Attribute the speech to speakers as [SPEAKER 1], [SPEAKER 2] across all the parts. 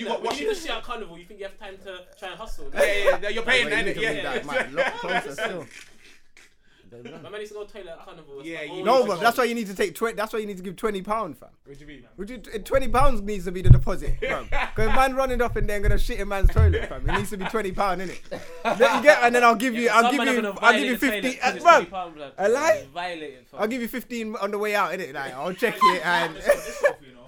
[SPEAKER 1] when you do
[SPEAKER 2] Washington.
[SPEAKER 1] the shit at carnival, you think you have time to try and hustle.
[SPEAKER 2] Yeah, yeah, yeah, you're paying
[SPEAKER 3] Well, you
[SPEAKER 2] that.
[SPEAKER 3] need to
[SPEAKER 2] Yeah,
[SPEAKER 3] read
[SPEAKER 2] yeah,
[SPEAKER 3] that, man. Look closer still. Don't
[SPEAKER 1] My
[SPEAKER 3] know.
[SPEAKER 1] man used to go to the toilet at carnival. It's
[SPEAKER 2] Yeah,
[SPEAKER 1] like,
[SPEAKER 2] you
[SPEAKER 1] oh,
[SPEAKER 2] need
[SPEAKER 3] No,
[SPEAKER 1] it's
[SPEAKER 3] bro.
[SPEAKER 1] a-
[SPEAKER 3] That's why you need to take twenty. That's why you need to give twenty pound, fam.
[SPEAKER 2] What do you mean?
[SPEAKER 3] Would you, uh, twenty pounds needs to be the deposit, fam. Because man running up and then gonna shit in man's toilet, fam. It needs to be twenty pound, innit? Let you get, and then I'll give you,
[SPEAKER 1] Yeah,
[SPEAKER 3] I'll
[SPEAKER 1] some
[SPEAKER 3] give
[SPEAKER 1] man are
[SPEAKER 3] you,
[SPEAKER 1] gonna
[SPEAKER 3] I'll give you
[SPEAKER 1] violate the
[SPEAKER 3] fifty,
[SPEAKER 1] toilet
[SPEAKER 3] uh,
[SPEAKER 1] because
[SPEAKER 3] fam.
[SPEAKER 1] it's £20 blood.
[SPEAKER 3] I lie.
[SPEAKER 1] Violate it, fam.
[SPEAKER 3] I'll give you fifteen on the way out, innit? Like I'll check it, and
[SPEAKER 4] This one- this one, you know.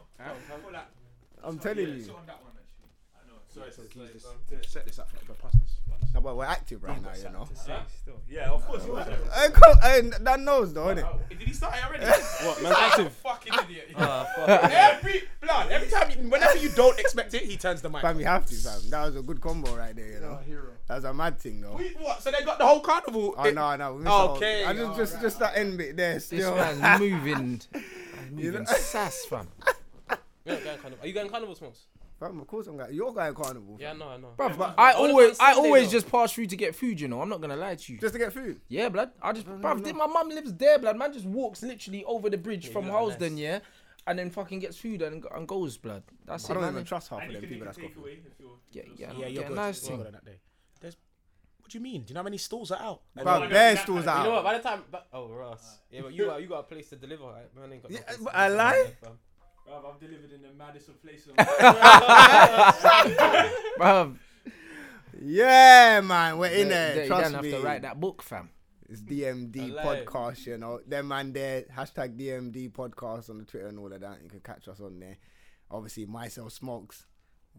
[SPEAKER 4] Call that-
[SPEAKER 3] I'm
[SPEAKER 4] this one,
[SPEAKER 3] telling
[SPEAKER 4] yeah,
[SPEAKER 3] you.
[SPEAKER 4] sit on that one, actually. I know. Sorry, sorry, sorry,
[SPEAKER 2] Jesus.
[SPEAKER 4] sorry. Yeah.
[SPEAKER 2] Set this up, but pass this.
[SPEAKER 3] No, but we're active right now, you know.
[SPEAKER 4] Huh? Yeah, of course. he was there.
[SPEAKER 3] Uh, cool, uh, that knows though, innit?
[SPEAKER 4] Oh, Did he start it already?
[SPEAKER 5] What, man's active?
[SPEAKER 4] Fucking idiot.
[SPEAKER 2] Every blood, every time, you, whenever you don't expect it, he turns the mic.
[SPEAKER 3] Fam, you have to, fam. That was a good combo right there, you know. That was a mad thing, though.
[SPEAKER 2] We- what? So they got the whole carnival.
[SPEAKER 3] Oh
[SPEAKER 2] It-
[SPEAKER 3] no, no. we missed the whole-
[SPEAKER 2] Okay,
[SPEAKER 3] I just, just, just that end bit there.
[SPEAKER 5] This
[SPEAKER 3] Still,
[SPEAKER 5] man's moving. man's moving
[SPEAKER 3] know-
[SPEAKER 5] sass, fam.
[SPEAKER 1] You're not going carnival. Are you going carnival smokes?
[SPEAKER 3] fam, of course I'm going. You're going carnival, fam.
[SPEAKER 1] Yeah, I know, I know.
[SPEAKER 5] Bruv, but I
[SPEAKER 1] What about
[SPEAKER 5] always, I
[SPEAKER 1] Sunday,
[SPEAKER 5] always
[SPEAKER 1] though?
[SPEAKER 5] just pass through to get food. You know, I'm not gonna lie to you.
[SPEAKER 3] just to get food.
[SPEAKER 5] yeah, blood. I just, bruv, did my mum lives there, blood. Man just walks literally over the bridge
[SPEAKER 1] you
[SPEAKER 5] from
[SPEAKER 1] lot are
[SPEAKER 5] Halsden,
[SPEAKER 1] nice.
[SPEAKER 5] yeah, and then fucking gets food and, and goes, blood. That's
[SPEAKER 3] I
[SPEAKER 5] it.
[SPEAKER 3] don't
[SPEAKER 5] man.
[SPEAKER 3] even trust half of
[SPEAKER 4] And you
[SPEAKER 3] them
[SPEAKER 4] can you
[SPEAKER 3] people.
[SPEAKER 4] can
[SPEAKER 3] That's got
[SPEAKER 4] take
[SPEAKER 3] food.
[SPEAKER 4] away if you're.
[SPEAKER 5] Yeah,
[SPEAKER 4] if
[SPEAKER 5] yeah,
[SPEAKER 4] you're-
[SPEAKER 5] yeah,
[SPEAKER 4] Yeah,
[SPEAKER 2] you're good.
[SPEAKER 5] nice
[SPEAKER 2] You're
[SPEAKER 5] thing.
[SPEAKER 2] good on that day. There's, what do you mean? Do you know how many stalls are out? And
[SPEAKER 3] Bro,
[SPEAKER 4] no,
[SPEAKER 3] bear
[SPEAKER 4] that-
[SPEAKER 3] stools
[SPEAKER 4] you
[SPEAKER 1] You know what?
[SPEAKER 3] out.
[SPEAKER 1] By the time, but, oh Ross, yeah, but you got you got a place to deliver. Right? Man ain't got no
[SPEAKER 3] Yeah,
[SPEAKER 1] place to
[SPEAKER 3] but I
[SPEAKER 1] deliver,
[SPEAKER 3] lie?
[SPEAKER 1] fam.
[SPEAKER 4] Bruv, I've delivered in the maddest of places.
[SPEAKER 5] Bruv,
[SPEAKER 3] Yeah, man, we're in there.
[SPEAKER 5] you
[SPEAKER 3] trust
[SPEAKER 5] don't have
[SPEAKER 3] me.
[SPEAKER 5] to write that book, fam.
[SPEAKER 3] It's DMD
[SPEAKER 1] Alive.
[SPEAKER 3] podcast, you know. Them man there, hashtag DMD podcast on the Twitter and all of that. You can catch us on there. Obviously, myself smokes.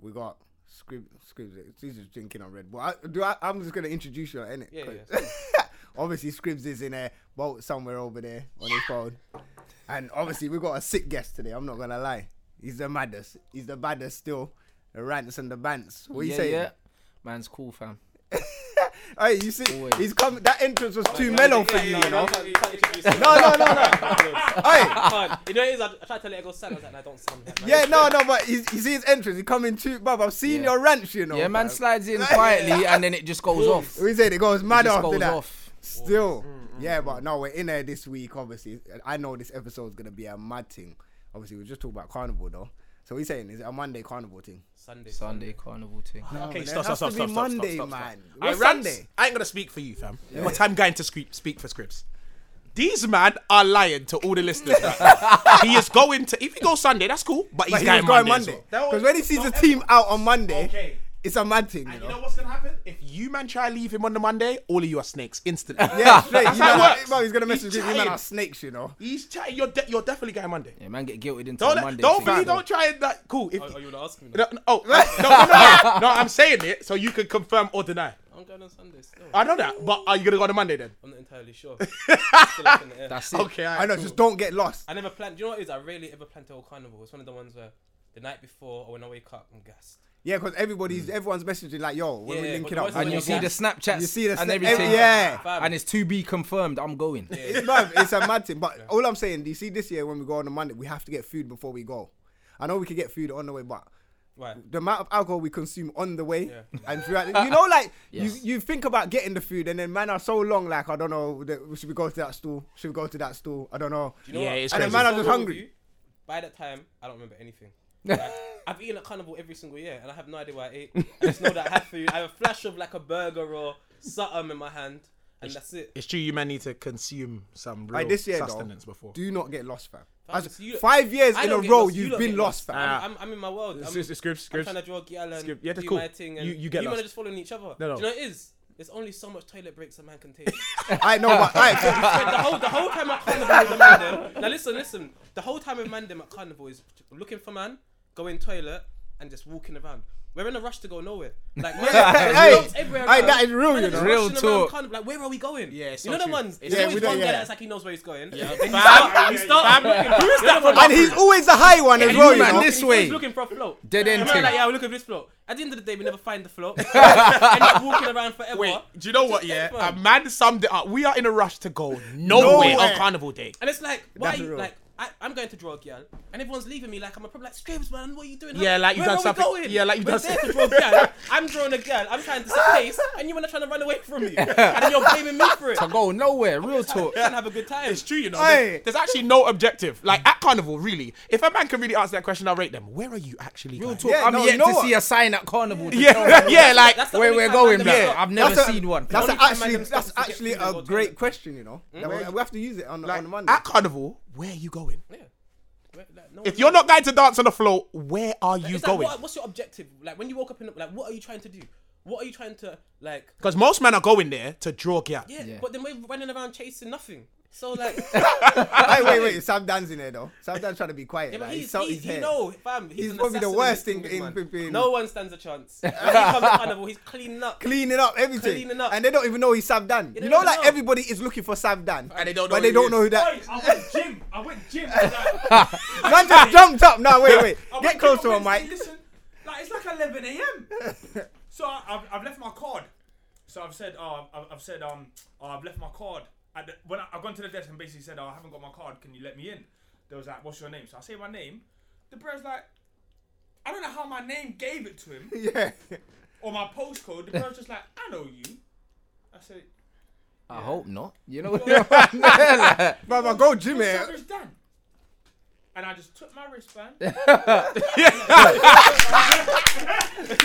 [SPEAKER 3] We got Scrib Scribs. He's just drinking on Red Bull. I, do I, I'm just gonna introduce you, innit?
[SPEAKER 1] Yeah,
[SPEAKER 3] 'Cause-
[SPEAKER 1] yeah,
[SPEAKER 3] obviously, Scribs is in a boat somewhere over there on his phone. And obviously, we got a sick guest today. I'm not gonna lie. He's the maddest. He's the baddest still. The rants and the bants. What you
[SPEAKER 5] yeah,
[SPEAKER 3] saying?
[SPEAKER 5] yeah. Man's cool, fam.
[SPEAKER 3] Hey, you see,
[SPEAKER 5] Always. Oh,
[SPEAKER 3] he's coming. That entrance was too mellow for you, you know.
[SPEAKER 1] can't- you can't introduce him.
[SPEAKER 3] No, no, no, no. Hey,
[SPEAKER 1] Can't. You know what it is? I, I tried to let it go sound. I was like, nah, I don't sound like that.
[SPEAKER 3] Yeah, no, no, but he's, he's his entrance. He coming to, bruv. I've seen
[SPEAKER 5] Yeah.
[SPEAKER 3] your ranch, you know.
[SPEAKER 5] yeah, man
[SPEAKER 3] bruv.
[SPEAKER 5] slides in quietly and then it just goes off. It
[SPEAKER 3] We said it goes mad
[SPEAKER 5] just
[SPEAKER 3] after
[SPEAKER 5] goes
[SPEAKER 3] that.
[SPEAKER 5] off. Mm,
[SPEAKER 3] Still, yeah, but no, we're in there this week. Obviously, I know this episode's gonna be a mad thing. Obviously, we just talked about carnival though. So we saying is it a Monday carnival thing?
[SPEAKER 1] Sunday,
[SPEAKER 5] Sunday carnival thing.
[SPEAKER 2] okay,
[SPEAKER 3] man,
[SPEAKER 2] stop,
[SPEAKER 3] it
[SPEAKER 2] stop, stop,
[SPEAKER 3] has to
[SPEAKER 2] stop,
[SPEAKER 3] be
[SPEAKER 2] stop,
[SPEAKER 3] Monday,
[SPEAKER 2] stop, stop, stop.
[SPEAKER 3] man.
[SPEAKER 2] I
[SPEAKER 3] What's
[SPEAKER 2] rant-
[SPEAKER 3] Sunday?
[SPEAKER 2] I ain't gonna speak for you, fam. But I'm going to scre- speak for Scripps. These man are lying to all the listeners. right now. he is going to. If he goes Sunday, that's cool. But he's
[SPEAKER 3] But he
[SPEAKER 2] going,
[SPEAKER 3] was going
[SPEAKER 2] Monday. as
[SPEAKER 3] Monday
[SPEAKER 2] well.
[SPEAKER 3] because when he sees the team out on Monday,
[SPEAKER 4] Okay.
[SPEAKER 3] it's a mad thing, you
[SPEAKER 4] And you
[SPEAKER 3] know.
[SPEAKER 4] know what's gonna happen? If
[SPEAKER 2] If you man try leave him on the Monday, all of you are snakes instantly.
[SPEAKER 3] Yeah, straight.
[SPEAKER 2] That's
[SPEAKER 3] you
[SPEAKER 2] how it
[SPEAKER 3] know,
[SPEAKER 2] works.
[SPEAKER 3] bruv, he's gonna message
[SPEAKER 2] He's
[SPEAKER 3] you, man.
[SPEAKER 2] chatting.
[SPEAKER 3] Are snakes, you know?
[SPEAKER 2] He's chatting. You're de- you're definitely going Monday.
[SPEAKER 5] Yeah, man get guilted into
[SPEAKER 2] Don't
[SPEAKER 5] the Monday.
[SPEAKER 2] don't
[SPEAKER 5] thing,
[SPEAKER 2] please
[SPEAKER 5] bro.
[SPEAKER 2] don't try it that cool. If,
[SPEAKER 1] Sunday. Oh, you wanna ask me?
[SPEAKER 2] no,
[SPEAKER 1] Now?
[SPEAKER 2] no, oh no, no, no, no, no, I'm saying it so you can confirm or deny.
[SPEAKER 1] I'm going on Sunday still.
[SPEAKER 2] I know that, but are you gonna go on a Monday then?
[SPEAKER 1] I'm not entirely sure. Still up in the air.
[SPEAKER 5] That's it.
[SPEAKER 2] Okay,
[SPEAKER 3] I know. Just don't get lost.
[SPEAKER 1] I never planned. Do you know what it is? I rarely ever plan to go carnival. It's one of the ones where the night before or when I wake up, I'm gassed.
[SPEAKER 3] Yeah, because everybody's
[SPEAKER 2] Mm.
[SPEAKER 3] everyone's messaging like, yo, when
[SPEAKER 1] Yeah,
[SPEAKER 3] we
[SPEAKER 1] yeah,
[SPEAKER 3] linking
[SPEAKER 1] but
[SPEAKER 3] up,
[SPEAKER 1] what's
[SPEAKER 5] And you see the Snapchats
[SPEAKER 3] You see the
[SPEAKER 5] and
[SPEAKER 3] sna-
[SPEAKER 5] everything.
[SPEAKER 3] every- yeah.
[SPEAKER 1] Fam.
[SPEAKER 5] And it's to be confirmed. I'm going.
[SPEAKER 3] It's, bruv, it's a mad thing. But all I'm saying, do you see this year when we go on a Monday, we have to get food before we go. I know we could get food on the way, but
[SPEAKER 1] Right.
[SPEAKER 3] the amount of alcohol we consume on the way
[SPEAKER 1] Yeah.
[SPEAKER 3] and throughout, the- you know, like
[SPEAKER 5] Yes.
[SPEAKER 3] you, you think about getting the food, and then man are so long, like I don't know, that- should we go to that store? Should we go to that store? I don't know.
[SPEAKER 1] Do you know
[SPEAKER 2] Yeah,
[SPEAKER 1] what?
[SPEAKER 2] it's
[SPEAKER 3] And
[SPEAKER 2] crazy.
[SPEAKER 3] the man are
[SPEAKER 1] So
[SPEAKER 3] just
[SPEAKER 1] with
[SPEAKER 3] hungry.
[SPEAKER 1] you, By that time, I don't remember anything. Like, I've eaten at carnival every single year, and I have no idea why I ate. I just know that I had food. I have a flash of like a burger or something in my hand, and that's it.
[SPEAKER 2] It's true. You man need to consume some real
[SPEAKER 3] Like this year, though,
[SPEAKER 2] sustenance before.
[SPEAKER 3] do not get lost, fam.
[SPEAKER 1] Fam,
[SPEAKER 3] As-
[SPEAKER 1] so you-
[SPEAKER 3] five years
[SPEAKER 1] I
[SPEAKER 3] in a
[SPEAKER 1] don't get
[SPEAKER 3] row,
[SPEAKER 1] lost, you
[SPEAKER 3] you've
[SPEAKER 1] lot
[SPEAKER 3] been
[SPEAKER 1] get
[SPEAKER 3] lost, fam.
[SPEAKER 2] Ah.
[SPEAKER 1] I'm, I'm, I'm in my world. I'm,
[SPEAKER 2] It's- it's- it's scripts,
[SPEAKER 1] I'm
[SPEAKER 2] scripts.
[SPEAKER 1] trying to draw Giala and
[SPEAKER 2] Skip- yeah, that's
[SPEAKER 1] do
[SPEAKER 2] cool.
[SPEAKER 1] my thing. And
[SPEAKER 2] You- you get
[SPEAKER 1] you man
[SPEAKER 2] lost.
[SPEAKER 1] are just following each other.
[SPEAKER 2] No, no.
[SPEAKER 1] Do you know what it is? There's only so much toilet breaks a man can take.
[SPEAKER 3] I know, but I.
[SPEAKER 1] the whole the whole time at carnival with the man them. Now listen, listen. The whole time with man them at carnival is looking for man, going toilet, and just walking around. We're in a rush to go nowhere. Like man, there's
[SPEAKER 3] Hey,
[SPEAKER 1] dogs everywhere
[SPEAKER 3] hey,
[SPEAKER 1] around.
[SPEAKER 3] that is real,
[SPEAKER 1] Man
[SPEAKER 3] you
[SPEAKER 1] are just
[SPEAKER 3] know.
[SPEAKER 5] Real
[SPEAKER 1] rushing around
[SPEAKER 5] talk.
[SPEAKER 1] Carnival. Like where are we going?
[SPEAKER 2] Yeah, it's
[SPEAKER 1] you know
[SPEAKER 2] so
[SPEAKER 1] the
[SPEAKER 2] true.
[SPEAKER 1] ones.
[SPEAKER 2] Yeah,
[SPEAKER 1] There's
[SPEAKER 3] we
[SPEAKER 1] always
[SPEAKER 3] don't-
[SPEAKER 1] one guy
[SPEAKER 3] yeah.
[SPEAKER 1] that's like he knows where he's going. Yeah, you start, you start looking. Who's that from?
[SPEAKER 3] And he's always the high one as
[SPEAKER 5] you
[SPEAKER 3] well, you
[SPEAKER 5] man,
[SPEAKER 3] know.
[SPEAKER 5] this-
[SPEAKER 1] He's
[SPEAKER 5] way.
[SPEAKER 1] always looking for a float.
[SPEAKER 5] Dead end
[SPEAKER 1] And
[SPEAKER 5] thing.
[SPEAKER 1] we're like, yeah, we're looking for this float. At the end of the day, we never find the float. End up walking around forever.
[SPEAKER 2] Wait, do you know what?
[SPEAKER 1] take
[SPEAKER 2] Yeah,
[SPEAKER 1] one.
[SPEAKER 2] a man summed it up. We are in a rush to go nowhere,
[SPEAKER 3] Nowhere.
[SPEAKER 2] on Carnival Day.
[SPEAKER 1] And it's like, why
[SPEAKER 3] That's
[SPEAKER 1] are you
[SPEAKER 3] real.
[SPEAKER 1] like? I, I'm going to draw a girl, and everyone's leaving me like I'm a problem. Like Scribs, man, what are you doing?
[SPEAKER 2] Yeah, like you've
[SPEAKER 1] Where
[SPEAKER 2] done
[SPEAKER 1] are
[SPEAKER 2] something-
[SPEAKER 1] We going?
[SPEAKER 2] yeah, like you've
[SPEAKER 1] We're
[SPEAKER 2] done
[SPEAKER 1] there to draw
[SPEAKER 2] some-
[SPEAKER 1] a girl. I'm drawing a girl. I'm trying to set pace, and you want to try to run away from me, and then you're blaming me for it.
[SPEAKER 5] I go nowhere. Real talk.
[SPEAKER 1] Trying to have a good time.
[SPEAKER 2] It's true, you know.
[SPEAKER 3] Aye.
[SPEAKER 2] There's, there's actually no objective. Like at carnival, really. If a man can really answer that question, I'll rate them. Where are you actually?
[SPEAKER 5] Real
[SPEAKER 2] going?
[SPEAKER 5] talk.
[SPEAKER 3] Yeah,
[SPEAKER 5] I'm
[SPEAKER 3] no,
[SPEAKER 5] yet
[SPEAKER 3] you know
[SPEAKER 5] to
[SPEAKER 3] what?
[SPEAKER 5] see a sign at carnival. to tell me
[SPEAKER 2] Yeah, yeah. Like
[SPEAKER 1] That's the
[SPEAKER 5] where
[SPEAKER 1] only
[SPEAKER 5] we're
[SPEAKER 1] time I've
[SPEAKER 5] going.
[SPEAKER 1] done
[SPEAKER 5] Yeah,
[SPEAKER 1] that.
[SPEAKER 5] I've never
[SPEAKER 3] That's a-
[SPEAKER 5] seen one.
[SPEAKER 3] That's
[SPEAKER 1] only
[SPEAKER 3] a
[SPEAKER 1] time I
[SPEAKER 3] actually
[SPEAKER 1] never stopped
[SPEAKER 3] that's
[SPEAKER 1] to get
[SPEAKER 3] actually
[SPEAKER 1] food in
[SPEAKER 3] a
[SPEAKER 1] God's
[SPEAKER 3] great
[SPEAKER 1] name.
[SPEAKER 3] question, you know. That we- We have to use it on,
[SPEAKER 2] like,
[SPEAKER 3] on Monday.
[SPEAKER 2] at carnival, where are you going?
[SPEAKER 1] Where- like, no
[SPEAKER 2] If
[SPEAKER 1] one-
[SPEAKER 2] you're not going to dance on the floor, where are
[SPEAKER 1] It's
[SPEAKER 2] you
[SPEAKER 1] like,
[SPEAKER 2] going?
[SPEAKER 1] what- what's your objective? Like when you woke up in the, like, what are you trying to do? What are you trying to like?
[SPEAKER 2] Because most men are going there to draw gap.
[SPEAKER 1] Yeah,
[SPEAKER 5] Yeah.
[SPEAKER 1] but then we're running around chasing nothing. So like,
[SPEAKER 3] Wait, wait, wait. Sam Dan's in there though. Sam Dan's trying to be quiet.
[SPEAKER 1] yeah, but
[SPEAKER 3] like,
[SPEAKER 1] he's,
[SPEAKER 3] he's, so-
[SPEAKER 1] he's,
[SPEAKER 3] he's
[SPEAKER 1] you
[SPEAKER 3] here.
[SPEAKER 1] know, fam, he's,
[SPEAKER 3] He's
[SPEAKER 1] an
[SPEAKER 3] probably the
[SPEAKER 1] assassin
[SPEAKER 3] worst
[SPEAKER 1] in this
[SPEAKER 3] in-
[SPEAKER 1] man.
[SPEAKER 3] in- in-
[SPEAKER 1] No one stands a chance. when he comes to carnival, he's cleaning up.
[SPEAKER 3] Cleaning up everything,
[SPEAKER 1] Cleaning up.
[SPEAKER 3] and they don't even know he's Sam Dan.
[SPEAKER 1] they
[SPEAKER 3] you know,
[SPEAKER 1] don't
[SPEAKER 3] like
[SPEAKER 1] know.
[SPEAKER 3] everybody is looking for Sam Dan,
[SPEAKER 2] And they don't know
[SPEAKER 3] but
[SPEAKER 2] who
[SPEAKER 3] they
[SPEAKER 2] he
[SPEAKER 3] don't
[SPEAKER 2] is.
[SPEAKER 3] know who that.
[SPEAKER 4] Oi, I went gym. I went gym. I was like-
[SPEAKER 3] Man just jumped up. No,
[SPEAKER 1] Oh
[SPEAKER 3] wait, wait.
[SPEAKER 4] I
[SPEAKER 3] Get
[SPEAKER 4] went
[SPEAKER 3] close
[SPEAKER 4] gym
[SPEAKER 3] to
[SPEAKER 4] on
[SPEAKER 3] him,
[SPEAKER 4] Wednesday,
[SPEAKER 3] Mike.
[SPEAKER 4] Listen, like it's like 11 a.m. so I, I've, I've left my card. So I've said, oh, I've, I've said, um, oh, I've left my card. At the, when I, I've gone to the desk and basically said, oh, I haven't got my card. Can you let me in? They was like, what's your name? So I say my name. The bro's like, I don't know how my name gave it to him
[SPEAKER 3] Yeah.
[SPEAKER 4] or my postcode. The bro's just like, I know you. I said,
[SPEAKER 5] I hope not. You know. Like,
[SPEAKER 3] But I go gym
[SPEAKER 4] "You're
[SPEAKER 3] here.
[SPEAKER 4] Savage Dan. And I just took my wristband.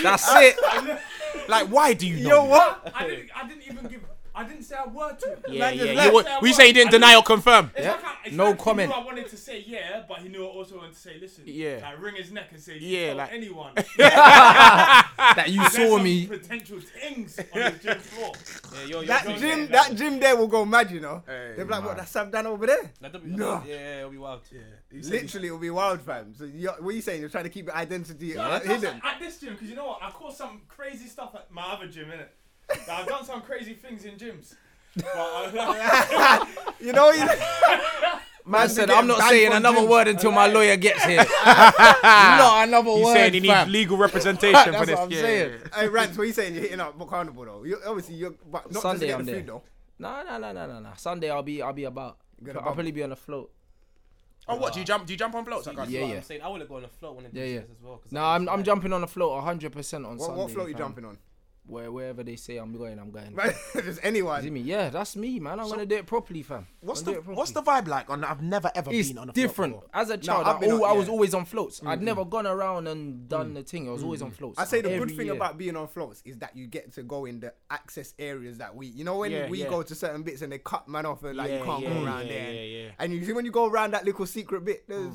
[SPEAKER 5] That's it.
[SPEAKER 2] Like, why do you know?
[SPEAKER 3] You know
[SPEAKER 2] me?
[SPEAKER 3] what?
[SPEAKER 4] I didn't. I didn't even give. I didn't say a word to him.
[SPEAKER 2] Yeah,
[SPEAKER 3] Man just
[SPEAKER 2] yeah.
[SPEAKER 3] left.
[SPEAKER 2] You, were- we say you didn't deny or confirm.
[SPEAKER 4] It's
[SPEAKER 5] Yeah.
[SPEAKER 4] like I, it's
[SPEAKER 5] No
[SPEAKER 4] like he knew
[SPEAKER 5] comment.
[SPEAKER 4] I wanted to say yeah, but he knew I also wanted to say listen.
[SPEAKER 2] Yeah.
[SPEAKER 4] Like wring his neck and say
[SPEAKER 2] Yeah,
[SPEAKER 4] yeah,
[SPEAKER 2] like-
[SPEAKER 4] like anyone.
[SPEAKER 5] That you saw me.
[SPEAKER 4] Potential things on the gym floor.
[SPEAKER 1] Yeah, you're, you're
[SPEAKER 3] That
[SPEAKER 1] joking.
[SPEAKER 3] gym,
[SPEAKER 4] like
[SPEAKER 3] that
[SPEAKER 4] that.
[SPEAKER 3] gym there will go mad. You know. They'll be like, what? That's Sam Dan over there.
[SPEAKER 1] Like, that'd be-
[SPEAKER 3] No.
[SPEAKER 1] Yeah, it'll be wild.
[SPEAKER 3] Literally, it'll be wild, fam. So you're, what are you saying? You're trying to keep your identity
[SPEAKER 4] No, that's
[SPEAKER 3] hidden.
[SPEAKER 4] also At this gym, because you know what, I caught some crazy stuff at my other gym, innit? Like, I've done some crazy things in gyms. But uh, I,
[SPEAKER 3] You know, you
[SPEAKER 5] Man said, I'm not
[SPEAKER 3] banned
[SPEAKER 5] saying
[SPEAKER 3] from
[SPEAKER 5] another
[SPEAKER 3] gyms.
[SPEAKER 5] word until my lawyer gets here. not another
[SPEAKER 2] He's
[SPEAKER 5] word.
[SPEAKER 2] saying he needs
[SPEAKER 5] fam.
[SPEAKER 2] legal representation
[SPEAKER 5] That's
[SPEAKER 2] for
[SPEAKER 5] what
[SPEAKER 2] this.
[SPEAKER 5] I'm
[SPEAKER 2] yeah,
[SPEAKER 5] saying.
[SPEAKER 2] yeah, yeah.
[SPEAKER 3] hey, Rance, what are you saying? You're hitting up Carnival though. You obviously you're but not
[SPEAKER 5] Sunday,
[SPEAKER 3] Sunday
[SPEAKER 5] I'm
[SPEAKER 3] the
[SPEAKER 5] there.
[SPEAKER 3] food though.
[SPEAKER 5] No, no, no, no, no, no. Sunday I'll be, I'll be about.
[SPEAKER 3] You're
[SPEAKER 5] I'll
[SPEAKER 3] gonna bubble.
[SPEAKER 5] probably be on a float.
[SPEAKER 2] Oh, what? Do you jump? Do you jump on floats?
[SPEAKER 1] That's
[SPEAKER 5] Yeah,
[SPEAKER 1] what
[SPEAKER 5] yeah.
[SPEAKER 1] I'm saying I want to go on the float one of these
[SPEAKER 5] Yeah, yeah.
[SPEAKER 1] days as well. 'cause
[SPEAKER 5] No,
[SPEAKER 1] I
[SPEAKER 5] I'm,
[SPEAKER 1] was
[SPEAKER 5] I'm
[SPEAKER 1] like-
[SPEAKER 5] jumping on a float 100 percent on
[SPEAKER 3] What,
[SPEAKER 5] Sunday.
[SPEAKER 3] what float you
[SPEAKER 5] fam.
[SPEAKER 3] jumping on?
[SPEAKER 5] Where, wherever they say I'm going, I'm going.
[SPEAKER 3] Just
[SPEAKER 5] See
[SPEAKER 3] anyone.
[SPEAKER 5] me? Yeah, that's me, man. I'm gonna do it properly, fam.
[SPEAKER 2] What's
[SPEAKER 5] I'm
[SPEAKER 2] the
[SPEAKER 5] gonna do it properly.
[SPEAKER 2] What's the vibe like? On I've never ever
[SPEAKER 5] It's
[SPEAKER 2] been on a float
[SPEAKER 5] different.
[SPEAKER 2] before.
[SPEAKER 5] As a child,
[SPEAKER 3] I've
[SPEAKER 5] I,
[SPEAKER 3] been
[SPEAKER 5] al-
[SPEAKER 3] on-
[SPEAKER 5] I was
[SPEAKER 3] yeah. Mm-hmm.
[SPEAKER 5] always on floats. I'd never gone around and done the thing. I was always on floats.
[SPEAKER 3] I say the
[SPEAKER 5] Every
[SPEAKER 3] good thing
[SPEAKER 5] year.
[SPEAKER 3] about being on floats is that you get to go in the access areas that we, you know, when
[SPEAKER 2] Yeah,
[SPEAKER 3] we
[SPEAKER 2] yeah.
[SPEAKER 3] go to certain bits and they cut man off and like
[SPEAKER 2] Yeah,
[SPEAKER 3] you can't
[SPEAKER 2] yeah,
[SPEAKER 3] go around
[SPEAKER 2] yeah,
[SPEAKER 3] there.
[SPEAKER 2] yeah,
[SPEAKER 3] and-
[SPEAKER 2] yeah.
[SPEAKER 3] And you see when you go around that little secret bit, there's
[SPEAKER 5] Hmm.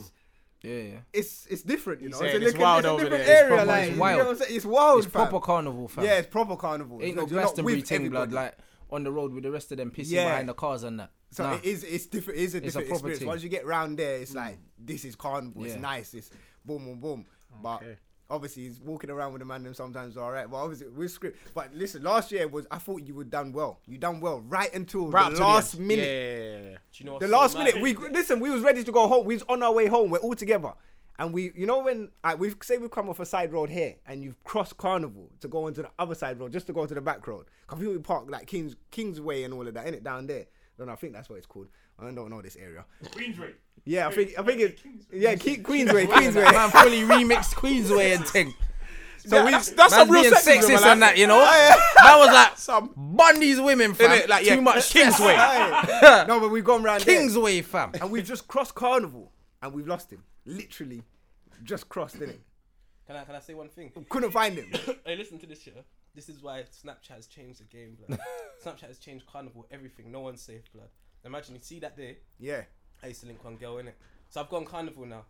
[SPEAKER 5] yeah, yeah.
[SPEAKER 3] it's it's different, you know.
[SPEAKER 2] saying
[SPEAKER 3] a
[SPEAKER 2] it's
[SPEAKER 3] little-
[SPEAKER 2] wild
[SPEAKER 3] a
[SPEAKER 2] over
[SPEAKER 3] different
[SPEAKER 2] there. It's
[SPEAKER 3] area,
[SPEAKER 5] proper-
[SPEAKER 3] like
[SPEAKER 5] it's
[SPEAKER 3] you
[SPEAKER 5] wild.
[SPEAKER 3] know what I'm saying? It's wild,
[SPEAKER 5] It's
[SPEAKER 3] fam.
[SPEAKER 5] proper carnival, fam.
[SPEAKER 3] Yeah, it's proper carnival.
[SPEAKER 5] Ain't no
[SPEAKER 3] You're not
[SPEAKER 5] Glastonbury
[SPEAKER 3] with
[SPEAKER 5] thing, blood.
[SPEAKER 3] everybody.
[SPEAKER 5] Like on the road with the rest of them pissing
[SPEAKER 3] Yeah.
[SPEAKER 5] behind the cars and that.
[SPEAKER 3] So
[SPEAKER 5] Nah.
[SPEAKER 3] it is. It's different. It is a
[SPEAKER 5] It's a
[SPEAKER 3] different
[SPEAKER 5] proper
[SPEAKER 3] experience.
[SPEAKER 5] thing.
[SPEAKER 3] Once you get round there, it's like this is carnival.
[SPEAKER 5] Yeah.
[SPEAKER 3] It's nice. It's boom, boom, boom. But obviously, it's walking around with a man. Them sometimes all right. But obviously, with script. But listen, last year was. I thought you would done well. You done well right until
[SPEAKER 2] Right up to
[SPEAKER 3] the
[SPEAKER 2] the
[SPEAKER 3] last
[SPEAKER 2] end.
[SPEAKER 3] minute.
[SPEAKER 2] Yeah, yeah, yeah, yeah.
[SPEAKER 1] Do you know
[SPEAKER 3] The
[SPEAKER 1] what's so
[SPEAKER 3] last
[SPEAKER 1] mad?
[SPEAKER 3] minute. We listen. We was ready to go home. We was on our way home. We're all together. And we, you know, when I we say we come off a side road here, and you've crossed Carnival to go onto the other side road, just to go to the back road, because we park like Kings Kingsway and all of that, in it down there. Don't know, I think that's what it's called. I don't know this area.
[SPEAKER 4] Queensway.
[SPEAKER 3] Yeah, I think I think it's
[SPEAKER 4] Kingsway.
[SPEAKER 3] yeah Ke- Queensway,
[SPEAKER 5] man
[SPEAKER 3] Queensway.
[SPEAKER 5] fully remixed Queensway and thing.
[SPEAKER 3] So
[SPEAKER 2] Yeah,
[SPEAKER 3] we
[SPEAKER 2] that's, that's
[SPEAKER 5] Man's
[SPEAKER 2] some real
[SPEAKER 5] being
[SPEAKER 2] sexism,
[SPEAKER 5] sexist
[SPEAKER 2] like-
[SPEAKER 5] and that, you know. That was like
[SPEAKER 2] Some
[SPEAKER 5] bun these women, fam.
[SPEAKER 2] innit, like
[SPEAKER 5] Too
[SPEAKER 2] yeah,
[SPEAKER 5] much
[SPEAKER 2] Kingsway.
[SPEAKER 3] Aye. no, but we've gone round there.
[SPEAKER 5] Kingsway, fam.
[SPEAKER 3] and we've just crossed Carnival and we've lost him. Literally, just crossed in it.
[SPEAKER 1] Can I, can I say one thing?
[SPEAKER 3] Couldn't find him.
[SPEAKER 1] hey, listen to this, yeah. This is why Snapchat has changed the game, blood. Snapchat has changed carnival, everything. No one's safe, blood. Imagine you see that day.
[SPEAKER 3] Yeah,
[SPEAKER 1] I used to link one girl in it, so I've gone carnival now.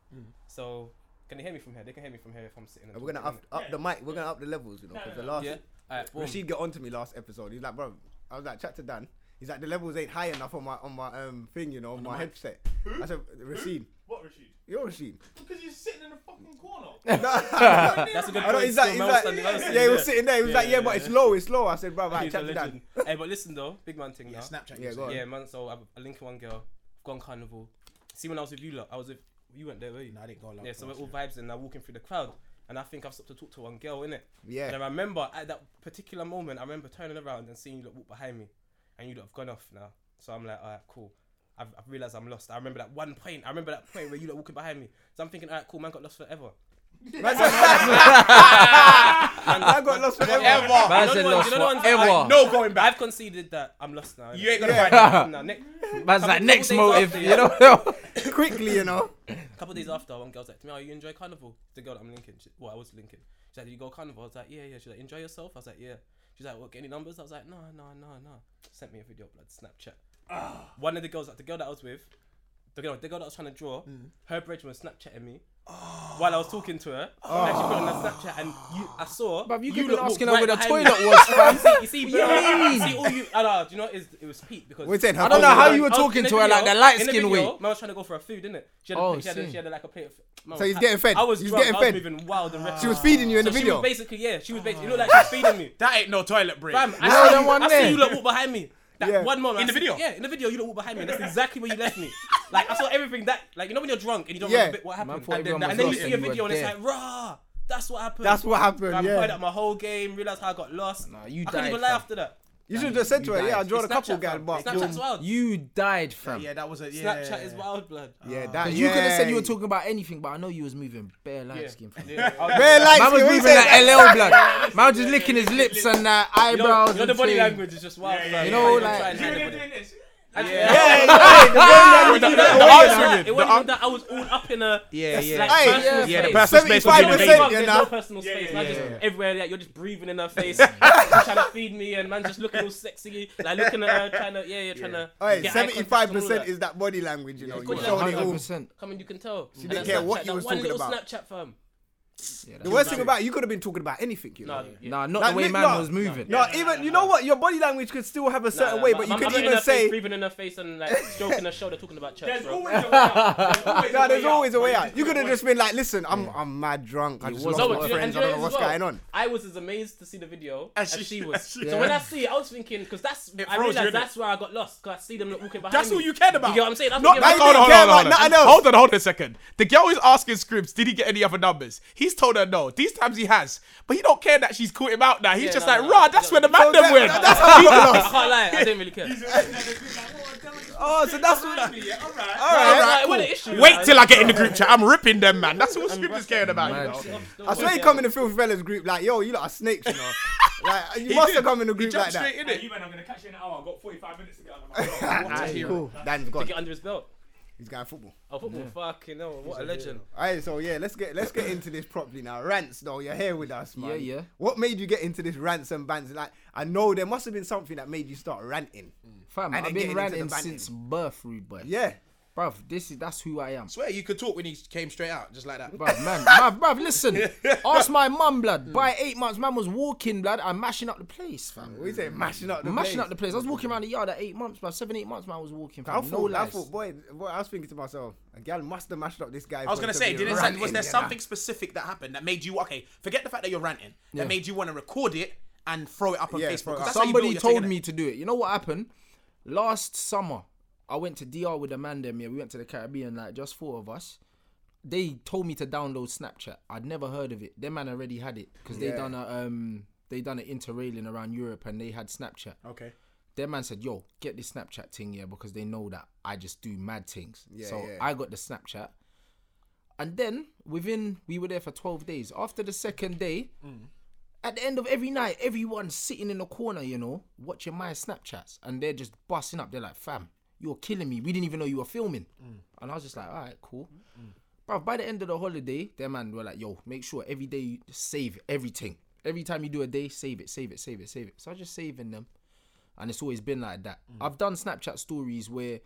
[SPEAKER 1] So can they hear me from here? They can hear me from here if I'm sitting. and
[SPEAKER 3] Mm. we're gonna
[SPEAKER 1] talking,
[SPEAKER 3] up, up the mic. We're gonna up the levels, you know, because the last
[SPEAKER 1] innit? Yeah. All right. Boom.
[SPEAKER 3] Rashid get onto me last episode. He's like, bro, I was like, chat to Dan. He's like, the levels ain't high enough on my on my um thing, you know, on my headset. I said, Rashid,
[SPEAKER 4] What, Rashid?
[SPEAKER 3] you're Rashid.
[SPEAKER 4] Because you're sitting in the fucking corner.
[SPEAKER 1] That's a good
[SPEAKER 3] I
[SPEAKER 1] point.
[SPEAKER 3] don't, he's
[SPEAKER 1] still,
[SPEAKER 3] like, he's
[SPEAKER 1] man
[SPEAKER 3] like,
[SPEAKER 1] standing- man
[SPEAKER 3] yeah,
[SPEAKER 1] standing
[SPEAKER 3] he was
[SPEAKER 1] there.
[SPEAKER 3] sitting there. He was
[SPEAKER 1] Yeah,
[SPEAKER 3] like, yeah,
[SPEAKER 1] yeah,
[SPEAKER 3] but
[SPEAKER 1] yeah.
[SPEAKER 3] it's low, it's low. I said, bro, right,
[SPEAKER 1] He's a
[SPEAKER 3] chat to Dan.
[SPEAKER 1] legend. Hey, but listen though, big man thing. now.
[SPEAKER 2] Snapchat.
[SPEAKER 3] Yeah, go on.
[SPEAKER 1] Yeah, man. So I've I linked one girl. I've gone carnival. See, when I was with you lot, I was with you weren't there, were you?
[SPEAKER 2] I didn't go along.
[SPEAKER 1] yeah. So we're all vibes and I'm walking through the crowd, and I think I've stopped to talk to one girl, innit?
[SPEAKER 3] Yeah.
[SPEAKER 1] And I remember at that particular moment, I remember turning around and seeing you lot walk behind me, and you lot have gone off now. So I'm like, alright, cool. I've, I've realized I'm lost. I remember that one point. I remember that point where you were walking behind me. So I'm thinking, all right, cool, man got lost forever.
[SPEAKER 3] I got lost forever.
[SPEAKER 2] Ever.
[SPEAKER 1] You
[SPEAKER 5] Man
[SPEAKER 1] know
[SPEAKER 5] said
[SPEAKER 1] the one-
[SPEAKER 5] lost
[SPEAKER 1] you know the one-
[SPEAKER 5] forever.
[SPEAKER 2] No going back.
[SPEAKER 1] I've conceded that I'm lost now.
[SPEAKER 2] You ain't gonna find
[SPEAKER 1] Yeah. No, next,
[SPEAKER 5] Man's
[SPEAKER 1] Couple-
[SPEAKER 5] like next
[SPEAKER 1] couple days
[SPEAKER 5] motive,
[SPEAKER 1] after,
[SPEAKER 5] you
[SPEAKER 1] yeah.
[SPEAKER 5] know.
[SPEAKER 3] Quickly, you know.
[SPEAKER 1] couple days after, one girl's like, to me, oh, you enjoy carnival? The girl that I'm linking. She, well, I was linking. She's like, you go carnival? I was like, yeah, yeah. She's like, enjoy yourself? I was like, yeah. She's like, what, get any numbers? I was like, no, no, no, no. Sent me a video, blood, Snapchat. One of the girls, like the girl that I was with, the girl, the girl that I was trying to draw, her bridge was Snapchatting me. While I was talking to her, and she put it on her Snapchat, and you, I saw.
[SPEAKER 5] Bruv, you could've
[SPEAKER 1] lot walked
[SPEAKER 5] been asking her where the
[SPEAKER 1] behind
[SPEAKER 5] toilet
[SPEAKER 1] me.
[SPEAKER 5] was, fam.
[SPEAKER 1] you see, you see, bro,
[SPEAKER 5] mean?
[SPEAKER 1] see all you. I know, do you know? what It, is? it was Pete because
[SPEAKER 3] We said her
[SPEAKER 5] I don't know
[SPEAKER 3] phone
[SPEAKER 5] how
[SPEAKER 3] was
[SPEAKER 5] you were
[SPEAKER 1] I was
[SPEAKER 5] talking
[SPEAKER 1] in the
[SPEAKER 5] to her like
[SPEAKER 1] video-
[SPEAKER 5] that light
[SPEAKER 1] in the
[SPEAKER 5] skin
[SPEAKER 1] video,
[SPEAKER 5] weight.
[SPEAKER 1] Man was trying to go for a food, didn't it? She had, a
[SPEAKER 5] Oh,
[SPEAKER 1] plate- she had, a-
[SPEAKER 5] see.
[SPEAKER 1] she had a, like a plate of. Man,
[SPEAKER 3] So he's
[SPEAKER 1] I-
[SPEAKER 3] getting fed.
[SPEAKER 1] I was
[SPEAKER 3] He's
[SPEAKER 1] drunk,
[SPEAKER 3] getting
[SPEAKER 1] I was
[SPEAKER 3] fed.
[SPEAKER 1] moving wild and
[SPEAKER 3] She
[SPEAKER 1] reckless.
[SPEAKER 3] was feeding you in
[SPEAKER 1] so
[SPEAKER 3] the
[SPEAKER 1] she
[SPEAKER 3] video.
[SPEAKER 1] was basically yeah, she was basically. It looked like she was feeding me.
[SPEAKER 2] That ain't no toilet break.
[SPEAKER 1] Fam, I,
[SPEAKER 5] You
[SPEAKER 1] see,
[SPEAKER 5] know that one
[SPEAKER 1] I see
[SPEAKER 5] there?
[SPEAKER 1] you lot walk behind me. That
[SPEAKER 3] Yeah.
[SPEAKER 1] one moment
[SPEAKER 2] In the
[SPEAKER 1] I see-
[SPEAKER 2] video?
[SPEAKER 1] yeah, in the video, you lot walk behind me. and That's exactly where you left me. Like I saw everything that, like you know when you're drunk and you don't
[SPEAKER 3] Yeah.
[SPEAKER 1] remember what
[SPEAKER 5] Man
[SPEAKER 1] happened,
[SPEAKER 5] thought
[SPEAKER 1] and
[SPEAKER 5] everyone
[SPEAKER 1] then,
[SPEAKER 5] was
[SPEAKER 1] and then you
[SPEAKER 5] lost
[SPEAKER 1] see
[SPEAKER 5] and
[SPEAKER 1] a
[SPEAKER 5] you
[SPEAKER 1] video
[SPEAKER 5] were
[SPEAKER 1] and it's
[SPEAKER 5] there.
[SPEAKER 1] like, rah, that's what happened.
[SPEAKER 3] That's what happened,
[SPEAKER 1] Fam,
[SPEAKER 3] yeah.
[SPEAKER 1] I played up my whole game, realized how I got lost.
[SPEAKER 5] Nah, you
[SPEAKER 1] I couldn't
[SPEAKER 5] died,
[SPEAKER 1] even lie
[SPEAKER 5] fam.
[SPEAKER 1] after that.
[SPEAKER 3] You should have just said to her,
[SPEAKER 5] You
[SPEAKER 3] yeah, I
[SPEAKER 5] died.
[SPEAKER 3] drawed a
[SPEAKER 1] It's
[SPEAKER 3] couple,
[SPEAKER 1] Snapchat,
[SPEAKER 3] girl,
[SPEAKER 1] fam.
[SPEAKER 3] but
[SPEAKER 1] Snapchat's wild.
[SPEAKER 5] You died, fam.
[SPEAKER 2] Yeah, that was a yeah.
[SPEAKER 1] Snapchat is wild, blood.
[SPEAKER 3] yeah, that,
[SPEAKER 5] You could have said you
[SPEAKER 3] yeah.
[SPEAKER 5] were talking about anything, but I know you was moving bare light skin. Fam.
[SPEAKER 3] Bare lights,
[SPEAKER 5] Man was
[SPEAKER 3] you ain't
[SPEAKER 5] moving
[SPEAKER 3] said
[SPEAKER 5] that
[SPEAKER 3] that.
[SPEAKER 5] LL blood. Man was just licking his lips and uh,
[SPEAKER 1] You know,
[SPEAKER 5] eyebrows.
[SPEAKER 1] you know
[SPEAKER 5] and
[SPEAKER 1] the body
[SPEAKER 5] thing.
[SPEAKER 1] language is just wild.
[SPEAKER 4] Yeah,
[SPEAKER 1] fam.
[SPEAKER 4] yeah,
[SPEAKER 1] You
[SPEAKER 4] yeah.
[SPEAKER 1] know,
[SPEAKER 5] You
[SPEAKER 1] like-
[SPEAKER 5] know, like-
[SPEAKER 1] You didn't
[SPEAKER 4] doing this.
[SPEAKER 3] Yeah, yeah, the bare
[SPEAKER 2] With the-
[SPEAKER 3] language.
[SPEAKER 2] the
[SPEAKER 1] know, it
[SPEAKER 2] arm
[SPEAKER 1] wasn't
[SPEAKER 2] swinging,
[SPEAKER 1] that- It
[SPEAKER 2] the
[SPEAKER 1] wasn't
[SPEAKER 2] arm-
[SPEAKER 1] that I was all up in a.
[SPEAKER 2] Yeah,
[SPEAKER 1] It's
[SPEAKER 2] yeah.
[SPEAKER 1] like
[SPEAKER 3] Hey,
[SPEAKER 1] personal
[SPEAKER 5] yeah,
[SPEAKER 2] yeah, the
[SPEAKER 1] space.
[SPEAKER 2] personal space was
[SPEAKER 3] 75%
[SPEAKER 2] invaded.
[SPEAKER 3] yeah,
[SPEAKER 1] There's
[SPEAKER 3] nah.
[SPEAKER 1] no personal
[SPEAKER 4] Yeah,
[SPEAKER 1] space.
[SPEAKER 4] yeah,
[SPEAKER 1] man,
[SPEAKER 2] yeah,
[SPEAKER 1] just
[SPEAKER 2] yeah.
[SPEAKER 1] everywhere. Like, you're just breathing in her face, trying to feed me, and man just looking all sexy, like looking at her, trying to yeah, yeah, trying to.
[SPEAKER 3] All right,
[SPEAKER 1] get eye
[SPEAKER 3] seventy-five
[SPEAKER 1] contact and all
[SPEAKER 3] percent
[SPEAKER 1] that.
[SPEAKER 3] is that body language, you know.
[SPEAKER 1] good
[SPEAKER 3] You
[SPEAKER 1] luck.
[SPEAKER 3] showing it all.
[SPEAKER 5] 100%.
[SPEAKER 1] I mean, you can tell. She
[SPEAKER 3] didn't care what you was
[SPEAKER 1] one
[SPEAKER 3] talking
[SPEAKER 1] little
[SPEAKER 3] about.
[SPEAKER 1] Snapchat firm.
[SPEAKER 3] The worst thing about it, you could have been talking about anything, you know.
[SPEAKER 1] No, yeah.
[SPEAKER 5] Nah, not
[SPEAKER 3] Like,
[SPEAKER 5] the way
[SPEAKER 3] Nick,
[SPEAKER 5] man
[SPEAKER 3] no.
[SPEAKER 5] was moving.
[SPEAKER 3] No, even you know what, your body language could still have a certain way, but you
[SPEAKER 1] I'm-
[SPEAKER 3] could
[SPEAKER 1] I'm in
[SPEAKER 3] even
[SPEAKER 1] her face,
[SPEAKER 3] say,
[SPEAKER 1] breathing in her face and like stroking her shoulder, talking about church.
[SPEAKER 4] There's
[SPEAKER 1] bro.
[SPEAKER 4] always a way out.
[SPEAKER 3] "No, there's always a way
[SPEAKER 4] but
[SPEAKER 3] out." You could have just been like, "Listen, I'm I'm mad drunk. I just
[SPEAKER 5] was
[SPEAKER 3] lost
[SPEAKER 1] No,
[SPEAKER 3] my
[SPEAKER 5] not
[SPEAKER 1] but do you know- and
[SPEAKER 3] friends.
[SPEAKER 1] do
[SPEAKER 3] I
[SPEAKER 1] you know
[SPEAKER 3] don't
[SPEAKER 1] this
[SPEAKER 3] know what's
[SPEAKER 1] as well?
[SPEAKER 3] going on."
[SPEAKER 1] I was as amazed to see the video as,
[SPEAKER 2] she-
[SPEAKER 1] she, was.
[SPEAKER 2] as she-
[SPEAKER 1] So when I see it, I was thinking, because that's I
[SPEAKER 2] froze you,
[SPEAKER 1] realized
[SPEAKER 2] innit?
[SPEAKER 1] that's where I got lost. Because I see them walking behind
[SPEAKER 2] That's
[SPEAKER 1] me.
[SPEAKER 2] all you cared about.
[SPEAKER 1] You get what I'm saying? That's
[SPEAKER 2] No,
[SPEAKER 1] what
[SPEAKER 2] like,
[SPEAKER 1] I'm
[SPEAKER 2] hold
[SPEAKER 1] saying.
[SPEAKER 2] on, hold
[SPEAKER 3] care
[SPEAKER 2] on, hold
[SPEAKER 3] about
[SPEAKER 2] on.
[SPEAKER 3] nothing else.
[SPEAKER 2] Hold on, hold on a second. The girl is asking Scribs, did he get any other numbers? He's told her no. These times he has, but he don't care that she's caught him out now. He's
[SPEAKER 1] Yeah,
[SPEAKER 2] just
[SPEAKER 1] no,
[SPEAKER 2] like,
[SPEAKER 1] no,
[SPEAKER 2] rah,
[SPEAKER 1] no,
[SPEAKER 2] that's
[SPEAKER 1] no,
[SPEAKER 2] where the
[SPEAKER 1] no.
[SPEAKER 2] man them went.
[SPEAKER 3] That's how you got
[SPEAKER 1] I
[SPEAKER 3] lost.
[SPEAKER 1] can't lie, I didn't really care.
[SPEAKER 3] Oh, so that's what.
[SPEAKER 4] Yeah, yeah, all right.
[SPEAKER 1] Like,
[SPEAKER 3] All right,
[SPEAKER 1] it
[SPEAKER 3] cool.
[SPEAKER 1] wasn't an issue,
[SPEAKER 2] Wait
[SPEAKER 1] man.
[SPEAKER 2] till I get in the group chat. I'm ripping them, man. That's all Scribs is caring about. You
[SPEAKER 5] Mad.
[SPEAKER 2] know?
[SPEAKER 3] I swear he come in the filthy fellas group like, "Yo, you lot are snakes," you know. Like you must have come in the
[SPEAKER 2] He
[SPEAKER 3] group
[SPEAKER 2] jumped
[SPEAKER 3] like that.
[SPEAKER 2] straight in it.
[SPEAKER 4] You man, I'm gonna catch you in an hour. I've got 45 minutes to get out of my car.
[SPEAKER 3] Ah, cool. Dan's gone.
[SPEAKER 1] Get under his belt.
[SPEAKER 3] He's going football.
[SPEAKER 1] Oh, football, fucking hell, what a legend.
[SPEAKER 3] Alright, so yeah, let's get let's get into this properly now. Rants though, you're here with us, man.
[SPEAKER 5] Yeah, yeah.
[SPEAKER 3] What made you get into this rants and bants? Like, I know there must have been something that made you start ranting.
[SPEAKER 5] Fam,
[SPEAKER 3] And then getting
[SPEAKER 5] I've been
[SPEAKER 3] into the
[SPEAKER 5] ranting
[SPEAKER 3] banting.
[SPEAKER 5] since birth, rude boy.
[SPEAKER 3] Yeah.
[SPEAKER 5] Bruv, this is that's who I am.
[SPEAKER 2] Swear you could talk when he came straight out, just like that.
[SPEAKER 5] Bruv, man, bruv, bruv, listen. Ask my mum, blood. By eight months, man was walking, blood, and mashing up the place, fam.
[SPEAKER 3] What you say? Mashing up the
[SPEAKER 5] mashing
[SPEAKER 3] place.
[SPEAKER 5] up the place. I was walking around the yard at eight months, bruv. Seven, eight months, man, I was walking.
[SPEAKER 3] I
[SPEAKER 5] Fam.
[SPEAKER 3] thought,
[SPEAKER 5] No
[SPEAKER 3] I
[SPEAKER 5] lies.
[SPEAKER 3] thought, boy, boy, I was thinking to myself, a gal must have mashed up this guy.
[SPEAKER 2] I was gonna say, didn't was there something specific that happened that made you okay? Forget the fact that you're ranting.
[SPEAKER 5] Yeah.
[SPEAKER 2] That made you want to record it and throw it up on
[SPEAKER 3] Yeah, throw
[SPEAKER 2] Facebook. 'Cause
[SPEAKER 3] it up.
[SPEAKER 2] that's how you build
[SPEAKER 5] Somebody
[SPEAKER 2] your
[SPEAKER 5] told
[SPEAKER 2] thing, innit?
[SPEAKER 5] me to do it. You know what happened? Last summer, I went to DR with a man them here. We went to the Caribbean, like just four of us. They told me to download Snapchat. I'd never heard of it. Their man already had it because they done a um they done an interrailing around Europe and they had Snapchat.
[SPEAKER 3] Okay.
[SPEAKER 5] Their man said, "Yo, get this Snapchat thing yeah, because they know that I just do mad things." so
[SPEAKER 3] yeah.
[SPEAKER 5] I got the Snapchat, and then within we were there for twelve days. After the second day, at the end of every night, everyone's sitting in the corner, you know, watching my Snapchats, and they're just busting up. They're like, "Fam, you're killing me. We didn't even know you were filming." And I was just like, "All right, cool." Bruv, by the end of the holiday, their man were like, yo, make sure every day you save everything. Every time you do a day, save it, save it, save it, save it. So I was just saving them. And it's always been like that. I've done Snapchat stories where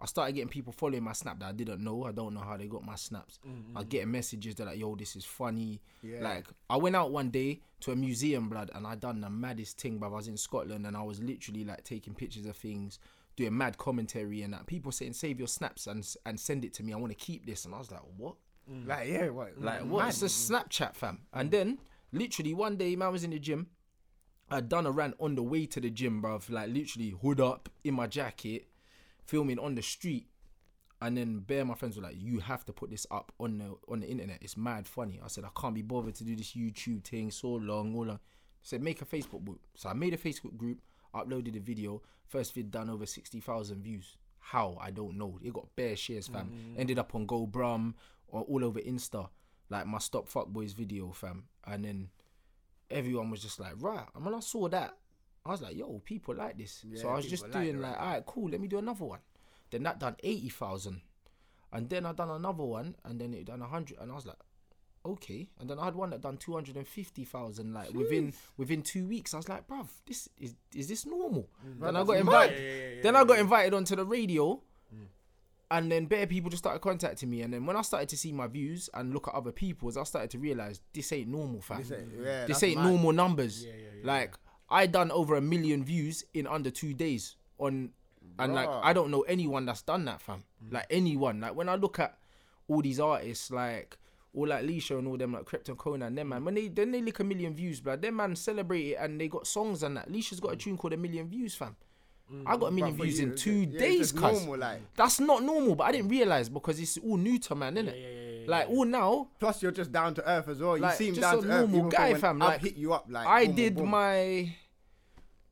[SPEAKER 5] I started getting people following my snap that I didn't know. I don't know how they got my snaps. I get messages that like, yo, this is funny. Like I went out one day to a museum, blood, and I done the maddest thing, bruv. I was in Scotland and I was literally like taking pictures of things, doing mad commentary and that. People saying, save your snaps and and send it to me. I want to keep this. And I was like, what?
[SPEAKER 3] Like, yeah, what?
[SPEAKER 5] Like, what? It's a Snapchat, fam. And then, literally, one day, man was in the gym. I'd done a rant on the way to the gym, bruv. Like, literally, hood up in my jacket, filming on the street. And then, bare my friends were like, "You have to put this up on the on the internet. It's mad funny." I said, "I can't be bothered to do this YouTube thing so long, all long." said, "Make a Facebook group." So I made a Facebook group, uploaded a video. First vid done over sixty thousand views. How I don't know. It got bare shares, fam. Ended up on Go Brum or all over Insta, like my Stop Fuck Boys video, fam. And then everyone was just like, right. And when I saw that, I was like, yo, people like this. so I was just
[SPEAKER 3] people like
[SPEAKER 5] doing
[SPEAKER 3] the
[SPEAKER 5] like, all right, cool, let me do another one. Then that done 80,000. And then I done another one, and then it done 100. And I was like, okay. And then I had one that done 250,000, like within within two weeks. I was like, bruv, this is is this Mm, normal? Then I got invited. Then I got invited onto the radio. And then better people just started contacting me, and then when I started to see my views and look at other people's, I started to realize this ain't normal, fam
[SPEAKER 3] yeah,
[SPEAKER 5] this
[SPEAKER 3] that's
[SPEAKER 5] ain't
[SPEAKER 3] mad.
[SPEAKER 5] normal numbers. like I done over a million views in under two days on, and like
[SPEAKER 3] Bruh.
[SPEAKER 5] I don't know anyone that's done that, fam. Like anyone. Like when I look at all these artists, like all like Leisha and all them, like Krypton Conan and them man. When they then they lick a million views, but them man celebrate it and they got songs and that. Leisha's got a tune called A Million Views, fam. I got a million
[SPEAKER 3] But for
[SPEAKER 5] views
[SPEAKER 3] you,
[SPEAKER 5] in
[SPEAKER 3] it's-
[SPEAKER 5] two
[SPEAKER 3] yeah, it's
[SPEAKER 5] days,
[SPEAKER 3] just
[SPEAKER 5] cuz.
[SPEAKER 3] normal, like.
[SPEAKER 5] That's not normal, but I didn't realize because it's all new to man, innit? like all now,
[SPEAKER 3] Plus, you're just down to earth as well. You
[SPEAKER 5] Like,
[SPEAKER 3] seem
[SPEAKER 5] just
[SPEAKER 3] down to
[SPEAKER 5] a
[SPEAKER 3] earth.
[SPEAKER 5] normal
[SPEAKER 3] even from
[SPEAKER 5] guy,
[SPEAKER 3] when
[SPEAKER 5] fam,
[SPEAKER 3] I've
[SPEAKER 5] like,
[SPEAKER 3] hit you up like.
[SPEAKER 5] I
[SPEAKER 3] boom,
[SPEAKER 5] did
[SPEAKER 3] boom.
[SPEAKER 5] my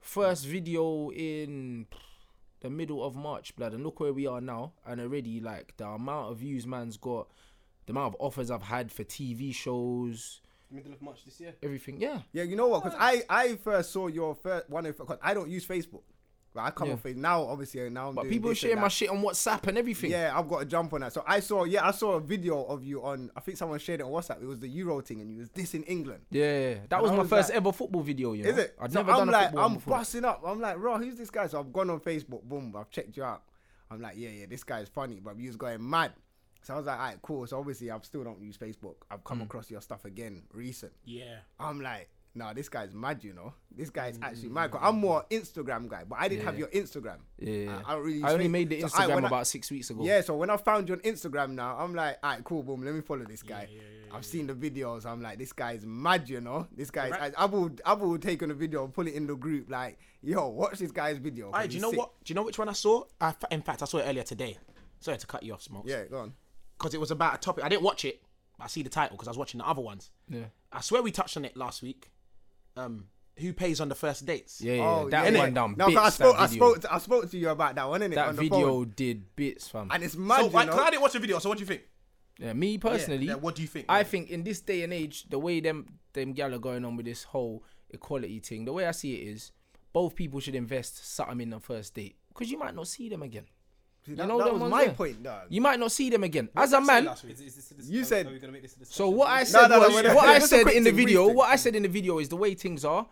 [SPEAKER 5] first video in the middle of March, blood, and look where we are now. And already, like the amount of views man's got, the amount of offers I've had for TV shows,
[SPEAKER 1] Middle of March this year.
[SPEAKER 5] everything. Yeah,
[SPEAKER 3] Yeah, you know what? Because I, I first saw your first one of because I don't use Facebook. Right, I come
[SPEAKER 5] Yeah.
[SPEAKER 3] on Facebook now. Obviously, now I'm
[SPEAKER 5] but
[SPEAKER 3] doing
[SPEAKER 5] people
[SPEAKER 3] this
[SPEAKER 5] share
[SPEAKER 3] and
[SPEAKER 5] my
[SPEAKER 3] that.
[SPEAKER 5] shit on WhatsApp and everything.
[SPEAKER 3] Yeah, I've got to jump on that. So I saw, yeah, I saw a video of you on. I think someone shared it on WhatsApp. It was the Euro thing, and you was this in England.
[SPEAKER 5] yeah. That
[SPEAKER 3] And
[SPEAKER 5] was
[SPEAKER 3] I
[SPEAKER 5] my
[SPEAKER 3] was
[SPEAKER 5] first
[SPEAKER 3] like-
[SPEAKER 5] ever football video. You know?
[SPEAKER 3] Is it?
[SPEAKER 5] I'd
[SPEAKER 3] so
[SPEAKER 5] never
[SPEAKER 3] I'm
[SPEAKER 5] done a
[SPEAKER 3] like,
[SPEAKER 5] football one
[SPEAKER 3] I'm
[SPEAKER 5] before.
[SPEAKER 3] busting up. I'm like, raw, who's this guy? So I've gone on Facebook, boom, I've checked you out. I'm like, yeah, yeah, this guy's funny, but you was going mad. So I was like, all right, cool. So obviously, I still don't use Facebook. I've
[SPEAKER 5] Mm.
[SPEAKER 3] come across your stuff again recent.
[SPEAKER 4] Yeah.
[SPEAKER 3] I'm like, nah, this guy's mad, you know. This guy's actually mad. 'Cause I'm more Instagram guy, but I didn't have your Instagram.
[SPEAKER 5] Mm. Yeah.
[SPEAKER 3] I, I, don't really use
[SPEAKER 5] I only
[SPEAKER 3] Face-
[SPEAKER 5] made the
[SPEAKER 3] So
[SPEAKER 5] Instagram
[SPEAKER 3] I- when I-
[SPEAKER 5] about six weeks ago.
[SPEAKER 3] yeah, so when I found you on Instagram now, I'm like, all right, cool, boom, let me follow this guy. I've seen the videos. I'm like, this guy's mad, you know. This guy's. I, I will. I will take on a video and put it in the group. Like, yo, watch this guy's video. 'cause
[SPEAKER 2] Aye, do you
[SPEAKER 3] he's
[SPEAKER 2] know
[SPEAKER 3] sick.
[SPEAKER 2] what? Do you know which one I saw? I, fa- in fact, I saw it earlier today. Sorry to cut you off, Smokes.
[SPEAKER 3] Yeah, go on.
[SPEAKER 2] Because it was about a topic. I didn't watch it. But I see the title because I was watching the other ones.
[SPEAKER 5] yeah,
[SPEAKER 2] I swear we touched on it last week. Um, who pays on the first dates?
[SPEAKER 5] yeah. yeah. that
[SPEAKER 3] Oh, yeah.
[SPEAKER 5] one down.
[SPEAKER 3] No, 'cause
[SPEAKER 5] bits,
[SPEAKER 3] I spoke.
[SPEAKER 5] that
[SPEAKER 3] I
[SPEAKER 5] video.
[SPEAKER 3] spoke. To, I spoke to you about that one, innit?
[SPEAKER 5] That
[SPEAKER 3] on the
[SPEAKER 5] video
[SPEAKER 3] phone.
[SPEAKER 5] did bits, fam.
[SPEAKER 3] and it's
[SPEAKER 2] So,
[SPEAKER 3] mad,
[SPEAKER 2] like,
[SPEAKER 3] you
[SPEAKER 2] 'cause
[SPEAKER 3] know.
[SPEAKER 2] I didn't watch the video. So what do you think?
[SPEAKER 5] Yeah, me personally.
[SPEAKER 2] yeah, what do you think?
[SPEAKER 5] I
[SPEAKER 2] Yeah.
[SPEAKER 5] think in this day and age, the way them them gal are going on with this whole equality thing, the way I see it is, both people should invest something in the first date because you might not see them again.
[SPEAKER 3] See,
[SPEAKER 5] you
[SPEAKER 3] that,
[SPEAKER 5] know
[SPEAKER 3] that
[SPEAKER 5] them
[SPEAKER 3] was
[SPEAKER 5] ones
[SPEAKER 3] my
[SPEAKER 5] there.
[SPEAKER 3] point, dog.
[SPEAKER 5] You might not see them again as a man.
[SPEAKER 2] Last week.
[SPEAKER 1] Is, is this a dis-
[SPEAKER 3] You
[SPEAKER 1] are-
[SPEAKER 3] said-
[SPEAKER 1] Are we gonna make this a discussion?
[SPEAKER 5] So what I
[SPEAKER 1] Is-
[SPEAKER 5] said
[SPEAKER 3] no,
[SPEAKER 5] was,
[SPEAKER 3] no, no.
[SPEAKER 5] what I
[SPEAKER 3] Just a
[SPEAKER 5] said
[SPEAKER 3] quick
[SPEAKER 5] in the
[SPEAKER 3] thing, brief
[SPEAKER 5] video,
[SPEAKER 3] thing.
[SPEAKER 5] what I said in the video is the way things are.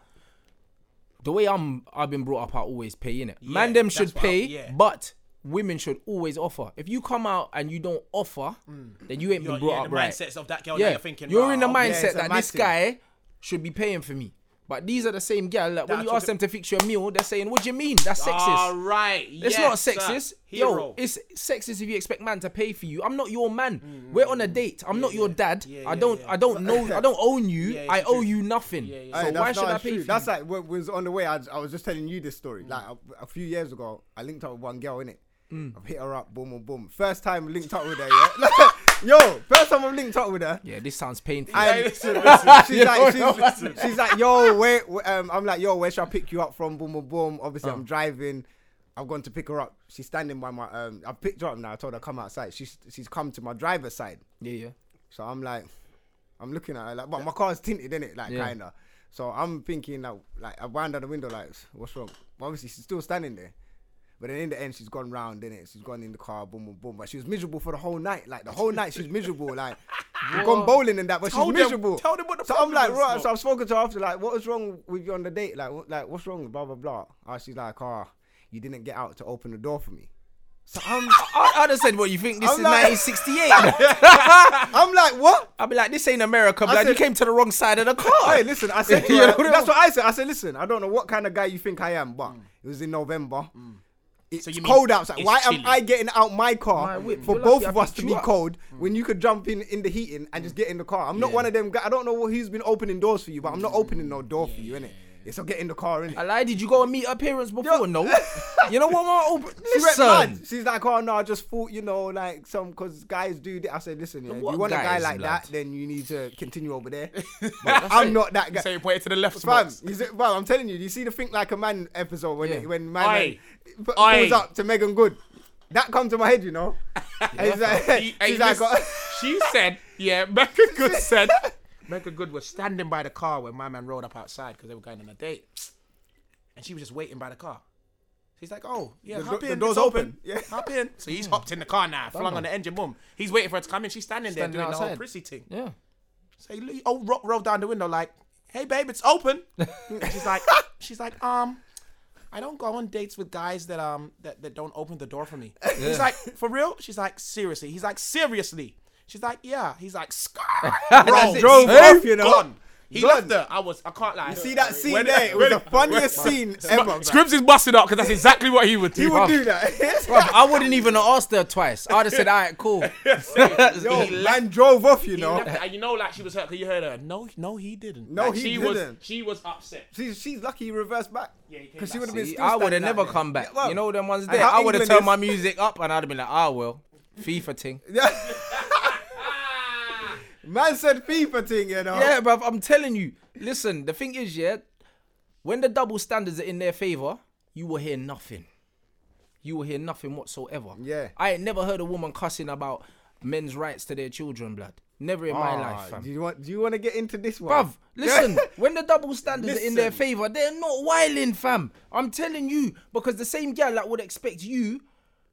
[SPEAKER 5] The way I'm, I've been brought up, I always pay in it. Man,
[SPEAKER 2] Yeah,
[SPEAKER 5] them should
[SPEAKER 2] that's what I-
[SPEAKER 5] pay,
[SPEAKER 2] yeah.
[SPEAKER 5] but women should always offer. If you come out and you don't offer, then you ain't
[SPEAKER 2] Mm. You're,
[SPEAKER 5] been brought
[SPEAKER 2] yeah,
[SPEAKER 5] up
[SPEAKER 2] the
[SPEAKER 5] right.
[SPEAKER 2] mindsets of that girl.
[SPEAKER 5] yeah,
[SPEAKER 2] You're thinking. "Oh,
[SPEAKER 5] you're in the
[SPEAKER 2] "Rah,
[SPEAKER 3] it's
[SPEAKER 5] mindset
[SPEAKER 3] a
[SPEAKER 5] that this
[SPEAKER 3] massive-
[SPEAKER 5] guy should be paying for me. But these are the same gal. Like when
[SPEAKER 2] That's
[SPEAKER 5] you
[SPEAKER 2] what
[SPEAKER 5] ask
[SPEAKER 2] the-
[SPEAKER 5] them to fix your meal, they're saying, "What do you mean? That's sexist."
[SPEAKER 2] All right.
[SPEAKER 5] It's
[SPEAKER 2] yes,
[SPEAKER 5] not
[SPEAKER 2] sir.
[SPEAKER 5] sexist.
[SPEAKER 2] Hero.
[SPEAKER 5] Yo, it's sexist if you expect man to pay for you. I'm not your man. We're on a date. I'm not your dad.
[SPEAKER 2] Yeah,
[SPEAKER 5] I
[SPEAKER 2] yeah,
[SPEAKER 5] don't
[SPEAKER 2] yeah.
[SPEAKER 5] I don't know I don't own you.
[SPEAKER 2] Yeah, yeah,
[SPEAKER 5] I
[SPEAKER 2] it's
[SPEAKER 5] owe
[SPEAKER 2] true.
[SPEAKER 5] you nothing.
[SPEAKER 2] yeah.
[SPEAKER 5] So
[SPEAKER 3] Hey,
[SPEAKER 5] why
[SPEAKER 3] that's
[SPEAKER 5] should
[SPEAKER 3] not
[SPEAKER 5] I pay
[SPEAKER 3] true.
[SPEAKER 5] for
[SPEAKER 3] That's
[SPEAKER 5] you?
[SPEAKER 3] like when we was on the way. I, I was just telling you this story. Like a, a few years ago, I linked up with one girl in it.
[SPEAKER 5] Mm.
[SPEAKER 3] I've hit her up, boom, boom, boom. First time linked up with her. Yeah? Yo, first time I've linked up with her.
[SPEAKER 5] Yeah, this sounds painful.
[SPEAKER 3] And
[SPEAKER 2] listen,
[SPEAKER 3] she's, like, she's, she's like, yo, where? where- Um, I'm like, yo, where should I pick you up from? Boom, boom, boom. Obviously,
[SPEAKER 5] Oh.
[SPEAKER 3] I'm driving. I've gone to pick her up. She's standing by my. Um, I've picked her up now. I told her come outside. She's she's come to my driver's side.
[SPEAKER 5] yeah, yeah.
[SPEAKER 3] So I'm like, I'm looking at her like, but my car's tinted in it, like
[SPEAKER 5] Yeah.
[SPEAKER 3] kinda. So I'm thinking like, like I wound out the window like, what's wrong? But obviously she's still standing there. But then in the end, she's gone round in it. She's gone in the car, boom, boom, boom. But she was miserable for the whole night. Like the whole night, she's miserable. Like we've gone bowling and that, but
[SPEAKER 2] Tell
[SPEAKER 3] she's
[SPEAKER 2] them-
[SPEAKER 3] miserable.
[SPEAKER 2] tell them what the
[SPEAKER 3] so I'm
[SPEAKER 2] problem
[SPEAKER 3] like,
[SPEAKER 2] is,
[SPEAKER 3] right. So
[SPEAKER 2] Smoke.
[SPEAKER 3] I've spoken to her after, like, what was wrong with you on the date? Like, what, like what's wrong? Blah blah blah. Ah, she's like, ah, you didn't get out to open the door for me. So I'm,
[SPEAKER 5] I, I just said what you think this
[SPEAKER 3] I'm
[SPEAKER 5] is
[SPEAKER 3] like-
[SPEAKER 5] 1968.
[SPEAKER 3] I'm like, what?
[SPEAKER 5] I'll be like, this ain't America, blood. you
[SPEAKER 3] said-
[SPEAKER 5] came to the wrong side of the car.
[SPEAKER 3] Hey, listen, I said to
[SPEAKER 5] You
[SPEAKER 3] her-
[SPEAKER 5] know Oh. what Mm. I
[SPEAKER 3] that's what
[SPEAKER 5] mean?
[SPEAKER 3] I said. I said, listen, I don't know what kind of guy you think I am, but it was in November.
[SPEAKER 5] Mm.
[SPEAKER 3] It's
[SPEAKER 2] So you mean
[SPEAKER 3] cold outside.
[SPEAKER 2] it's
[SPEAKER 3] Why am
[SPEAKER 2] chilly.
[SPEAKER 3] I getting out my car
[SPEAKER 5] My whip,
[SPEAKER 3] for
[SPEAKER 5] you're
[SPEAKER 3] both
[SPEAKER 5] lucky I
[SPEAKER 3] of us to
[SPEAKER 5] picked
[SPEAKER 3] be
[SPEAKER 5] you up. Mm.
[SPEAKER 3] cold when you could jump in in the heating and just get in the car? I'm not
[SPEAKER 5] Yeah.
[SPEAKER 3] one of them guys. I don't know what who's been opening doors for you, but I'm not opening no door for you, innit? It's so get in the car, innit?
[SPEAKER 5] I lied. Did you go and meet her parents before? No. you know what? Oh, my old-
[SPEAKER 3] She went mad.
[SPEAKER 5] Listen.
[SPEAKER 3] She's like, oh no, I just thought you know, like some because guys do. This. I said, listen, yeah, if you
[SPEAKER 5] What
[SPEAKER 3] want a guy
[SPEAKER 5] guys,
[SPEAKER 3] like
[SPEAKER 5] lad?
[SPEAKER 3] that, then you need to continue over there. But I'm not that guy.
[SPEAKER 2] So you pointed to the left.
[SPEAKER 3] Fam,
[SPEAKER 2] Smokes.
[SPEAKER 3] you see, fam, I'm telling you, you see the Think Like a Man episode when
[SPEAKER 5] Yeah.
[SPEAKER 3] it, when man
[SPEAKER 2] Aye.
[SPEAKER 3] p-
[SPEAKER 2] Aye.
[SPEAKER 3] pulls up to Megan Good. that comes to my head, you know. It's like-
[SPEAKER 2] He-
[SPEAKER 3] she's
[SPEAKER 2] he
[SPEAKER 3] like,
[SPEAKER 2] was- she said, yeah, Mecca Good said, Mecca Good was standing by the car when my man rolled up outside because they were going on a date. And she was just waiting by the car. She's like, oh, yeah,
[SPEAKER 3] The
[SPEAKER 2] hop
[SPEAKER 3] do-
[SPEAKER 2] in.
[SPEAKER 3] the door's
[SPEAKER 2] it's open.
[SPEAKER 3] open. Yeah.
[SPEAKER 2] Hop in. So he's hopped in the car now, flung on the engine, boom. He's waiting for her to come in. She's standing,
[SPEAKER 5] Standing
[SPEAKER 2] there doing the whole
[SPEAKER 5] outside.
[SPEAKER 2] prissy thing.
[SPEAKER 5] Yeah.
[SPEAKER 2] So he le- oh, ro- rolled down the window like, "Hey, babe, it's open." she's like, she's like, um, I don't go on dates with guys that um that, that don't open the door for me. He's like, for real? She's like, seriously. He's like, seriously. She's like, yeah. He's like, scar. Bro,
[SPEAKER 3] it. Drove off, you know?
[SPEAKER 2] Gone. He
[SPEAKER 3] Gone.
[SPEAKER 2] left her. I was. I can't lie.
[SPEAKER 3] You see that scene
[SPEAKER 2] When-
[SPEAKER 3] there? It
[SPEAKER 2] when-
[SPEAKER 3] was the funniest scene ever.
[SPEAKER 2] Scribs is busted up because that's exactly what he would do.
[SPEAKER 3] He would do that.
[SPEAKER 5] I wouldn't even have asked her twice. I'd have said, all right, cool.
[SPEAKER 3] Yo, man drove off, you
[SPEAKER 2] He
[SPEAKER 3] know.
[SPEAKER 2] left her, and you know, like she was hurt because you heard her. No, no, he didn't.
[SPEAKER 3] No,
[SPEAKER 2] Like,
[SPEAKER 3] he
[SPEAKER 2] she Was,
[SPEAKER 3] didn't.
[SPEAKER 2] she was upset.
[SPEAKER 3] She, she's lucky he reversed back. Yeah,
[SPEAKER 2] he came
[SPEAKER 3] because she
[SPEAKER 2] back.
[SPEAKER 3] would have been.
[SPEAKER 5] See,
[SPEAKER 3] still
[SPEAKER 5] I would have
[SPEAKER 3] standing out
[SPEAKER 5] never
[SPEAKER 3] there.
[SPEAKER 5] come back.
[SPEAKER 3] Yeah, well,
[SPEAKER 5] you know them ones
[SPEAKER 3] and
[SPEAKER 5] there.
[SPEAKER 3] how
[SPEAKER 5] I would have
[SPEAKER 3] England
[SPEAKER 5] turned
[SPEAKER 3] is-
[SPEAKER 5] my music up and I'd have been like, ah, well, FIFA ting.
[SPEAKER 3] Yeah. Man said FIFA thing, you know.
[SPEAKER 5] Yeah, bruv, I'm telling you. Listen, the thing is, yeah, when the double standards are in their favor, you will hear nothing. You will hear nothing whatsoever.
[SPEAKER 3] Yeah.
[SPEAKER 5] I ain't never heard a woman cussing about men's rights to their children, blood. Never in my life,
[SPEAKER 3] Ah, Do
[SPEAKER 5] fam.
[SPEAKER 3] you want? Do you want to get into this one?
[SPEAKER 5] Bruv, listen, when the double standards are in their
[SPEAKER 3] Listen.
[SPEAKER 5] favor, they're not whiling, fam. I'm telling you, because the same gal that would expect you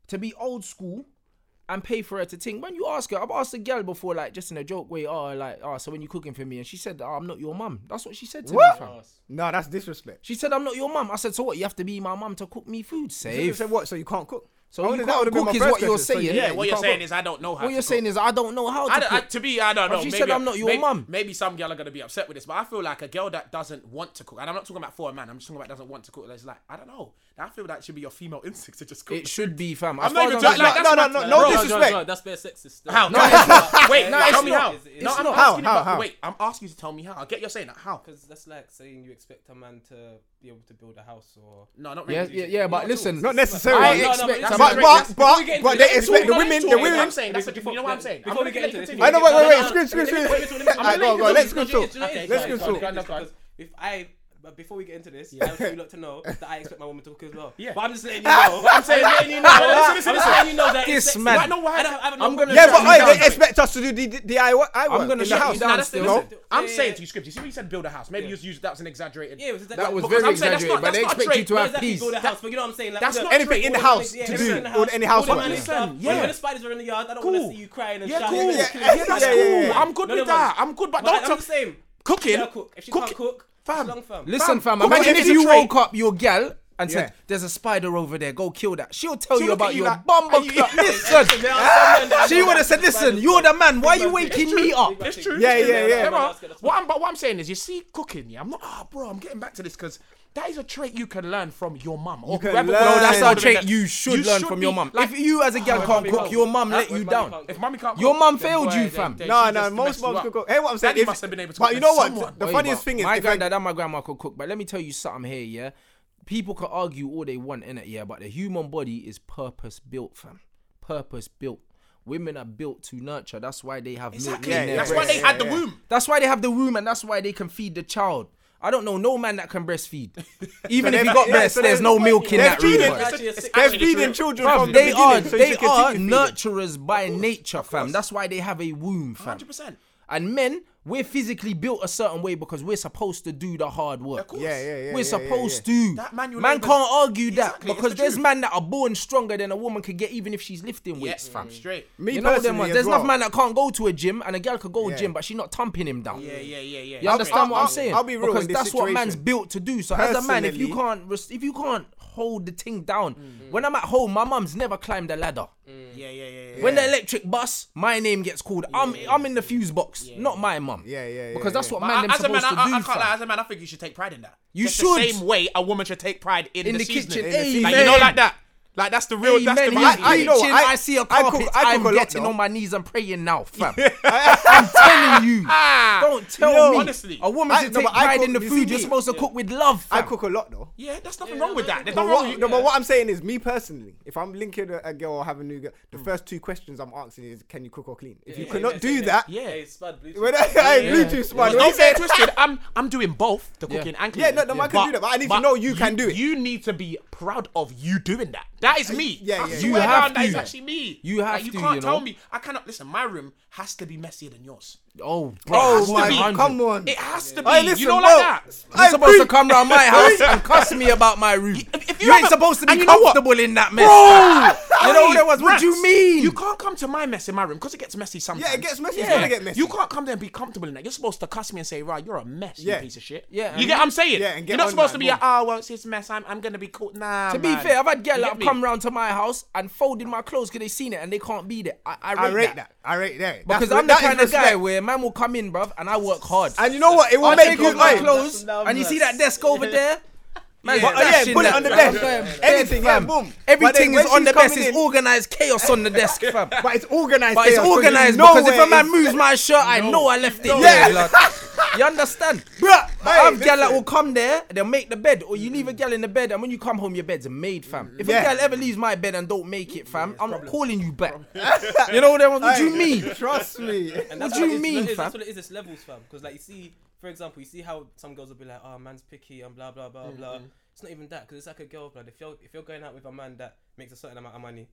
[SPEAKER 5] to be old school and pay for her to ting. When you ask her, I've asked a gal before, like just in a joke way, oh, like, oh, so when you cooking for me, and she said, oh, I'm not your mum. That's what she said to
[SPEAKER 3] What?
[SPEAKER 5] me, fam.
[SPEAKER 3] No, that's disrespect.
[SPEAKER 5] She said, I'm not your mum. I said, so what? You have to be my mum to cook me food,
[SPEAKER 3] You
[SPEAKER 5] safe.
[SPEAKER 3] said what? So you can't cook?
[SPEAKER 5] So
[SPEAKER 3] I
[SPEAKER 5] you
[SPEAKER 3] would've-
[SPEAKER 5] can't
[SPEAKER 3] would've been
[SPEAKER 5] cook
[SPEAKER 3] my
[SPEAKER 5] is
[SPEAKER 3] first
[SPEAKER 5] what you're
[SPEAKER 3] question. So
[SPEAKER 5] saying.
[SPEAKER 2] Yeah,
[SPEAKER 5] you
[SPEAKER 2] what you're
[SPEAKER 3] can't
[SPEAKER 2] saying
[SPEAKER 3] cook.
[SPEAKER 2] is I don't know how.
[SPEAKER 5] What
[SPEAKER 2] to
[SPEAKER 5] you're
[SPEAKER 2] cook.
[SPEAKER 5] saying is, I don't know how
[SPEAKER 2] I
[SPEAKER 5] to
[SPEAKER 2] don't- I-
[SPEAKER 5] cook.
[SPEAKER 2] to me, I don't
[SPEAKER 5] But
[SPEAKER 2] know.
[SPEAKER 5] she
[SPEAKER 2] maybe
[SPEAKER 5] said,
[SPEAKER 2] I-
[SPEAKER 5] "I'm not your
[SPEAKER 2] maybe,
[SPEAKER 5] mum."
[SPEAKER 2] Maybe some girl are gonna be upset with this, but I feel like a girl that doesn't want to cook, and I'm not talking about for a man. I'm just talking about doesn't want to cook. It's like I don't know. I feel that should be your female instinct to just cook.
[SPEAKER 5] It should be, fam. As
[SPEAKER 2] I'm not
[SPEAKER 5] far
[SPEAKER 2] even
[SPEAKER 5] as
[SPEAKER 2] joking. Like,
[SPEAKER 5] concerned-
[SPEAKER 2] that's
[SPEAKER 3] no, no,
[SPEAKER 2] my-
[SPEAKER 3] no,
[SPEAKER 2] like,
[SPEAKER 3] no
[SPEAKER 2] bro,
[SPEAKER 1] no,
[SPEAKER 3] disrespect.
[SPEAKER 1] No, no, that's bare sexist. though.
[SPEAKER 2] How? No,
[SPEAKER 1] no,
[SPEAKER 2] wait, tell
[SPEAKER 1] it's
[SPEAKER 2] me
[SPEAKER 1] not.
[SPEAKER 2] how.
[SPEAKER 1] It's- it's
[SPEAKER 2] no, I'm
[SPEAKER 5] not.
[SPEAKER 2] asking
[SPEAKER 3] How,
[SPEAKER 2] about.
[SPEAKER 3] how,
[SPEAKER 2] Wait, I'm asking you to tell me how. I get you're saying that. How?
[SPEAKER 1] Because that's like saying you expect a man to be able to build a house or.
[SPEAKER 2] No, not
[SPEAKER 5] Yeah,
[SPEAKER 2] really.
[SPEAKER 5] yeah, yeah, but listen.
[SPEAKER 3] Not
[SPEAKER 5] I
[SPEAKER 1] No,
[SPEAKER 3] necessarily.
[SPEAKER 1] no,
[SPEAKER 5] expect
[SPEAKER 1] but
[SPEAKER 5] a
[SPEAKER 1] that's
[SPEAKER 5] man-
[SPEAKER 3] But
[SPEAKER 1] Sorry,
[SPEAKER 3] but
[SPEAKER 1] before
[SPEAKER 3] but,
[SPEAKER 1] we get into
[SPEAKER 3] but
[SPEAKER 1] the-
[SPEAKER 3] they expect the
[SPEAKER 1] before we get
[SPEAKER 3] women. The
[SPEAKER 1] into it,
[SPEAKER 3] women.
[SPEAKER 2] I'm saying that's a, you know what I'm saying.
[SPEAKER 1] Before we
[SPEAKER 2] I'm
[SPEAKER 1] get
[SPEAKER 2] gonna
[SPEAKER 1] into
[SPEAKER 2] let you
[SPEAKER 1] it,
[SPEAKER 2] continue.
[SPEAKER 3] I know. Wait,
[SPEAKER 2] No, no,
[SPEAKER 3] wait, wait.
[SPEAKER 2] no,
[SPEAKER 3] Screw, screw,
[SPEAKER 2] no,
[SPEAKER 3] screw.
[SPEAKER 2] wait, wait, wait,
[SPEAKER 3] Alright,
[SPEAKER 2] I'm
[SPEAKER 3] go,
[SPEAKER 2] gonna
[SPEAKER 3] go.
[SPEAKER 2] let you
[SPEAKER 3] Let's
[SPEAKER 2] continue.
[SPEAKER 3] go,
[SPEAKER 1] It's
[SPEAKER 3] so.
[SPEAKER 1] not- it's not- it's
[SPEAKER 3] Let's
[SPEAKER 1] not-
[SPEAKER 3] go,
[SPEAKER 1] it's
[SPEAKER 3] so.
[SPEAKER 1] not- because If I, but before we get into this, I want you lot to know that I expect my woman to cook as well. Yeah. But I'm just letting you know. I'm saying, letting you know.
[SPEAKER 2] No, no,
[SPEAKER 1] I'm
[SPEAKER 2] listen, listen,
[SPEAKER 1] just letting you know that
[SPEAKER 5] This
[SPEAKER 1] it's sexy.
[SPEAKER 5] man.
[SPEAKER 1] I know why. I don't, I don't know.
[SPEAKER 5] I'm gonna
[SPEAKER 3] Yeah,
[SPEAKER 5] shut
[SPEAKER 3] but
[SPEAKER 5] you
[SPEAKER 3] oi,
[SPEAKER 5] down.
[SPEAKER 3] they expect us to do the DIY. I'm
[SPEAKER 5] gonna
[SPEAKER 3] in the
[SPEAKER 5] shut you
[SPEAKER 3] house.
[SPEAKER 5] down
[SPEAKER 2] Nah,
[SPEAKER 5] down
[SPEAKER 2] that's the-
[SPEAKER 5] still.
[SPEAKER 2] listen,
[SPEAKER 1] No.
[SPEAKER 2] I'm
[SPEAKER 1] Yeah, yeah,
[SPEAKER 2] saying
[SPEAKER 1] yeah.
[SPEAKER 2] to you, script. You see, when you said build a house. Maybe you used that was an exaggerated.
[SPEAKER 1] Yeah, it was exactly-
[SPEAKER 5] That was
[SPEAKER 1] because
[SPEAKER 5] very
[SPEAKER 1] I'm saying that's
[SPEAKER 5] exaggerated,
[SPEAKER 1] not-
[SPEAKER 5] but
[SPEAKER 1] that's
[SPEAKER 5] they
[SPEAKER 1] not
[SPEAKER 5] expect you
[SPEAKER 1] trade.
[SPEAKER 5] to
[SPEAKER 1] Not
[SPEAKER 5] have
[SPEAKER 1] exactly
[SPEAKER 5] peace.
[SPEAKER 1] build a house, but you know what I'm saying? Like,
[SPEAKER 2] That's
[SPEAKER 1] look,
[SPEAKER 2] not Anything
[SPEAKER 3] in
[SPEAKER 1] all
[SPEAKER 3] the house
[SPEAKER 1] yeah,
[SPEAKER 3] to
[SPEAKER 1] everything
[SPEAKER 3] do,
[SPEAKER 1] in the
[SPEAKER 3] all any
[SPEAKER 1] all the
[SPEAKER 3] housework.
[SPEAKER 1] manly
[SPEAKER 3] Yeah.
[SPEAKER 1] stuff.
[SPEAKER 5] Listen,
[SPEAKER 1] When
[SPEAKER 5] yeah.
[SPEAKER 1] the spiders are in the yard, I don't want
[SPEAKER 2] Cool.
[SPEAKER 1] to see you crying and
[SPEAKER 2] Yeah,
[SPEAKER 1] shouting.
[SPEAKER 2] cool.
[SPEAKER 1] and
[SPEAKER 2] Yeah,
[SPEAKER 1] looking at
[SPEAKER 2] yeah,
[SPEAKER 1] each
[SPEAKER 2] that's
[SPEAKER 1] other.
[SPEAKER 2] cool. I'm good
[SPEAKER 1] No,
[SPEAKER 2] with
[SPEAKER 1] no, no.
[SPEAKER 2] that. I'm good, but
[SPEAKER 1] But
[SPEAKER 2] don't
[SPEAKER 1] I'm
[SPEAKER 2] tell
[SPEAKER 1] the same.
[SPEAKER 2] cooking.
[SPEAKER 1] Let her cook. If she
[SPEAKER 2] Cook
[SPEAKER 1] can't cook,
[SPEAKER 2] fam.
[SPEAKER 1] it's long, fam.
[SPEAKER 5] Listen,
[SPEAKER 2] Fam,
[SPEAKER 5] fam.
[SPEAKER 2] come on,
[SPEAKER 5] Imagine
[SPEAKER 2] it's
[SPEAKER 5] if
[SPEAKER 2] a
[SPEAKER 5] you
[SPEAKER 2] trait.
[SPEAKER 5] woke up your gal and
[SPEAKER 3] Yeah.
[SPEAKER 5] said, "There's a spider over there. Go kill that." She'll tell
[SPEAKER 2] She'll
[SPEAKER 5] you
[SPEAKER 2] look at
[SPEAKER 5] about
[SPEAKER 2] you
[SPEAKER 5] your
[SPEAKER 2] like-
[SPEAKER 5] bumper
[SPEAKER 2] and you-
[SPEAKER 5] club.
[SPEAKER 1] There
[SPEAKER 5] Listen.
[SPEAKER 1] are some men that
[SPEAKER 5] She would have said,
[SPEAKER 1] spiders
[SPEAKER 5] "Listen,
[SPEAKER 1] for.
[SPEAKER 5] you're the man. Why are you
[SPEAKER 1] Big man
[SPEAKER 5] waking
[SPEAKER 1] thing.
[SPEAKER 5] me up?"
[SPEAKER 1] Big man
[SPEAKER 2] It's
[SPEAKER 1] thing.
[SPEAKER 2] true.
[SPEAKER 3] Yeah, yeah, yeah.
[SPEAKER 2] Yeah,
[SPEAKER 1] no,
[SPEAKER 2] but
[SPEAKER 1] that's good, that's
[SPEAKER 2] what I'm, but what I'm saying is, you see, cooking. Yeah, I'm not. Ah, bro, I'm getting back to this because that is a trait you can learn from your mum or
[SPEAKER 3] can
[SPEAKER 2] whoever.
[SPEAKER 3] learn.
[SPEAKER 5] No, that's our
[SPEAKER 3] You
[SPEAKER 5] trait. You should learn from your
[SPEAKER 2] be-
[SPEAKER 5] mum.
[SPEAKER 2] Like,
[SPEAKER 5] if you as a gal can't
[SPEAKER 1] mummy
[SPEAKER 5] cook,
[SPEAKER 1] can't
[SPEAKER 5] your
[SPEAKER 1] cook.
[SPEAKER 5] mum let
[SPEAKER 1] When
[SPEAKER 5] you
[SPEAKER 1] mummy
[SPEAKER 5] down.
[SPEAKER 1] can't
[SPEAKER 2] if mummy can't,
[SPEAKER 5] Your
[SPEAKER 2] cook,
[SPEAKER 5] mum
[SPEAKER 2] then
[SPEAKER 5] failed
[SPEAKER 2] boy,
[SPEAKER 5] you,
[SPEAKER 2] then-
[SPEAKER 5] fam.
[SPEAKER 2] then
[SPEAKER 3] No,
[SPEAKER 2] she
[SPEAKER 3] no,
[SPEAKER 2] just
[SPEAKER 3] most
[SPEAKER 2] messed you
[SPEAKER 3] moms
[SPEAKER 2] up.
[SPEAKER 3] could go. Hey, what I'm saying?
[SPEAKER 2] Daddy
[SPEAKER 3] if-
[SPEAKER 2] must have been able to
[SPEAKER 3] But
[SPEAKER 2] cook
[SPEAKER 3] you know
[SPEAKER 2] for
[SPEAKER 3] what?
[SPEAKER 2] someone.
[SPEAKER 3] The
[SPEAKER 5] Oi,
[SPEAKER 3] funniest
[SPEAKER 5] but
[SPEAKER 3] thing is,
[SPEAKER 5] my
[SPEAKER 3] if I-
[SPEAKER 5] granddad and my grandma could cook. But let me tell you something here, yeah. People could argue all they want in it, yeah, but the human body is purpose built, fam. Purpose built. Women are built to nurture. That's why they have
[SPEAKER 2] Exactly.
[SPEAKER 5] milk in their
[SPEAKER 2] that's
[SPEAKER 5] breast.
[SPEAKER 2] why they
[SPEAKER 3] yeah,
[SPEAKER 2] had the
[SPEAKER 3] yeah.
[SPEAKER 2] womb.
[SPEAKER 5] That's why they have the womb, and that's why they can feed the child. I don't know no man that can breastfeed. Even if
[SPEAKER 3] they're
[SPEAKER 5] he
[SPEAKER 3] not-
[SPEAKER 5] got
[SPEAKER 3] yeah,
[SPEAKER 5] breast,
[SPEAKER 3] so
[SPEAKER 5] there's
[SPEAKER 3] they're-
[SPEAKER 5] no milk in
[SPEAKER 3] they're
[SPEAKER 5] that
[SPEAKER 3] feeding- it's
[SPEAKER 5] room. bro.
[SPEAKER 1] Actually, it's
[SPEAKER 3] they're
[SPEAKER 1] actually
[SPEAKER 3] feeding
[SPEAKER 1] true.
[SPEAKER 3] children
[SPEAKER 5] Bruv,
[SPEAKER 3] from the
[SPEAKER 5] they are
[SPEAKER 3] beginning, so
[SPEAKER 5] they
[SPEAKER 3] you can
[SPEAKER 5] are
[SPEAKER 3] continue feeding.
[SPEAKER 5] nurturers by nature, fam. That's why they have a womb, fam.
[SPEAKER 2] 100%.
[SPEAKER 5] And men, we're physically built a certain way because we're supposed to do the hard work.
[SPEAKER 2] course.
[SPEAKER 3] Yeah, yeah, yeah.
[SPEAKER 5] we're
[SPEAKER 3] yeah,
[SPEAKER 5] supposed to.
[SPEAKER 2] That manual
[SPEAKER 5] man
[SPEAKER 2] labour-
[SPEAKER 5] can't argue that
[SPEAKER 2] Exactly, it's
[SPEAKER 5] because
[SPEAKER 2] the
[SPEAKER 5] there's
[SPEAKER 2] truth.
[SPEAKER 5] men that are born stronger than a woman could get, even if she's lifting weights,
[SPEAKER 2] Yes,
[SPEAKER 5] fam.
[SPEAKER 2] fam. Straight.
[SPEAKER 3] Yeah. Me
[SPEAKER 5] You know them
[SPEAKER 3] personally
[SPEAKER 5] ones.
[SPEAKER 3] as
[SPEAKER 5] There's
[SPEAKER 3] well.
[SPEAKER 5] enough man that can't go to a gym, and a girl could go to
[SPEAKER 3] Yeah.
[SPEAKER 5] a gym, but she's not thumping him down.
[SPEAKER 2] Yeah, yeah, yeah, yeah.
[SPEAKER 5] You understand
[SPEAKER 3] I'll-
[SPEAKER 5] what
[SPEAKER 3] I'll-
[SPEAKER 5] I'm saying?
[SPEAKER 3] I'll be real
[SPEAKER 5] because
[SPEAKER 3] in this
[SPEAKER 5] that's what man's
[SPEAKER 3] situation.
[SPEAKER 5] built to do. So as a man, if you
[SPEAKER 3] Personally-
[SPEAKER 5] can't, res- if you can't hold the thing down, when I'm at home, my mum's never climbed a ladder.
[SPEAKER 2] Mm, Yeah, yeah, yeah. yeah.
[SPEAKER 5] When the electric bus, my name gets called. I'm I'm in the fuse box, not my mum.
[SPEAKER 3] Yeah, yeah, yeah,
[SPEAKER 5] Because that's
[SPEAKER 3] yeah.
[SPEAKER 5] what
[SPEAKER 2] But
[SPEAKER 5] man
[SPEAKER 2] I-
[SPEAKER 5] them
[SPEAKER 2] as a man,
[SPEAKER 5] supposed
[SPEAKER 2] I,
[SPEAKER 5] to
[SPEAKER 2] I-
[SPEAKER 5] do.
[SPEAKER 2] I can't
[SPEAKER 5] fam.
[SPEAKER 2] lie. As a man, I think you should take pride in that.
[SPEAKER 5] You
[SPEAKER 2] Just
[SPEAKER 5] should.
[SPEAKER 2] The same way a woman should take pride in,
[SPEAKER 5] In the
[SPEAKER 2] seasoning.
[SPEAKER 5] kitchen,
[SPEAKER 2] Like,
[SPEAKER 5] amen.
[SPEAKER 2] you know, like that. Like that's the real. That's
[SPEAKER 5] Amen.
[SPEAKER 2] the real.
[SPEAKER 5] He's
[SPEAKER 3] I- I know,
[SPEAKER 5] preaching.
[SPEAKER 3] I-
[SPEAKER 5] I, see a
[SPEAKER 3] I cook-
[SPEAKER 5] carpet.
[SPEAKER 3] I cook
[SPEAKER 5] I am
[SPEAKER 3] a lot,
[SPEAKER 5] getting
[SPEAKER 3] though.
[SPEAKER 5] on my knees and praying now, fam. I'm telling you.
[SPEAKER 2] Ah!
[SPEAKER 5] Don't tell
[SPEAKER 3] Yo,
[SPEAKER 5] me.
[SPEAKER 2] honestly.
[SPEAKER 5] a woman
[SPEAKER 3] I-
[SPEAKER 5] should
[SPEAKER 3] no,
[SPEAKER 5] take
[SPEAKER 3] but I
[SPEAKER 5] pride
[SPEAKER 3] cook-
[SPEAKER 5] in the
[SPEAKER 3] you
[SPEAKER 5] food.
[SPEAKER 3] see
[SPEAKER 5] You're
[SPEAKER 3] me?
[SPEAKER 5] supposed to cook with love,
[SPEAKER 3] I
[SPEAKER 5] fam.
[SPEAKER 3] cook a lot though.
[SPEAKER 2] Yeah, there's nothing
[SPEAKER 1] Yeah,
[SPEAKER 2] wrong
[SPEAKER 1] no,
[SPEAKER 2] with
[SPEAKER 1] no,
[SPEAKER 2] that. There's
[SPEAKER 1] no,
[SPEAKER 2] nothing
[SPEAKER 1] no,
[SPEAKER 2] wrong
[SPEAKER 1] no,
[SPEAKER 2] with
[SPEAKER 3] No,
[SPEAKER 2] that.
[SPEAKER 3] but what I'm saying is, me personally, if I'm linking a a girl or having a new girl, the
[SPEAKER 5] Hmm.
[SPEAKER 3] first two questions I'm asking is, can you cook or clean? If you
[SPEAKER 1] Yeah,
[SPEAKER 3] cannot
[SPEAKER 1] yeah,
[SPEAKER 3] do
[SPEAKER 1] yeah.
[SPEAKER 3] that,
[SPEAKER 2] Yeah.
[SPEAKER 1] Hey, Spud, Bluetooth.
[SPEAKER 3] when I hey, Bluetooth smart,
[SPEAKER 2] But
[SPEAKER 3] when you
[SPEAKER 2] don't say
[SPEAKER 3] say
[SPEAKER 2] it twisted. I'm I'm doing both the
[SPEAKER 5] Yeah.
[SPEAKER 2] cooking and
[SPEAKER 3] Yeah,
[SPEAKER 2] cleaning.
[SPEAKER 3] no, no, I can do that, but I need to know you can do it.
[SPEAKER 2] You need to be proud of you doing that. That
[SPEAKER 5] Uh,
[SPEAKER 2] is me.
[SPEAKER 3] Yeah,
[SPEAKER 2] I
[SPEAKER 3] yeah,
[SPEAKER 2] swear
[SPEAKER 5] You have
[SPEAKER 2] down, that
[SPEAKER 5] to.
[SPEAKER 2] is actually me.
[SPEAKER 5] You have
[SPEAKER 2] like, you
[SPEAKER 5] to,
[SPEAKER 2] can't
[SPEAKER 5] you know.
[SPEAKER 2] tell me. I cannot. Listen, my room has to be messier than yours.
[SPEAKER 5] Oh,
[SPEAKER 2] has
[SPEAKER 5] bro,
[SPEAKER 2] to
[SPEAKER 5] my
[SPEAKER 2] be.
[SPEAKER 5] hundred.
[SPEAKER 3] Come on.
[SPEAKER 2] It has to be.
[SPEAKER 5] Hey, listen,
[SPEAKER 2] you don't
[SPEAKER 5] bro.
[SPEAKER 2] like that.
[SPEAKER 5] You're
[SPEAKER 3] Hey,
[SPEAKER 5] supposed to
[SPEAKER 3] Bree.
[SPEAKER 5] come round my house and cuss me about my room.
[SPEAKER 2] if you
[SPEAKER 5] you ain't
[SPEAKER 2] haven't-
[SPEAKER 5] supposed to
[SPEAKER 2] and
[SPEAKER 5] be
[SPEAKER 2] you know what?
[SPEAKER 5] comfortable in that mess.
[SPEAKER 2] Bro,
[SPEAKER 5] you know what it was? What do
[SPEAKER 2] Rats,
[SPEAKER 5] you mean?
[SPEAKER 2] You can't come to my mess in my room because it gets messy sometimes.
[SPEAKER 3] gets messy. It's gonna get messy.
[SPEAKER 2] You can't come there and be comfortable in that. You're supposed to cuss me and say, "Right, you're a mess,
[SPEAKER 3] Yeah.
[SPEAKER 2] you piece of shit." you
[SPEAKER 5] Yeah, and-
[SPEAKER 2] get what I'm saying.
[SPEAKER 3] Yeah, and get
[SPEAKER 2] you're not
[SPEAKER 3] on
[SPEAKER 2] supposed
[SPEAKER 3] that,
[SPEAKER 2] to be
[SPEAKER 3] boom.
[SPEAKER 2] like, "Oh, well, it's his mess. I'm, I'm gonna be cool." Nah.
[SPEAKER 5] To
[SPEAKER 2] man.
[SPEAKER 5] be fair, I've had girls
[SPEAKER 2] You
[SPEAKER 5] that
[SPEAKER 2] get
[SPEAKER 5] have
[SPEAKER 2] me?
[SPEAKER 5] come round to my house and folded my clothes because they seen it and they can't be there. I, I rate,
[SPEAKER 3] I rate that. I rate that.
[SPEAKER 5] Because
[SPEAKER 3] That's-
[SPEAKER 5] I'm the
[SPEAKER 3] that is
[SPEAKER 5] kind of guy
[SPEAKER 3] respect.
[SPEAKER 5] where man will come in, bruv, and I work hard.
[SPEAKER 3] And you know what? It will
[SPEAKER 5] I'll
[SPEAKER 3] make
[SPEAKER 5] take
[SPEAKER 3] you.
[SPEAKER 5] off my
[SPEAKER 3] Hey,
[SPEAKER 5] clothes
[SPEAKER 1] that's
[SPEAKER 5] and you see that desk over there? Man,
[SPEAKER 3] But, uh, yeah, put it on the desk. Everything, yeah, boom. But then
[SPEAKER 5] Everything
[SPEAKER 3] when
[SPEAKER 5] is on
[SPEAKER 3] she's
[SPEAKER 5] the desk.
[SPEAKER 3] coming in-
[SPEAKER 5] It's organized chaos on the desk, fam.
[SPEAKER 3] But it's organized.
[SPEAKER 5] But it's
[SPEAKER 3] chaos, 'cause you
[SPEAKER 5] organized
[SPEAKER 3] know
[SPEAKER 5] because if
[SPEAKER 3] where
[SPEAKER 5] a man
[SPEAKER 3] it's-
[SPEAKER 5] moves my shirt, I know I left it.
[SPEAKER 3] Yeah.
[SPEAKER 5] there, lad. you understand?
[SPEAKER 3] Bruh,
[SPEAKER 5] But
[SPEAKER 3] hey,
[SPEAKER 5] I have gal that
[SPEAKER 3] listen.
[SPEAKER 5] will come there, they'll make the bed, or you leave a gal in the bed, and when you come home, your bed's made, fam. If
[SPEAKER 3] Yeah.
[SPEAKER 5] a gal ever leaves my bed and don't make it, fam, I'm not calling you back. you know what I mean? What do you
[SPEAKER 3] Hey,
[SPEAKER 5] mean?
[SPEAKER 3] Trust me.
[SPEAKER 1] And
[SPEAKER 5] What
[SPEAKER 1] that's
[SPEAKER 5] do you
[SPEAKER 1] it is,
[SPEAKER 5] mean,
[SPEAKER 1] it is,
[SPEAKER 5] fam?
[SPEAKER 1] That's what it is. It's levels, fam. Because like you see, for example, you see how some girls will be like, "Oh, man's picky" and blah blah blah blah. It's not even that because it's like a girl, blood. If you're if you're going out with a man that makes a certain amount of money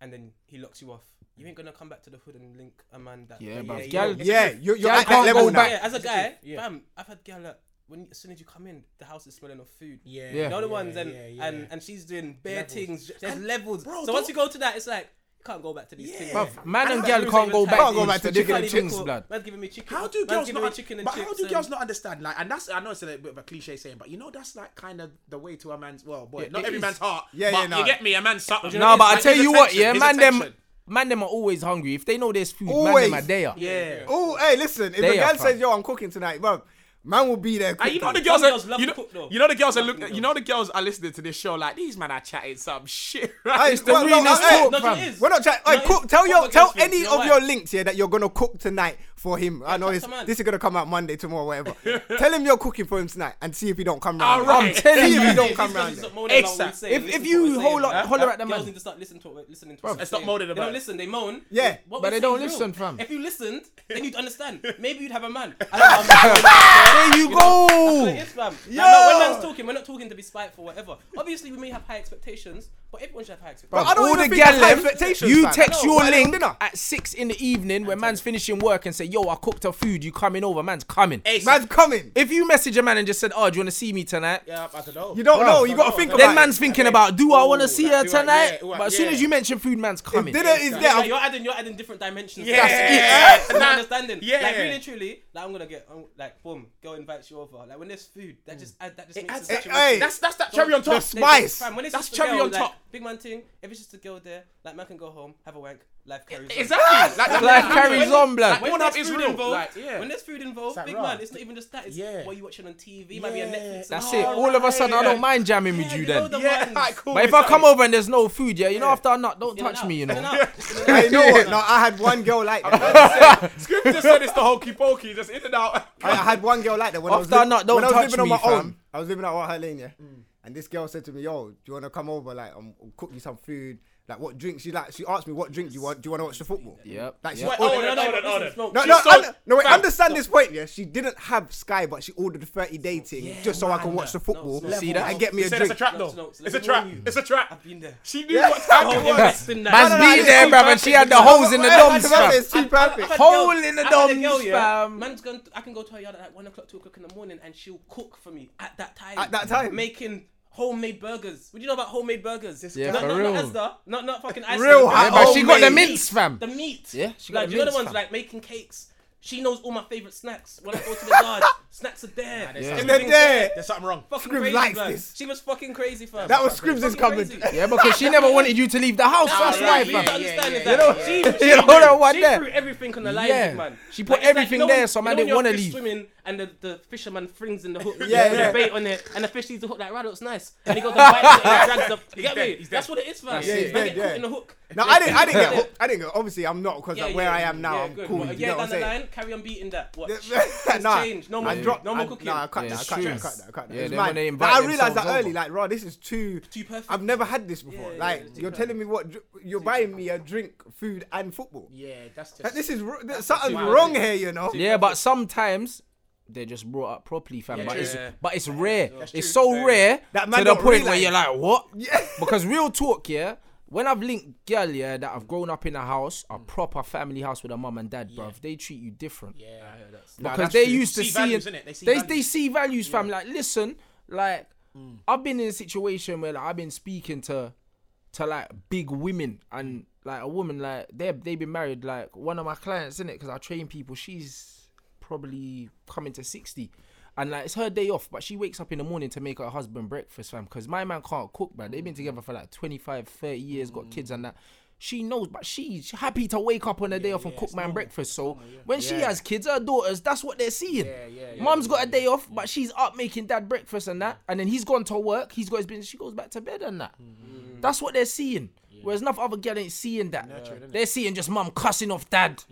[SPEAKER 1] and then he locks you off, you ain't gonna come back to the hood and link a man that.
[SPEAKER 5] Yeah, bruv.
[SPEAKER 1] you
[SPEAKER 5] Gal-
[SPEAKER 1] know, it's
[SPEAKER 3] Yeah,
[SPEAKER 1] true.
[SPEAKER 3] you- you're
[SPEAKER 5] Yeah, I
[SPEAKER 3] at that
[SPEAKER 5] can't go
[SPEAKER 3] level
[SPEAKER 5] back.
[SPEAKER 3] now.
[SPEAKER 1] Yeah, as a guy,
[SPEAKER 2] Yeah.
[SPEAKER 1] fam, I've had gal that when as soon as you come in, the house is smelling of food.
[SPEAKER 2] Yeah.
[SPEAKER 5] Yeah.
[SPEAKER 1] You know the
[SPEAKER 2] yeah,
[SPEAKER 1] ones and
[SPEAKER 2] yeah, yeah.
[SPEAKER 1] and and she's doing bare
[SPEAKER 2] Levels.
[SPEAKER 1] things. There's
[SPEAKER 2] And-
[SPEAKER 1] levels.
[SPEAKER 2] bro,
[SPEAKER 1] so once
[SPEAKER 2] don't-
[SPEAKER 1] you go to that, it's like you can't go back to these
[SPEAKER 2] Yeah.
[SPEAKER 1] things.
[SPEAKER 2] Bruv,
[SPEAKER 5] Man
[SPEAKER 2] I
[SPEAKER 5] and
[SPEAKER 2] know
[SPEAKER 5] gal
[SPEAKER 1] that
[SPEAKER 5] can't
[SPEAKER 1] reason
[SPEAKER 5] go
[SPEAKER 1] you
[SPEAKER 5] back.
[SPEAKER 1] can't
[SPEAKER 3] go back
[SPEAKER 5] to
[SPEAKER 3] to chicken
[SPEAKER 5] these different
[SPEAKER 1] Can't even
[SPEAKER 5] things,
[SPEAKER 1] cook.
[SPEAKER 5] blood.
[SPEAKER 1] Man's giving me chicken.
[SPEAKER 2] How do
[SPEAKER 1] man's
[SPEAKER 2] girls
[SPEAKER 1] giving
[SPEAKER 2] not?
[SPEAKER 1] me chicken and
[SPEAKER 2] but
[SPEAKER 1] chips
[SPEAKER 2] how do
[SPEAKER 1] and-
[SPEAKER 2] girls not understand? Like, and that's I know it's a bit of a cliche saying, but you know that's like kind of the way to a man's well, boy,
[SPEAKER 5] Yeah,
[SPEAKER 2] not
[SPEAKER 5] it
[SPEAKER 2] every
[SPEAKER 5] is.
[SPEAKER 2] man's heart.
[SPEAKER 3] Yeah,
[SPEAKER 2] but
[SPEAKER 3] yeah, no.
[SPEAKER 2] You get me, a man's something.
[SPEAKER 5] No, but I
[SPEAKER 2] Like,
[SPEAKER 5] tell
[SPEAKER 2] his
[SPEAKER 5] you what,
[SPEAKER 2] attention,
[SPEAKER 5] yeah,
[SPEAKER 2] his
[SPEAKER 5] man, them
[SPEAKER 2] attention.
[SPEAKER 5] man, them are always hungry. If they know there's food,
[SPEAKER 3] Always.
[SPEAKER 5] man, them are there.
[SPEAKER 2] Yeah.
[SPEAKER 3] Oh, hey, listen. If
[SPEAKER 5] They
[SPEAKER 3] a
[SPEAKER 5] are
[SPEAKER 3] girl
[SPEAKER 5] fam.
[SPEAKER 3] says, "Yo, I'm cooking tonight," bro, man will be there.
[SPEAKER 2] And Ah, you know the
[SPEAKER 3] cooking.
[SPEAKER 2] girls,
[SPEAKER 1] Some
[SPEAKER 2] are,
[SPEAKER 1] girls love
[SPEAKER 2] you,
[SPEAKER 1] to
[SPEAKER 2] know,
[SPEAKER 1] cook, though.
[SPEAKER 2] you know the girls are
[SPEAKER 1] Love to
[SPEAKER 2] look,
[SPEAKER 1] cook.
[SPEAKER 2] you know the girls are listening to this show like these men are chatting some shit. Right?
[SPEAKER 3] Hey,
[SPEAKER 5] It's the
[SPEAKER 3] well, no,
[SPEAKER 5] realest
[SPEAKER 3] hey,
[SPEAKER 5] talk,
[SPEAKER 1] no,
[SPEAKER 5] fam.
[SPEAKER 1] it is.
[SPEAKER 3] We're not trying.
[SPEAKER 1] No,
[SPEAKER 3] Like,
[SPEAKER 1] it's
[SPEAKER 3] cook, tell
[SPEAKER 1] proper
[SPEAKER 3] your, tell
[SPEAKER 1] girls' things,
[SPEAKER 3] any
[SPEAKER 1] you know
[SPEAKER 3] of
[SPEAKER 1] why?
[SPEAKER 3] your links here that you're gonna cook tonight for him. I know
[SPEAKER 1] talk
[SPEAKER 3] this.
[SPEAKER 1] to man.
[SPEAKER 3] This is gonna come out Monday, tomorrow, whatever. tell him you're cooking for him tonight and see if he don't come round.
[SPEAKER 2] All right.
[SPEAKER 5] I'm telling
[SPEAKER 3] See if he
[SPEAKER 5] you,
[SPEAKER 3] don't
[SPEAKER 1] These
[SPEAKER 3] come
[SPEAKER 1] guys
[SPEAKER 3] round.
[SPEAKER 1] just
[SPEAKER 3] there.
[SPEAKER 1] moan about
[SPEAKER 2] Exact.
[SPEAKER 1] what we're saying,
[SPEAKER 5] If-
[SPEAKER 1] listen
[SPEAKER 5] if
[SPEAKER 1] to
[SPEAKER 5] you
[SPEAKER 1] what we're saying,
[SPEAKER 5] hold on-
[SPEAKER 1] man.
[SPEAKER 5] holler at the
[SPEAKER 1] Girls
[SPEAKER 5] man.
[SPEAKER 1] need to start listening to what we're listening to.
[SPEAKER 5] Bruv,
[SPEAKER 1] what we're
[SPEAKER 2] stop
[SPEAKER 1] saying.
[SPEAKER 2] moaning
[SPEAKER 1] They
[SPEAKER 2] about
[SPEAKER 1] don't
[SPEAKER 2] it.
[SPEAKER 1] listen. They moan.
[SPEAKER 3] Yeah.
[SPEAKER 1] What
[SPEAKER 5] But
[SPEAKER 1] we're
[SPEAKER 5] they don't
[SPEAKER 1] saying is
[SPEAKER 5] listen,
[SPEAKER 1] real.
[SPEAKER 5] fam.
[SPEAKER 1] If you listened, then you'd understand. Maybe you'd have a man. I don't know, I'm-
[SPEAKER 5] There you
[SPEAKER 1] That's what
[SPEAKER 5] go.
[SPEAKER 1] it is, fam. Now, no, when man's talking, we're not talking to be spiteful, whatever. Obviously, we may have high expectations, but everyone should have high expectations.
[SPEAKER 3] I don't
[SPEAKER 5] all
[SPEAKER 3] even
[SPEAKER 5] the
[SPEAKER 3] think that's
[SPEAKER 5] gal
[SPEAKER 3] high
[SPEAKER 5] left,
[SPEAKER 3] expectations,
[SPEAKER 5] You
[SPEAKER 3] fam.
[SPEAKER 5] text
[SPEAKER 3] No,
[SPEAKER 5] your
[SPEAKER 3] why they on
[SPEAKER 5] link
[SPEAKER 3] dinner?
[SPEAKER 5] at six in the evening when man's finishing work and say, "Yo, I cooked her food. You coming over? Man's coming."
[SPEAKER 2] Hey,
[SPEAKER 3] Man's coming.
[SPEAKER 5] If you message a man and just said, "Oh, do you want to see me tonight?"
[SPEAKER 2] yeah, I don't know.
[SPEAKER 3] You don't
[SPEAKER 5] Bruh.
[SPEAKER 3] know. You gotta think about.
[SPEAKER 5] Then
[SPEAKER 3] it.
[SPEAKER 5] man's thinking about, "Do I want
[SPEAKER 2] ooh,
[SPEAKER 5] to see
[SPEAKER 2] like,
[SPEAKER 5] her
[SPEAKER 2] do I-
[SPEAKER 5] tonight?"
[SPEAKER 2] yeah, ooh,
[SPEAKER 5] But as soon
[SPEAKER 2] yeah.
[SPEAKER 5] as you mention food, man's coming.
[SPEAKER 3] Dinner is
[SPEAKER 1] Yeah,
[SPEAKER 3] there.
[SPEAKER 1] you're adding, you're adding different dimensions.
[SPEAKER 2] Yeah.
[SPEAKER 1] That's it.
[SPEAKER 2] Nah.
[SPEAKER 1] understanding.
[SPEAKER 2] Yeah.
[SPEAKER 1] Like really, and truly, like I'm gonna get, um, like, boom, girl invites you over. Like when there's food, that just add, that just makes
[SPEAKER 2] adds
[SPEAKER 1] it such
[SPEAKER 3] that-
[SPEAKER 1] a ritual.
[SPEAKER 3] hey,
[SPEAKER 2] That's that's that cherry on
[SPEAKER 3] The
[SPEAKER 2] top.
[SPEAKER 3] spice.
[SPEAKER 1] Fam, when it's
[SPEAKER 2] That's
[SPEAKER 1] just a
[SPEAKER 2] cherry
[SPEAKER 1] girl,
[SPEAKER 2] on
[SPEAKER 1] like,
[SPEAKER 2] top.
[SPEAKER 1] Big man thing. If it's just a girl there, like man can go home, have a wank, life carries on.
[SPEAKER 2] Exactly. Like, that-
[SPEAKER 5] Life
[SPEAKER 2] that-
[SPEAKER 5] carries
[SPEAKER 2] that-
[SPEAKER 5] on, blood.
[SPEAKER 2] Like,
[SPEAKER 1] When
[SPEAKER 2] Pornhub
[SPEAKER 1] there's
[SPEAKER 2] is
[SPEAKER 1] food
[SPEAKER 2] real.
[SPEAKER 1] involved,
[SPEAKER 2] Like, yeah.
[SPEAKER 1] when there's food involved,
[SPEAKER 2] like
[SPEAKER 1] big
[SPEAKER 2] raw.
[SPEAKER 1] man, it's not even just that. It's
[SPEAKER 2] Yeah.
[SPEAKER 1] what you watching on TV, might be a
[SPEAKER 2] Yeah.
[SPEAKER 1] Netflix.
[SPEAKER 5] That's
[SPEAKER 1] and-
[SPEAKER 5] it. All of a sudden, I don't mind jamming with
[SPEAKER 1] Yeah,
[SPEAKER 5] you
[SPEAKER 1] you know
[SPEAKER 5] then.
[SPEAKER 1] the
[SPEAKER 2] Yeah,
[SPEAKER 1] ones.
[SPEAKER 2] cool.
[SPEAKER 5] But if I come over and there's no food, yeah, you know, after I knock, don't
[SPEAKER 1] In and
[SPEAKER 5] touch
[SPEAKER 1] out,
[SPEAKER 5] me, you
[SPEAKER 1] in and
[SPEAKER 5] know.
[SPEAKER 1] out.
[SPEAKER 3] Hey, you know what? No, I had one girl like that.
[SPEAKER 2] Script just said it's the hokey pokey, just in and out.
[SPEAKER 3] I, I had one girl like that when
[SPEAKER 5] After
[SPEAKER 3] I was,
[SPEAKER 5] I knock, don't
[SPEAKER 3] when I was
[SPEAKER 5] touch
[SPEAKER 3] living on
[SPEAKER 5] me,
[SPEAKER 3] my own.
[SPEAKER 5] fam.
[SPEAKER 3] I was living out on her lane, yeah. And this girl said to me, "Yo, do you want to come over? Like, I'm I'll cook you some food. Like, what drinks you like?" She asked me, "What drink do you want? Do you want to watch the football?"
[SPEAKER 5] Yep.
[SPEAKER 3] Like, she
[SPEAKER 5] yep.
[SPEAKER 2] Oh,
[SPEAKER 1] No, no, no,
[SPEAKER 2] no,
[SPEAKER 1] but
[SPEAKER 2] no,
[SPEAKER 1] listen,
[SPEAKER 2] no.
[SPEAKER 1] no.
[SPEAKER 3] No,
[SPEAKER 2] She
[SPEAKER 3] no,
[SPEAKER 2] sold-
[SPEAKER 3] under- no, wait,
[SPEAKER 2] fam,
[SPEAKER 3] understand this point, yeah? She didn't have Sky, but she ordered 30 Day Ting just so I can watch the football
[SPEAKER 1] no,
[SPEAKER 5] See that?
[SPEAKER 3] and get me
[SPEAKER 2] You
[SPEAKER 3] a
[SPEAKER 2] said it's
[SPEAKER 3] drink.
[SPEAKER 2] a trap
[SPEAKER 1] No,
[SPEAKER 2] though.
[SPEAKER 1] no, so
[SPEAKER 2] it's a
[SPEAKER 1] let me
[SPEAKER 2] trap.
[SPEAKER 1] warn you.
[SPEAKER 2] It's a trap.
[SPEAKER 1] I've been there.
[SPEAKER 2] She knew what time it
[SPEAKER 1] Don't
[SPEAKER 2] was.
[SPEAKER 1] invest in that.
[SPEAKER 5] Man's
[SPEAKER 3] no, no,
[SPEAKER 5] be
[SPEAKER 3] it's
[SPEAKER 5] there,
[SPEAKER 3] too
[SPEAKER 5] bruv, and she had the
[SPEAKER 3] No,
[SPEAKER 5] holes in the
[SPEAKER 3] wait,
[SPEAKER 5] doms,
[SPEAKER 3] wait, wait,
[SPEAKER 5] fam.
[SPEAKER 3] It's too perfect.
[SPEAKER 1] I've had
[SPEAKER 5] Hole
[SPEAKER 1] girls-
[SPEAKER 5] in the
[SPEAKER 1] I've had a
[SPEAKER 5] doms,
[SPEAKER 1] girl, yeah,
[SPEAKER 5] fam.
[SPEAKER 1] Man's going. To, I can go to her yard at like one o'clock, two o'clock in the morning, and she'll cook for me at that time.
[SPEAKER 3] At that time.
[SPEAKER 1] making homemade burgers. What do you know about homemade burgers?
[SPEAKER 5] Yeah,
[SPEAKER 1] not,
[SPEAKER 5] for
[SPEAKER 1] not,
[SPEAKER 5] real.
[SPEAKER 1] Not Asda, not not fucking Asda.
[SPEAKER 3] Real
[SPEAKER 5] Yeah,
[SPEAKER 3] hot
[SPEAKER 5] but she got the
[SPEAKER 3] homemade.
[SPEAKER 5] mints, fam.
[SPEAKER 1] The meat.
[SPEAKER 5] Yeah, she got
[SPEAKER 1] like
[SPEAKER 5] the
[SPEAKER 1] you know the
[SPEAKER 5] mince,
[SPEAKER 1] ones
[SPEAKER 5] fam.
[SPEAKER 1] like making cakes. She knows all my favorite snacks. When I go to the yard, snacks are there.
[SPEAKER 2] Yeah.
[SPEAKER 1] Everything's
[SPEAKER 3] And then there,
[SPEAKER 2] There's something wrong.
[SPEAKER 1] Fucking
[SPEAKER 3] Scribs
[SPEAKER 1] crazy,
[SPEAKER 3] likes
[SPEAKER 1] blood.
[SPEAKER 3] this.
[SPEAKER 1] She was fucking crazy, fam.
[SPEAKER 3] That was Scribs'
[SPEAKER 1] Fucking
[SPEAKER 3] cupboard.
[SPEAKER 1] crazy.
[SPEAKER 5] Yeah, because she never wanted you to leave the house. That's
[SPEAKER 2] yeah,
[SPEAKER 5] why,
[SPEAKER 2] yeah, yeah,
[SPEAKER 5] fam.
[SPEAKER 1] You
[SPEAKER 2] yeah,
[SPEAKER 1] understand is
[SPEAKER 2] yeah,
[SPEAKER 1] that
[SPEAKER 5] yeah,
[SPEAKER 1] she,
[SPEAKER 5] yeah.
[SPEAKER 1] she
[SPEAKER 5] You know that
[SPEAKER 1] threw-
[SPEAKER 5] one
[SPEAKER 1] she
[SPEAKER 5] there?
[SPEAKER 1] threw everything on the line,
[SPEAKER 5] Yeah.
[SPEAKER 1] big man.
[SPEAKER 5] She put
[SPEAKER 1] it's
[SPEAKER 5] everything
[SPEAKER 1] you know
[SPEAKER 5] there,
[SPEAKER 1] when-
[SPEAKER 5] so
[SPEAKER 1] you
[SPEAKER 5] man
[SPEAKER 1] know
[SPEAKER 5] didn't
[SPEAKER 1] when
[SPEAKER 5] wanna
[SPEAKER 1] you're fish
[SPEAKER 5] leave.
[SPEAKER 1] Swimming and the, the fisherman flings in the hook,
[SPEAKER 3] Yeah,
[SPEAKER 1] yeah, with
[SPEAKER 3] yeah.
[SPEAKER 1] the bait on it, and the fish sees the hook like, right, looks nice, and he goes and bites it and drags the. You get
[SPEAKER 2] dead,
[SPEAKER 1] me?
[SPEAKER 2] he's
[SPEAKER 1] That's
[SPEAKER 2] dead.
[SPEAKER 1] what it is, fam.
[SPEAKER 3] it.
[SPEAKER 1] Man,
[SPEAKER 3] He's
[SPEAKER 1] get caught
[SPEAKER 3] dead, yeah.
[SPEAKER 1] in the hook.
[SPEAKER 3] No, I didn't, I didn't get
[SPEAKER 1] Yeah.
[SPEAKER 3] hooked. I didn't get, obviously, I'm not because
[SPEAKER 1] Yeah,
[SPEAKER 3] of where
[SPEAKER 1] yeah,
[SPEAKER 3] I am now.
[SPEAKER 1] yeah,
[SPEAKER 3] I'm
[SPEAKER 1] good.
[SPEAKER 3] cool.
[SPEAKER 1] Well,
[SPEAKER 3] You
[SPEAKER 1] yeah,
[SPEAKER 3] know what
[SPEAKER 1] down
[SPEAKER 3] I'm
[SPEAKER 1] the
[SPEAKER 3] saying?
[SPEAKER 1] line, carry on beating that. Watch. Things
[SPEAKER 3] nah,
[SPEAKER 1] change. No more,
[SPEAKER 3] I dropped.
[SPEAKER 1] no more
[SPEAKER 3] I-
[SPEAKER 1] cooking.
[SPEAKER 3] Nah, I cut
[SPEAKER 5] Yeah,
[SPEAKER 3] that. I
[SPEAKER 5] it's
[SPEAKER 3] cut
[SPEAKER 5] true.
[SPEAKER 3] that. I cut that. I cut that.
[SPEAKER 5] Yeah,
[SPEAKER 3] It's
[SPEAKER 5] then when
[SPEAKER 3] mad.
[SPEAKER 5] they
[SPEAKER 3] Like,
[SPEAKER 5] invite
[SPEAKER 3] I realized that
[SPEAKER 5] themselves
[SPEAKER 3] early.
[SPEAKER 5] over.
[SPEAKER 3] Like, raw, this is too.
[SPEAKER 1] Too perfect.
[SPEAKER 3] I've never had this before.
[SPEAKER 1] Yeah, yeah,
[SPEAKER 3] like,
[SPEAKER 1] yeah, it's too
[SPEAKER 3] you're telling me what dr- you're buying me a drink, food, and football.
[SPEAKER 2] Yeah, that's just.
[SPEAKER 3] Like, this is r- there's something
[SPEAKER 2] wild,
[SPEAKER 3] wrong
[SPEAKER 2] isn't
[SPEAKER 3] here, you know.
[SPEAKER 5] Yeah, but sometimes they're just brought up properly, fam. but,
[SPEAKER 1] true.
[SPEAKER 5] it's,
[SPEAKER 1] Yeah.
[SPEAKER 5] but it's rare. It's
[SPEAKER 2] true.
[SPEAKER 5] so rare
[SPEAKER 3] That man
[SPEAKER 5] to the
[SPEAKER 3] don't
[SPEAKER 5] point where
[SPEAKER 3] realise.
[SPEAKER 5] you're like, what? Yeah. because real talk, yeah. When I've linked girl, yeah, that I've grown up in a house, a proper family house with a mum and dad, bruv, they treat you different
[SPEAKER 2] Yeah.
[SPEAKER 5] because
[SPEAKER 2] that's
[SPEAKER 5] they
[SPEAKER 2] true.
[SPEAKER 5] used to
[SPEAKER 2] See
[SPEAKER 5] see,
[SPEAKER 2] values,
[SPEAKER 5] it.
[SPEAKER 2] innit?
[SPEAKER 5] They
[SPEAKER 2] They
[SPEAKER 5] see
[SPEAKER 2] see
[SPEAKER 5] they,
[SPEAKER 2] values.
[SPEAKER 5] see values, fam. Like, listen, like I've been in a situation where like, I've been speaking to to like big women and like a woman like they they've been married. Like one of my clients, in it, because I train people. She's probably coming to sixty. And like it's her day off, but she wakes up in the morning to make her husband breakfast, fam. Cause my man can't cook, man. They've been together for like 25, 30 years, got kids and that. She knows, but she's happy to wake up on a day off and cook man breakfast. So when she has kids, her daughters, that's what they're seeing.
[SPEAKER 2] Yeah, yeah, yeah,
[SPEAKER 5] Mum's got a day off, but she's up making dad breakfast and that. And then he's gone to work, he's got his business, she goes back to bed and that. That's what they're seeing. Whereas enough other girl ain't seeing that. They're seeing just mum cussing off dad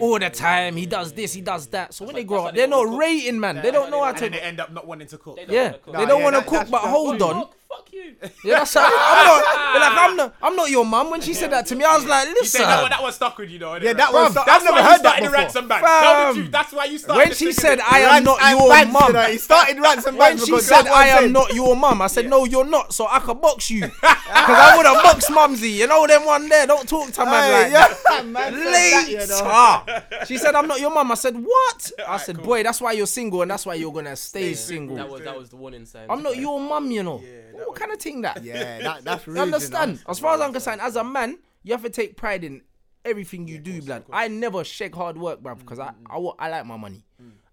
[SPEAKER 5] all the time. he does this, he does that. So when they grow
[SPEAKER 1] that's how
[SPEAKER 5] up, they're
[SPEAKER 1] they wanna
[SPEAKER 5] not
[SPEAKER 1] cook.
[SPEAKER 5] rating, man. They don't know how
[SPEAKER 2] And then they
[SPEAKER 5] to.
[SPEAKER 2] end up not wanting to cook.
[SPEAKER 1] They don't
[SPEAKER 5] Yeah,
[SPEAKER 1] wanna cook.
[SPEAKER 5] they
[SPEAKER 3] Nah,
[SPEAKER 5] don't
[SPEAKER 3] yeah,
[SPEAKER 5] want to
[SPEAKER 3] that-
[SPEAKER 5] cook,
[SPEAKER 3] that's-
[SPEAKER 5] but
[SPEAKER 3] that's
[SPEAKER 5] hold on.
[SPEAKER 1] Fuck, fuck you.
[SPEAKER 5] Yeah, that's how I'm not. They're like, I'm not. I'm not your mum. When she said that to me, I was like,
[SPEAKER 2] You say
[SPEAKER 5] listen.
[SPEAKER 2] that one, that one stuck with you though. innit?
[SPEAKER 3] Yeah, that
[SPEAKER 2] Right.
[SPEAKER 3] was.
[SPEAKER 5] Bruv,
[SPEAKER 2] That's
[SPEAKER 3] I've never
[SPEAKER 2] why you
[SPEAKER 3] heard that
[SPEAKER 2] started
[SPEAKER 3] before.
[SPEAKER 2] rants and bands. Tell the
[SPEAKER 5] Fam.
[SPEAKER 2] truth. That's why you started.
[SPEAKER 5] When
[SPEAKER 2] this
[SPEAKER 5] she
[SPEAKER 2] thing,
[SPEAKER 5] said,
[SPEAKER 2] innit?
[SPEAKER 5] I am
[SPEAKER 3] Rants
[SPEAKER 5] not
[SPEAKER 3] and
[SPEAKER 5] your
[SPEAKER 3] bands,
[SPEAKER 5] mum.
[SPEAKER 3] you know, He started rants and
[SPEAKER 5] When
[SPEAKER 3] bands
[SPEAKER 5] she
[SPEAKER 3] because
[SPEAKER 5] said,
[SPEAKER 3] that's what
[SPEAKER 5] I
[SPEAKER 3] he
[SPEAKER 5] am
[SPEAKER 3] said.
[SPEAKER 5] not your mum, I said, no, you're not, so I could box you. Because I would have boxed mumsy. You know them one there, don't talk to man
[SPEAKER 3] Hey,
[SPEAKER 5] like
[SPEAKER 3] yeah,
[SPEAKER 5] that.
[SPEAKER 3] man said that, you know.
[SPEAKER 5] Later. She said, I'm not your mum. I said, what? I said, boy, that's why you're single and that's why you're going to stay
[SPEAKER 1] That
[SPEAKER 5] single.
[SPEAKER 1] was that was the warning sign.
[SPEAKER 5] I'm not your mum, you know. What kind of thing that?
[SPEAKER 3] Yeah, that, that's rude.
[SPEAKER 5] You understand? As far as I'm concerned, as a man, you have to take pride in everything you do, blood. I never shake hard work, bruv, because
[SPEAKER 2] Mm,
[SPEAKER 5] I I, wa- I like my money.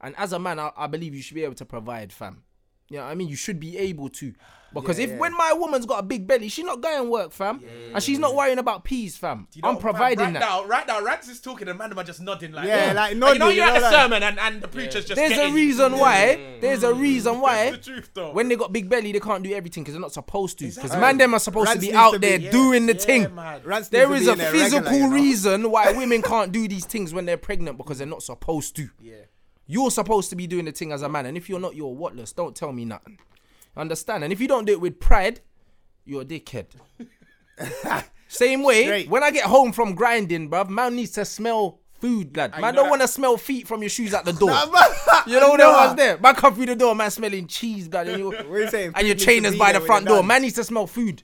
[SPEAKER 5] And as a man, I, I believe you should be able to provide, fam. You know what I mean? You should be able to. Because if when my woman's got a big belly, she's not going work, fam. and she's not worrying about peas, fam.
[SPEAKER 2] You know,
[SPEAKER 5] I'm
[SPEAKER 2] fam,
[SPEAKER 5] providing
[SPEAKER 2] right
[SPEAKER 5] that.
[SPEAKER 2] Now, right now, Rants is talking and Mandem are just nodding like,
[SPEAKER 3] Yeah,
[SPEAKER 2] "Oh."
[SPEAKER 3] like
[SPEAKER 2] You know,
[SPEAKER 3] nodding,
[SPEAKER 2] you're at
[SPEAKER 3] you know,
[SPEAKER 2] the
[SPEAKER 3] like-
[SPEAKER 2] sermon and, and the preacher's just
[SPEAKER 5] There's a
[SPEAKER 2] getting- Mm.
[SPEAKER 5] reason why. There's a reason why.
[SPEAKER 2] It's the truth, though.
[SPEAKER 5] When they got big belly, they can't do everything because they're not supposed to. Because
[SPEAKER 2] Exactly.
[SPEAKER 5] man, them are supposed
[SPEAKER 3] Rats
[SPEAKER 5] to be
[SPEAKER 3] needs
[SPEAKER 5] out
[SPEAKER 3] to be-
[SPEAKER 5] there
[SPEAKER 3] yeah,
[SPEAKER 5] doing the
[SPEAKER 2] Yeah,
[SPEAKER 5] thing.
[SPEAKER 2] man.
[SPEAKER 3] Rants
[SPEAKER 5] There
[SPEAKER 3] needs
[SPEAKER 5] is
[SPEAKER 3] to
[SPEAKER 5] a
[SPEAKER 3] be in there
[SPEAKER 5] physical
[SPEAKER 3] regular, you know.
[SPEAKER 5] reason why women can't do these things when they're pregnant because they're not supposed to.
[SPEAKER 2] Yeah.
[SPEAKER 5] You're supposed to be doing the thing as a man, and if you're not, you're whatless. Don't tell me nothing. Understand? And if you don't do it with pride, you're a dickhead. Same way,
[SPEAKER 3] Straight.
[SPEAKER 5] when I get home from grinding, bruv, man needs to smell food,
[SPEAKER 3] Ah,
[SPEAKER 5] lad. Man
[SPEAKER 2] know
[SPEAKER 5] don't
[SPEAKER 2] that-
[SPEAKER 5] want to smell feet from your shoes at the door. you know
[SPEAKER 3] Nah.
[SPEAKER 5] what I was there? Man come through the door, man smelling cheese, blood. And, you,
[SPEAKER 3] What you saying?
[SPEAKER 5] and your
[SPEAKER 3] Food needs to
[SPEAKER 5] trainers
[SPEAKER 3] be
[SPEAKER 5] by
[SPEAKER 3] there
[SPEAKER 5] the
[SPEAKER 3] when
[SPEAKER 5] front
[SPEAKER 3] you're
[SPEAKER 5] door.
[SPEAKER 3] done.
[SPEAKER 5] Man needs to smell food.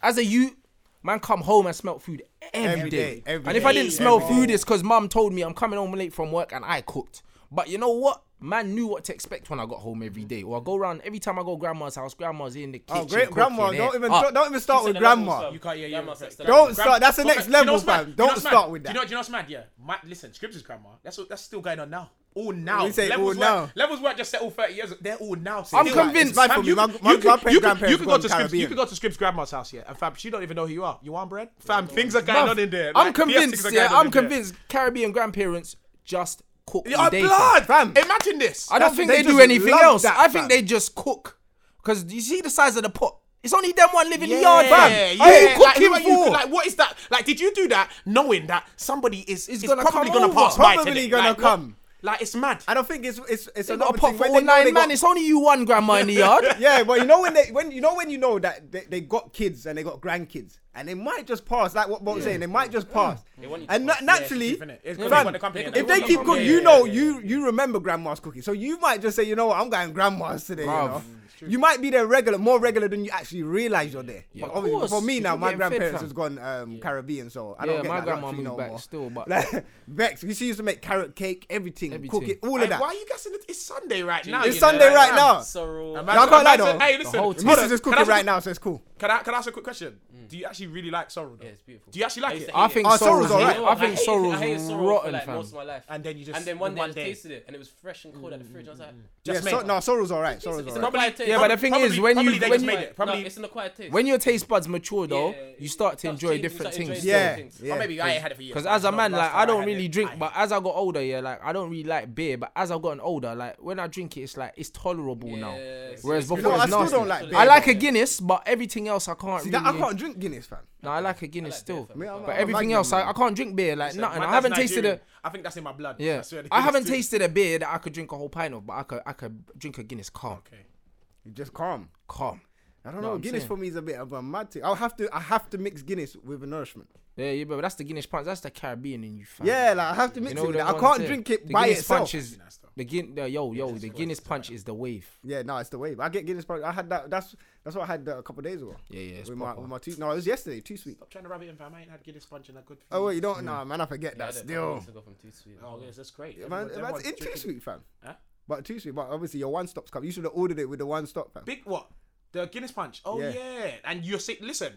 [SPEAKER 5] As a you, man come home and smell food every
[SPEAKER 3] Every
[SPEAKER 5] day.
[SPEAKER 3] day, every
[SPEAKER 5] and if
[SPEAKER 3] day,
[SPEAKER 5] I didn't smell
[SPEAKER 3] every
[SPEAKER 5] food, it's because mum told me I'm coming home late from work and I cooked. But you know what? Man knew what to expect when I got home every day. Or I go around every time I go grandma's house. Grandma's in the kitchen.
[SPEAKER 3] Oh, great grandma!
[SPEAKER 5] cooking,
[SPEAKER 3] Don't
[SPEAKER 5] eh?
[SPEAKER 3] even
[SPEAKER 5] Up.
[SPEAKER 3] don't even start with
[SPEAKER 1] Said the levels,
[SPEAKER 3] grandma.
[SPEAKER 1] fam.
[SPEAKER 2] You can't- yeah, yeah,
[SPEAKER 1] Grandma
[SPEAKER 2] yeah.
[SPEAKER 1] said start
[SPEAKER 3] Don't
[SPEAKER 1] with
[SPEAKER 3] start. that's the
[SPEAKER 2] But-
[SPEAKER 3] next
[SPEAKER 2] you know
[SPEAKER 3] level,
[SPEAKER 2] what's mad?
[SPEAKER 3] fam.
[SPEAKER 2] You know
[SPEAKER 3] Don't
[SPEAKER 2] what's mad?
[SPEAKER 3] start with
[SPEAKER 2] Do you
[SPEAKER 3] that.
[SPEAKER 2] know, do you know what's mad? Yeah, my, listen, Scripps is grandma. That's all- that's still going on now. All now.
[SPEAKER 3] We say all
[SPEAKER 2] levels
[SPEAKER 3] now.
[SPEAKER 2] Weren't, levels weren't just settled 30 years ago. They're all now.
[SPEAKER 5] I'm
[SPEAKER 2] still.
[SPEAKER 5] convinced,
[SPEAKER 3] It's bad
[SPEAKER 2] Fam,
[SPEAKER 3] for me.
[SPEAKER 2] you
[SPEAKER 3] My,
[SPEAKER 2] could-
[SPEAKER 3] my,
[SPEAKER 2] you could-
[SPEAKER 3] my
[SPEAKER 2] you could-
[SPEAKER 3] grandparents
[SPEAKER 2] you could go to Scripps.
[SPEAKER 3] Caribbean.
[SPEAKER 2] You could go to Scripps' grandma's house here, and fam, she don't even know who you are. You want bread, fam? Things are going
[SPEAKER 5] Bruv,
[SPEAKER 2] on in there.
[SPEAKER 5] I'm
[SPEAKER 2] Like,
[SPEAKER 5] convinced.
[SPEAKER 2] PS6 are
[SPEAKER 5] Yeah,
[SPEAKER 2] going on
[SPEAKER 5] I'm
[SPEAKER 2] in there.
[SPEAKER 5] convinced. Caribbean grandparents just cook.
[SPEAKER 2] Yeah,
[SPEAKER 5] all day,
[SPEAKER 2] blood,
[SPEAKER 5] fam.
[SPEAKER 2] fam. Imagine this.
[SPEAKER 5] I
[SPEAKER 3] That's-
[SPEAKER 5] don't think
[SPEAKER 3] they
[SPEAKER 5] they, do
[SPEAKER 3] just
[SPEAKER 5] anything
[SPEAKER 3] love
[SPEAKER 5] else.
[SPEAKER 3] that,
[SPEAKER 5] I think
[SPEAKER 3] fam.
[SPEAKER 5] they just cook. Cause you see the size of the pot. It's only them one living in the
[SPEAKER 2] Yeah,
[SPEAKER 5] yard, fam.
[SPEAKER 2] Yeah,
[SPEAKER 5] Who
[SPEAKER 2] yeah. Like,
[SPEAKER 5] cooking
[SPEAKER 2] who are you-
[SPEAKER 5] for?
[SPEAKER 2] Like, what is that? Like, did you do that knowing that somebody is is,
[SPEAKER 5] gonna
[SPEAKER 2] probably
[SPEAKER 5] come
[SPEAKER 2] gonna
[SPEAKER 5] over.
[SPEAKER 2] pass by
[SPEAKER 3] Probably
[SPEAKER 2] today?
[SPEAKER 3] gonna
[SPEAKER 2] like, what-
[SPEAKER 3] come.
[SPEAKER 2] Like, it's mad.
[SPEAKER 3] I don't think it's it's it's
[SPEAKER 5] they
[SPEAKER 3] another
[SPEAKER 5] got a pot
[SPEAKER 3] thing.
[SPEAKER 5] for
[SPEAKER 3] When
[SPEAKER 5] all
[SPEAKER 3] they know they
[SPEAKER 5] nine man.
[SPEAKER 3] got-
[SPEAKER 5] It's only you one grandma in the yard.
[SPEAKER 3] yeah, but you know when they when you know when you know that they, they got kids and they got grandkids and they might just pass like what Bob's saying they might just pass
[SPEAKER 1] want you to
[SPEAKER 3] and
[SPEAKER 1] pass.
[SPEAKER 3] na-
[SPEAKER 1] Yeah,
[SPEAKER 3] naturally
[SPEAKER 2] different, innit? It's 'cause they
[SPEAKER 3] fam,
[SPEAKER 2] want the company,
[SPEAKER 1] innit?
[SPEAKER 3] if they
[SPEAKER 1] Yeah,
[SPEAKER 3] keep
[SPEAKER 1] yeah,
[SPEAKER 3] cooking
[SPEAKER 1] yeah,
[SPEAKER 3] you
[SPEAKER 1] yeah,
[SPEAKER 3] know
[SPEAKER 1] yeah,
[SPEAKER 3] you you remember grandma's cooking so you might just say you know what I'm going grandma's today you
[SPEAKER 5] Bruv.
[SPEAKER 3] know you might be there regular more regular than you actually realize you're there but
[SPEAKER 5] of
[SPEAKER 3] obviously
[SPEAKER 5] course,
[SPEAKER 3] for me
[SPEAKER 5] you're
[SPEAKER 3] now my
[SPEAKER 5] getting fed,
[SPEAKER 3] grandparents
[SPEAKER 5] fam.
[SPEAKER 3] has gone um, Caribbean so I
[SPEAKER 5] Yeah,
[SPEAKER 3] don't get
[SPEAKER 5] my
[SPEAKER 3] that
[SPEAKER 5] grandma
[SPEAKER 3] luxury
[SPEAKER 5] moved
[SPEAKER 3] no
[SPEAKER 5] back
[SPEAKER 3] more.
[SPEAKER 5] still, but-
[SPEAKER 3] Like, Vex we she used to make carrot cake everything, cook
[SPEAKER 5] Everything.
[SPEAKER 3] it all
[SPEAKER 2] Hey,
[SPEAKER 3] of that
[SPEAKER 2] Why are you guessing it? It's Sunday right now.
[SPEAKER 3] It's
[SPEAKER 2] you know?
[SPEAKER 3] Sunday
[SPEAKER 2] Like,
[SPEAKER 3] right
[SPEAKER 2] fam,
[SPEAKER 3] now.
[SPEAKER 1] Sorrow.
[SPEAKER 2] Imagine-
[SPEAKER 3] Now I can't lie
[SPEAKER 2] imagine-
[SPEAKER 3] though.
[SPEAKER 2] Hey,
[SPEAKER 5] The
[SPEAKER 2] listen.
[SPEAKER 5] whole
[SPEAKER 2] hold
[SPEAKER 5] team.
[SPEAKER 3] Mrs.
[SPEAKER 2] on,
[SPEAKER 3] is
[SPEAKER 2] can I
[SPEAKER 3] cooking
[SPEAKER 2] ask
[SPEAKER 3] right
[SPEAKER 2] a-
[SPEAKER 3] now so it's cool
[SPEAKER 2] Can I can I ask a quick question? Do you actually really like sorrow? Though?
[SPEAKER 1] Yeah, it's beautiful.
[SPEAKER 2] Do you actually like
[SPEAKER 1] used
[SPEAKER 2] it?
[SPEAKER 1] to
[SPEAKER 5] I
[SPEAKER 1] hate it.
[SPEAKER 5] think
[SPEAKER 3] Oh,
[SPEAKER 5] sorrow's.
[SPEAKER 3] sorrow's alright.
[SPEAKER 5] lit.
[SPEAKER 1] know
[SPEAKER 5] I
[SPEAKER 1] what?
[SPEAKER 5] think
[SPEAKER 1] hated- I hated
[SPEAKER 5] sorrow's
[SPEAKER 1] sorrow for
[SPEAKER 5] rotten,
[SPEAKER 1] like
[SPEAKER 5] fam.
[SPEAKER 1] most of my life.
[SPEAKER 2] And then you just-
[SPEAKER 1] and then one day
[SPEAKER 2] one
[SPEAKER 1] I
[SPEAKER 2] day- Mm-hmm.
[SPEAKER 1] tasted it and it was fresh and cold at the fridge. I was like,
[SPEAKER 3] yeah,
[SPEAKER 2] Just
[SPEAKER 3] so,
[SPEAKER 2] made.
[SPEAKER 3] no, sorrow's alright. Sorrow's
[SPEAKER 1] it's
[SPEAKER 3] alright.
[SPEAKER 1] an acquired taste.
[SPEAKER 5] Yeah, but the thing
[SPEAKER 2] Probably-
[SPEAKER 5] is, when
[SPEAKER 2] probably
[SPEAKER 5] you
[SPEAKER 2] they
[SPEAKER 5] when
[SPEAKER 2] just
[SPEAKER 5] you-
[SPEAKER 2] made it. Probably
[SPEAKER 1] no, it's an acquired taste.
[SPEAKER 5] when your taste buds mature
[SPEAKER 1] Yeah,
[SPEAKER 5] though,
[SPEAKER 1] yeah, yeah.
[SPEAKER 5] you start to
[SPEAKER 1] It
[SPEAKER 5] enjoy
[SPEAKER 1] changing-
[SPEAKER 5] different
[SPEAKER 1] you start
[SPEAKER 5] things.
[SPEAKER 1] enjoying
[SPEAKER 3] Yeah,
[SPEAKER 1] different things.
[SPEAKER 3] yeah.
[SPEAKER 2] Or maybe I ain't had it for years.
[SPEAKER 5] Because as a
[SPEAKER 2] No,
[SPEAKER 5] man,
[SPEAKER 2] last
[SPEAKER 5] like
[SPEAKER 2] time
[SPEAKER 5] I don't
[SPEAKER 2] had
[SPEAKER 5] really
[SPEAKER 2] it,
[SPEAKER 5] drink,
[SPEAKER 2] I-
[SPEAKER 5] but as I got older, yeah, like I don't really like beer. But as I've gotten older, like when I drink it, it's like it's tolerable now.
[SPEAKER 1] it's-
[SPEAKER 5] Whereas
[SPEAKER 1] it's-
[SPEAKER 5] before,
[SPEAKER 3] You know,
[SPEAKER 5] it's
[SPEAKER 3] I still
[SPEAKER 5] nasty.
[SPEAKER 3] don't like beer.
[SPEAKER 5] I like a
[SPEAKER 1] though.
[SPEAKER 5] Guinness, but everything else I can't.
[SPEAKER 3] See,
[SPEAKER 5] really
[SPEAKER 3] that, I can't drink Guinness, fam.
[SPEAKER 5] No, I like a Guinness still.
[SPEAKER 1] beer, fam.
[SPEAKER 3] I'm-
[SPEAKER 5] But
[SPEAKER 3] I'm
[SPEAKER 5] everything
[SPEAKER 3] Magnum
[SPEAKER 5] else, I,
[SPEAKER 3] man.
[SPEAKER 5] I can't drink beer like nothing.
[SPEAKER 2] My
[SPEAKER 5] I
[SPEAKER 2] dad's
[SPEAKER 5] haven't tasted a
[SPEAKER 2] Nigerian. I think that's in my blood.
[SPEAKER 5] yeah.
[SPEAKER 2] swear to
[SPEAKER 5] I
[SPEAKER 2] goodness,
[SPEAKER 5] haven't
[SPEAKER 2] dude.
[SPEAKER 5] tasted a beer that I could drink a whole pint of, but I could I could drink a Guinness calm,
[SPEAKER 2] Okay.
[SPEAKER 3] You just calm.
[SPEAKER 5] calm.
[SPEAKER 3] I don't
[SPEAKER 5] Know
[SPEAKER 3] know.
[SPEAKER 5] what I'm
[SPEAKER 3] Guinness
[SPEAKER 5] saying?
[SPEAKER 3] for me is a bit of a mad thing. I'll have to. I have to mix Guinness with a nourishment.
[SPEAKER 5] Yeah, yeah, but that's the Guinness punch. That's the Caribbean in you. Fam.
[SPEAKER 3] Yeah, like I have to mix
[SPEAKER 5] You
[SPEAKER 3] it. With
[SPEAKER 5] the
[SPEAKER 3] it. I
[SPEAKER 5] ones
[SPEAKER 3] can't
[SPEAKER 5] there.
[SPEAKER 3] drink it
[SPEAKER 5] The
[SPEAKER 3] by
[SPEAKER 5] Guinness
[SPEAKER 3] itself.
[SPEAKER 5] Punch is, the Guin- the, yo, yo, the Guinness punch is the wave.
[SPEAKER 3] Yeah, no, it's the wave. I get Guinness. Punch. I had that. That's that's what I had uh, a couple of days ago.
[SPEAKER 5] Yeah, yeah, it's
[SPEAKER 3] with my,
[SPEAKER 5] proper.
[SPEAKER 3] with my two. No, it was yesterday. Too sweet.
[SPEAKER 2] Stop trying to rub it in, fam. I ain't had Guinness punch in a good. Few
[SPEAKER 3] Oh wait, you
[SPEAKER 2] years.
[SPEAKER 3] don't. Nah, man, I forget that still.
[SPEAKER 1] Go from too sweet.
[SPEAKER 2] Oh yes, that's great.
[SPEAKER 3] Yeah,
[SPEAKER 2] Everyone-
[SPEAKER 3] Man, that's
[SPEAKER 2] everyone's
[SPEAKER 3] in too
[SPEAKER 2] drinking-
[SPEAKER 3] sweet, fam.
[SPEAKER 2] Huh?
[SPEAKER 3] But too sweet. But obviously, your one stop's come. You should have ordered it with the one stop, fam. Big,
[SPEAKER 2] Big what? The Guinness punch. Oh
[SPEAKER 3] Yeah.
[SPEAKER 2] yeah, and you're saying, listen.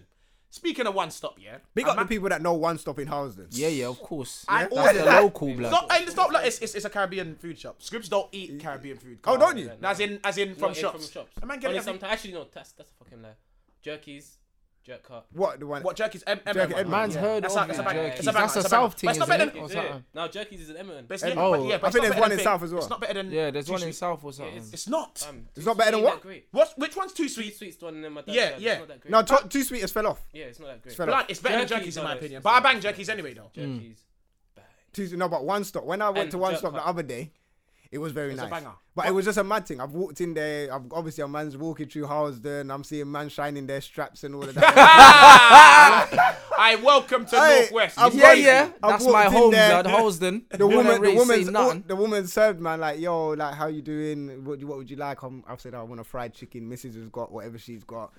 [SPEAKER 2] Speaking of one stop, yeah.
[SPEAKER 3] up
[SPEAKER 2] I'm
[SPEAKER 3] the people that know one stop in Housden.
[SPEAKER 5] Yeah, yeah, of course.
[SPEAKER 2] I
[SPEAKER 5] that's
[SPEAKER 2] ordered
[SPEAKER 5] the
[SPEAKER 2] that.
[SPEAKER 5] local blood.
[SPEAKER 2] Stop, hey, stop, look, it's, it's, it's a Caribbean food shop. Scripps don't eat Caribbean food.
[SPEAKER 3] Oh, don't you?
[SPEAKER 2] No, as in, as in from
[SPEAKER 1] Not in-
[SPEAKER 2] shops.
[SPEAKER 1] From shops.
[SPEAKER 2] A man get
[SPEAKER 1] Only
[SPEAKER 2] it every-
[SPEAKER 1] sometime- Actually, no. That's that's a fucking lie. Jerkies, jerk cut.
[SPEAKER 3] What the one?
[SPEAKER 2] What jerky's M- M-
[SPEAKER 3] Jerky,
[SPEAKER 2] M-
[SPEAKER 3] M-
[SPEAKER 5] Man's
[SPEAKER 3] Yeah.
[SPEAKER 5] heard
[SPEAKER 2] That's
[SPEAKER 5] of
[SPEAKER 2] a- that's
[SPEAKER 5] you,
[SPEAKER 2] a bang-
[SPEAKER 5] Jerky.
[SPEAKER 2] it's a bang-
[SPEAKER 5] That's a
[SPEAKER 2] it's a bang-
[SPEAKER 5] South
[SPEAKER 2] but
[SPEAKER 5] thing,
[SPEAKER 2] it's not
[SPEAKER 5] isn't
[SPEAKER 2] better
[SPEAKER 5] it?
[SPEAKER 2] than-
[SPEAKER 5] Or
[SPEAKER 1] Yeah.
[SPEAKER 5] something.
[SPEAKER 1] Now jerkies is an Eminem.
[SPEAKER 2] But it's, yeah, but,
[SPEAKER 5] Oh.
[SPEAKER 2] yeah, but
[SPEAKER 3] I
[SPEAKER 2] it's
[SPEAKER 3] think
[SPEAKER 2] not
[SPEAKER 3] there's
[SPEAKER 2] better
[SPEAKER 3] one
[SPEAKER 2] than
[SPEAKER 3] in
[SPEAKER 2] Big.
[SPEAKER 3] South as well.
[SPEAKER 2] It's not better than
[SPEAKER 5] Yeah, there's
[SPEAKER 2] Too
[SPEAKER 5] one in
[SPEAKER 2] Sweet.
[SPEAKER 5] South or something.
[SPEAKER 1] it's-
[SPEAKER 2] It's not.
[SPEAKER 1] Um,
[SPEAKER 3] It's not better than
[SPEAKER 1] ain't
[SPEAKER 3] what?
[SPEAKER 1] that Great.
[SPEAKER 2] What's which one's too sweet?
[SPEAKER 1] Too sweet's the one in my dad's
[SPEAKER 2] Yeah,
[SPEAKER 1] dad.
[SPEAKER 2] yeah.
[SPEAKER 1] It's not that great.
[SPEAKER 3] No, to- too sweet is fell off.
[SPEAKER 1] yeah, it's not that great.
[SPEAKER 3] fell off.
[SPEAKER 2] Blood, it's better than
[SPEAKER 1] Jerkies,
[SPEAKER 2] jerkies in
[SPEAKER 1] no,
[SPEAKER 2] my
[SPEAKER 1] it's-
[SPEAKER 2] opinion.
[SPEAKER 1] it's
[SPEAKER 2] But I
[SPEAKER 1] not.
[SPEAKER 2] bang jerkies anyway though.
[SPEAKER 5] Mm.
[SPEAKER 1] Jerkies. Bang.
[SPEAKER 3] Too sweet. No, but one stop. When I went
[SPEAKER 1] And
[SPEAKER 3] to one
[SPEAKER 1] jerk
[SPEAKER 3] stop the
[SPEAKER 1] cut.
[SPEAKER 3] other day, it was very
[SPEAKER 2] was a
[SPEAKER 3] nice.
[SPEAKER 2] banger.
[SPEAKER 3] But it was just a mad thing. I've walked in there. I've obviously a man's walking through Housden. I'm seeing man shining their straps and all of that.
[SPEAKER 2] I welcome to
[SPEAKER 3] Hey,
[SPEAKER 2] Northwest.
[SPEAKER 3] I've
[SPEAKER 2] It's
[SPEAKER 3] got
[SPEAKER 2] crazy.
[SPEAKER 3] you.
[SPEAKER 5] yeah,
[SPEAKER 3] I've
[SPEAKER 5] that's my
[SPEAKER 3] walked in
[SPEAKER 5] home,
[SPEAKER 3] there.
[SPEAKER 5] blood. Holsden.
[SPEAKER 3] the woman, the woman's,
[SPEAKER 5] nothing.
[SPEAKER 3] the woman served man like, yo, like how you doing? What, do- what would you like? i I've said "Oh, I want a fried chicken. Mrs. has got whatever she's got.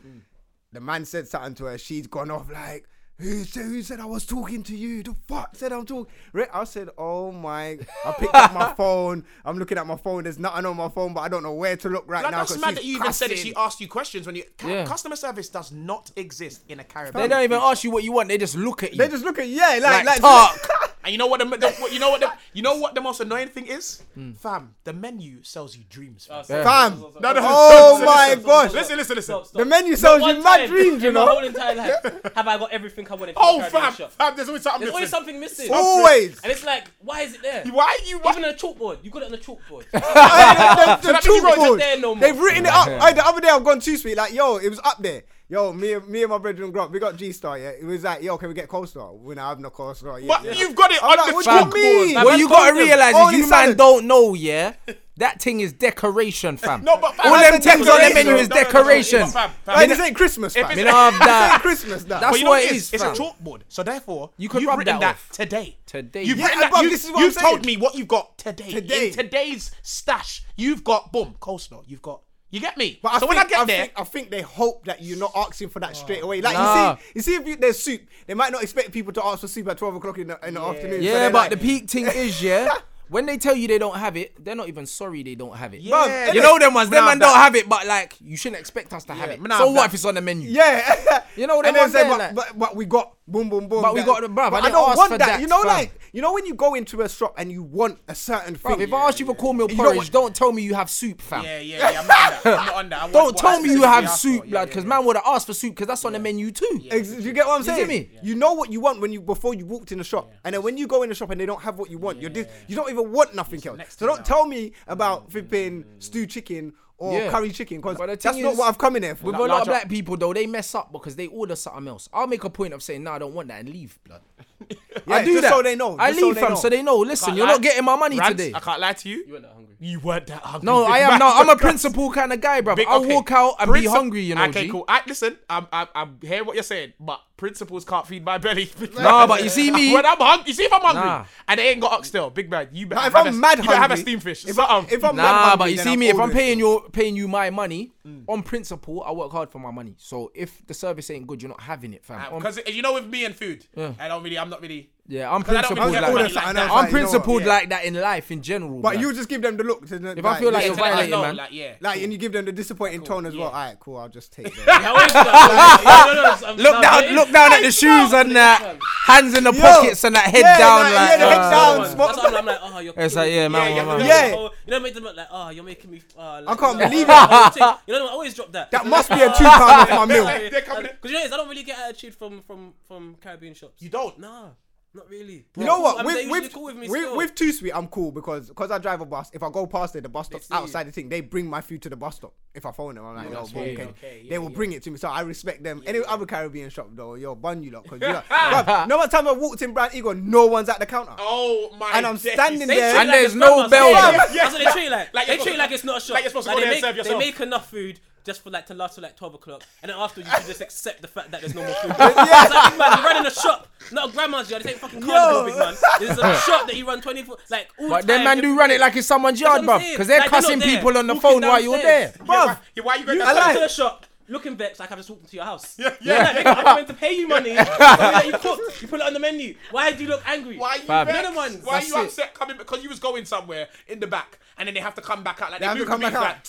[SPEAKER 3] The man said something to her. She's gone off like, who said, who said I was talking to you? The fuck said I'm talking? I said, oh my! I picked up my phone. I'm looking at my phone. There's nothing on my phone, but I don't know where to look right
[SPEAKER 2] Like,
[SPEAKER 3] now.
[SPEAKER 2] that's
[SPEAKER 3] 'cause
[SPEAKER 2] mad
[SPEAKER 3] she's
[SPEAKER 2] that you even said it.
[SPEAKER 3] cussing.
[SPEAKER 2] She asked you questions when you. Cu-
[SPEAKER 5] Yeah.
[SPEAKER 2] Customer service does not exist in a Caribbean.
[SPEAKER 5] They don't even ask you what you want. They just look at you.
[SPEAKER 3] They just look at yeah, like,
[SPEAKER 5] like,
[SPEAKER 3] like
[SPEAKER 5] talk.
[SPEAKER 2] And you know what? The, the, what- you know what? The, you know what? The most annoying thing is, fam. The menu sells you dreams. Fam.
[SPEAKER 1] Oh, sorry,
[SPEAKER 3] Fam.
[SPEAKER 1] sorry, sorry, sorry,
[SPEAKER 2] No, no,
[SPEAKER 1] sorry.
[SPEAKER 3] Oh
[SPEAKER 2] listen,
[SPEAKER 3] my
[SPEAKER 2] listen,
[SPEAKER 3] gosh.
[SPEAKER 2] Listen, listen, listen.
[SPEAKER 1] Stop, stop.
[SPEAKER 3] the menu sells
[SPEAKER 1] One
[SPEAKER 3] you mad
[SPEAKER 1] time
[SPEAKER 3] dreams, you
[SPEAKER 1] in my
[SPEAKER 3] know.
[SPEAKER 1] whole entire life, have I got everything I wanted? from
[SPEAKER 2] Oh,
[SPEAKER 1] a Caribbean
[SPEAKER 2] fam,
[SPEAKER 1] shop?
[SPEAKER 2] fam. There's always something.
[SPEAKER 1] There's always
[SPEAKER 2] missing.
[SPEAKER 1] something missing.
[SPEAKER 5] Oh.
[SPEAKER 3] Always.
[SPEAKER 1] And it's like, why is it there?
[SPEAKER 2] Why are you?
[SPEAKER 1] Even on a chalkboard, you got it on a chalkboard.
[SPEAKER 3] the, the,
[SPEAKER 1] that means
[SPEAKER 3] truth
[SPEAKER 1] you wrote it
[SPEAKER 3] board.
[SPEAKER 1] there no more.
[SPEAKER 3] They've written it up. Aye, the other day I've gone too sweet. Like, yo, it was up there. Yo, me, and- me and my brethren grew up. We got G Star, yeah. It was like, yo, can we get Cold Star? When I have no Cold Star, yeah.
[SPEAKER 2] But
[SPEAKER 3] yeah.
[SPEAKER 2] you've got it
[SPEAKER 3] I'm
[SPEAKER 2] on
[SPEAKER 3] like,
[SPEAKER 2] the
[SPEAKER 3] what do you
[SPEAKER 5] Fam,
[SPEAKER 2] chalkboard.
[SPEAKER 3] mean?
[SPEAKER 5] what you gotta realize
[SPEAKER 3] Only
[SPEAKER 5] is you man
[SPEAKER 3] salad.
[SPEAKER 5] don't know, yeah. That thing is decoration, fam.
[SPEAKER 2] No, but fam,
[SPEAKER 5] all
[SPEAKER 2] that's
[SPEAKER 5] them
[SPEAKER 2] a
[SPEAKER 5] things on the
[SPEAKER 2] decoration.
[SPEAKER 5] menu is
[SPEAKER 2] No, no, no, no,
[SPEAKER 5] decoration.
[SPEAKER 2] it's fam, fam.
[SPEAKER 3] Aye, this ain't Christmas, fam.
[SPEAKER 5] Me love
[SPEAKER 3] This ain't
[SPEAKER 5] that.
[SPEAKER 3] Christmas, nah.
[SPEAKER 5] That's
[SPEAKER 2] But you know
[SPEAKER 5] what it
[SPEAKER 2] it
[SPEAKER 5] is,
[SPEAKER 2] It's a
[SPEAKER 5] fam.
[SPEAKER 2] chalkboard. So therefore,
[SPEAKER 5] You could
[SPEAKER 2] have
[SPEAKER 5] rub
[SPEAKER 2] written
[SPEAKER 5] that
[SPEAKER 2] that
[SPEAKER 5] off.
[SPEAKER 2] today.
[SPEAKER 5] Today.
[SPEAKER 2] You've
[SPEAKER 5] Yeah,
[SPEAKER 2] written that.
[SPEAKER 3] but
[SPEAKER 2] you,
[SPEAKER 3] this is what
[SPEAKER 2] you've
[SPEAKER 3] I'm
[SPEAKER 2] told
[SPEAKER 3] saying.
[SPEAKER 2] me what you've got today.
[SPEAKER 3] Today.
[SPEAKER 2] In today's stash, you've got boom coleslaw. You've got. You get me?
[SPEAKER 3] But I
[SPEAKER 2] so
[SPEAKER 3] think,
[SPEAKER 2] when I get there,
[SPEAKER 5] uh,
[SPEAKER 3] think, I think they hope that you're not asking for that straight away. Like
[SPEAKER 5] Nah.
[SPEAKER 3] you see, you see if you, there's soup, they might not expect people to ask for soup at twelve o'clock in the, in the afternoon. so
[SPEAKER 5] yeah,
[SPEAKER 3] they're like,
[SPEAKER 5] but the peak thing is, yeah, when they tell you they don't have it, they're not even sorry they don't have it.
[SPEAKER 2] Yeah. Bruv,
[SPEAKER 5] you know them ones. Them
[SPEAKER 2] Nah,
[SPEAKER 5] man
[SPEAKER 2] that-
[SPEAKER 5] don't have it, but like you shouldn't expect us to have it.
[SPEAKER 2] nah,
[SPEAKER 5] so what
[SPEAKER 2] that-
[SPEAKER 5] if it's on the menu?
[SPEAKER 3] Yeah,
[SPEAKER 5] You know, them
[SPEAKER 3] and then
[SPEAKER 5] ones
[SPEAKER 3] say,
[SPEAKER 5] there,
[SPEAKER 3] but,
[SPEAKER 5] like-
[SPEAKER 3] but but we got boom boom boom.
[SPEAKER 5] But we
[SPEAKER 3] that-
[SPEAKER 5] got the- bruv, I
[SPEAKER 3] But I
[SPEAKER 5] didn't
[SPEAKER 3] don't
[SPEAKER 5] ask
[SPEAKER 3] want
[SPEAKER 5] for
[SPEAKER 3] that.
[SPEAKER 5] that,
[SPEAKER 3] You know,
[SPEAKER 5] fam.
[SPEAKER 3] like you know when you go into a shop and you want a certain
[SPEAKER 5] Bruv,
[SPEAKER 3] thing.
[SPEAKER 5] if I ask you for cornmeal
[SPEAKER 3] You know
[SPEAKER 5] porridge,
[SPEAKER 3] what-
[SPEAKER 5] don't tell me you have soup, fam.
[SPEAKER 2] yeah, yeah, yeah. I'm not on that. I'm not on that. I want
[SPEAKER 5] Don't
[SPEAKER 2] what I
[SPEAKER 5] tell me you
[SPEAKER 2] specifically
[SPEAKER 5] have
[SPEAKER 2] asked
[SPEAKER 5] soup,
[SPEAKER 2] for. Yeah,
[SPEAKER 5] blood,
[SPEAKER 2] yeah,
[SPEAKER 5] because
[SPEAKER 2] yeah.
[SPEAKER 5] man would have asked for soup because that's on the menu too.
[SPEAKER 3] Ex- do you get what I'm
[SPEAKER 5] get
[SPEAKER 3] saying?
[SPEAKER 5] me? Yeah.
[SPEAKER 3] You know what you want when you before you walked in the shop, and then when you go in the shop and they don't have what you want, you're dis- you don't even want nothing else.
[SPEAKER 2] next
[SPEAKER 3] So
[SPEAKER 2] thing
[SPEAKER 3] don't tell me about flipping stew chicken or
[SPEAKER 5] Yeah.
[SPEAKER 3] curry chicken because
[SPEAKER 5] But the
[SPEAKER 3] that's
[SPEAKER 5] thing
[SPEAKER 3] not
[SPEAKER 5] is,
[SPEAKER 3] what I've come in there for.
[SPEAKER 5] With a lot of
[SPEAKER 2] larger-
[SPEAKER 5] black people though, they mess up because they order something else. I'll make a point of saying, "No, I don't want that," and leave. Blood. I
[SPEAKER 3] Yeah,
[SPEAKER 5] do
[SPEAKER 3] just
[SPEAKER 5] that.
[SPEAKER 3] so they know,
[SPEAKER 5] I
[SPEAKER 3] just so
[SPEAKER 5] leave
[SPEAKER 3] they
[SPEAKER 5] them
[SPEAKER 3] know.
[SPEAKER 5] so they know. Listen,
[SPEAKER 2] Can't
[SPEAKER 5] you're
[SPEAKER 2] lie.
[SPEAKER 5] not getting my money
[SPEAKER 2] Rants,
[SPEAKER 5] today.
[SPEAKER 2] I can't lie to you.
[SPEAKER 1] You weren't that hungry.
[SPEAKER 2] You weren't that hungry.
[SPEAKER 5] No,
[SPEAKER 2] Big
[SPEAKER 5] I am
[SPEAKER 2] man.
[SPEAKER 5] now. I'm a principal kind of guy, bro.
[SPEAKER 2] Big-
[SPEAKER 5] I'll
[SPEAKER 2] okay.
[SPEAKER 5] walk out and be
[SPEAKER 2] Princi-
[SPEAKER 5] hungry, you know.
[SPEAKER 2] Okay,
[SPEAKER 5] G.
[SPEAKER 2] cool. I, listen, I'm, I'm, I'm hearing what you're saying, but principles can't feed my belly.
[SPEAKER 5] Nah, but you see me-
[SPEAKER 2] when I'm hungry. You see if I'm hungry
[SPEAKER 5] Nah.
[SPEAKER 2] and they ain't got oxtail, big man. You better
[SPEAKER 3] if
[SPEAKER 2] have
[SPEAKER 3] I'm
[SPEAKER 2] a,
[SPEAKER 3] mad
[SPEAKER 2] you better have a
[SPEAKER 3] hungry,
[SPEAKER 2] steam fish.
[SPEAKER 3] If, I,
[SPEAKER 2] something.
[SPEAKER 3] if I'm mad
[SPEAKER 5] Nah,
[SPEAKER 3] hungry,
[SPEAKER 5] but you
[SPEAKER 3] then
[SPEAKER 5] see me if I'm
[SPEAKER 3] ordering
[SPEAKER 5] paying your paying you my money
[SPEAKER 3] Mm.
[SPEAKER 5] on principle, I work hard for my money. So if the service ain't good, you're not having it, fam. On-
[SPEAKER 2] because you know, with me and food, I don't really. I'm not really.
[SPEAKER 5] yeah, I'm
[SPEAKER 2] 'cause I don't
[SPEAKER 5] principled
[SPEAKER 2] really get money
[SPEAKER 5] like that.
[SPEAKER 3] orders like
[SPEAKER 2] like
[SPEAKER 3] that.
[SPEAKER 2] that.
[SPEAKER 3] Like,
[SPEAKER 5] I'm
[SPEAKER 3] you know what?
[SPEAKER 5] principled
[SPEAKER 2] Yeah.
[SPEAKER 5] like that in life in general.
[SPEAKER 3] But
[SPEAKER 5] bruh.
[SPEAKER 3] you just give them the look. To,
[SPEAKER 5] If I feel like
[SPEAKER 2] Yeah,
[SPEAKER 5] you're
[SPEAKER 2] so I
[SPEAKER 5] violating,
[SPEAKER 2] know,
[SPEAKER 5] man.
[SPEAKER 2] Like yeah,
[SPEAKER 3] Like, and you give them the disappointing tone as well.
[SPEAKER 2] yeah.
[SPEAKER 3] Alright, cool. I'll just take that.
[SPEAKER 1] Yeah, I always felt like- yeah, no, no, no, it's- I'm-
[SPEAKER 5] Look
[SPEAKER 1] no,
[SPEAKER 5] down,
[SPEAKER 1] it-
[SPEAKER 5] look down at the shoes and that, hands in the pockets and that head
[SPEAKER 3] yeah,
[SPEAKER 5] down,
[SPEAKER 3] like,
[SPEAKER 5] like.
[SPEAKER 3] yeah, the head
[SPEAKER 5] uh,
[SPEAKER 3] down.
[SPEAKER 1] Come on,
[SPEAKER 3] Spot-
[SPEAKER 1] that's what I'm like, oh, you're
[SPEAKER 5] It's like,
[SPEAKER 1] killing me.
[SPEAKER 5] yeah, man,
[SPEAKER 2] yeah,
[SPEAKER 5] man,
[SPEAKER 2] yeah,
[SPEAKER 5] man.
[SPEAKER 3] yeah.
[SPEAKER 1] Oh, you know, make them look like, oh, you're making me. Uh, like,
[SPEAKER 3] I can't
[SPEAKER 1] you know,
[SPEAKER 3] believe
[SPEAKER 1] oh,
[SPEAKER 3] it.
[SPEAKER 1] I'll take- You know, I always drop that.
[SPEAKER 3] that must be a two pound off my meal.
[SPEAKER 2] Like, they're coming in-
[SPEAKER 1] Because you know, it's- I don't really get attitude from from from Caribbean shops.
[SPEAKER 2] you don't.
[SPEAKER 1] Nah, not really.
[SPEAKER 3] You know what?
[SPEAKER 1] I'm- they're
[SPEAKER 3] With
[SPEAKER 1] usually
[SPEAKER 3] with
[SPEAKER 1] cool with me
[SPEAKER 3] with,
[SPEAKER 1] still.
[SPEAKER 3] with Too Sweet, I'm cool because because I drive a bus. If I go past there, the bus stop's
[SPEAKER 1] see you.
[SPEAKER 3] outside the thing. They bring my food to the bus stop. If I phone them, I'm like, yo, bro,
[SPEAKER 2] weird.
[SPEAKER 3] okay.
[SPEAKER 2] Okay,
[SPEAKER 3] they
[SPEAKER 2] yeah,
[SPEAKER 3] will
[SPEAKER 2] yeah.
[SPEAKER 3] bring it to me. So I respect them. Any other Caribbean shop though, yo, bun you lot. Cause you lot, bruv, no one time I walked in Brand Eagle, no one's at the counter.
[SPEAKER 2] Oh my!
[SPEAKER 3] And I'm
[SPEAKER 2] days.
[SPEAKER 3] standing
[SPEAKER 2] They
[SPEAKER 3] there.
[SPEAKER 2] treat
[SPEAKER 5] And
[SPEAKER 1] Like
[SPEAKER 5] there's
[SPEAKER 1] it's
[SPEAKER 5] no
[SPEAKER 1] grandma's.
[SPEAKER 5] bell.
[SPEAKER 1] Yeah,
[SPEAKER 2] Yeah.
[SPEAKER 1] That's what they treat it like.
[SPEAKER 2] Like
[SPEAKER 1] they
[SPEAKER 2] you're
[SPEAKER 1] treat it
[SPEAKER 2] supposed-
[SPEAKER 1] like it's not a shop.
[SPEAKER 2] like you're supposed to go
[SPEAKER 1] they
[SPEAKER 2] there and
[SPEAKER 1] make,
[SPEAKER 2] serve
[SPEAKER 1] They
[SPEAKER 2] yourself.
[SPEAKER 1] make enough food just for like to last till like twelve o'clock, and then afterwards you should just accept the fact that there's no more food. yeah. It's like, man, you're running a shop, not a grandma's yard. This ain't fucking carnival, big man. This is a shop that you run twenty four like all
[SPEAKER 5] But
[SPEAKER 1] the
[SPEAKER 5] them
[SPEAKER 1] time.
[SPEAKER 5] man do run it like it's someone's yard,
[SPEAKER 1] what I'm
[SPEAKER 5] bruv.
[SPEAKER 1] saying.
[SPEAKER 5] Because they're
[SPEAKER 1] Like, they're not
[SPEAKER 5] cussing
[SPEAKER 1] there.
[SPEAKER 5] people on the
[SPEAKER 1] Walking
[SPEAKER 5] phone while you're there.
[SPEAKER 1] downstairs.
[SPEAKER 2] Bruh, yeah, why you going
[SPEAKER 1] You
[SPEAKER 2] down-
[SPEAKER 1] come to the shop looking vexed like I've just walked into your house. Yeah, yeah. Like, nigga, I'm going to pay you money. for something that you cooked. You put it on the menu. Why do you look angry?
[SPEAKER 2] Why are you
[SPEAKER 5] Fam.
[SPEAKER 2] vexed?
[SPEAKER 1] Another one.
[SPEAKER 2] Why are you
[SPEAKER 5] That's it.
[SPEAKER 2] upset coming because you was going somewhere in the back and then they have to come back out like they,
[SPEAKER 3] have to
[SPEAKER 2] moved
[SPEAKER 3] come
[SPEAKER 2] me,
[SPEAKER 3] back out.
[SPEAKER 2] like, like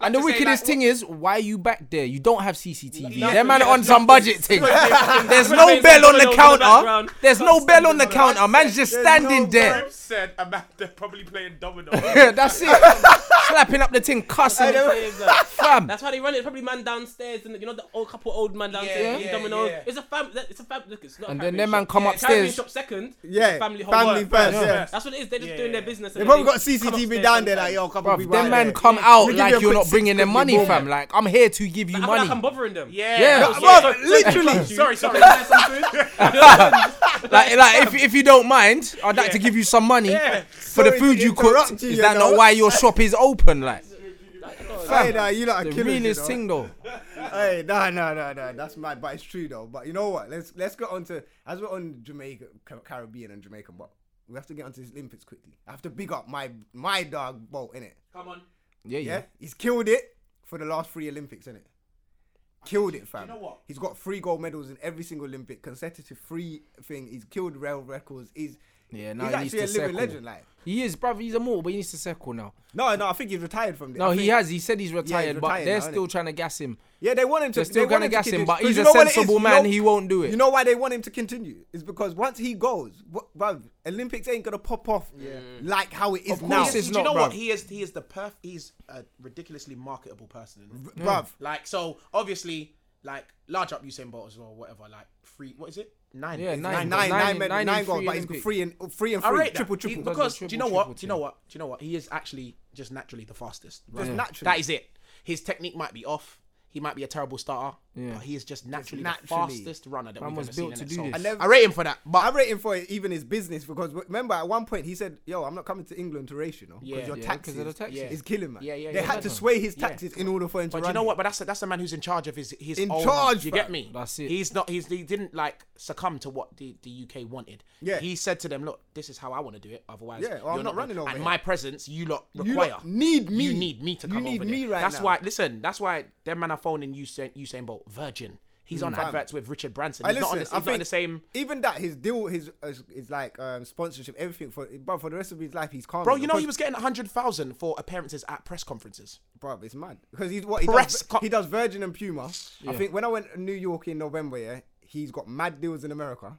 [SPEAKER 5] And the
[SPEAKER 2] to say,
[SPEAKER 5] wickedest
[SPEAKER 2] like,
[SPEAKER 5] thing is, why you back there? You don't have CCTV.
[SPEAKER 2] Nothing.
[SPEAKER 5] Them man
[SPEAKER 2] There's
[SPEAKER 5] on some budget thing. There's no
[SPEAKER 1] There's
[SPEAKER 5] bell
[SPEAKER 1] nothing
[SPEAKER 5] on the
[SPEAKER 1] in the
[SPEAKER 5] counter.
[SPEAKER 1] background.
[SPEAKER 5] There's no bell on the counter. Man's just standing there.
[SPEAKER 2] Graham said about they're probably playing domino.
[SPEAKER 5] Yeah, that's it. Slapping up the thing, cussing, fam.
[SPEAKER 1] That's how they run it. Probably man downstairs, and you know the old couple old man downstairs.
[SPEAKER 2] Yeah,
[SPEAKER 1] eating
[SPEAKER 2] yeah,
[SPEAKER 1] dominoes.
[SPEAKER 2] yeah.
[SPEAKER 1] It's a fam. that- It's a fam. Look, it's not. a
[SPEAKER 5] And then
[SPEAKER 1] Caribbean
[SPEAKER 5] them man
[SPEAKER 1] shop.
[SPEAKER 5] come
[SPEAKER 1] Yeah, Caribbean
[SPEAKER 5] upstairs.
[SPEAKER 1] shop second.
[SPEAKER 3] Yeah,
[SPEAKER 1] Family, home
[SPEAKER 3] family
[SPEAKER 1] work.
[SPEAKER 3] first. Yeah.
[SPEAKER 1] That's what it is. They're just doing their business.
[SPEAKER 3] They probably got CCTV down there, like yo, a couple
[SPEAKER 5] Bruv,
[SPEAKER 3] people. out
[SPEAKER 5] them man
[SPEAKER 3] there.
[SPEAKER 5] come
[SPEAKER 3] We
[SPEAKER 5] out
[SPEAKER 3] give you
[SPEAKER 5] like
[SPEAKER 3] a
[SPEAKER 5] you're
[SPEAKER 3] quick
[SPEAKER 5] not bringing
[SPEAKER 3] six
[SPEAKER 5] them
[SPEAKER 3] quid
[SPEAKER 5] money,
[SPEAKER 3] before.
[SPEAKER 5] fam. Like I'm here to give you
[SPEAKER 1] I feel like I'm
[SPEAKER 5] money.
[SPEAKER 1] bothering them.
[SPEAKER 2] yeah.
[SPEAKER 5] Yeah.
[SPEAKER 2] No,
[SPEAKER 5] Bruv,
[SPEAKER 2] yeah.
[SPEAKER 3] literally.
[SPEAKER 2] Sorry, sorry.
[SPEAKER 5] Like, like if, if you don't mind, I'd like to give you some money
[SPEAKER 2] Yeah.
[SPEAKER 5] for the
[SPEAKER 3] Sorry
[SPEAKER 5] food
[SPEAKER 3] to
[SPEAKER 5] you
[SPEAKER 3] interrupt
[SPEAKER 5] cooked.
[SPEAKER 3] you,
[SPEAKER 5] Is
[SPEAKER 3] you
[SPEAKER 5] that
[SPEAKER 3] know.
[SPEAKER 5] not why your shop is open? Like
[SPEAKER 3] Hey, nah, you lot are
[SPEAKER 5] the
[SPEAKER 3] killers, you
[SPEAKER 5] realest
[SPEAKER 3] know.
[SPEAKER 5] thing though.
[SPEAKER 3] Hey, no, no, no, no. That's mad, but it's true though. But you know what? Let's let's get on to as we're on Jamaica, Ca- Caribbean, and Jamaican, but we have to get onto this Olympics quickly. I have to big up my my dog Bolt in it.
[SPEAKER 1] Come on.
[SPEAKER 5] Yeah,
[SPEAKER 3] Yeah,
[SPEAKER 5] yeah.
[SPEAKER 3] he's killed it for the last three Olympics, innit? Killed it, fam.
[SPEAKER 2] know what?
[SPEAKER 3] He's got three gold medals in every single Olympic, consecutive three thing. He's killed rail records. He's
[SPEAKER 5] Yeah, now
[SPEAKER 3] he's
[SPEAKER 5] he needs
[SPEAKER 3] actually a
[SPEAKER 5] to
[SPEAKER 3] living
[SPEAKER 5] settle.
[SPEAKER 3] legend. Like,
[SPEAKER 5] He is, bruv. He's a mortal, but he needs to circle now.
[SPEAKER 3] no, no, I think he's retired from this.
[SPEAKER 5] No,
[SPEAKER 3] I
[SPEAKER 5] he
[SPEAKER 3] think-
[SPEAKER 5] has. He said he's retired, but
[SPEAKER 3] retired
[SPEAKER 5] they're
[SPEAKER 3] now, innit?
[SPEAKER 5] still trying to gas him.
[SPEAKER 3] Yeah, they want him to.
[SPEAKER 5] They're still
[SPEAKER 3] they want
[SPEAKER 5] gonna
[SPEAKER 3] him to
[SPEAKER 5] gas him,
[SPEAKER 3] continue.
[SPEAKER 5] but
[SPEAKER 3] Because
[SPEAKER 5] he's
[SPEAKER 3] you
[SPEAKER 5] a
[SPEAKER 3] know what it is,
[SPEAKER 5] sensible
[SPEAKER 3] you
[SPEAKER 5] man,
[SPEAKER 3] know-
[SPEAKER 5] he won't do it.
[SPEAKER 3] You know why they want him to continue? It's because once he goes, what, bruv, Olympics ain't gonna pop off like how it is
[SPEAKER 2] Of
[SPEAKER 3] now,
[SPEAKER 2] course it's
[SPEAKER 5] Do
[SPEAKER 2] not,
[SPEAKER 5] you know
[SPEAKER 2] bro.
[SPEAKER 5] what?
[SPEAKER 2] He is he is the perf he's a ridiculously marketable person. isn't he?
[SPEAKER 3] bruv.
[SPEAKER 5] Mm.
[SPEAKER 2] Like so obviously like large up Usain Bolt as well, whatever, like three what is it? Nine.
[SPEAKER 5] Yeah,
[SPEAKER 2] It's
[SPEAKER 5] nine.
[SPEAKER 3] Nine, nine,
[SPEAKER 5] Nine
[SPEAKER 3] nine,
[SPEAKER 5] in-
[SPEAKER 3] men-
[SPEAKER 5] nine in
[SPEAKER 3] nine goals,
[SPEAKER 5] three
[SPEAKER 3] but he's
[SPEAKER 5] Olympic.
[SPEAKER 3] free and oh, free and
[SPEAKER 2] I
[SPEAKER 3] free,
[SPEAKER 2] rate
[SPEAKER 3] triple,
[SPEAKER 2] that. He-
[SPEAKER 3] triple.
[SPEAKER 2] because
[SPEAKER 5] Triple,
[SPEAKER 2] do you know
[SPEAKER 5] triple,
[SPEAKER 2] what?
[SPEAKER 5] triple,
[SPEAKER 2] do you know what? Do you know what? He is actually just naturally the fastest. right?
[SPEAKER 3] Just naturally.
[SPEAKER 2] That is it. His technique might be off. He might be a terrible starter,
[SPEAKER 5] Yeah.
[SPEAKER 2] but he is just naturally,
[SPEAKER 3] naturally.
[SPEAKER 2] the fastest runner that
[SPEAKER 5] Man
[SPEAKER 2] we've
[SPEAKER 5] was
[SPEAKER 2] ever seen.
[SPEAKER 5] built
[SPEAKER 2] innit?
[SPEAKER 5] to do
[SPEAKER 2] So
[SPEAKER 5] this.
[SPEAKER 2] I,
[SPEAKER 5] I
[SPEAKER 2] never, I rate him for that. But
[SPEAKER 3] I'm rating for it, even his business because remember at one point he said, "Yo, I'm not coming to England to race, you know, because
[SPEAKER 2] Yeah.
[SPEAKER 3] your
[SPEAKER 2] Yeah,
[SPEAKER 5] 'cause
[SPEAKER 3] taxes,
[SPEAKER 5] of the taxes.
[SPEAKER 3] is killing man."
[SPEAKER 2] Yeah, yeah,
[SPEAKER 3] They
[SPEAKER 2] yeah,
[SPEAKER 3] had to
[SPEAKER 2] yeah.
[SPEAKER 3] sway his taxes in order for him to
[SPEAKER 2] But
[SPEAKER 3] run.
[SPEAKER 2] you know what? But that's that's the man who's in charge of his his
[SPEAKER 3] In
[SPEAKER 2] own-
[SPEAKER 3] charge,
[SPEAKER 2] You
[SPEAKER 3] fam.
[SPEAKER 2] get me?
[SPEAKER 5] That's it.
[SPEAKER 2] He's not. He's he didn't like succumb to what the, the UK wanted.
[SPEAKER 3] Yeah.
[SPEAKER 2] He said to them, "Look, this is how I want to do it. Otherwise,
[SPEAKER 3] Yeah, well, I'm
[SPEAKER 2] you're
[SPEAKER 3] not running
[SPEAKER 2] gonna-
[SPEAKER 3] over
[SPEAKER 2] And
[SPEAKER 3] here.
[SPEAKER 2] my presence, you lot
[SPEAKER 3] You
[SPEAKER 2] require.
[SPEAKER 3] lot need me.
[SPEAKER 2] You need me to
[SPEAKER 3] You
[SPEAKER 2] come
[SPEAKER 3] need
[SPEAKER 2] over
[SPEAKER 3] me
[SPEAKER 2] there.
[SPEAKER 3] right
[SPEAKER 2] That's
[SPEAKER 3] now.
[SPEAKER 2] why. Listen. That's why them man are phoning Usain Usain Bolt Virgin. He's on adverts with Richard Branson.
[SPEAKER 3] Mm, I
[SPEAKER 2] He's,
[SPEAKER 3] listen,
[SPEAKER 2] not, on the,
[SPEAKER 3] I
[SPEAKER 2] he's not in
[SPEAKER 3] think
[SPEAKER 2] the same.
[SPEAKER 3] Even that his deal, his uh, is like um, sponsorship, everything for. But for the rest of his life, he's calm.
[SPEAKER 2] Bro, you know he
[SPEAKER 3] Because-
[SPEAKER 2] was getting hundred thousand for appearances at press conferences.
[SPEAKER 3] Bro, it's mad because he's what he does,
[SPEAKER 2] Press co-
[SPEAKER 3] he does Virgin and Puma. I think when I went to New York in November, yeah, he's got mad deals in America.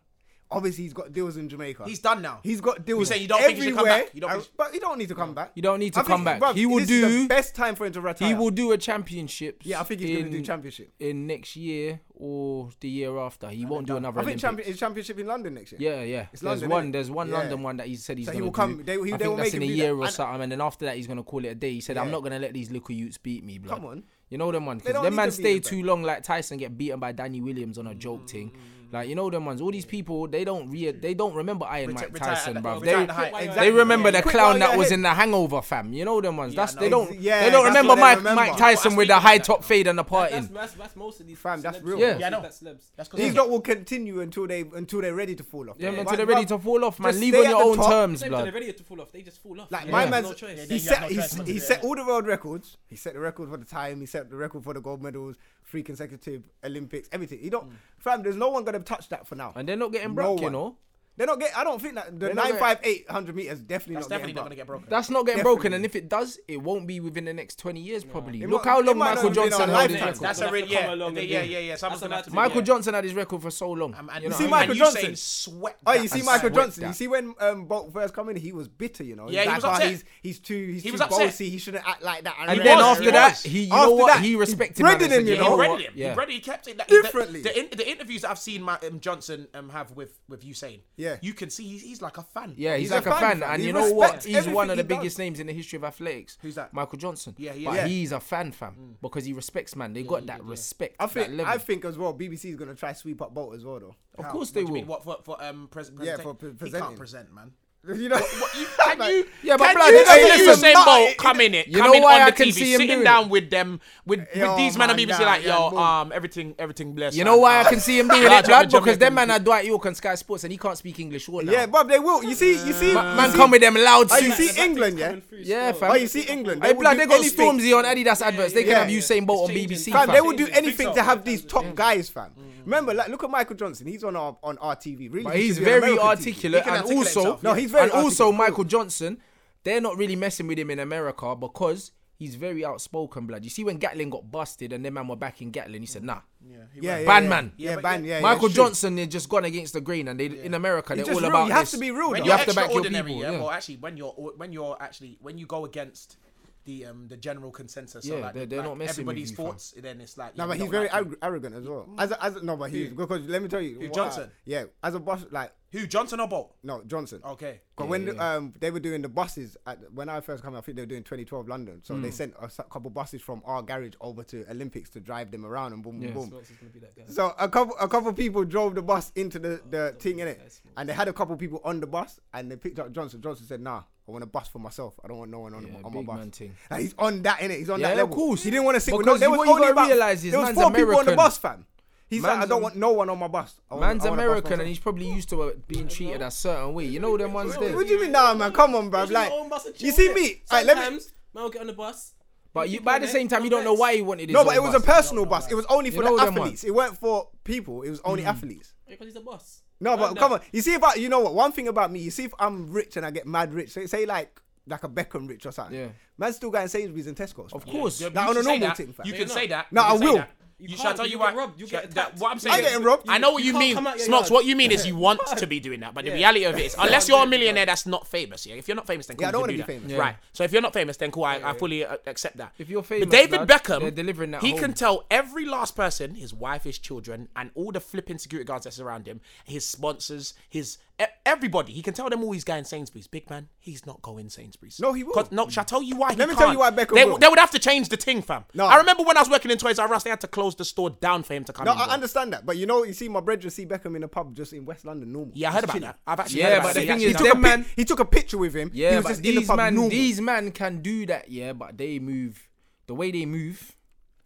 [SPEAKER 3] Obviously, he's got deals in Jamaica.
[SPEAKER 2] He's done now.
[SPEAKER 3] He's got deals.
[SPEAKER 2] You say you don't
[SPEAKER 3] everywhere.
[SPEAKER 2] think he should come back? You don't
[SPEAKER 3] I-
[SPEAKER 2] think he should-
[SPEAKER 3] but he don't need to come back.
[SPEAKER 5] You don't need to
[SPEAKER 3] I think-
[SPEAKER 5] come back.
[SPEAKER 3] bruv,
[SPEAKER 5] he will
[SPEAKER 3] this is the
[SPEAKER 5] do-
[SPEAKER 3] best time for him to retire.
[SPEAKER 5] He will do a championship.
[SPEAKER 3] Yeah, I think he's gonna do championship.
[SPEAKER 5] in next year or the year after. He won't do another.
[SPEAKER 3] I think
[SPEAKER 5] Olympics.
[SPEAKER 3] champion, is championship in London next year.
[SPEAKER 5] Yeah, yeah.
[SPEAKER 3] It's
[SPEAKER 5] there's
[SPEAKER 3] London,
[SPEAKER 5] one.
[SPEAKER 3] innit?
[SPEAKER 5] There's one
[SPEAKER 3] Yeah.
[SPEAKER 5] London one that he said he's
[SPEAKER 3] So he
[SPEAKER 5] gonna
[SPEAKER 3] will come-
[SPEAKER 5] do.
[SPEAKER 3] they- he-
[SPEAKER 5] I
[SPEAKER 3] they
[SPEAKER 5] think
[SPEAKER 3] will
[SPEAKER 5] that's
[SPEAKER 3] make
[SPEAKER 5] in a
[SPEAKER 3] him do that.
[SPEAKER 5] year or
[SPEAKER 3] And-
[SPEAKER 5] something, and then after that he's gonna call it a day. He said, "I'm
[SPEAKER 3] Yeah.
[SPEAKER 5] not gonna let these little youths beat me, blood."
[SPEAKER 3] Come on.
[SPEAKER 5] You know them ones.
[SPEAKER 3] They
[SPEAKER 5] Because
[SPEAKER 3] don't
[SPEAKER 5] them
[SPEAKER 3] need
[SPEAKER 5] man
[SPEAKER 3] to beat
[SPEAKER 5] stay
[SPEAKER 3] him,
[SPEAKER 5] too long, like Tyson get beaten by Danny Williams on a joke thing. Like you know them ones. All these people, they don't re- they don't remember Iron
[SPEAKER 2] Reti-
[SPEAKER 5] Mike
[SPEAKER 2] retire at
[SPEAKER 5] Tyson,
[SPEAKER 2] the- retire
[SPEAKER 5] bruv. They
[SPEAKER 2] at the height.
[SPEAKER 1] they
[SPEAKER 5] they
[SPEAKER 2] Exactly.
[SPEAKER 5] remember the
[SPEAKER 3] Quick
[SPEAKER 5] clown
[SPEAKER 3] while
[SPEAKER 5] that
[SPEAKER 3] you're
[SPEAKER 5] was
[SPEAKER 3] ahead.
[SPEAKER 5] in the Hangover, fam. You know them ones. that's
[SPEAKER 2] no,
[SPEAKER 5] they don't.
[SPEAKER 3] yeah,
[SPEAKER 5] they don't
[SPEAKER 3] that's
[SPEAKER 5] remember
[SPEAKER 3] what they
[SPEAKER 5] Mike,
[SPEAKER 3] remember.
[SPEAKER 5] Mike Tyson
[SPEAKER 1] That's
[SPEAKER 5] with the
[SPEAKER 1] what-
[SPEAKER 5] high top fade and the
[SPEAKER 1] That's,
[SPEAKER 5] partying.
[SPEAKER 1] that's, that's most of these.
[SPEAKER 3] Fam, that's
[SPEAKER 1] celebs-
[SPEAKER 3] real.
[SPEAKER 5] Yeah.
[SPEAKER 1] most
[SPEAKER 5] Yeah,
[SPEAKER 2] I
[SPEAKER 1] of
[SPEAKER 2] know.
[SPEAKER 1] That's celebs.
[SPEAKER 2] That's 'cause
[SPEAKER 3] These
[SPEAKER 2] of-
[SPEAKER 3] lot will continue until they until they're ready to fall off.
[SPEAKER 5] Yeah, man,
[SPEAKER 3] But-
[SPEAKER 5] till they're ready
[SPEAKER 3] bruv,
[SPEAKER 5] to fall off, man.
[SPEAKER 3] just
[SPEAKER 5] Leave
[SPEAKER 3] stay
[SPEAKER 5] on
[SPEAKER 3] at
[SPEAKER 5] your
[SPEAKER 3] the
[SPEAKER 5] own
[SPEAKER 3] top.
[SPEAKER 5] terms,
[SPEAKER 1] Same time,
[SPEAKER 5] blood.
[SPEAKER 1] They're ready to fall off. They just fall off.
[SPEAKER 3] Like
[SPEAKER 1] Yeah.
[SPEAKER 3] my
[SPEAKER 1] There's
[SPEAKER 3] man's,
[SPEAKER 1] no choice.
[SPEAKER 2] then
[SPEAKER 3] he
[SPEAKER 2] you
[SPEAKER 3] set
[SPEAKER 2] have no
[SPEAKER 3] he,
[SPEAKER 2] choice, man.
[SPEAKER 3] he
[SPEAKER 2] Yeah.
[SPEAKER 3] set all the world records. He set the record for the time. He set the record for the gold medals, three consecutive Olympics, everything. You don't, fam. There's no one gonna touch that for now.
[SPEAKER 5] Mm. And they're not getting
[SPEAKER 3] No
[SPEAKER 5] broke, you
[SPEAKER 3] one.
[SPEAKER 5] know.
[SPEAKER 3] They don't get. I don't think that the
[SPEAKER 5] They're not
[SPEAKER 3] nine
[SPEAKER 5] gonna-
[SPEAKER 3] five eight hundred meters definitely
[SPEAKER 2] That's
[SPEAKER 3] not
[SPEAKER 2] definitely not
[SPEAKER 3] getting
[SPEAKER 2] going to get broken.
[SPEAKER 5] That's not getting broken,
[SPEAKER 3] Definitely.
[SPEAKER 5] and if it does, it won't be within the next 20 years, probably.
[SPEAKER 3] It
[SPEAKER 5] Look
[SPEAKER 3] might-
[SPEAKER 5] how
[SPEAKER 3] it
[SPEAKER 5] long
[SPEAKER 3] might not
[SPEAKER 5] Michael
[SPEAKER 3] even be in
[SPEAKER 5] Johnson
[SPEAKER 3] our
[SPEAKER 5] held his
[SPEAKER 3] lifetime.
[SPEAKER 5] record.
[SPEAKER 2] That's
[SPEAKER 1] Someone
[SPEAKER 2] a real-
[SPEAKER 1] have to come
[SPEAKER 2] yeah,
[SPEAKER 1] along
[SPEAKER 2] yeah,
[SPEAKER 1] and
[SPEAKER 2] yeah,
[SPEAKER 1] do it.
[SPEAKER 2] yeah, yeah. Someone's
[SPEAKER 1] That's
[SPEAKER 2] gonna
[SPEAKER 1] what
[SPEAKER 2] have
[SPEAKER 1] I have
[SPEAKER 2] to do it,
[SPEAKER 5] Michael
[SPEAKER 2] yeah.
[SPEAKER 5] Johnson had his record for so long.
[SPEAKER 2] Um, and
[SPEAKER 5] you know
[SPEAKER 2] you
[SPEAKER 5] what
[SPEAKER 2] see
[SPEAKER 5] I mean?
[SPEAKER 2] Michael
[SPEAKER 3] And you
[SPEAKER 2] Johnson
[SPEAKER 3] saying
[SPEAKER 2] sweat.
[SPEAKER 3] Oh, you
[SPEAKER 2] that
[SPEAKER 3] see
[SPEAKER 2] and
[SPEAKER 3] Michael
[SPEAKER 2] sweat
[SPEAKER 3] Johnson.
[SPEAKER 2] that.
[SPEAKER 3] You see when um, Bolt first come in, he was bitter. You know,
[SPEAKER 2] Yeah, he
[SPEAKER 3] like,
[SPEAKER 2] was
[SPEAKER 3] "Oh,
[SPEAKER 2] upset.
[SPEAKER 3] he's he's too he's,
[SPEAKER 2] He
[SPEAKER 3] too
[SPEAKER 2] was upset.
[SPEAKER 3] bossy. He shouldn't act like that.
[SPEAKER 5] And
[SPEAKER 2] He
[SPEAKER 5] then
[SPEAKER 2] was,
[SPEAKER 5] after
[SPEAKER 2] he
[SPEAKER 5] that,
[SPEAKER 2] was.
[SPEAKER 5] he, you
[SPEAKER 3] After
[SPEAKER 5] know what?
[SPEAKER 3] that,
[SPEAKER 5] he
[SPEAKER 3] he
[SPEAKER 5] respected
[SPEAKER 3] breaded
[SPEAKER 5] and said,
[SPEAKER 3] him, you
[SPEAKER 5] "Yeah,
[SPEAKER 3] know?
[SPEAKER 5] what?
[SPEAKER 2] Already, him.
[SPEAKER 5] Yeah.
[SPEAKER 2] already kept it like,
[SPEAKER 3] Differently.
[SPEAKER 2] The, the, in- the interviews that I've seen my, um, Johnson um, have with with Usain,
[SPEAKER 3] Yeah.
[SPEAKER 2] you can see he's, he's like a fan.
[SPEAKER 5] Yeah, he's,
[SPEAKER 3] He's
[SPEAKER 5] like a
[SPEAKER 3] a fan,
[SPEAKER 5] fan,
[SPEAKER 3] fam.
[SPEAKER 5] and
[SPEAKER 3] He
[SPEAKER 5] you know what?
[SPEAKER 3] respects
[SPEAKER 5] He's one of
[SPEAKER 3] everything
[SPEAKER 5] the
[SPEAKER 3] he
[SPEAKER 5] biggest
[SPEAKER 3] does.
[SPEAKER 5] names in the history of athletics.
[SPEAKER 2] Who's that?
[SPEAKER 5] Michael Johnson.
[SPEAKER 2] Yeah, he is.
[SPEAKER 5] But
[SPEAKER 2] Yeah.
[SPEAKER 5] he's a fan, fam, because he respects man. They got that respect.
[SPEAKER 3] I
[SPEAKER 5] that
[SPEAKER 3] think
[SPEAKER 5] level.
[SPEAKER 3] I think as well. BBC is gonna try sweep up Bolt as well though.
[SPEAKER 5] of
[SPEAKER 3] How?
[SPEAKER 5] course
[SPEAKER 2] What
[SPEAKER 5] they
[SPEAKER 2] do you
[SPEAKER 5] will.
[SPEAKER 2] mean? What for? For um, pres-
[SPEAKER 3] Yeah,
[SPEAKER 2] presenta-
[SPEAKER 3] for pre-
[SPEAKER 2] he can't
[SPEAKER 3] presenting.
[SPEAKER 2] present, man.
[SPEAKER 5] Oh.
[SPEAKER 3] You know,
[SPEAKER 2] Can you?
[SPEAKER 5] Yeah, but
[SPEAKER 2] can
[SPEAKER 5] blood,
[SPEAKER 2] you
[SPEAKER 5] it
[SPEAKER 2] not
[SPEAKER 5] ain't
[SPEAKER 2] see
[SPEAKER 5] listen,
[SPEAKER 2] Usain
[SPEAKER 5] no,
[SPEAKER 2] Bolt
[SPEAKER 5] it-
[SPEAKER 2] coming it,
[SPEAKER 5] you know
[SPEAKER 2] coming
[SPEAKER 5] why
[SPEAKER 2] on
[SPEAKER 5] I
[SPEAKER 2] the
[SPEAKER 5] can
[SPEAKER 2] TV,
[SPEAKER 5] see him
[SPEAKER 2] sitting
[SPEAKER 5] do it?
[SPEAKER 2] down with them, with
[SPEAKER 3] Yo,
[SPEAKER 2] with these men on
[SPEAKER 3] man,
[SPEAKER 2] BBC,
[SPEAKER 3] nah,
[SPEAKER 2] like
[SPEAKER 3] yeah,
[SPEAKER 2] yo,
[SPEAKER 3] boom.
[SPEAKER 2] um, everything, everything blessed.
[SPEAKER 5] You know
[SPEAKER 2] man. Uh,
[SPEAKER 5] why I can see him doing
[SPEAKER 2] Nah,
[SPEAKER 5] it, blood?
[SPEAKER 2] Jamaican
[SPEAKER 5] Because them
[SPEAKER 2] people.
[SPEAKER 5] man are Dwight York and Sky Sports, and he can't speak English or now.
[SPEAKER 3] yeah, but they will. You see, you see,
[SPEAKER 5] Ma-
[SPEAKER 3] you
[SPEAKER 5] man,
[SPEAKER 3] see-
[SPEAKER 5] come with them loud
[SPEAKER 3] Oh, you
[SPEAKER 5] suits.
[SPEAKER 3] see England, yeah?
[SPEAKER 5] Yeah, fam.
[SPEAKER 3] Oh, you see England.
[SPEAKER 5] Hey,
[SPEAKER 3] will
[SPEAKER 5] blood,
[SPEAKER 3] do
[SPEAKER 5] they got
[SPEAKER 3] anything.
[SPEAKER 5] Stormzy on Adidas adverts. They
[SPEAKER 3] Yeah.
[SPEAKER 5] can have Usain Bolt on BBC.
[SPEAKER 3] Fam,
[SPEAKER 5] fam.
[SPEAKER 3] they would do
[SPEAKER 1] Changing,
[SPEAKER 3] anything
[SPEAKER 1] fix
[SPEAKER 3] to
[SPEAKER 1] up.
[SPEAKER 3] have these top guys, fam. Remember, like, look at Michael Johnson. He's on our on our TV. Really,
[SPEAKER 5] But
[SPEAKER 3] he
[SPEAKER 5] he's
[SPEAKER 3] should be on
[SPEAKER 5] very
[SPEAKER 3] American TV.
[SPEAKER 5] articulate,
[SPEAKER 3] He can
[SPEAKER 5] and
[SPEAKER 3] articulate
[SPEAKER 5] also
[SPEAKER 3] himself. no, he's very
[SPEAKER 5] and also
[SPEAKER 3] articulate.
[SPEAKER 5] Michael Johnson. They're not really messing with him in America because he's very outspoken, blood. You see, when Gatlin got busted and them man were back in Gatlin, he said, "Nah,
[SPEAKER 3] yeah, yeah,
[SPEAKER 5] Ban
[SPEAKER 3] yeah.
[SPEAKER 5] man.
[SPEAKER 3] Yeah,
[SPEAKER 2] but
[SPEAKER 3] ban.
[SPEAKER 2] yeah.
[SPEAKER 3] Yeah, yeah,
[SPEAKER 5] Michael
[SPEAKER 3] shoot.
[SPEAKER 5] Johnson they just gone against the grain, and they in America
[SPEAKER 3] He's
[SPEAKER 5] they're
[SPEAKER 3] just
[SPEAKER 5] all
[SPEAKER 3] real.
[SPEAKER 5] about
[SPEAKER 3] You have
[SPEAKER 5] this.
[SPEAKER 3] to be
[SPEAKER 2] when
[SPEAKER 3] real. though.
[SPEAKER 5] you
[SPEAKER 2] you're
[SPEAKER 5] have to back your
[SPEAKER 2] extraordinary,
[SPEAKER 5] people, yeah.
[SPEAKER 2] Well, actually, when you're or- when you're actually when you go against the um the general consensus, so
[SPEAKER 5] Yeah,
[SPEAKER 2] like,
[SPEAKER 5] they're- they're
[SPEAKER 2] like
[SPEAKER 5] not messing with
[SPEAKER 2] everybody's
[SPEAKER 5] you, fam.
[SPEAKER 2] thoughts. Then it's like
[SPEAKER 3] No,
[SPEAKER 2] yeah,
[SPEAKER 3] but
[SPEAKER 2] we don't
[SPEAKER 3] he's very
[SPEAKER 2] like you.
[SPEAKER 3] arro- arrogant as well. As a, as a, no, but he's because let me tell you, what-
[SPEAKER 2] Johnson?
[SPEAKER 3] Yeah, as a boss, like
[SPEAKER 2] who Johnson or Bolt?
[SPEAKER 3] no Johnson.
[SPEAKER 2] Okay,
[SPEAKER 3] But when the um, they were doing the buses, at, when I first came, I think they were doing 2012 London. So
[SPEAKER 5] Hmm.
[SPEAKER 3] they sent a s- couple buses from our garage over to Olympics to drive them around and boom, boom, boom.
[SPEAKER 1] Smokes is gonna be that guy.
[SPEAKER 3] So a couple a couple people drove the bus into the, the
[SPEAKER 5] Oh,
[SPEAKER 3] thing in it, and they had a couple people on the bus, and they picked up Johnson. Johnson said, "Nah, I want a bus for myself. I don't want no one on,
[SPEAKER 5] Yeah,
[SPEAKER 3] on my
[SPEAKER 5] big
[SPEAKER 3] bus."
[SPEAKER 5] man thing.
[SPEAKER 3] Like, he's on that in it. He's on
[SPEAKER 5] Yeah,
[SPEAKER 3] that
[SPEAKER 5] of
[SPEAKER 3] level.
[SPEAKER 5] course.
[SPEAKER 3] He didn't want to sit. with
[SPEAKER 5] Because
[SPEAKER 3] no, there
[SPEAKER 5] what
[SPEAKER 3] was
[SPEAKER 5] you
[SPEAKER 3] only
[SPEAKER 5] gotta
[SPEAKER 3] about
[SPEAKER 5] realise is
[SPEAKER 3] there was
[SPEAKER 5] man's
[SPEAKER 3] four people on the
[SPEAKER 5] American.
[SPEAKER 3] bus, fam. He's like, I
[SPEAKER 5] Man's
[SPEAKER 3] don't
[SPEAKER 5] a-
[SPEAKER 3] want no one on my bus. I want-
[SPEAKER 5] Man's
[SPEAKER 3] I want a bus
[SPEAKER 5] American,
[SPEAKER 3] myself."
[SPEAKER 5] and he's probably used to uh, being treated a certain way. You know them ones there.
[SPEAKER 3] What do you mean, nah, man? Come on, bruv.
[SPEAKER 1] Just your
[SPEAKER 3] Like,
[SPEAKER 1] own bus and
[SPEAKER 3] you
[SPEAKER 1] chill
[SPEAKER 3] see
[SPEAKER 1] with it.
[SPEAKER 3] me?
[SPEAKER 1] Sometimes
[SPEAKER 3] Alright, let me-
[SPEAKER 1] man will get on the bus.
[SPEAKER 5] But you,
[SPEAKER 1] keep
[SPEAKER 5] by
[SPEAKER 1] on
[SPEAKER 5] the
[SPEAKER 1] it,
[SPEAKER 5] same time,
[SPEAKER 1] no
[SPEAKER 5] you don't know
[SPEAKER 1] bets.
[SPEAKER 5] why he wanted his
[SPEAKER 3] eh? No, but
[SPEAKER 5] own
[SPEAKER 3] it was a
[SPEAKER 5] bus.
[SPEAKER 3] personal bus. It was only
[SPEAKER 5] You
[SPEAKER 3] for
[SPEAKER 5] know
[SPEAKER 3] the
[SPEAKER 5] them
[SPEAKER 3] athletes.
[SPEAKER 5] ones. Mm.
[SPEAKER 3] It weren't for people. It was only athletes.
[SPEAKER 1] Because he's a bus.
[SPEAKER 3] No,
[SPEAKER 1] Like
[SPEAKER 3] but
[SPEAKER 1] that.
[SPEAKER 3] come on. You see about you know what? One thing about me, you see if I'm rich and I get mad rich, say, say like like a Beckham rich or something.
[SPEAKER 5] Yeah.
[SPEAKER 3] Man still going Sainsbury's and Tesco's.
[SPEAKER 5] Of course.
[SPEAKER 2] Yeah,
[SPEAKER 3] Now,
[SPEAKER 2] you
[SPEAKER 3] on a
[SPEAKER 2] should say
[SPEAKER 3] normal
[SPEAKER 2] that.
[SPEAKER 3] thing, fam.
[SPEAKER 2] You
[SPEAKER 1] Yeah,
[SPEAKER 2] can
[SPEAKER 1] no.
[SPEAKER 2] say that.
[SPEAKER 3] No,
[SPEAKER 2] You
[SPEAKER 3] I
[SPEAKER 2] can say
[SPEAKER 3] will.
[SPEAKER 2] that. You shall
[SPEAKER 1] can't,
[SPEAKER 2] tell
[SPEAKER 1] you
[SPEAKER 2] you
[SPEAKER 1] get
[SPEAKER 2] what.
[SPEAKER 1] robbed, you
[SPEAKER 2] shall-
[SPEAKER 1] get
[SPEAKER 2] that-
[SPEAKER 1] tapped.
[SPEAKER 2] What I'm
[SPEAKER 3] I
[SPEAKER 2] saying.
[SPEAKER 3] get
[SPEAKER 2] is-
[SPEAKER 3] robbed.
[SPEAKER 2] I know what you
[SPEAKER 1] can't
[SPEAKER 2] mean,
[SPEAKER 1] come out your
[SPEAKER 2] Smokes.
[SPEAKER 1] yard.
[SPEAKER 2] What you mean is you want to be doing that, but the reality of it is, unless you're a millionaire, that's not famous. Yeah, if you're not famous, then cool,
[SPEAKER 3] Yeah, I
[SPEAKER 2] you
[SPEAKER 3] don't
[SPEAKER 2] can
[SPEAKER 3] wanna
[SPEAKER 2] do
[SPEAKER 3] be
[SPEAKER 2] that.
[SPEAKER 3] famous.
[SPEAKER 5] Yeah.
[SPEAKER 2] Right. So if you're not famous, then cool. I, I fully uh, accept that.
[SPEAKER 5] If you're
[SPEAKER 2] but
[SPEAKER 5] famous,
[SPEAKER 2] David
[SPEAKER 5] lad, they're
[SPEAKER 2] Beckham,
[SPEAKER 5] delivering that
[SPEAKER 2] he
[SPEAKER 5] home.
[SPEAKER 2] can tell every last person, his wife, his children, and all the flipping security guards that surround him, his sponsors, his e- everybody. He can tell them all he's going Sainsbury's. Big man, he's not going Sainsbury's.
[SPEAKER 3] No, he will.
[SPEAKER 2] 'Cause- No, shall I tell you why? he
[SPEAKER 3] Let me tell
[SPEAKER 2] can't?
[SPEAKER 3] you why Beckham
[SPEAKER 2] They,
[SPEAKER 3] will.
[SPEAKER 2] they would have to change the thing, fam.
[SPEAKER 3] No.
[SPEAKER 2] I remember when I was working in Toys R Us, they had to close the store down for him to come
[SPEAKER 3] No,
[SPEAKER 2] in.
[SPEAKER 3] I
[SPEAKER 2] bro.
[SPEAKER 3] understand that. But you know, you see my brethren see Beckham in a pub just in West London normal.
[SPEAKER 2] Yeah, I heard about that. I've actually
[SPEAKER 5] Yeah,
[SPEAKER 2] heard about that.
[SPEAKER 5] but the
[SPEAKER 2] He
[SPEAKER 5] thing
[SPEAKER 2] actually
[SPEAKER 5] is,
[SPEAKER 2] does
[SPEAKER 3] He
[SPEAKER 2] that.
[SPEAKER 3] took, a
[SPEAKER 5] them
[SPEAKER 3] pic-
[SPEAKER 5] man-
[SPEAKER 3] he took a picture with him. he
[SPEAKER 5] Yeah,
[SPEAKER 3] was
[SPEAKER 5] but
[SPEAKER 3] just in the
[SPEAKER 5] these
[SPEAKER 3] pub
[SPEAKER 5] man,
[SPEAKER 3] normal.
[SPEAKER 5] these man can do that. Yeah, but they move. The way they move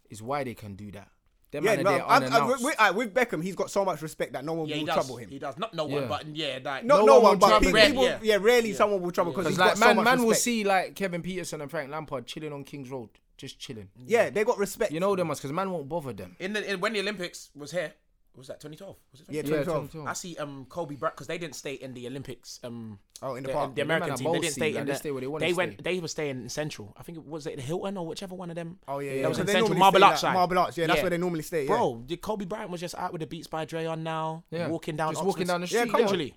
[SPEAKER 5] is why they can do that. Them
[SPEAKER 3] yeah,
[SPEAKER 5] man
[SPEAKER 3] no,
[SPEAKER 5] are
[SPEAKER 3] I-
[SPEAKER 5] there
[SPEAKER 3] I-
[SPEAKER 5] unannounced.
[SPEAKER 3] with, I- with Beckham, he's got so much respect that no one
[SPEAKER 2] Yeah, he
[SPEAKER 3] will
[SPEAKER 2] does.
[SPEAKER 3] trouble him.
[SPEAKER 2] He does. Not no one,
[SPEAKER 5] Yeah.
[SPEAKER 2] but yeah, like
[SPEAKER 3] No, no, one,
[SPEAKER 5] one will
[SPEAKER 3] but
[SPEAKER 5] trouble
[SPEAKER 3] people,
[SPEAKER 2] him.
[SPEAKER 3] people-
[SPEAKER 2] Yeah.
[SPEAKER 3] yeah. rarely someone will trouble because
[SPEAKER 5] Because
[SPEAKER 3] he's
[SPEAKER 5] like
[SPEAKER 3] got so
[SPEAKER 5] man,
[SPEAKER 3] much
[SPEAKER 5] man will
[SPEAKER 3] respect.
[SPEAKER 5] see like Kevin Peterson and Frank Lampard chilling on King's Road, just chilling.
[SPEAKER 3] Yeah, they got respect.
[SPEAKER 5] You know them ones because man won't bother them.
[SPEAKER 2] in the in, when the Olympics was here, was that 2012? Was it?
[SPEAKER 3] yeah,
[SPEAKER 2] 2012?
[SPEAKER 3] 2012.
[SPEAKER 5] Yeah,
[SPEAKER 2] I see um Kobe Bryant because they didn't stay in the Olympics. Um,
[SPEAKER 3] Oh, in the
[SPEAKER 2] the,
[SPEAKER 3] park.
[SPEAKER 2] the
[SPEAKER 3] Yeah,
[SPEAKER 5] man
[SPEAKER 2] American
[SPEAKER 5] are
[SPEAKER 2] team they
[SPEAKER 5] ballsy,
[SPEAKER 2] didn't stay
[SPEAKER 5] like,
[SPEAKER 2] in.
[SPEAKER 5] they
[SPEAKER 2] the-
[SPEAKER 5] stay where they wanna
[SPEAKER 2] they went.
[SPEAKER 5] stay.
[SPEAKER 2] They were staying in Central. I think it was it Hilton or whichever one of them.
[SPEAKER 3] Oh yeah, yeah.
[SPEAKER 2] That was
[SPEAKER 3] So
[SPEAKER 2] in
[SPEAKER 3] they
[SPEAKER 2] Central
[SPEAKER 3] normally
[SPEAKER 2] Marble
[SPEAKER 3] stay, like,
[SPEAKER 2] Arch.
[SPEAKER 3] Marble Arch. Yeah, that's where they normally stay. Yeah.
[SPEAKER 2] Bro, the Kobe Bryant was just out with the Beats by Dre on now,
[SPEAKER 5] Yeah.
[SPEAKER 2] walking down,
[SPEAKER 5] Just
[SPEAKER 2] Oxford-
[SPEAKER 5] walking down the
[SPEAKER 3] Yeah,
[SPEAKER 5] street.
[SPEAKER 3] come on.
[SPEAKER 2] Literally,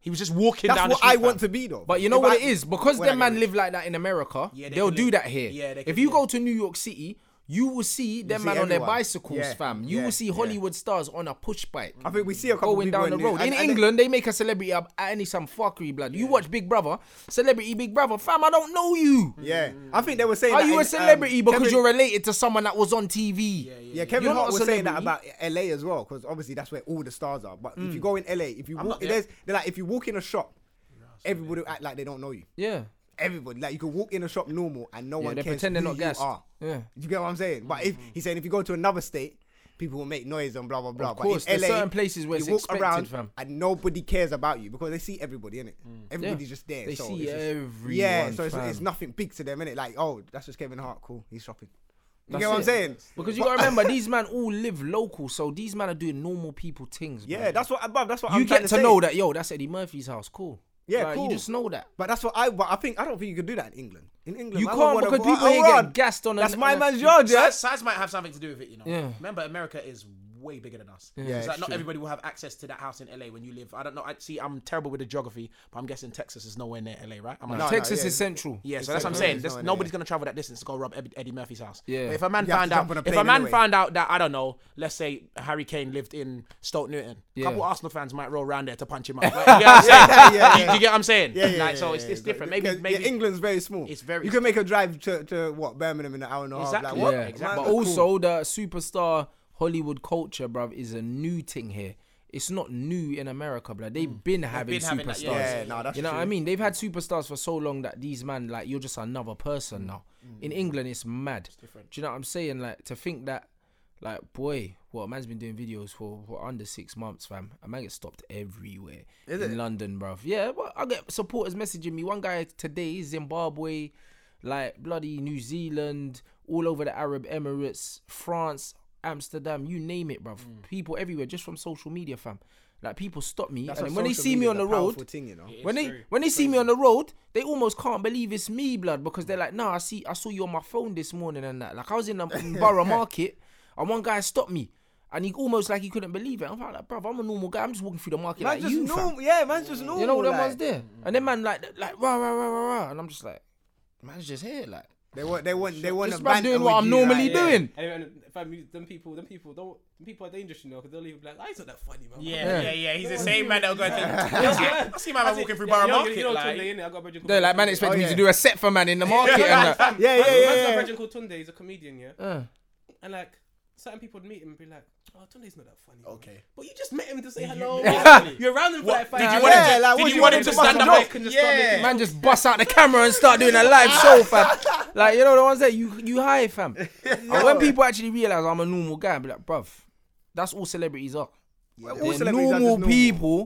[SPEAKER 2] he was just walking
[SPEAKER 3] that's
[SPEAKER 2] down
[SPEAKER 3] what
[SPEAKER 2] the street.
[SPEAKER 3] I want
[SPEAKER 2] fam.
[SPEAKER 3] to be though.
[SPEAKER 5] But you know
[SPEAKER 3] If
[SPEAKER 5] what
[SPEAKER 3] I-
[SPEAKER 5] it is because
[SPEAKER 3] when I
[SPEAKER 5] them
[SPEAKER 3] get
[SPEAKER 5] man
[SPEAKER 3] rich.
[SPEAKER 5] live like that in America.
[SPEAKER 2] Yeah, they
[SPEAKER 5] they will
[SPEAKER 2] can
[SPEAKER 5] do
[SPEAKER 2] live-
[SPEAKER 5] that here.
[SPEAKER 2] yeah, they
[SPEAKER 5] if
[SPEAKER 2] can,
[SPEAKER 5] you
[SPEAKER 2] yeah.
[SPEAKER 5] go to New York City, you will see them
[SPEAKER 3] see
[SPEAKER 5] man on their
[SPEAKER 3] everyone.
[SPEAKER 5] bicycles,
[SPEAKER 3] Yeah,
[SPEAKER 5] fam. You
[SPEAKER 3] yeah,
[SPEAKER 5] will see
[SPEAKER 3] yeah.
[SPEAKER 5] Hollywood stars on a push bike.
[SPEAKER 3] I think we see a couple
[SPEAKER 5] Going
[SPEAKER 3] people
[SPEAKER 5] down the
[SPEAKER 3] in New-
[SPEAKER 5] road.
[SPEAKER 3] and-
[SPEAKER 5] In
[SPEAKER 3] and they-
[SPEAKER 5] Enggrand, they make a celebrity up at any some fuckery blood. You watch Big Brother, celebrity Big Brother, fam. I don't know you.
[SPEAKER 3] Yeah, I think they were saying.
[SPEAKER 5] Are
[SPEAKER 3] that
[SPEAKER 5] you
[SPEAKER 3] in,
[SPEAKER 5] a celebrity
[SPEAKER 3] um,
[SPEAKER 5] because
[SPEAKER 3] Kevin-
[SPEAKER 5] you're related to someone that was on TV?
[SPEAKER 3] Yeah, Kevin
[SPEAKER 5] You're not
[SPEAKER 3] Hart
[SPEAKER 5] a
[SPEAKER 3] was saying that about
[SPEAKER 5] celebrity.
[SPEAKER 3] LA as well, because obviously that's where all the stars are. But if you go in LA, if you walk,
[SPEAKER 2] not
[SPEAKER 3] there's they're like if you walk in a shop, everybody will act like they don't know you.
[SPEAKER 5] Yeah.
[SPEAKER 3] Everybody, like you can walk in a shop normal and no one
[SPEAKER 5] they
[SPEAKER 3] cares
[SPEAKER 5] pretend they're
[SPEAKER 3] who
[SPEAKER 5] not
[SPEAKER 3] you
[SPEAKER 5] gassed.
[SPEAKER 3] are.
[SPEAKER 5] Yeah.
[SPEAKER 3] you get what I'm saying. But
[SPEAKER 5] Mm-hmm.
[SPEAKER 3] if he's saying if you go to another state, people will make noise and blah blah blah.
[SPEAKER 5] course,
[SPEAKER 3] but in
[SPEAKER 5] there's
[SPEAKER 3] LA,
[SPEAKER 5] certain places where
[SPEAKER 3] you
[SPEAKER 5] it's
[SPEAKER 3] walk
[SPEAKER 5] expected,
[SPEAKER 3] around
[SPEAKER 5] fam. Mm.
[SPEAKER 3] and nobody cares about you because they see everybody in it. Everybody's just there.
[SPEAKER 5] They
[SPEAKER 3] so
[SPEAKER 5] see
[SPEAKER 3] it's just-
[SPEAKER 5] everyone,
[SPEAKER 3] Yeah, so it's, it's
[SPEAKER 5] fam.
[SPEAKER 3] nothing big to them in it. Like oh, that's just Kevin Hart. Cool, he's shopping. You
[SPEAKER 5] That's
[SPEAKER 3] get what I'm
[SPEAKER 5] it.
[SPEAKER 3] saying?
[SPEAKER 5] Because you gotta remember, these man all live local, so these man are doing normal people things.
[SPEAKER 3] Yeah,
[SPEAKER 5] man.
[SPEAKER 3] that's what above. That's what
[SPEAKER 5] you
[SPEAKER 3] I'm trying
[SPEAKER 5] get to
[SPEAKER 3] say.
[SPEAKER 5] know that yo, that's Eddie Murphy's house. Cool.
[SPEAKER 3] Yeah,
[SPEAKER 5] Like,
[SPEAKER 3] cool.
[SPEAKER 5] You just know that.
[SPEAKER 3] But that's what I. But I think I don't think you can do that in England. In England,
[SPEAKER 5] You
[SPEAKER 3] man,
[SPEAKER 5] can't
[SPEAKER 3] wanna-
[SPEAKER 5] because people
[SPEAKER 3] I- I
[SPEAKER 5] here get
[SPEAKER 3] want-
[SPEAKER 5] gassed on a-
[SPEAKER 3] That's my
[SPEAKER 5] on a-
[SPEAKER 3] man's yard, yeah.
[SPEAKER 2] Size, size might have something to do with it, you know.
[SPEAKER 5] Yeah.
[SPEAKER 2] Remember, America is way bigger than us.
[SPEAKER 5] Yeah,
[SPEAKER 2] It's like
[SPEAKER 3] it's
[SPEAKER 2] not
[SPEAKER 3] true.
[SPEAKER 2] everybody will have access to that house in LA when you live. I don't know. I see. I'm terrible with the geography, but I'm guessing Texas is nowhere near LA, right? Am I
[SPEAKER 3] No,
[SPEAKER 2] right?
[SPEAKER 5] Texas
[SPEAKER 3] yeah.
[SPEAKER 5] is central.
[SPEAKER 2] yeah, so that's what I'm
[SPEAKER 3] Texas
[SPEAKER 2] saying.
[SPEAKER 3] is
[SPEAKER 2] There's-
[SPEAKER 3] nowhere near,
[SPEAKER 2] nobody's
[SPEAKER 3] yeah.
[SPEAKER 2] gonna travel that distance to go rob Ed- Eddie Murphy's house.
[SPEAKER 5] Yeah.
[SPEAKER 2] But if a man
[SPEAKER 3] You have to
[SPEAKER 2] found
[SPEAKER 3] jump on a
[SPEAKER 2] out, if
[SPEAKER 3] plane
[SPEAKER 2] a man
[SPEAKER 3] anyway.
[SPEAKER 2] found out that I don't know, let's say Harry Kane lived in Stoke Newton, a
[SPEAKER 5] Yeah.
[SPEAKER 2] couple Arsenal fans might roll around there to punch him up. Like, you get what I'm saying?
[SPEAKER 3] Yeah, yeah,
[SPEAKER 2] Do you-
[SPEAKER 3] yeah.
[SPEAKER 2] Do you get what I'm saying?
[SPEAKER 3] Yeah, yeah,
[SPEAKER 2] Like, so
[SPEAKER 3] yeah,
[SPEAKER 2] it's,
[SPEAKER 3] yeah,
[SPEAKER 2] it's
[SPEAKER 3] yeah.
[SPEAKER 2] different.
[SPEAKER 3] Yeah,
[SPEAKER 2] Maybe,
[SPEAKER 3] yeah,
[SPEAKER 2] maybe
[SPEAKER 3] England's very small.
[SPEAKER 2] It's very
[SPEAKER 3] You can make a drive to, to what Birmingham in an hour and a half.
[SPEAKER 2] Exactly.
[SPEAKER 3] Like, what?
[SPEAKER 5] Yeah,
[SPEAKER 2] exactly.
[SPEAKER 5] But also, the superstar Hollywood culture, bruv, is a new thing here. it's not new in America, but they've been having
[SPEAKER 2] been having that,
[SPEAKER 5] superstars.
[SPEAKER 2] yeah, yeah,
[SPEAKER 3] yeah, nah, that's
[SPEAKER 5] you know what I
[SPEAKER 3] true.
[SPEAKER 5] mean? They've had superstars for so long that these man, like, you're just another person now. In England, it's mad. Do you know what I'm saying? Like to think that, like, boy, what a man's been doing videos for, for under six months, fam. A man gets stopped everywhere in London, bruv. Yeah, well, I get supporters messaging me. One guy today, Zimbabwe, like bloody New Zealand, all over the Arab Emirates, France, Amsterdam, you name it, bruv.
[SPEAKER 3] Mm.
[SPEAKER 5] People everywhere, just from social media, fam. Like people stop me, and then when they see me on the road,
[SPEAKER 3] thing, you know.
[SPEAKER 5] when they when they see me on the road, they almost can't believe it's me, blood, because
[SPEAKER 3] Mm.
[SPEAKER 5] they're like, "No, I see, I saw you on my phone this morning and that." Like I was in the in Borough Market, and one guy stopped me, and he almost like he couldn't believe it. I'm like, "Bruv, I'm a normal guy. I'm just walking through the market
[SPEAKER 3] Man's
[SPEAKER 5] like
[SPEAKER 3] just
[SPEAKER 5] you, fam."
[SPEAKER 3] normal. Yeah, man's just normal.
[SPEAKER 5] You know, them
[SPEAKER 3] like. mm,
[SPEAKER 5] ones there, and then man like like rah rah rah rah rah, and I'm just like, man's just here, like
[SPEAKER 3] They want, they want, they want
[SPEAKER 5] This
[SPEAKER 3] to
[SPEAKER 5] man
[SPEAKER 3] banter
[SPEAKER 5] doing what
[SPEAKER 3] with
[SPEAKER 5] I'm
[SPEAKER 3] you,
[SPEAKER 5] normally
[SPEAKER 3] like,
[SPEAKER 5] doing.
[SPEAKER 1] And, and if I meet them people, them people don't. Them people are dangerous, you know, because they'll even be like, "Ah, "It's not that funny, man."
[SPEAKER 2] Yeah, yeah,
[SPEAKER 5] Yeah.
[SPEAKER 2] yeah. He's the same man that'll go to. I see my man walking through
[SPEAKER 1] Yeah,
[SPEAKER 2] Borough
[SPEAKER 1] you know, you- you
[SPEAKER 2] Market.
[SPEAKER 1] know
[SPEAKER 2] like-
[SPEAKER 1] Tunde, innit? I got a brother called
[SPEAKER 5] they're like, man,
[SPEAKER 1] Tunde.
[SPEAKER 5] expect
[SPEAKER 3] Oh,
[SPEAKER 5] me
[SPEAKER 3] yeah.
[SPEAKER 5] to do a set for man in the market and uh, that.
[SPEAKER 3] Yeah, yeah,
[SPEAKER 1] Man's-
[SPEAKER 3] yeah,
[SPEAKER 1] man's got a
[SPEAKER 3] yeah.
[SPEAKER 1] brother called Tunde. He's a comedian, yeah.
[SPEAKER 5] Uh,
[SPEAKER 1] And like, certain people would meet him and be like, "Oh, Tunde's not that funny." man."
[SPEAKER 2] Okay.
[SPEAKER 1] But you just met him to say hello. man. You're around him for like five.
[SPEAKER 2] Did you
[SPEAKER 1] minutes.
[SPEAKER 2] want
[SPEAKER 3] Yeah,
[SPEAKER 2] him
[SPEAKER 3] like,
[SPEAKER 2] to? Did
[SPEAKER 3] what do
[SPEAKER 2] you
[SPEAKER 3] you
[SPEAKER 2] want him
[SPEAKER 3] want
[SPEAKER 2] to
[SPEAKER 3] him to
[SPEAKER 2] stand
[SPEAKER 3] fucking
[SPEAKER 2] up?
[SPEAKER 1] joke?
[SPEAKER 2] and just
[SPEAKER 1] Yeah.
[SPEAKER 2] start making
[SPEAKER 5] man just bust out the camera and start doing a live show, fam. Like you know the ones that you you high, fam. And when people actually realize I'm a normal guy, i be like, bruv, that's all celebrities are.
[SPEAKER 3] All
[SPEAKER 5] They're
[SPEAKER 3] celebrities are
[SPEAKER 5] normal,
[SPEAKER 3] just Mm.
[SPEAKER 5] people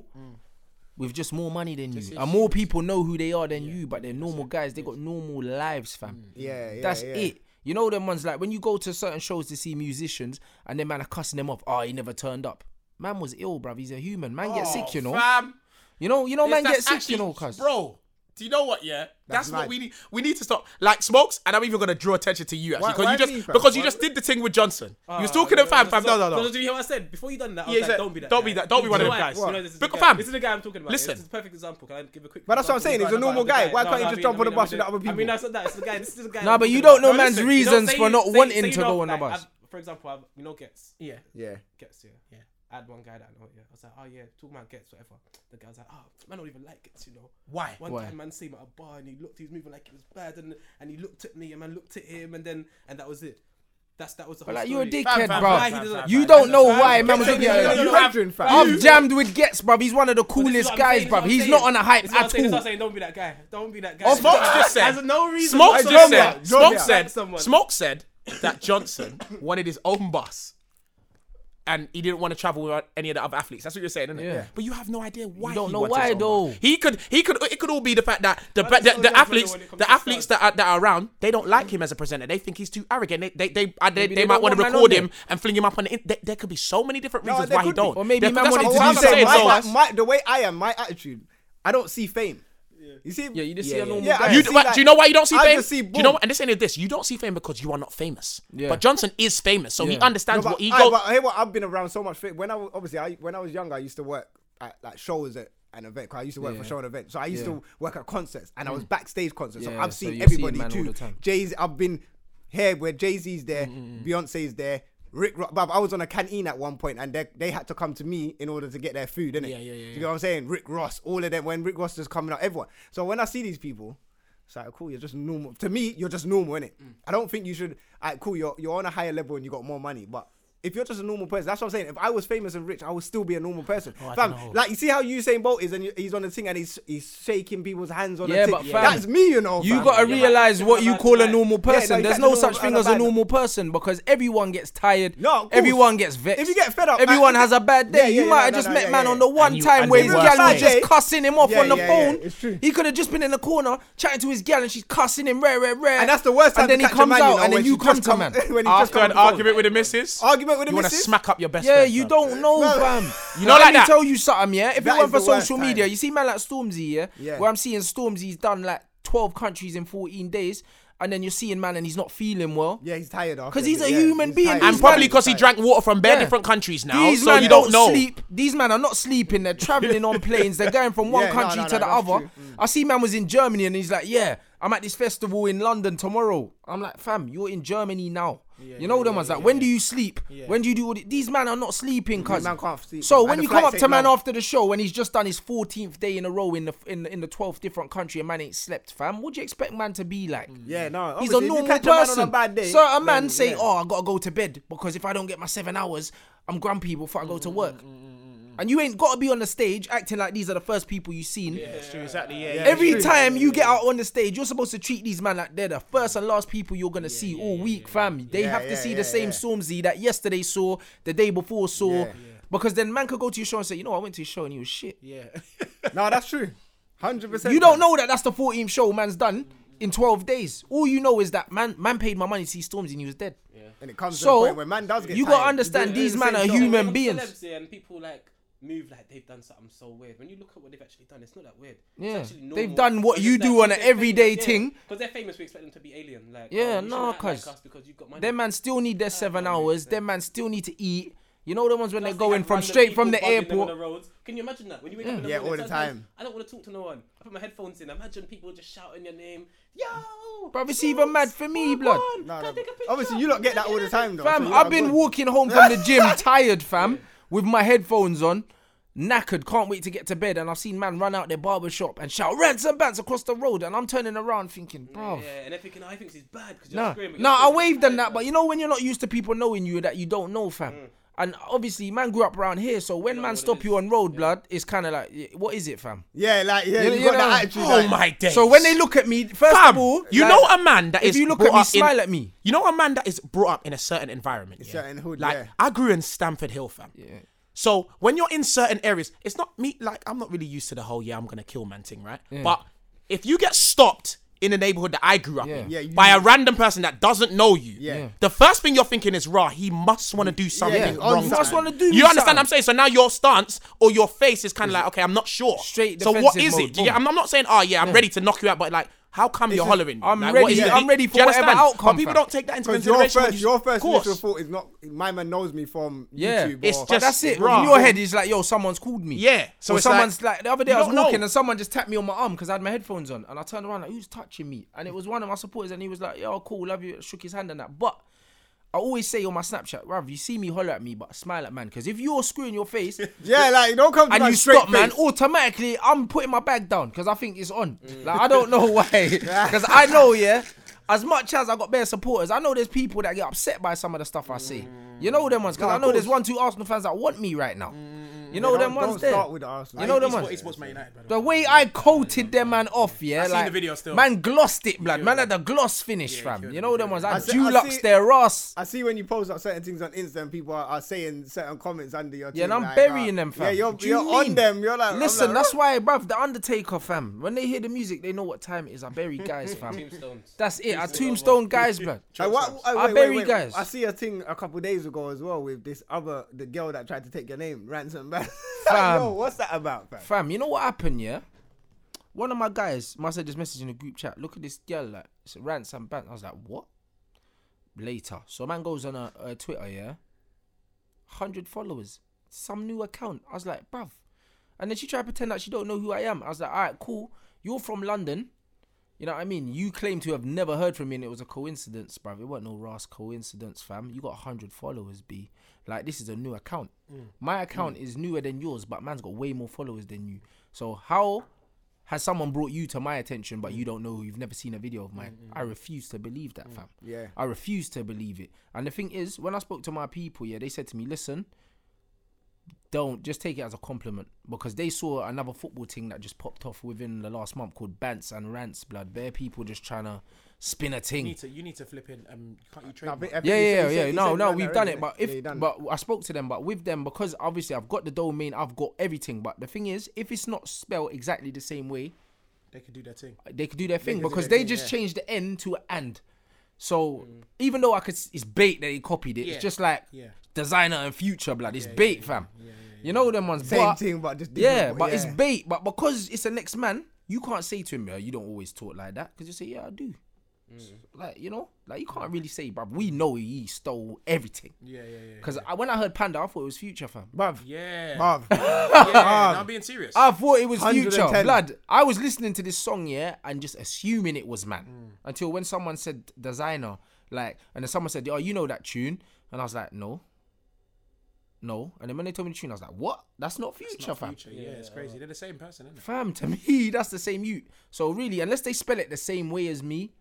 [SPEAKER 5] with just more money than you, and more people know who they are than you. But they're normal guys. They got normal lives, fam.
[SPEAKER 3] Yeah, yeah,
[SPEAKER 5] That's
[SPEAKER 3] yeah.
[SPEAKER 5] it. You know them ones like when you go to certain shows to see musicians and then man are cussing them off. Oh, he never turned up. Man was ill, bruv. He's a human. Man
[SPEAKER 1] Oh,
[SPEAKER 5] gets sick, you know.
[SPEAKER 2] Fam,
[SPEAKER 5] You know, you know, man
[SPEAKER 2] that's
[SPEAKER 5] gets sick,
[SPEAKER 2] actually-
[SPEAKER 5] you know, cuz.
[SPEAKER 2] Bro, do you know what? Yeah, that's, what
[SPEAKER 3] mad.
[SPEAKER 2] we need. We need to stop. Like smokes, and I'm even gonna draw attention to you actually
[SPEAKER 3] Why-
[SPEAKER 2] because
[SPEAKER 3] why
[SPEAKER 2] you just
[SPEAKER 3] me, fam?
[SPEAKER 2] because you
[SPEAKER 3] Why-
[SPEAKER 2] just did the thing with Johnson. you was talking
[SPEAKER 1] no,
[SPEAKER 2] to fam,
[SPEAKER 1] no,
[SPEAKER 2] fam. No, no,
[SPEAKER 1] so-
[SPEAKER 2] no.
[SPEAKER 1] Did you hear what I said? Before you done that, I
[SPEAKER 2] Yeah,
[SPEAKER 1] was
[SPEAKER 2] he
[SPEAKER 1] like,
[SPEAKER 2] said,
[SPEAKER 1] don't be that
[SPEAKER 2] don't
[SPEAKER 1] guy.
[SPEAKER 2] be that- don't be
[SPEAKER 1] You
[SPEAKER 2] one of
[SPEAKER 1] know
[SPEAKER 2] them
[SPEAKER 1] why?
[SPEAKER 2] guys.
[SPEAKER 1] You know, this is
[SPEAKER 2] But
[SPEAKER 1] the guy-
[SPEAKER 2] fam,
[SPEAKER 1] This is the guy I'm talking about.
[SPEAKER 2] listen.
[SPEAKER 1] This is a perfect example. Can I give a quick
[SPEAKER 3] But that's what I'm saying,
[SPEAKER 1] example?
[SPEAKER 3] he's a
[SPEAKER 1] No, no,
[SPEAKER 3] normal
[SPEAKER 1] no,
[SPEAKER 3] guy.
[SPEAKER 1] no,
[SPEAKER 3] Why
[SPEAKER 1] no,
[SPEAKER 3] can't you
[SPEAKER 1] no,
[SPEAKER 3] just
[SPEAKER 1] I
[SPEAKER 3] jump
[SPEAKER 1] mean,
[SPEAKER 3] on
[SPEAKER 1] I
[SPEAKER 3] the bus
[SPEAKER 1] mean,
[SPEAKER 3] with other
[SPEAKER 1] I
[SPEAKER 3] people?
[SPEAKER 1] mean, that's not that. It's the guy. This is the guy.
[SPEAKER 5] Nah,
[SPEAKER 1] I'm
[SPEAKER 5] but you
[SPEAKER 1] talking
[SPEAKER 5] don't know
[SPEAKER 1] about.
[SPEAKER 5] man's
[SPEAKER 1] listen,
[SPEAKER 5] reasons
[SPEAKER 1] you
[SPEAKER 5] for
[SPEAKER 1] don't
[SPEAKER 5] not
[SPEAKER 1] say-
[SPEAKER 5] wanting
[SPEAKER 1] say
[SPEAKER 5] to
[SPEAKER 1] no,
[SPEAKER 5] go on the
[SPEAKER 1] like,
[SPEAKER 5] bus.
[SPEAKER 1] I've- For example, I've, you know Gets.
[SPEAKER 2] Yeah.
[SPEAKER 3] Yeah.
[SPEAKER 1] Gets, yeah.
[SPEAKER 2] Yeah.
[SPEAKER 1] I had one guy that I know, yeah. I was like, oh, yeah, talking about Gets, whatever. The guy was like, oh, man, I don't even like Gets, you know.
[SPEAKER 2] Why?
[SPEAKER 1] One
[SPEAKER 5] Why?
[SPEAKER 1] time, man, seen him at a bar and he looked, he was moving like he was bad, and and he looked at me, and man looked at him, and then and that was it. That's that was the whole
[SPEAKER 5] But like,
[SPEAKER 1] story.
[SPEAKER 5] you're a dickhead,
[SPEAKER 2] Fam, fam,
[SPEAKER 5] bruv.
[SPEAKER 2] fam, fam, fam,
[SPEAKER 5] Oh. you
[SPEAKER 2] fam.
[SPEAKER 5] don't
[SPEAKER 2] Fam,
[SPEAKER 5] know
[SPEAKER 2] fam,
[SPEAKER 5] why,
[SPEAKER 2] fam,
[SPEAKER 5] man.
[SPEAKER 2] fam,
[SPEAKER 5] Was looking
[SPEAKER 2] fam,
[SPEAKER 5] at
[SPEAKER 2] fam,
[SPEAKER 5] you.
[SPEAKER 3] You
[SPEAKER 2] fam,
[SPEAKER 3] hundred, fam.
[SPEAKER 5] I'm jammed with Gets, bruv. He's one of the
[SPEAKER 1] This is
[SPEAKER 5] coolest
[SPEAKER 1] what I'm
[SPEAKER 5] guys,
[SPEAKER 1] saying, this is what
[SPEAKER 5] bruv.
[SPEAKER 1] I'm
[SPEAKER 5] He's
[SPEAKER 1] saying.
[SPEAKER 5] not on a hype
[SPEAKER 1] This is what I'm
[SPEAKER 5] at
[SPEAKER 1] saying, this is what I'm
[SPEAKER 5] all.
[SPEAKER 1] saying. Don't be that guy. Don't be that guy.
[SPEAKER 2] Oh, Smokes just said.
[SPEAKER 1] There's no reason.
[SPEAKER 2] Smoke
[SPEAKER 3] Like,
[SPEAKER 2] just
[SPEAKER 3] Jobia,
[SPEAKER 2] said. Smoke
[SPEAKER 3] Jobia.
[SPEAKER 2] said.
[SPEAKER 1] Someone.
[SPEAKER 2] Smoke said that Johnson wanted his own bus, and he didn't want to travel with any of the other athletes. That's what you're saying, isn't it?
[SPEAKER 5] Yeah.
[SPEAKER 2] But you have no idea why.
[SPEAKER 5] don't
[SPEAKER 2] he
[SPEAKER 5] know
[SPEAKER 2] wanted
[SPEAKER 5] why,
[SPEAKER 2] his own
[SPEAKER 5] though.
[SPEAKER 2] bus. He could. He could. It could all be the fact that the
[SPEAKER 1] That's
[SPEAKER 2] the,
[SPEAKER 1] so
[SPEAKER 2] the,
[SPEAKER 1] irrelevant
[SPEAKER 2] athletes,
[SPEAKER 1] when it comes
[SPEAKER 2] the
[SPEAKER 1] to
[SPEAKER 2] athletes that are, that are around, they don't like him as a presenter. They think he's too arrogant. They they they, uh, they,
[SPEAKER 5] Maybe
[SPEAKER 2] they,
[SPEAKER 5] they
[SPEAKER 2] might
[SPEAKER 5] don't
[SPEAKER 2] want to
[SPEAKER 5] want man
[SPEAKER 2] record
[SPEAKER 5] on
[SPEAKER 2] him and fling him up on the. in- There, there could be so many different
[SPEAKER 3] No,
[SPEAKER 2] reasons
[SPEAKER 3] there
[SPEAKER 2] why he
[SPEAKER 3] could be.
[SPEAKER 2] don't.
[SPEAKER 5] Or maybe
[SPEAKER 2] There-
[SPEAKER 5] man
[SPEAKER 2] that's what
[SPEAKER 5] wanted
[SPEAKER 2] I'm
[SPEAKER 5] to
[SPEAKER 3] I'm
[SPEAKER 5] do
[SPEAKER 2] saying,
[SPEAKER 3] saying,
[SPEAKER 5] something
[SPEAKER 2] so-
[SPEAKER 3] my,
[SPEAKER 5] else.
[SPEAKER 3] my, the way I am, my attitude, I don't see fame. You see?
[SPEAKER 5] Yeah, you just see a normal
[SPEAKER 3] Yeah, I
[SPEAKER 5] guy.
[SPEAKER 2] You
[SPEAKER 3] just
[SPEAKER 2] do,
[SPEAKER 3] see,
[SPEAKER 2] but
[SPEAKER 3] like-
[SPEAKER 2] do you know why you don't see
[SPEAKER 3] I
[SPEAKER 2] fame?
[SPEAKER 3] just see
[SPEAKER 2] do you know
[SPEAKER 3] boom.
[SPEAKER 2] what? And this ain't it, this. You don't see fame because you are not famous.
[SPEAKER 5] Yeah.
[SPEAKER 2] But Johnson is famous, so he
[SPEAKER 5] Yeah.
[SPEAKER 2] understands
[SPEAKER 3] No,
[SPEAKER 2] what
[SPEAKER 3] but
[SPEAKER 2] he
[SPEAKER 3] I-
[SPEAKER 2] goes.
[SPEAKER 3] but hey, what I've been around so much. When I was- obviously I, when I was younger, I used to work at like shows at an event. 'cause I used to work for
[SPEAKER 5] Yeah.
[SPEAKER 3] show and event, so I used
[SPEAKER 5] Yeah. Mm.
[SPEAKER 3] to work at concerts and I was backstage concerts. so
[SPEAKER 5] Yeah,
[SPEAKER 3] I've
[SPEAKER 5] so
[SPEAKER 3] seen
[SPEAKER 5] you've seen
[SPEAKER 3] everybody
[SPEAKER 5] man all
[SPEAKER 3] too.
[SPEAKER 5] the time.
[SPEAKER 3] Jay's, I've been here where Jay Z's there, Beyonce's there. Rick Ross, bruv, I was on a canteen at one point and they, they had to come to me in order to get their food, innit?
[SPEAKER 2] Yeah, yeah, yeah,
[SPEAKER 3] Do
[SPEAKER 2] yeah.
[SPEAKER 3] You know what I'm saying? Rick Ross, all of them. When Rick Ross is coming out, everyone. So when I see these people, it's like, cool, you're just normal. To me, you're just normal, innit? I don't think you should. Alright, cool, you're, you're on a higher level and you got more money. But if you're just a normal person, that's what I'm saying. If I was famous and rich, I would still be a normal person. fam, like, you see how Usain Bolt is and you- he's on the thing and he's, he's shaking people's hands on
[SPEAKER 5] Yeah,
[SPEAKER 3] the thing.
[SPEAKER 5] but fam,
[SPEAKER 3] that's me, you know.
[SPEAKER 5] You
[SPEAKER 3] fam.
[SPEAKER 5] gotta realize what you call a normal
[SPEAKER 3] Yeah, no,
[SPEAKER 5] person.
[SPEAKER 3] you
[SPEAKER 5] There's
[SPEAKER 3] can't
[SPEAKER 5] no
[SPEAKER 3] do
[SPEAKER 5] such
[SPEAKER 3] normal-
[SPEAKER 5] thing as a
[SPEAKER 3] otherwise-
[SPEAKER 5] normal person because everyone gets tired.
[SPEAKER 3] No, of course.
[SPEAKER 5] everyone gets vexed.
[SPEAKER 3] If you get fed up, man,
[SPEAKER 5] everyone
[SPEAKER 3] if
[SPEAKER 5] has
[SPEAKER 3] you-
[SPEAKER 5] a bad
[SPEAKER 3] Yeah,
[SPEAKER 5] day.
[SPEAKER 3] yeah,
[SPEAKER 5] you
[SPEAKER 3] yeah,
[SPEAKER 5] might
[SPEAKER 3] no,
[SPEAKER 5] have
[SPEAKER 3] no,
[SPEAKER 5] just
[SPEAKER 3] no,
[SPEAKER 5] met
[SPEAKER 3] yeah,
[SPEAKER 5] man
[SPEAKER 3] yeah.
[SPEAKER 5] on the one
[SPEAKER 2] you-
[SPEAKER 5] time
[SPEAKER 2] and
[SPEAKER 5] where
[SPEAKER 2] the
[SPEAKER 5] his
[SPEAKER 2] worst
[SPEAKER 5] gal was
[SPEAKER 3] day-
[SPEAKER 5] just cussing him off
[SPEAKER 3] eh? Yeah,
[SPEAKER 5] on the
[SPEAKER 3] yeah, yeah,
[SPEAKER 5] phone.
[SPEAKER 3] it's true.
[SPEAKER 5] He could have just been in the corner chatting to his gal and she's cussing him, rare, rare, rare.
[SPEAKER 3] And that's the worst time
[SPEAKER 5] And then
[SPEAKER 3] to
[SPEAKER 5] he
[SPEAKER 3] catch a
[SPEAKER 5] comes
[SPEAKER 3] man, you
[SPEAKER 5] out,
[SPEAKER 3] know,
[SPEAKER 5] and
[SPEAKER 3] when
[SPEAKER 5] then you
[SPEAKER 3] she
[SPEAKER 5] come
[SPEAKER 3] just
[SPEAKER 5] to
[SPEAKER 3] come-
[SPEAKER 5] man.
[SPEAKER 3] when he just
[SPEAKER 2] After
[SPEAKER 3] come
[SPEAKER 2] an
[SPEAKER 3] on the phone.
[SPEAKER 2] argument with the missus,
[SPEAKER 3] Argument with the
[SPEAKER 2] you want to
[SPEAKER 3] missus?
[SPEAKER 2] smack up your best
[SPEAKER 5] Yeah,
[SPEAKER 2] friend,
[SPEAKER 5] you
[SPEAKER 2] fam.
[SPEAKER 5] don't know, fam.
[SPEAKER 2] You know
[SPEAKER 5] Let
[SPEAKER 2] like
[SPEAKER 5] me
[SPEAKER 2] that?
[SPEAKER 5] tell you something, yeah. If
[SPEAKER 3] That
[SPEAKER 5] it weren't
[SPEAKER 3] is
[SPEAKER 5] for
[SPEAKER 3] the worst
[SPEAKER 5] social media,
[SPEAKER 3] time.
[SPEAKER 5] you see, man, like Stormzy, yeah,
[SPEAKER 3] Yeah.
[SPEAKER 5] where I'm seeing Stormzy's done like 12 countries in 14 days, and then you're seeing man and he's not feeling well.
[SPEAKER 3] Yeah, he's tired. after
[SPEAKER 5] 'Cause he's
[SPEAKER 3] it,
[SPEAKER 5] a
[SPEAKER 3] yeah,
[SPEAKER 5] human
[SPEAKER 3] he's
[SPEAKER 5] being,
[SPEAKER 3] tired.
[SPEAKER 5] these
[SPEAKER 2] And
[SPEAKER 5] He's
[SPEAKER 2] probably
[SPEAKER 5] done.
[SPEAKER 2] because he drank water from bare
[SPEAKER 5] Yeah.
[SPEAKER 2] different countries now,
[SPEAKER 5] These
[SPEAKER 2] so
[SPEAKER 5] men
[SPEAKER 2] you don't know.
[SPEAKER 5] sleep. These men are not sleeping. They're traveling on planes. They're going from one
[SPEAKER 3] Yeah, no,
[SPEAKER 5] country
[SPEAKER 3] no, no,
[SPEAKER 5] to the
[SPEAKER 3] that's Mm.
[SPEAKER 5] other. I see man was in Germany and he's like, "Yeah, I'm at this festival in London tomorrow." I'm like, "Fam, you're in Germany now." you know them ones like, "When do you sleep? When do you do all the-" these men are not sleeping?" Cause
[SPEAKER 3] man can't sleep.
[SPEAKER 5] So
[SPEAKER 3] And
[SPEAKER 5] when
[SPEAKER 3] the
[SPEAKER 5] you come
[SPEAKER 3] flights
[SPEAKER 5] up to
[SPEAKER 3] ain't
[SPEAKER 5] man
[SPEAKER 3] long.
[SPEAKER 5] after the show when he's just done his 14th day in a row in the in the, in the 12th different country and man ain't slept, fam, what do you expect man to be like?
[SPEAKER 3] Yeah, no.
[SPEAKER 5] He's
[SPEAKER 3] obviously,
[SPEAKER 5] a
[SPEAKER 3] if you
[SPEAKER 5] normal
[SPEAKER 3] catch
[SPEAKER 5] person.
[SPEAKER 3] A man on a bad day,
[SPEAKER 5] so a man
[SPEAKER 3] then,
[SPEAKER 5] say,
[SPEAKER 3] yeah. Mm,
[SPEAKER 5] "Oh, I gotta go to bed because if I don't get my seven hours, I'm grumpy before I go to work." And you ain't got to be on the stage acting like these are the first people you seen.
[SPEAKER 2] That's true. Exactly. Yeah.
[SPEAKER 5] Every time you get out on the stage, you're supposed to treat these man like they're the first and last people you're gonna see all week, fam. They
[SPEAKER 3] Yeah,
[SPEAKER 5] have to
[SPEAKER 3] yeah,
[SPEAKER 5] see
[SPEAKER 3] yeah,
[SPEAKER 5] the same
[SPEAKER 3] yeah.
[SPEAKER 5] Stormzy that yesterday saw, the day before saw,
[SPEAKER 3] Yeah. Yeah.
[SPEAKER 5] because then man could go to your show and say, you know, I went to your show and he was shit.
[SPEAKER 2] yeah.
[SPEAKER 3] No, that's true. Hundred percent.
[SPEAKER 5] You don't know that that's the 14th show man's done in 12 days. All you know is that man, man paid my money to see Stormzy and he was dead.
[SPEAKER 3] And it comes to
[SPEAKER 5] So
[SPEAKER 3] the point where man does get.
[SPEAKER 5] you gotta
[SPEAKER 3] tired.
[SPEAKER 5] understand
[SPEAKER 3] do it
[SPEAKER 5] these
[SPEAKER 3] the
[SPEAKER 5] man
[SPEAKER 3] same
[SPEAKER 5] are
[SPEAKER 3] job.
[SPEAKER 5] human
[SPEAKER 1] When
[SPEAKER 5] beings.
[SPEAKER 1] celebs, yeah, and people like move like they've done something so weird. When you look at what they've actually done, it's not that weird. It's
[SPEAKER 5] Yeah.
[SPEAKER 1] actually
[SPEAKER 5] They've
[SPEAKER 1] normal.
[SPEAKER 5] done what
[SPEAKER 1] It's
[SPEAKER 5] you
[SPEAKER 1] just
[SPEAKER 5] do
[SPEAKER 1] that
[SPEAKER 5] on a
[SPEAKER 1] because they're
[SPEAKER 5] everyday
[SPEAKER 1] famous,
[SPEAKER 5] thing.
[SPEAKER 1] Because they're famous, we expect them to be alien. Like
[SPEAKER 5] Yeah,
[SPEAKER 1] oh, you
[SPEAKER 5] nah,
[SPEAKER 1] shouldn't act like
[SPEAKER 5] cuz
[SPEAKER 1] us because you've got money.
[SPEAKER 5] Them man still need their seven hours. Them man still need to eat. You know the ones when
[SPEAKER 1] Plus
[SPEAKER 5] they're
[SPEAKER 1] they
[SPEAKER 5] going
[SPEAKER 1] have
[SPEAKER 5] from
[SPEAKER 1] random
[SPEAKER 5] straight from
[SPEAKER 1] people
[SPEAKER 5] the
[SPEAKER 1] bugging them on
[SPEAKER 5] airport. Mm.
[SPEAKER 1] the roads. Can you imagine that? When you wake up in the
[SPEAKER 3] Yeah,
[SPEAKER 1] morning,
[SPEAKER 3] all the
[SPEAKER 1] sometimes,
[SPEAKER 3] time.
[SPEAKER 1] I don't want to talk to no one. I put my headphones in. Imagine people just shouting your name. Yo!
[SPEAKER 5] Bruv, it's even
[SPEAKER 1] Jones,
[SPEAKER 5] mad for me,
[SPEAKER 1] oh,
[SPEAKER 5] blood.
[SPEAKER 1] Juan,
[SPEAKER 3] No,
[SPEAKER 1] can I
[SPEAKER 3] no,
[SPEAKER 1] take a picture?
[SPEAKER 3] Obviously, you lot get that all the time, though. so
[SPEAKER 5] Fam,
[SPEAKER 3] you
[SPEAKER 5] I've
[SPEAKER 3] lot
[SPEAKER 5] been
[SPEAKER 3] good.
[SPEAKER 5] walking home from the gym tired, fam, with my headphones on, knackered, can't wait to get to bed. And I've seen man run out their barber shop and shout rants and bants across the road. And I'm turning around thinking, bruv.
[SPEAKER 1] Yeah, and they're thinking, I think he's bad because you're
[SPEAKER 5] Oh. Nah,
[SPEAKER 1] screaming.
[SPEAKER 5] nah, I waved them that, but you know when you're not used to people knowing you that you don't know, fam. And obviously, man grew up around here, so when man
[SPEAKER 1] what it
[SPEAKER 5] stop
[SPEAKER 1] is.
[SPEAKER 5] you on road, blood, it's kind of like, y- what is it, fam?
[SPEAKER 3] Yeah, like yeah,
[SPEAKER 5] You-
[SPEAKER 3] you,
[SPEAKER 5] you
[SPEAKER 3] got
[SPEAKER 5] know-
[SPEAKER 3] that attitude.
[SPEAKER 2] Oh
[SPEAKER 3] like,
[SPEAKER 2] my days.
[SPEAKER 5] So when they look at me, first
[SPEAKER 2] Fam,
[SPEAKER 5] of all,
[SPEAKER 2] you
[SPEAKER 5] like,
[SPEAKER 2] know a man that
[SPEAKER 5] if
[SPEAKER 2] is.
[SPEAKER 5] you look
[SPEAKER 2] brought
[SPEAKER 5] at me,
[SPEAKER 2] up in-
[SPEAKER 5] smile at me.
[SPEAKER 2] You know a man that is brought up in a certain environment. yeah?
[SPEAKER 3] certain hood,
[SPEAKER 2] Like
[SPEAKER 3] yeah.
[SPEAKER 2] I grew in Stamford Hill, fam. Yeah. So when you're in certain areas, it's not me. Like I'm not really used to the whole yeah, I'm gonna kill man thing, right? But if you get stopped in the neighborhood that I grew up in
[SPEAKER 3] Yeah, you-
[SPEAKER 2] by a random person that doesn't know you,
[SPEAKER 3] Yeah. Yeah.
[SPEAKER 2] the first thing you're thinking is, "Raw, he must want to do something
[SPEAKER 3] Yeah, Oh,
[SPEAKER 2] wrong."
[SPEAKER 3] on
[SPEAKER 2] to
[SPEAKER 5] First
[SPEAKER 2] me."
[SPEAKER 5] one to do me
[SPEAKER 2] You understand
[SPEAKER 5] something.
[SPEAKER 2] what I'm saying? So now your stance or your face is kind of like, okay, I'm not sure.
[SPEAKER 5] Straight
[SPEAKER 2] So what
[SPEAKER 5] defensive
[SPEAKER 2] is
[SPEAKER 5] mode,
[SPEAKER 2] it? Do you get-
[SPEAKER 5] boom.
[SPEAKER 2] I'm, I'm not saying, oh yeah, I'm ready to knock you out, but like, how come you're
[SPEAKER 3] just-
[SPEAKER 2] hollering?
[SPEAKER 5] I'm
[SPEAKER 2] Like,
[SPEAKER 5] ready-
[SPEAKER 2] what is it?
[SPEAKER 5] I'm
[SPEAKER 2] Do-
[SPEAKER 5] ready
[SPEAKER 2] do
[SPEAKER 5] for
[SPEAKER 2] you
[SPEAKER 5] whatever
[SPEAKER 2] understand?
[SPEAKER 5] outcome,
[SPEAKER 2] But people
[SPEAKER 5] fam.
[SPEAKER 2] don't take that into
[SPEAKER 3] Because your
[SPEAKER 2] consideration. when
[SPEAKER 3] first,
[SPEAKER 2] you-
[SPEAKER 3] your first
[SPEAKER 2] Of course.
[SPEAKER 3] initial thought is not my man knows me from
[SPEAKER 5] Yeah.
[SPEAKER 3] YouTube.
[SPEAKER 2] It's
[SPEAKER 3] or,
[SPEAKER 5] But
[SPEAKER 2] just-
[SPEAKER 5] that's it.
[SPEAKER 2] Bruh.
[SPEAKER 5] In your head, it's like, yo, someone's called me.
[SPEAKER 2] Yeah, so
[SPEAKER 5] So or
[SPEAKER 2] it's like-
[SPEAKER 5] someone's like, the other day
[SPEAKER 2] You
[SPEAKER 5] I was
[SPEAKER 2] don't know.
[SPEAKER 5] walking and someone just tapped me on my arm because I had my headphones on, and I turned around like, who's touching me? And it was one of my supporters, and he was like, yo, cool, love you. Shook his hand and that, but. I always say on my Snapchat, Rav, you see me holler at me, but smile at man. Because if you're screwing your face
[SPEAKER 3] yeah, like don't come to
[SPEAKER 5] and
[SPEAKER 3] that
[SPEAKER 5] you
[SPEAKER 3] straight
[SPEAKER 5] stop, man,
[SPEAKER 3] face.
[SPEAKER 5] automatically I'm putting my bag down because I think it's on.
[SPEAKER 3] Mm.
[SPEAKER 5] Like I don't know why, because I know, yeah. As much as I got bare supporters, I know there's people that get upset by some of the stuff I say. You know them ones, because
[SPEAKER 3] Mm. Nah,
[SPEAKER 5] I
[SPEAKER 3] of
[SPEAKER 5] know there's
[SPEAKER 3] course.
[SPEAKER 5] one, two Arsenal fans that want me right now. You know
[SPEAKER 3] Don't-
[SPEAKER 5] them ones
[SPEAKER 3] don't
[SPEAKER 5] there.
[SPEAKER 3] start with Mm. the Arsenal.
[SPEAKER 5] You know them ones. The way I coated them man off, yeah,
[SPEAKER 1] seen
[SPEAKER 5] like
[SPEAKER 1] the video still.
[SPEAKER 5] man glossed it, blood. Man had the gloss finish, fam.
[SPEAKER 1] killed
[SPEAKER 5] You
[SPEAKER 1] it.
[SPEAKER 5] know them ones. I
[SPEAKER 3] I see- I
[SPEAKER 5] dulux
[SPEAKER 3] see-
[SPEAKER 5] their ass.
[SPEAKER 3] I see when you post up certain things on Insta and people are, are saying certain comments under your.
[SPEAKER 5] Yeah, and
[SPEAKER 3] team,
[SPEAKER 5] I'm
[SPEAKER 3] like,
[SPEAKER 5] burying
[SPEAKER 3] uh,
[SPEAKER 5] them, fam.
[SPEAKER 3] Yeah, you're,
[SPEAKER 5] What do you
[SPEAKER 3] you're on
[SPEAKER 5] mean?
[SPEAKER 3] them. You're like, I'm
[SPEAKER 5] Listen,
[SPEAKER 3] like,
[SPEAKER 5] that's why, bruv, the Undertaker, fam. When they hear the music, they know what time it is. I bury guys, fam.
[SPEAKER 1] Tombstones.
[SPEAKER 5] That's it. I
[SPEAKER 1] "Oh,
[SPEAKER 5] tombstone guys, blood.
[SPEAKER 3] Like, what, I,
[SPEAKER 5] I
[SPEAKER 3] wait,
[SPEAKER 5] bury
[SPEAKER 3] wait, wait.
[SPEAKER 5] guys.
[SPEAKER 3] I see a thing a couple days ago as well with this other the girl that tried to take your name, ransom back.
[SPEAKER 5] Fam.
[SPEAKER 3] Yo, what's that about, fam?
[SPEAKER 5] Fam, you know what happened, yeah? One of my guys must have just messaged in the group chat, look at this girl, like, it's a rants and bant. I was like, what? Later. So man goes on a, a Twitter, yeah? 100 followers. Some new account. I was like, bruv. And then she tried to pretend that she don't know who I am. I was like, all right, cool. You're from London. You know what I mean? You claim to have never heard from me and it was a coincidence, bruv. It wasn't no Ras coincidence, fam. You got 100 followers, B. Like, this is a new account. My account is newer than yours, but man's got way more followers than you. So, how has someone brought you to my attention, but you don't know, you've never seen a video of mine? I refuse to believe that, fam.
[SPEAKER 3] Yeah.
[SPEAKER 5] I refuse to believe it. And the thing is, when I spoke to my people, yeah, they said to me, listen, don't just take it as a compliment because they saw another football thing that just popped off within the last month called Bants and Rants. Blood, bare people just trying to spin a
[SPEAKER 2] You
[SPEAKER 5] thing.
[SPEAKER 2] need to, you need to flip in. Um, can't you
[SPEAKER 3] Nah,
[SPEAKER 2] trademark?
[SPEAKER 3] but I think
[SPEAKER 5] Yeah,
[SPEAKER 3] he
[SPEAKER 5] yeah,
[SPEAKER 3] said- he
[SPEAKER 5] yeah.
[SPEAKER 3] said- he said
[SPEAKER 5] No,
[SPEAKER 3] he
[SPEAKER 5] no,
[SPEAKER 3] done
[SPEAKER 5] we've
[SPEAKER 3] that
[SPEAKER 5] done
[SPEAKER 3] already,
[SPEAKER 5] it. But
[SPEAKER 3] innit?
[SPEAKER 5] if,
[SPEAKER 3] Yeah, he done
[SPEAKER 5] but I spoke to them, but with them because obviously I've got the domain, I've got everything. But the thing is, if it's not spelled exactly the same way,
[SPEAKER 2] They could do their thing.
[SPEAKER 5] they could do their thing
[SPEAKER 3] could do
[SPEAKER 5] because
[SPEAKER 3] their
[SPEAKER 5] they
[SPEAKER 3] thing,
[SPEAKER 5] just
[SPEAKER 3] yeah. Mm.
[SPEAKER 5] changed the N to an and. So even though I could, s- it's bait that he copied it.
[SPEAKER 2] Yeah.
[SPEAKER 5] It's just like
[SPEAKER 2] Yeah.
[SPEAKER 5] designer and future blood. It's bait, fam. You know them ones.
[SPEAKER 3] same
[SPEAKER 5] but-
[SPEAKER 3] thing, but just different,
[SPEAKER 5] yeah, but it's bait. But because it's the next man, you can't say to him, yeah, you don't always talk like that. Because you say, yeah, I do. Like, you know, like you can't really say, bruv, we know he stole everything.
[SPEAKER 2] Yeah, yeah, yeah.
[SPEAKER 5] Because when I heard Panda, I thought it was Future, fam. Bruv,
[SPEAKER 2] Yeah.
[SPEAKER 3] Bruv.
[SPEAKER 2] yeah. no, I'm being serious.
[SPEAKER 5] I thought it was Future.
[SPEAKER 3] 110.
[SPEAKER 5] Blood. I was listening to this song, yeah, and just assuming it was man. Until when someone said designer, like, and then someone said, oh, you know that tune. And I was like, no. No. And then when they told me the tune, I was like, what? That's not Future, fam.
[SPEAKER 2] Future, yeah, it's crazy. They're the same person, isn't it?
[SPEAKER 5] Fam, to me, that's the same you. So really, unless they spell it the same way as me,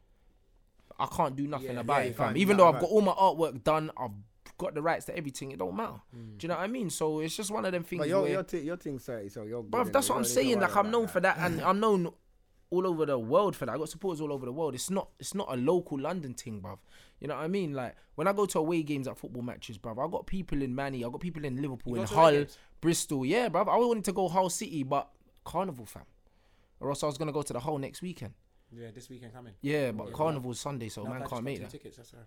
[SPEAKER 5] I can't do nothing about
[SPEAKER 3] yeah,
[SPEAKER 5] it,
[SPEAKER 3] you
[SPEAKER 5] fam.
[SPEAKER 3] can't do
[SPEAKER 5] Even though I've
[SPEAKER 3] nothing
[SPEAKER 5] got all my artwork done, I've got the rights to everything, it don't matter. Do you know what I mean? So it's just one of them things.
[SPEAKER 3] Mm. But your
[SPEAKER 5] where,
[SPEAKER 3] your thing your thing's thirty, so you're.
[SPEAKER 5] Bruv, that's what I'm saying. Like I'm known for that, and I'm known all over the world for that. I got supporters all over the world. It's not it's not a local London thing, bruv. You know what I mean? Like when I go to away games at football matches, bruv, I got people in Manny, I got people in Liverpool, in
[SPEAKER 2] go to away
[SPEAKER 5] Hull,
[SPEAKER 2] games?
[SPEAKER 5] Bristol. Yeah, bruv. I wanted to go Hull City, but Carnival fam. Or else I was gonna go to the Hull next weekend.
[SPEAKER 2] Yeah, this weekend coming.
[SPEAKER 5] Yeah, but Carnival's Sunday, so man can't make that.
[SPEAKER 2] Tickets, that's all.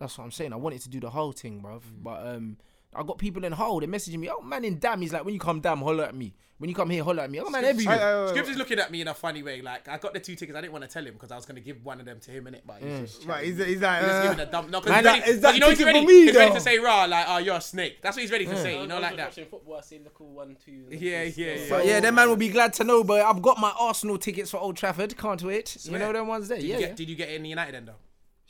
[SPEAKER 5] That's what I'm saying. I wanted to do the whole thing, bruv.
[SPEAKER 2] Mm.
[SPEAKER 5] But um, I got people in Hull. They're messaging me. Oh man, in Dam, he's like, when you come Dam, holler at me. When you come here, holler at me. Oh man, everywhere.
[SPEAKER 2] Scribs is looking at me in a funny way. Like I got the two tickets. I didn't want to tell him because I was going to give one of them to him in it, but he's just
[SPEAKER 3] Right,
[SPEAKER 2] chatting.
[SPEAKER 3] he's, he's like.
[SPEAKER 2] He's just
[SPEAKER 3] Uh,
[SPEAKER 2] giving a dump. No,
[SPEAKER 3] man,
[SPEAKER 2] because
[SPEAKER 3] that- is that
[SPEAKER 2] you know he's
[SPEAKER 3] ticket for
[SPEAKER 2] ready.
[SPEAKER 3] me,
[SPEAKER 2] he's ready
[SPEAKER 3] though?
[SPEAKER 2] to say raw, like oh you're a snake. That's what he's ready to say. You know, like that.
[SPEAKER 1] Watching football, I see little one, two.
[SPEAKER 2] Yeah, yeah, yeah.
[SPEAKER 5] But yeah, that man will be glad to know. But I've got my Arsenal tickets for Old Trafford. Can't wait. You know them ones there.
[SPEAKER 2] Did
[SPEAKER 5] Yeah,
[SPEAKER 2] you get,
[SPEAKER 5] yeah,
[SPEAKER 2] Did you get it in the United end though?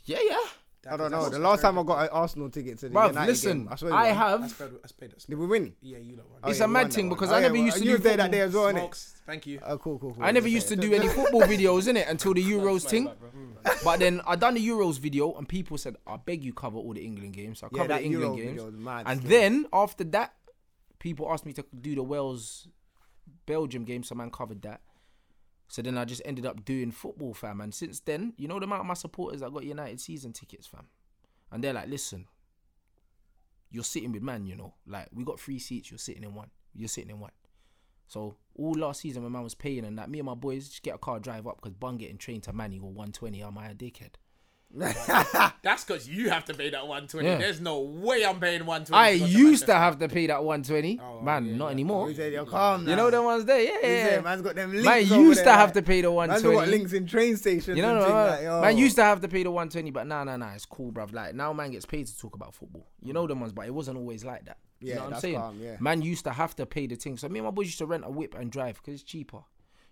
[SPEAKER 5] yeah, yeah.
[SPEAKER 3] I don't know. The last time I got an Arsenal ticket to the
[SPEAKER 5] Bruv,
[SPEAKER 3] United
[SPEAKER 5] listen,
[SPEAKER 3] game, I, swear you
[SPEAKER 5] I
[SPEAKER 3] won.
[SPEAKER 2] That's
[SPEAKER 5] have.
[SPEAKER 2] paid. That's paid. That's
[SPEAKER 3] Did we win?
[SPEAKER 2] yeah, you know.
[SPEAKER 3] Oh,
[SPEAKER 5] It's
[SPEAKER 3] yeah,
[SPEAKER 5] a
[SPEAKER 3] we
[SPEAKER 5] mad
[SPEAKER 3] won that
[SPEAKER 5] thing
[SPEAKER 3] one.
[SPEAKER 5] because
[SPEAKER 3] Oh,
[SPEAKER 5] I
[SPEAKER 3] yeah,
[SPEAKER 5] never
[SPEAKER 3] well,
[SPEAKER 5] used to
[SPEAKER 3] you
[SPEAKER 5] do
[SPEAKER 3] was there that
[SPEAKER 5] football.
[SPEAKER 3] day as well, innit?
[SPEAKER 2] Smokes. Thank you.
[SPEAKER 3] Oh, cool, cool, cool.
[SPEAKER 5] I never used to do any football videos in it until the Euros thing. But then I done the Euros video and people said, "I beg you, cover all the England games." So I
[SPEAKER 3] Yeah,
[SPEAKER 5] covered
[SPEAKER 3] that
[SPEAKER 5] the England
[SPEAKER 3] Euro
[SPEAKER 5] games,
[SPEAKER 3] video was mad
[SPEAKER 5] and
[SPEAKER 3] still.
[SPEAKER 5] then after that, people asked me to do the Wales Belgium game, so man covered that. So then I just ended up doing football, fam. And since then, you know the amount of my supporters that got United season tickets, fam, and they're like, "Listen, you're sitting with man, you know, like we got three seats, you're sitting in one, you're sitting in one." So all last season when man was paying and that, me and my boys just get a car drive up because Bun getting trained to Manny or 120. I'm a dickhead.
[SPEAKER 2] That's because you have to pay that 120.
[SPEAKER 5] Yeah.
[SPEAKER 2] There's no way I'm paying 120.
[SPEAKER 5] I
[SPEAKER 2] to go to
[SPEAKER 5] used
[SPEAKER 2] Manchester.
[SPEAKER 5] to have to pay that 120. man, not anymore.
[SPEAKER 3] He said, "Yo, calm
[SPEAKER 5] You
[SPEAKER 3] down."
[SPEAKER 5] know the ones there, yeah,
[SPEAKER 3] He
[SPEAKER 5] yeah.
[SPEAKER 3] said,
[SPEAKER 5] yeah.
[SPEAKER 3] man's got them links.
[SPEAKER 5] Man
[SPEAKER 3] over
[SPEAKER 5] used
[SPEAKER 3] there,
[SPEAKER 5] to have
[SPEAKER 3] like,
[SPEAKER 5] to pay the
[SPEAKER 3] Man's got
[SPEAKER 5] 120.
[SPEAKER 3] links in train stations.
[SPEAKER 5] You know,
[SPEAKER 3] and
[SPEAKER 5] no,
[SPEAKER 3] thing,
[SPEAKER 5] no,
[SPEAKER 3] like,
[SPEAKER 5] no.
[SPEAKER 3] yo.
[SPEAKER 5] man used to have to pay the 120, but nah, nah, nah, it's cool, bruv. Like now, man gets paid to talk about football. You know them ones, but it wasn't always like that. You
[SPEAKER 3] Yeah,
[SPEAKER 5] know what I'm
[SPEAKER 3] that's
[SPEAKER 5] saying?
[SPEAKER 3] calm, yeah.
[SPEAKER 5] Man used to have to pay the thing. So me and my boys used to rent a whip and drive because it's cheaper.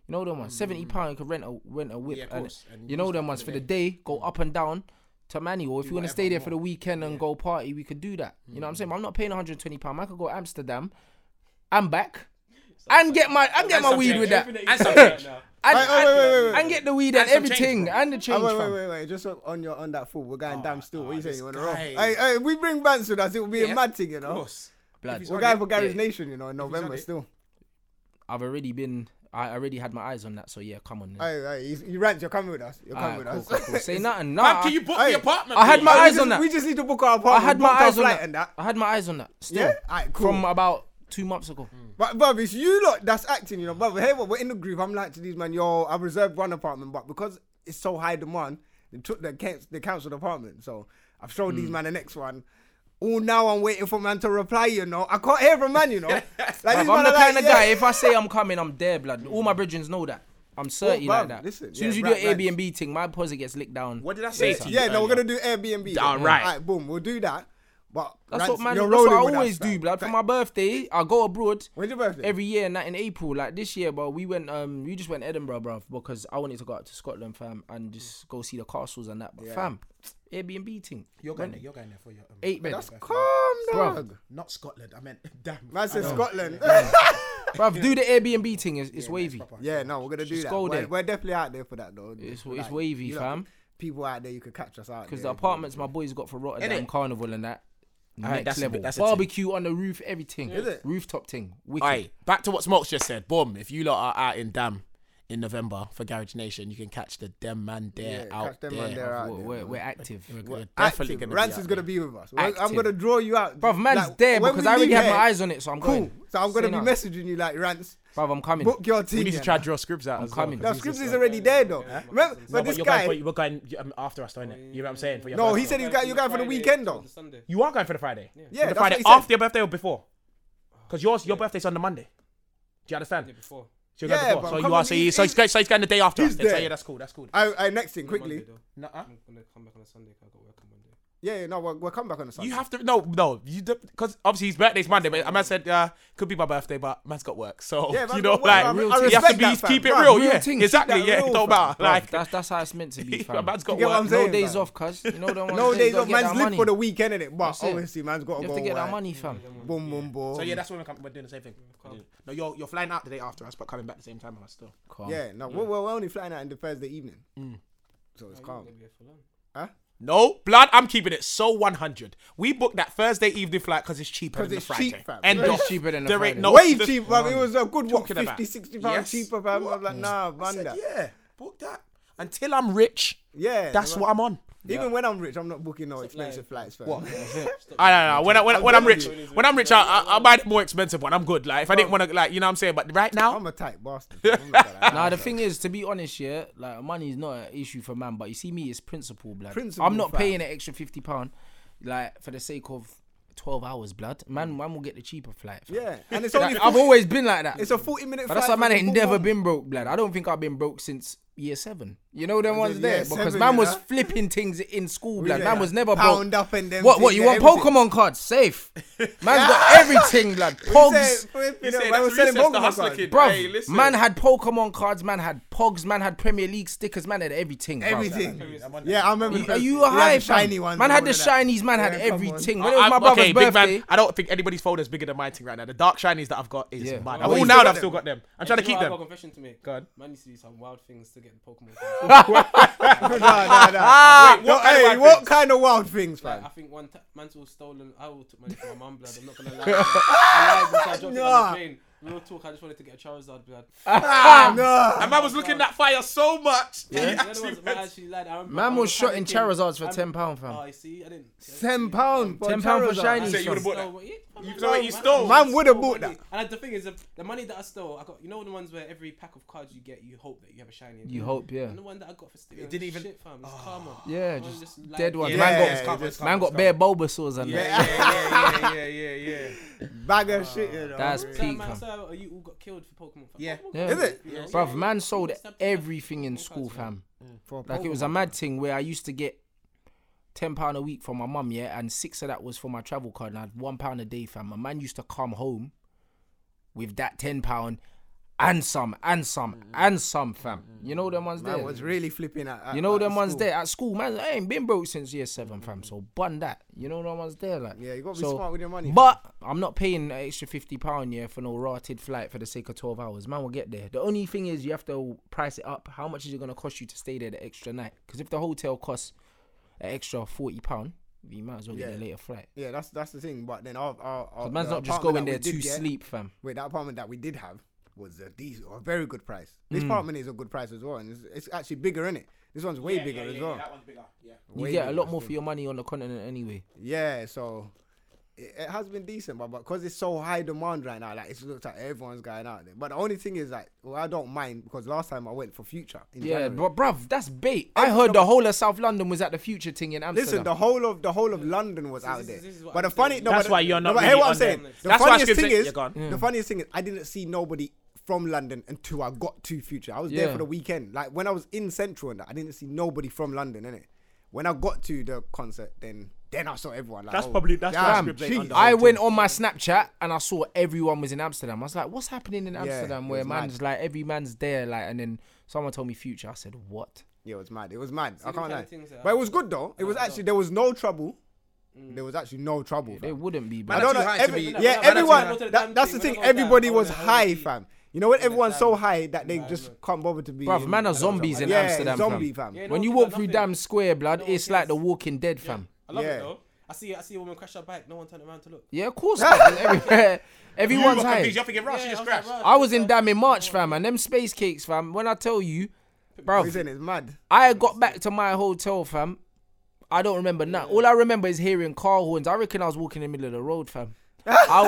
[SPEAKER 5] You know them ones, seventy pound you could rent a rent a whip,
[SPEAKER 2] Yeah, of
[SPEAKER 5] and,
[SPEAKER 2] course, and
[SPEAKER 5] you know them ones for the day, go up and down to Manny, or if you want to stay there for the weekend and go party, we could do that. You know what I'm saying? But I'm not paying 120 pound. I could go Amsterdam, and back, and get my and get my
[SPEAKER 2] some
[SPEAKER 5] weed
[SPEAKER 2] change.
[SPEAKER 5] with that,
[SPEAKER 2] And some change.
[SPEAKER 5] and,
[SPEAKER 3] Wait, wait, wait, wait, wait.
[SPEAKER 5] and get the weed
[SPEAKER 2] And
[SPEAKER 5] and,
[SPEAKER 2] some change,
[SPEAKER 5] everything,
[SPEAKER 2] bro.
[SPEAKER 5] and the change.
[SPEAKER 3] Oh, wait,
[SPEAKER 5] fam.
[SPEAKER 3] wait, wait, wait. Just on your on that foot, we're going damn still. What are you saying?
[SPEAKER 2] this
[SPEAKER 3] You want to roll?
[SPEAKER 2] guy.
[SPEAKER 3] Hey, hey, we bring bands with us. It will be a mad thing, you
[SPEAKER 2] Of
[SPEAKER 3] know.
[SPEAKER 2] course.
[SPEAKER 5] Blood.
[SPEAKER 2] If he's
[SPEAKER 3] We're
[SPEAKER 2] on
[SPEAKER 3] going
[SPEAKER 2] it-
[SPEAKER 3] for Gary's
[SPEAKER 2] yeah.
[SPEAKER 3] Nation, you know, in November
[SPEAKER 2] it.
[SPEAKER 3] still.
[SPEAKER 5] I've already been. I already had my eyes on that. So yeah, come on. then.
[SPEAKER 3] Hey, hey, he's- you rant. You're coming with us. You're coming
[SPEAKER 5] Alright,
[SPEAKER 3] with
[SPEAKER 5] cool,
[SPEAKER 3] us.
[SPEAKER 5] cool, cool. Say nothing. Nah,
[SPEAKER 2] Man,
[SPEAKER 5] I-
[SPEAKER 2] can you book
[SPEAKER 3] Hey,
[SPEAKER 2] the apartment?
[SPEAKER 5] I had
[SPEAKER 2] please?
[SPEAKER 5] my
[SPEAKER 3] We
[SPEAKER 5] eyes
[SPEAKER 3] just-
[SPEAKER 5] on that.
[SPEAKER 3] We just need to book our
[SPEAKER 5] I
[SPEAKER 3] apartment.
[SPEAKER 5] had my
[SPEAKER 3] booked our
[SPEAKER 5] eyes on
[SPEAKER 3] flight
[SPEAKER 5] that.
[SPEAKER 3] and that.
[SPEAKER 5] I had my eyes on that. Still,
[SPEAKER 3] Yeah? Alright, cool. Mm.
[SPEAKER 5] from about two months ago.
[SPEAKER 3] But bruv, it's you lot that's acting, you know. But hey, we're in the groove. I'm like to these man, yo, I reserved one apartment, but because it's so high demand, they took the can- the council apartment. So I've showed
[SPEAKER 5] Mm.
[SPEAKER 3] these man the next one. All now I'm waiting for man to reply, you know. I can't hear from man, you know. Like this
[SPEAKER 5] Bruv,
[SPEAKER 3] man
[SPEAKER 5] I'm the
[SPEAKER 3] are
[SPEAKER 5] kind
[SPEAKER 3] like,
[SPEAKER 5] of
[SPEAKER 3] yeah.
[SPEAKER 5] guy. If I say I'm coming, I'm there, blood. All my brethrens know that. I'm certain
[SPEAKER 3] Oh, bruv,
[SPEAKER 5] like that.
[SPEAKER 3] listen,
[SPEAKER 5] as soon as
[SPEAKER 3] yeah,
[SPEAKER 5] you
[SPEAKER 3] right,
[SPEAKER 5] do
[SPEAKER 3] right.
[SPEAKER 5] an Airbnb thing, my posse gets licked down.
[SPEAKER 2] What did I say to you?
[SPEAKER 3] Yeah, no, we're
[SPEAKER 2] earlier?
[SPEAKER 3] gonna do Airbnb.
[SPEAKER 2] All
[SPEAKER 3] then.
[SPEAKER 2] right.
[SPEAKER 3] Alright, boom, we'll do that. But
[SPEAKER 5] That's
[SPEAKER 3] Rance,
[SPEAKER 5] what man.
[SPEAKER 3] you're
[SPEAKER 5] That's what I
[SPEAKER 3] rolling with us,
[SPEAKER 5] always do,
[SPEAKER 3] fam.
[SPEAKER 5] blood. For my birthday, I go abroad.
[SPEAKER 3] When's your birthday?
[SPEAKER 5] Every year, and that in April, like this year, but we went, um, we just went Edinburgh, bruv, because I wanted to go out to Scotland, fam,
[SPEAKER 3] Mm.
[SPEAKER 5] and just go see the castles and that. But fam, Airbnb thing,
[SPEAKER 2] You're going there. You're going there for your. um,
[SPEAKER 5] eight bed,
[SPEAKER 3] That's calm,
[SPEAKER 5] Bruv.
[SPEAKER 3] dog.
[SPEAKER 2] Not Scotland. I meant damn.
[SPEAKER 3] Man said
[SPEAKER 2] I know.
[SPEAKER 3] Scotland.
[SPEAKER 5] bruv. Do the Airbnb thing, it's, it's wavy.
[SPEAKER 2] proper.
[SPEAKER 3] Yeah, no, we're gonna do
[SPEAKER 5] Just
[SPEAKER 3] that.
[SPEAKER 5] go
[SPEAKER 3] we're,
[SPEAKER 5] there.
[SPEAKER 3] we're definitely out there for that though.
[SPEAKER 5] It's-
[SPEAKER 3] Like,
[SPEAKER 5] it's wavy,
[SPEAKER 3] you know,
[SPEAKER 5] fam.
[SPEAKER 3] People out there, you could catch us out
[SPEAKER 5] Because the
[SPEAKER 3] there.
[SPEAKER 5] apartments my boys got for Rotterdam
[SPEAKER 2] Innit?
[SPEAKER 5] Carnival and that. Next
[SPEAKER 2] that's a
[SPEAKER 5] level.
[SPEAKER 2] bit- that's a thing.
[SPEAKER 5] Barbecue on the roof, everything.
[SPEAKER 3] Is it?
[SPEAKER 5] Rooftop thing. Wicked.
[SPEAKER 2] Aye, back to what Smokes just said. Boom. If you lot are out in Dam in November for Garage Nation, you can catch the Dem Man
[SPEAKER 3] Yeah,
[SPEAKER 2] Dare out
[SPEAKER 3] catch them
[SPEAKER 2] there.
[SPEAKER 3] man there out
[SPEAKER 5] We're,
[SPEAKER 3] there.
[SPEAKER 5] we're, we're active.
[SPEAKER 2] We're
[SPEAKER 3] Definitely
[SPEAKER 2] definitely
[SPEAKER 3] active.
[SPEAKER 2] gonna be
[SPEAKER 3] Rance is
[SPEAKER 2] out
[SPEAKER 3] gonna
[SPEAKER 2] there.
[SPEAKER 3] be with us. We're- I'm
[SPEAKER 5] Active.
[SPEAKER 3] gonna draw you out,
[SPEAKER 5] Bruv, man's
[SPEAKER 3] Like,
[SPEAKER 5] there
[SPEAKER 3] when
[SPEAKER 5] because
[SPEAKER 3] we
[SPEAKER 5] I already
[SPEAKER 3] leave
[SPEAKER 5] have my
[SPEAKER 3] here-
[SPEAKER 5] eyes on it, so I'm
[SPEAKER 3] Cool.
[SPEAKER 5] going.
[SPEAKER 3] So I'm gonna
[SPEAKER 5] Say
[SPEAKER 3] be
[SPEAKER 5] no.
[SPEAKER 3] messaging you like Rance.
[SPEAKER 5] Bruv, I'm coming.
[SPEAKER 3] Book your team.
[SPEAKER 2] We need to
[SPEAKER 3] yeah,
[SPEAKER 2] try
[SPEAKER 3] man.
[SPEAKER 2] to draw scripts out.
[SPEAKER 5] I'm
[SPEAKER 2] as well,
[SPEAKER 5] coming.
[SPEAKER 2] 'cause
[SPEAKER 3] No,
[SPEAKER 2] he's
[SPEAKER 3] Scribs
[SPEAKER 2] just
[SPEAKER 3] is
[SPEAKER 2] like-
[SPEAKER 3] already there though. Remember,
[SPEAKER 1] No,
[SPEAKER 3] but
[SPEAKER 2] No,
[SPEAKER 3] this
[SPEAKER 2] but you're
[SPEAKER 3] guy. Oh,
[SPEAKER 2] going, for, we're going um, after us, don't it? You know what I'm saying? For your
[SPEAKER 3] No,
[SPEAKER 2] birthday.
[SPEAKER 3] he said he's going. You're going for the weekend though.
[SPEAKER 1] Sunday.
[SPEAKER 2] you are going for the Friday. the
[SPEAKER 3] Yeah, that's
[SPEAKER 2] Friday
[SPEAKER 3] what he said.
[SPEAKER 2] after your birthday or before? Because yours, your birthday's on the Monday. Do you understand?
[SPEAKER 1] Yeah, before.
[SPEAKER 2] So you're going
[SPEAKER 3] Yeah,
[SPEAKER 2] before.
[SPEAKER 3] but
[SPEAKER 2] So
[SPEAKER 3] I'm
[SPEAKER 2] you
[SPEAKER 3] coming-
[SPEAKER 2] are. So, you,
[SPEAKER 3] he's-
[SPEAKER 2] so, he's, going- so he's going the day after.
[SPEAKER 3] he's
[SPEAKER 2] us. Then. So
[SPEAKER 3] there.
[SPEAKER 2] yeah, that's cool. That's cool.
[SPEAKER 3] I, I next thing
[SPEAKER 1] Monday,
[SPEAKER 3] quickly.
[SPEAKER 1] though.
[SPEAKER 2] Nuh-uh.
[SPEAKER 1] I'm gonna come back on a Sunday. 'cause I got work on Monday.
[SPEAKER 3] Yeah, yeah, no, we'll, we'll come back on the Sunday.
[SPEAKER 2] You have to no no you because obviously his birthday's Monday, but a man said uh, could be my birthday, but man's got work, so
[SPEAKER 3] Yeah, man's
[SPEAKER 2] you
[SPEAKER 3] got
[SPEAKER 2] know
[SPEAKER 3] work,
[SPEAKER 2] like
[SPEAKER 3] but I
[SPEAKER 5] I
[SPEAKER 2] you have to
[SPEAKER 3] respect
[SPEAKER 2] be
[SPEAKER 3] that, fam.
[SPEAKER 2] keep it
[SPEAKER 3] Bruh,
[SPEAKER 2] real,
[SPEAKER 5] real
[SPEAKER 2] yeah,
[SPEAKER 5] thing, keep
[SPEAKER 2] exactly,
[SPEAKER 3] that
[SPEAKER 2] yeah,
[SPEAKER 3] real,
[SPEAKER 2] it don't
[SPEAKER 3] fam.
[SPEAKER 2] matter,
[SPEAKER 5] Bruv,
[SPEAKER 2] like
[SPEAKER 5] that's that's how it's meant to be, fam.
[SPEAKER 2] man's
[SPEAKER 5] No
[SPEAKER 2] got
[SPEAKER 3] get what I'm
[SPEAKER 2] work.
[SPEAKER 3] saying?
[SPEAKER 5] days
[SPEAKER 3] fam.
[SPEAKER 5] off, cuz. You know them ones.
[SPEAKER 3] No
[SPEAKER 5] there, you
[SPEAKER 3] days
[SPEAKER 5] gotta
[SPEAKER 3] off.
[SPEAKER 5] get that
[SPEAKER 3] Man's lit
[SPEAKER 5] money.
[SPEAKER 3] for the weekend, innit? But
[SPEAKER 5] That's it.
[SPEAKER 3] obviously, man's got
[SPEAKER 5] You
[SPEAKER 3] to
[SPEAKER 5] have
[SPEAKER 3] go.
[SPEAKER 5] to get that
[SPEAKER 3] work.
[SPEAKER 5] money, fam.
[SPEAKER 3] Boom, boom, boom.
[SPEAKER 2] So yeah, that's when we're, com- we're doing the same thing.
[SPEAKER 3] Mm,
[SPEAKER 2] No, you're you're flying out the day after us, but coming back the same time as us still.
[SPEAKER 5] Calm. Mm.
[SPEAKER 3] Yeah, no, we're, we're only flying out in the Thursday evening. So it's
[SPEAKER 1] You're not
[SPEAKER 3] calm.
[SPEAKER 1] gonna be here for long.
[SPEAKER 3] Huh?
[SPEAKER 2] No, blood, I'm keeping it so 100. We booked that Thursday evening flight because it's cheaper than
[SPEAKER 3] 'Cause
[SPEAKER 2] the
[SPEAKER 3] it's
[SPEAKER 2] Friday.
[SPEAKER 3] cheap, fam.
[SPEAKER 2] End
[SPEAKER 5] Way
[SPEAKER 2] of.
[SPEAKER 5] cheaper than the
[SPEAKER 2] There
[SPEAKER 5] Friday.
[SPEAKER 2] ain't no
[SPEAKER 3] Way
[SPEAKER 2] the-
[SPEAKER 3] cheap, fam. It was a good, what,
[SPEAKER 2] Oh, Talking
[SPEAKER 3] 50,
[SPEAKER 2] about-
[SPEAKER 3] 60 pounds
[SPEAKER 2] Yes.
[SPEAKER 3] cheaper, fam. I'm like, nah,
[SPEAKER 2] I
[SPEAKER 3] man,
[SPEAKER 2] said,
[SPEAKER 3] that.
[SPEAKER 2] yeah, book that. Until I'm rich,
[SPEAKER 3] Yeah.
[SPEAKER 2] that's
[SPEAKER 3] man.
[SPEAKER 2] what I'm on.
[SPEAKER 3] Even when I'm rich, I'm not booking no expensive flights, fam.
[SPEAKER 2] I don't know. When, I, when, when I'm
[SPEAKER 3] telling
[SPEAKER 2] rich,
[SPEAKER 1] you.
[SPEAKER 2] when I'm rich, I, I, I'll buy the more expensive one. I'm good. Like, if I didn't want to, like, you know what I'm saying? But right now,
[SPEAKER 3] I'm a tight bastard. fam. I'm not gonna lie.
[SPEAKER 5] Now the thing is, to be honest, yeah, like money's not an issue for man, but you see me, it's principle, blood.
[SPEAKER 3] Principle,
[SPEAKER 5] I'm not
[SPEAKER 3] fam.
[SPEAKER 5] paying an extra fifty pound, like for the sake of twelve hours, blood. Man, man will get the cheaper flight. fam.
[SPEAKER 3] Yeah, and it's
[SPEAKER 5] Like,
[SPEAKER 3] only.
[SPEAKER 5] I've
[SPEAKER 3] 40
[SPEAKER 5] always been like that.
[SPEAKER 3] It's a 40 minute
[SPEAKER 5] But that's why
[SPEAKER 3] flight
[SPEAKER 5] man
[SPEAKER 3] from
[SPEAKER 5] ain't
[SPEAKER 3] Hong
[SPEAKER 5] never
[SPEAKER 3] Kong.
[SPEAKER 5] been broke, blood. I don't think I've been broke since year seven. You know them ones
[SPEAKER 3] year
[SPEAKER 5] there because
[SPEAKER 3] seven,
[SPEAKER 5] man
[SPEAKER 3] you
[SPEAKER 5] was
[SPEAKER 3] know?
[SPEAKER 5] flipping things in school, blood.
[SPEAKER 3] yeah,
[SPEAKER 5] man
[SPEAKER 3] yeah.
[SPEAKER 5] was never
[SPEAKER 3] Pound
[SPEAKER 5] broke.
[SPEAKER 3] up and then
[SPEAKER 5] What? What?
[SPEAKER 3] thing,
[SPEAKER 5] You
[SPEAKER 3] yeah,
[SPEAKER 5] want
[SPEAKER 3] everything.
[SPEAKER 5] Pokemon cards? Safe. Man's got everything, blood. Pogs.
[SPEAKER 3] You
[SPEAKER 1] You say
[SPEAKER 3] know, man
[SPEAKER 1] that's
[SPEAKER 3] was
[SPEAKER 1] recess,
[SPEAKER 3] selling
[SPEAKER 1] the
[SPEAKER 3] Pokemon
[SPEAKER 1] hustler
[SPEAKER 3] cards.
[SPEAKER 1] kid.
[SPEAKER 5] Bruv,
[SPEAKER 1] Hey, listen.
[SPEAKER 5] man had Pokemon cards, man had Pogs, man had Premier League stickers, man had everything. bruv.
[SPEAKER 3] Everything. Yeah, I remember.
[SPEAKER 5] You-
[SPEAKER 3] the
[SPEAKER 5] Are
[SPEAKER 3] first-
[SPEAKER 5] you
[SPEAKER 3] we
[SPEAKER 5] a
[SPEAKER 3] had
[SPEAKER 5] high
[SPEAKER 3] the shiny
[SPEAKER 5] one?
[SPEAKER 3] ones.
[SPEAKER 5] Man
[SPEAKER 3] and
[SPEAKER 5] had
[SPEAKER 3] all
[SPEAKER 5] the
[SPEAKER 3] of that.
[SPEAKER 5] shinies, man had
[SPEAKER 3] Yeah, come on.
[SPEAKER 5] everything.
[SPEAKER 2] I-
[SPEAKER 5] When it was
[SPEAKER 2] I'm-
[SPEAKER 5] my brother's
[SPEAKER 2] okay, big
[SPEAKER 5] birthday,
[SPEAKER 2] man. I don't think anybody's folder's bigger than my thing right now. The dark shinies that I've got is
[SPEAKER 5] Yeah.
[SPEAKER 2] mad. I'm
[SPEAKER 5] Oh, you
[SPEAKER 2] all
[SPEAKER 5] still
[SPEAKER 2] now
[SPEAKER 5] got
[SPEAKER 2] that I've
[SPEAKER 5] them?
[SPEAKER 2] still got them. I'm trying to keep
[SPEAKER 1] I've got a
[SPEAKER 2] them.
[SPEAKER 1] confession to make.
[SPEAKER 2] Go on.
[SPEAKER 1] Man used to do some wild things to get the Pokemon.
[SPEAKER 3] No, no,
[SPEAKER 5] Ah,
[SPEAKER 3] no. Wait, what,
[SPEAKER 2] kind of
[SPEAKER 3] hey,
[SPEAKER 2] wild
[SPEAKER 3] what
[SPEAKER 2] things?
[SPEAKER 3] kind of wild things,
[SPEAKER 1] Like, I
[SPEAKER 3] fam?
[SPEAKER 1] think one t- man's all stolen. I all took money from my mum, blood. I'm not gonna lie. I lied because I dropped it on
[SPEAKER 3] Nah.
[SPEAKER 1] the train. Real talk. I just wanted to get a Charizard, blood.
[SPEAKER 3] No.
[SPEAKER 2] And man was looking at fire so much. that he
[SPEAKER 1] The other
[SPEAKER 2] actually
[SPEAKER 1] ones, man actually lied. I remember I
[SPEAKER 5] man was shot in
[SPEAKER 1] panicking.
[SPEAKER 5] Charizards for
[SPEAKER 1] I'm-
[SPEAKER 5] ten pound, fam.
[SPEAKER 1] Oh, I see. I didn't.
[SPEAKER 3] Ten pound. for
[SPEAKER 5] Ten pound for
[SPEAKER 3] Charizard.
[SPEAKER 5] shinies.
[SPEAKER 2] So you would've bought that?
[SPEAKER 1] You
[SPEAKER 2] know what you stole?
[SPEAKER 3] Man would've bought that.
[SPEAKER 1] And the thing is, the- the money that I stole, I got. You know the ones where every pack of cards you get, you hope that you have a shiny. in
[SPEAKER 5] You
[SPEAKER 1] there?
[SPEAKER 5] hope, yeah.
[SPEAKER 1] And the one that I got for stealing.
[SPEAKER 2] didn't even- Ah.
[SPEAKER 1] Shit, fam. It's karma.
[SPEAKER 5] Yeah,
[SPEAKER 1] Man
[SPEAKER 5] just,
[SPEAKER 1] lied.
[SPEAKER 5] dead one.
[SPEAKER 2] Yeah,
[SPEAKER 5] man
[SPEAKER 3] yeah,
[SPEAKER 5] got,
[SPEAKER 3] yeah, just-
[SPEAKER 5] man got bare Bulbasaurs and that.
[SPEAKER 2] Yeah, yeah, yeah, yeah, yeah, yeah, yeah.
[SPEAKER 3] Bag of shit, you know.
[SPEAKER 5] That's
[SPEAKER 1] So,
[SPEAKER 5] peak,
[SPEAKER 1] man,
[SPEAKER 5] fam.
[SPEAKER 1] so you all got killed for Pokemon. fam.
[SPEAKER 2] Yeah.
[SPEAKER 1] Pokemon,
[SPEAKER 5] Yeah.
[SPEAKER 3] Is it?
[SPEAKER 1] you know,
[SPEAKER 5] Bruv,
[SPEAKER 1] yeah.
[SPEAKER 5] man sold
[SPEAKER 1] Stabbed in the
[SPEAKER 5] everything in
[SPEAKER 1] Pokemon
[SPEAKER 5] school,
[SPEAKER 1] cards, man.
[SPEAKER 5] fam. Like it was a mad thing where I used to get ten pound a week from my mum, yeah, and six of that was for my travel card, and I had one pound a day, fam. My man used to come home with that ten pound and some, and some, and some, fam. You know them ones
[SPEAKER 3] Man
[SPEAKER 5] there.
[SPEAKER 3] was really flipping at. at
[SPEAKER 5] you know
[SPEAKER 3] at
[SPEAKER 5] them ones
[SPEAKER 3] school.
[SPEAKER 5] there at school, man. I ain't been broke since year seven, fam. So bun that. You know them ones there, like.
[SPEAKER 3] Yeah, you gotta be
[SPEAKER 5] So-
[SPEAKER 3] smart with your money.
[SPEAKER 5] But I'm not paying an extra fifty pound yeah for no rotted flight for the sake of twelve hours. Man will get there. The only thing is you have to price it up. How much is it gonna cost you to stay there the extra night? Because if the hotel costs an extra forty pound, you might as well get
[SPEAKER 3] Yeah.
[SPEAKER 5] a later flight.
[SPEAKER 3] yeah, that's that's the thing. But then our our, our
[SPEAKER 5] 'Cause man's
[SPEAKER 3] the
[SPEAKER 5] not just
[SPEAKER 3] apartment
[SPEAKER 5] going
[SPEAKER 3] that
[SPEAKER 5] there
[SPEAKER 3] we did
[SPEAKER 5] to
[SPEAKER 3] get-
[SPEAKER 5] sleep, fam.
[SPEAKER 3] Wait, that apartment that we did have was a decent, a very good price.
[SPEAKER 5] Mm.
[SPEAKER 3] This apartment is a good price as well, and it's, it's actually bigger, innit? This one's way bigger as well.
[SPEAKER 2] one's bigger. Yeah.
[SPEAKER 5] You
[SPEAKER 3] Way
[SPEAKER 5] get a
[SPEAKER 3] bigger,
[SPEAKER 5] lot more
[SPEAKER 3] so-
[SPEAKER 5] for your money on the continent anyway.
[SPEAKER 3] Yeah, so it, it has been decent, but because it's so high demand right now, like it's looked like everyone's going out there. But the only thing is like, well, I don't mind because last time I went for Future. In
[SPEAKER 5] Yeah,
[SPEAKER 3] January.
[SPEAKER 5] but bruv, that's bait. I heard the whole of South London was at the future thing in Amsterdam.
[SPEAKER 3] Listen, the whole of the whole of London was out
[SPEAKER 1] this
[SPEAKER 3] there.
[SPEAKER 1] is- this is what
[SPEAKER 3] but
[SPEAKER 1] I'm
[SPEAKER 3] the funny,
[SPEAKER 1] saying. Mm.
[SPEAKER 3] no,
[SPEAKER 2] That's
[SPEAKER 3] but-
[SPEAKER 2] why you're
[SPEAKER 3] no,
[SPEAKER 2] not
[SPEAKER 3] but hear
[SPEAKER 2] really
[SPEAKER 3] what I'm
[SPEAKER 2] on
[SPEAKER 3] saying.
[SPEAKER 2] them.
[SPEAKER 3] The
[SPEAKER 2] That's why
[SPEAKER 3] funniest
[SPEAKER 2] Skip
[SPEAKER 3] thing
[SPEAKER 2] said-
[SPEAKER 3] is,
[SPEAKER 2] Yeah, go on.
[SPEAKER 3] the funniest thing is, I didn't see nobody from London until I got to Future. I was there
[SPEAKER 5] Yeah.
[SPEAKER 3] for the weekend. Like when I was in Central and that, I didn't see nobody from London in it. When I got to the concert, then then I saw everyone. Like,
[SPEAKER 2] That's
[SPEAKER 3] oh,
[SPEAKER 2] probably- that's why
[SPEAKER 3] damn,
[SPEAKER 2] Skip said
[SPEAKER 3] jeez.
[SPEAKER 2] under-
[SPEAKER 5] I went on my Snapchat and I saw everyone was in Amsterdam. I was like, "What's happening in Amsterdam?"
[SPEAKER 3] it
[SPEAKER 5] where
[SPEAKER 3] was mad.
[SPEAKER 5] man's like, every man's there, like, and then someone told me Future. I said, "What?"
[SPEAKER 3] Yeah, it was mad. It was mad. I
[SPEAKER 1] them
[SPEAKER 3] can't
[SPEAKER 1] kind
[SPEAKER 3] lie.
[SPEAKER 1] of things that
[SPEAKER 3] But it
[SPEAKER 1] happen.
[SPEAKER 3] was good though. It was
[SPEAKER 1] I don't
[SPEAKER 3] actually there was no trouble.
[SPEAKER 1] Mm.
[SPEAKER 3] There was actually no trouble.
[SPEAKER 5] They
[SPEAKER 3] fam.
[SPEAKER 5] wouldn't be.
[SPEAKER 3] I
[SPEAKER 5] But
[SPEAKER 3] don't
[SPEAKER 2] too
[SPEAKER 3] know.
[SPEAKER 2] high to
[SPEAKER 3] every-
[SPEAKER 2] be-
[SPEAKER 1] Man,
[SPEAKER 3] yeah,
[SPEAKER 1] man, that's too high.
[SPEAKER 3] everyone.
[SPEAKER 1] Go to the
[SPEAKER 3] That,
[SPEAKER 1] damn
[SPEAKER 3] that's the
[SPEAKER 1] thing.
[SPEAKER 3] thing.
[SPEAKER 1] When I go
[SPEAKER 3] Everybody
[SPEAKER 1] down, I
[SPEAKER 3] was
[SPEAKER 1] wanna
[SPEAKER 3] high,
[SPEAKER 1] OD.
[SPEAKER 3] fam. You know when everyone's so
[SPEAKER 1] damn
[SPEAKER 3] high that they just can't bother to be.
[SPEAKER 5] Bruv, man are zombies in
[SPEAKER 3] yeah,
[SPEAKER 5] Amsterdam, fam.
[SPEAKER 3] Zombie, fam.
[SPEAKER 1] Yeah, no
[SPEAKER 5] when
[SPEAKER 1] one
[SPEAKER 5] you
[SPEAKER 1] cares
[SPEAKER 5] walk
[SPEAKER 1] about
[SPEAKER 5] through
[SPEAKER 1] nothing.
[SPEAKER 5] damn square, blood,
[SPEAKER 1] No one
[SPEAKER 5] it's like
[SPEAKER 1] cares.
[SPEAKER 5] The Walking Dead, fam.
[SPEAKER 1] I love
[SPEAKER 3] Yeah.
[SPEAKER 1] it though. I see, I see a woman crash her bike. No one turned around to look.
[SPEAKER 5] Yeah, of course. fam. Everywhere, everyone's
[SPEAKER 2] You're
[SPEAKER 5] high.
[SPEAKER 2] confused. You're thinking, Ross, she
[SPEAKER 1] Yeah,
[SPEAKER 2] just
[SPEAKER 1] I was like,
[SPEAKER 2] crashed.
[SPEAKER 1] "Rah,
[SPEAKER 5] I was in
[SPEAKER 1] rah."
[SPEAKER 5] damn in March, fam, and them space cakes, fam. When I tell you, bro,
[SPEAKER 3] Isn't it mad?
[SPEAKER 5] I got back to my hotel, fam. I don't remember now. All I remember is hearing car horns. I reckon I was walking in the middle of the road, fam. I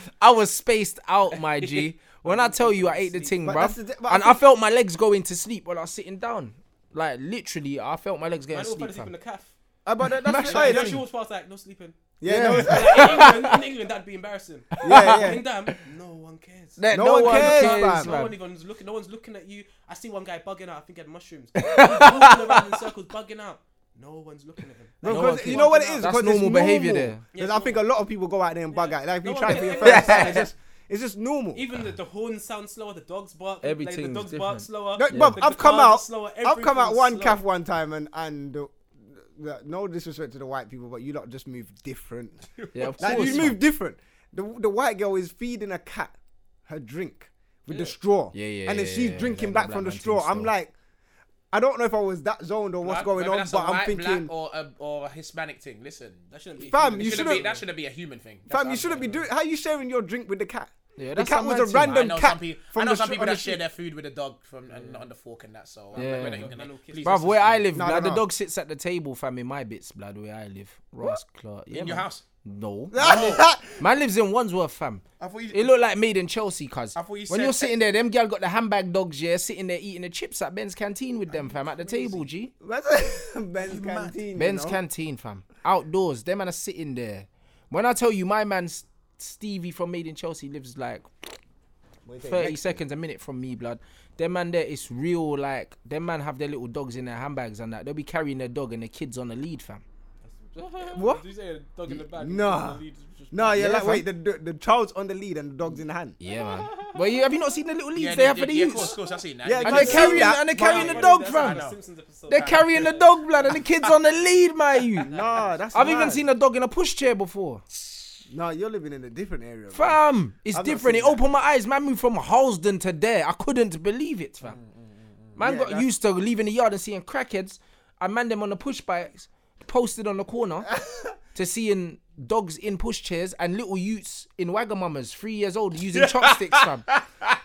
[SPEAKER 5] was I was spaced out, my G. When I tell you I ate the ting,
[SPEAKER 3] But
[SPEAKER 5] bro,
[SPEAKER 3] that's the di- but I
[SPEAKER 5] and I
[SPEAKER 3] think-
[SPEAKER 5] felt my legs going to sleep while I was sitting down. Like literally, I felt my legs
[SPEAKER 1] Man,
[SPEAKER 5] getting
[SPEAKER 1] all fell
[SPEAKER 5] sleep,
[SPEAKER 1] asleep in
[SPEAKER 5] fam.
[SPEAKER 1] the calf.
[SPEAKER 3] Uh, but that- that's
[SPEAKER 1] Like,
[SPEAKER 3] why.
[SPEAKER 1] you know, she
[SPEAKER 3] that's-
[SPEAKER 1] was fast like no sleeping.
[SPEAKER 3] Yeah, that was-
[SPEAKER 1] Like, in, England, in England, that'd be embarrassing.
[SPEAKER 3] yeah, yeah.
[SPEAKER 1] In damn, no one cares.
[SPEAKER 5] That
[SPEAKER 3] No one cares, fam.
[SPEAKER 1] No one even's looking. No one's looking at you. I see one guy bugging out. I think he had mushrooms. He's walking around in circles, bugging out. No one's looking at him.
[SPEAKER 3] No,
[SPEAKER 5] No
[SPEAKER 3] 'cause
[SPEAKER 5] one
[SPEAKER 3] you
[SPEAKER 5] cares.
[SPEAKER 3] know what it is.
[SPEAKER 5] That's
[SPEAKER 3] 'Cause it's
[SPEAKER 5] normal behaviour
[SPEAKER 3] normal.
[SPEAKER 5] there.
[SPEAKER 1] Yeah,
[SPEAKER 3] Because
[SPEAKER 1] it's
[SPEAKER 3] I think a lot of people go out there and bug
[SPEAKER 1] Yeah.
[SPEAKER 3] out. Like if you
[SPEAKER 1] No
[SPEAKER 3] try
[SPEAKER 1] one
[SPEAKER 3] for your
[SPEAKER 1] cares.
[SPEAKER 3] first time, it's
[SPEAKER 1] Yeah.
[SPEAKER 3] just it's just normal.
[SPEAKER 1] Even the, the horns sound slower, the dogs bark.
[SPEAKER 5] Everything's
[SPEAKER 1] like, the dogs bark
[SPEAKER 5] different.
[SPEAKER 1] slower.
[SPEAKER 3] No,
[SPEAKER 1] the-
[SPEAKER 3] bruv,
[SPEAKER 1] the
[SPEAKER 3] I've come
[SPEAKER 1] cars are
[SPEAKER 3] out.
[SPEAKER 1] slower,
[SPEAKER 3] I've come out
[SPEAKER 1] everything's
[SPEAKER 3] one
[SPEAKER 1] slow.
[SPEAKER 3] calf one time, and and uh, the- no disrespect to the white people, but you lot just move different.
[SPEAKER 5] Yeah, of
[SPEAKER 3] Like,
[SPEAKER 5] course.
[SPEAKER 3] you
[SPEAKER 5] fam.
[SPEAKER 3] move different. The the white girl is feeding a cat her drink with the straw.
[SPEAKER 5] Yeah, yeah,
[SPEAKER 3] And then
[SPEAKER 5] yeah,
[SPEAKER 3] she's
[SPEAKER 5] yeah,
[SPEAKER 3] drinking
[SPEAKER 5] yeah,
[SPEAKER 3] back
[SPEAKER 5] the
[SPEAKER 3] from the
[SPEAKER 5] black man
[SPEAKER 3] straw.
[SPEAKER 5] thing
[SPEAKER 3] I'm
[SPEAKER 5] still.
[SPEAKER 3] like, I don't know if I was that zoned or what's
[SPEAKER 6] Black-
[SPEAKER 3] going
[SPEAKER 6] whether
[SPEAKER 3] on,
[SPEAKER 6] that's a
[SPEAKER 3] but I'm
[SPEAKER 6] white,
[SPEAKER 3] thinking,
[SPEAKER 6] black or a, or a Hispanic thing. Listen, that shouldn't be.
[SPEAKER 3] Fam,
[SPEAKER 6] human.
[SPEAKER 3] you
[SPEAKER 6] It
[SPEAKER 3] shouldn't-
[SPEAKER 6] Be, that shouldn't be a human thing. That's
[SPEAKER 3] fam,
[SPEAKER 6] how
[SPEAKER 3] you
[SPEAKER 6] I'm
[SPEAKER 3] shouldn't be
[SPEAKER 6] feeling.
[SPEAKER 3] doing. How you sharing your drink with the cat?
[SPEAKER 5] Yeah,
[SPEAKER 3] the
[SPEAKER 5] that's
[SPEAKER 3] cat
[SPEAKER 5] a
[SPEAKER 3] was
[SPEAKER 5] mad
[SPEAKER 3] a
[SPEAKER 5] thing.
[SPEAKER 6] I
[SPEAKER 3] random
[SPEAKER 6] know
[SPEAKER 3] cat
[SPEAKER 6] some people.
[SPEAKER 3] from
[SPEAKER 6] I know
[SPEAKER 3] the
[SPEAKER 6] some
[SPEAKER 3] str-
[SPEAKER 6] people
[SPEAKER 3] on the
[SPEAKER 6] that share
[SPEAKER 3] street.
[SPEAKER 6] their food with a dog from and not on the fork and that. So I'm like,
[SPEAKER 5] Yeah.
[SPEAKER 6] we're not even gonna- please
[SPEAKER 5] Bruv,
[SPEAKER 6] don't-
[SPEAKER 5] where I live,
[SPEAKER 3] No,
[SPEAKER 5] blood,
[SPEAKER 3] no, no.
[SPEAKER 5] the dog sits at the table, fam, in my bits, blood, where I live. Ross Clark. Yeah,
[SPEAKER 6] in your
[SPEAKER 5] man.
[SPEAKER 6] house.
[SPEAKER 5] No. Man lives in Wandsworth, fam.
[SPEAKER 2] I thought you-
[SPEAKER 5] It looked like made in Chelsea, cuz.
[SPEAKER 2] thought you
[SPEAKER 5] When
[SPEAKER 2] said-
[SPEAKER 5] you're sitting there, them gal got the handbag dogs, yeah, sitting there eating the chips at Ben's canteen with them, fam, at the table, G.
[SPEAKER 3] Ben's canteen.
[SPEAKER 5] Ben's
[SPEAKER 3] you know?
[SPEAKER 5] canteen, fam. Outdoors, them man are sitting there. When I tell you, my man S- Stevie from Made in Chelsea lives like
[SPEAKER 3] What do you think?
[SPEAKER 5] 30 seconds, a minute from me, blood. Them man there, it's real, like, them man have their little dogs in their handbags and that. They'll be carrying their dog and their kids on the lead, fam.
[SPEAKER 1] what? Did you say a dog in the bag?
[SPEAKER 3] Nah. No, yeah, like wait, the, the the child's on the lead and the dog's in the hand.
[SPEAKER 5] Yeah, man. Well, you, have you not seen the little leads
[SPEAKER 6] Yeah,
[SPEAKER 5] they have
[SPEAKER 6] yeah,
[SPEAKER 5] for the
[SPEAKER 6] yeah, Of
[SPEAKER 5] youths?
[SPEAKER 6] course, of course, I seen that.
[SPEAKER 3] Yeah,
[SPEAKER 6] They
[SPEAKER 5] And
[SPEAKER 6] do
[SPEAKER 5] they're
[SPEAKER 3] Like,
[SPEAKER 5] carrying,
[SPEAKER 3] yeah,
[SPEAKER 5] and they're
[SPEAKER 3] my-
[SPEAKER 5] carrying the dog,
[SPEAKER 1] from.
[SPEAKER 5] fam. They're carrying the dog, blood, and the kids on the lead, my you.
[SPEAKER 3] Nah, that's.
[SPEAKER 5] I've even
[SPEAKER 3] mad.
[SPEAKER 5] seen a dog in a pushchair before.
[SPEAKER 3] No, you're living in a different area. bro.
[SPEAKER 5] Fam, it's
[SPEAKER 3] I've not
[SPEAKER 5] different. It
[SPEAKER 3] seen that.
[SPEAKER 5] opened my eyes. Man moved from Halsden to there. I couldn't believe it,
[SPEAKER 3] Mm,
[SPEAKER 5] fam. Man
[SPEAKER 3] Yeah,
[SPEAKER 5] got
[SPEAKER 3] that's-
[SPEAKER 5] used to leaving the yard and seeing crackheads. I man them on the push bikes, posted on the corner to seeing dogs in pushchairs and little youths in Wagamamas, three years old, using chopsticks, fam.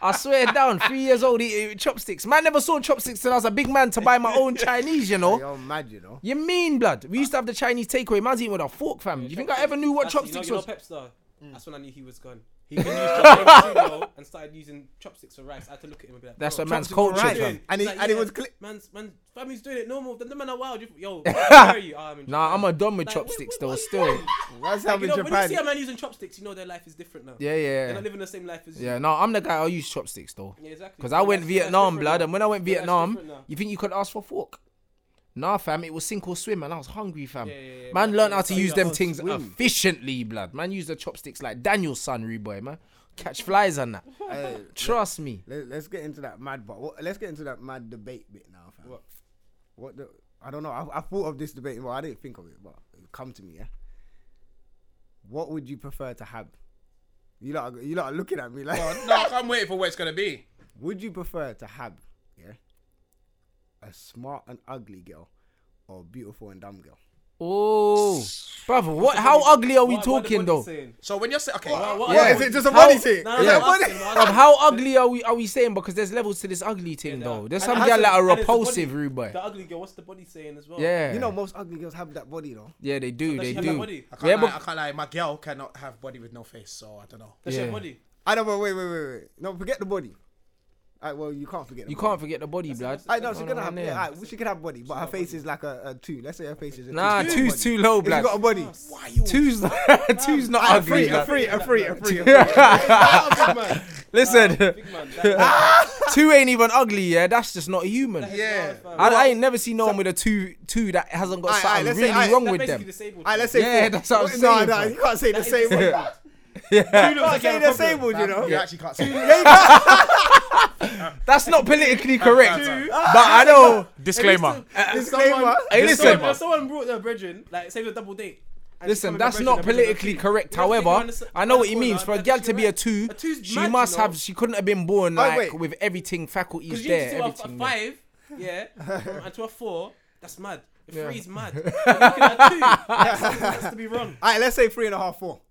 [SPEAKER 5] I swear down, three years old, eating chopsticks. Man never saw chopsticks till I was a big man to buy my own Chinese, you know.
[SPEAKER 3] You're mad, you know.
[SPEAKER 5] You mean blood? We used to have the Chinese takeaway. Man's eating with a fork, fam. Do you think I ever knew what
[SPEAKER 1] That's-
[SPEAKER 5] chopsticks
[SPEAKER 1] you know,
[SPEAKER 5] was?
[SPEAKER 1] You know, Pep Star.
[SPEAKER 3] Mm.
[SPEAKER 1] That's when I knew he was gone. He can use chopsticks too, though, and started using chopsticks for rice. I had to look at him and be like,
[SPEAKER 5] That's
[SPEAKER 1] bro,
[SPEAKER 5] what man's
[SPEAKER 3] Chopsticks were
[SPEAKER 5] culture,
[SPEAKER 3] right,
[SPEAKER 5] fam.
[SPEAKER 3] fam. And he-
[SPEAKER 1] He's
[SPEAKER 3] and he was cli-
[SPEAKER 1] man's man's family's doing it normal. The the men are wild. You, yo, where are you? Ah, I'm in
[SPEAKER 5] Nah, I'm
[SPEAKER 1] Japan.
[SPEAKER 5] a dumb with
[SPEAKER 1] Like, what-
[SPEAKER 5] chopsticks
[SPEAKER 1] what-
[SPEAKER 5] though.
[SPEAKER 1] what are you
[SPEAKER 5] Still,
[SPEAKER 1] doing? Like,
[SPEAKER 3] That's
[SPEAKER 1] you
[SPEAKER 3] how in
[SPEAKER 1] know, when you
[SPEAKER 3] Japan.
[SPEAKER 1] see a man using chopsticks, you know their life is different now.
[SPEAKER 5] yeah,
[SPEAKER 1] They're
[SPEAKER 5] yeah,
[SPEAKER 1] not living the same life as you.
[SPEAKER 5] yeah. No, I'm the guy. I use chopsticks though.
[SPEAKER 1] Yeah, exactly.
[SPEAKER 5] Because
[SPEAKER 1] So
[SPEAKER 5] I went
[SPEAKER 1] that's- that's
[SPEAKER 5] Vietnam,
[SPEAKER 1] different
[SPEAKER 5] blood,
[SPEAKER 1] now.
[SPEAKER 5] and when I went
[SPEAKER 1] Yeah, that's
[SPEAKER 5] Vietnam,
[SPEAKER 1] different now.
[SPEAKER 5] you think you could ask for fork? Nah, fam, it was sink or swim, and I was hungry, fam.
[SPEAKER 1] Yeah, yeah, yeah,
[SPEAKER 5] man
[SPEAKER 1] yeah.
[SPEAKER 5] learned how to
[SPEAKER 1] Yeah,
[SPEAKER 5] use
[SPEAKER 1] yeah.
[SPEAKER 5] them
[SPEAKER 1] Oh,
[SPEAKER 5] things
[SPEAKER 3] swim.
[SPEAKER 5] efficiently, blood. Man used the chopsticks like Daniel's son, Reboy, man. Catch flies and that.
[SPEAKER 3] Hey,
[SPEAKER 5] Trust me.
[SPEAKER 3] Let, us get into that mad, but what, let's get into that mad debate bit now, fam. What? the? I don't know. I, I thought of this debate, well, I didn't think of it, but it come to me, yeah. What would you prefer to have? You lot, are- you lot are looking at me like.
[SPEAKER 6] Oh, No, I'm waiting for where it's gonna be.
[SPEAKER 3] Would you prefer to have, yeah, a smart and ugly girl, or a beautiful and dumb girl?
[SPEAKER 5] Oh, brother, what? How ugly are we
[SPEAKER 1] What- what-
[SPEAKER 5] talking
[SPEAKER 1] what
[SPEAKER 5] though?
[SPEAKER 1] you saying?
[SPEAKER 6] So when you're saying, okay,
[SPEAKER 1] What-
[SPEAKER 3] What,
[SPEAKER 1] what-
[SPEAKER 3] is it just a
[SPEAKER 5] How-
[SPEAKER 3] body thing?
[SPEAKER 1] No, no,
[SPEAKER 3] Is
[SPEAKER 1] no,
[SPEAKER 3] it a
[SPEAKER 1] I'm
[SPEAKER 3] body-
[SPEAKER 1] asking, I'm
[SPEAKER 5] Of
[SPEAKER 1] asking.
[SPEAKER 5] how ugly are we? Are we saying? Because there's levels to this ugly thing
[SPEAKER 1] Yeah,
[SPEAKER 5] though.
[SPEAKER 1] nah.
[SPEAKER 5] There's
[SPEAKER 1] And
[SPEAKER 5] some
[SPEAKER 1] it
[SPEAKER 5] gal
[SPEAKER 1] has
[SPEAKER 5] that
[SPEAKER 1] a-
[SPEAKER 5] are
[SPEAKER 1] and it's the
[SPEAKER 5] repulsive,
[SPEAKER 1] body-
[SPEAKER 5] Reboy.
[SPEAKER 1] The ugly girl, what's the body saying as well?
[SPEAKER 5] Yeah.
[SPEAKER 3] You know, most ugly girls have that body though.
[SPEAKER 5] yeah, they do.
[SPEAKER 1] Does
[SPEAKER 5] They
[SPEAKER 1] she have
[SPEAKER 5] do.
[SPEAKER 1] that body?
[SPEAKER 6] I can't, lie,
[SPEAKER 5] Yeah,
[SPEAKER 6] I
[SPEAKER 5] but
[SPEAKER 6] can't lie. My girl cannot have body with no face, so I don't know.
[SPEAKER 1] Does she have
[SPEAKER 5] Yeah.
[SPEAKER 1] body?
[SPEAKER 3] I know, but wait, wait, wait, wait. No, forget the body. Alright, well, you can't forget. The
[SPEAKER 5] you
[SPEAKER 3] body.
[SPEAKER 5] can't forget the body, blood.
[SPEAKER 3] I know she
[SPEAKER 5] Hold
[SPEAKER 3] gonna
[SPEAKER 5] on,
[SPEAKER 3] have.
[SPEAKER 5] yeah.
[SPEAKER 3] Yeah, alright, well, she could have body, but her face is like a, a two. Let's say her face is a
[SPEAKER 5] Nah,
[SPEAKER 3] two.
[SPEAKER 5] two's too low,
[SPEAKER 3] If you got a
[SPEAKER 5] blood.
[SPEAKER 3] body,
[SPEAKER 6] Why you?
[SPEAKER 5] Two's two's not
[SPEAKER 3] a free,
[SPEAKER 5] ugly.
[SPEAKER 3] a
[SPEAKER 5] blood.
[SPEAKER 3] free, a free, a free.
[SPEAKER 1] Big man.
[SPEAKER 5] Listen,
[SPEAKER 1] Big man.
[SPEAKER 3] Ah,
[SPEAKER 1] That,
[SPEAKER 5] two ain't even ugly. Yeah, that's just not human.
[SPEAKER 1] that is
[SPEAKER 6] Yeah.
[SPEAKER 1] wild, fam.
[SPEAKER 5] I, I ain't never seen no one with a two two that hasn't got
[SPEAKER 3] Aye, aye,
[SPEAKER 5] something
[SPEAKER 3] let's say-
[SPEAKER 5] really
[SPEAKER 3] aye,
[SPEAKER 5] wrong
[SPEAKER 1] That's
[SPEAKER 5] with
[SPEAKER 1] basically
[SPEAKER 5] them.
[SPEAKER 1] disabled.
[SPEAKER 3] Alright, let's say
[SPEAKER 5] Yeah,
[SPEAKER 3] four.
[SPEAKER 5] that's what I'm
[SPEAKER 3] Wait,
[SPEAKER 5] saying,
[SPEAKER 3] No, no,
[SPEAKER 5] fam.
[SPEAKER 3] you can't say the
[SPEAKER 1] is
[SPEAKER 3] same word.
[SPEAKER 1] disabled.
[SPEAKER 3] You can't say the
[SPEAKER 1] problem.
[SPEAKER 3] same word, you know.
[SPEAKER 6] You actually can't say.
[SPEAKER 5] That's not politically correct. but I know.
[SPEAKER 1] Disclaimer.
[SPEAKER 3] Disclaimer.
[SPEAKER 5] Hey, listen.
[SPEAKER 1] Someone, someone brought their brethren, like, say, the double date. and she come
[SPEAKER 5] Listen,
[SPEAKER 1] with
[SPEAKER 5] that's
[SPEAKER 1] her
[SPEAKER 5] not
[SPEAKER 1] brethren, her brethren
[SPEAKER 5] politically
[SPEAKER 1] are
[SPEAKER 5] correct.
[SPEAKER 1] You know, take her
[SPEAKER 5] However,
[SPEAKER 1] on the s-
[SPEAKER 5] I know
[SPEAKER 1] on
[SPEAKER 5] what
[SPEAKER 1] the
[SPEAKER 5] he
[SPEAKER 1] corner,
[SPEAKER 5] means. For a
[SPEAKER 1] that-
[SPEAKER 5] girl
[SPEAKER 1] she
[SPEAKER 5] to be
[SPEAKER 1] right.
[SPEAKER 5] a two,
[SPEAKER 1] A two's
[SPEAKER 5] she
[SPEAKER 1] mad, you
[SPEAKER 5] must
[SPEAKER 1] know.
[SPEAKER 5] have. She couldn't have been born
[SPEAKER 3] Oh,
[SPEAKER 5] like
[SPEAKER 3] wait.
[SPEAKER 5] with everything faculties
[SPEAKER 1] Because you
[SPEAKER 5] there.
[SPEAKER 1] to a, a
[SPEAKER 5] Everything. there.
[SPEAKER 1] five, yeah, from- and to a four, that's mad. A
[SPEAKER 5] Yeah.
[SPEAKER 1] three's mad. You're looking at two. That's, that's to be wrong.
[SPEAKER 3] Alright, let's say three and a half, four.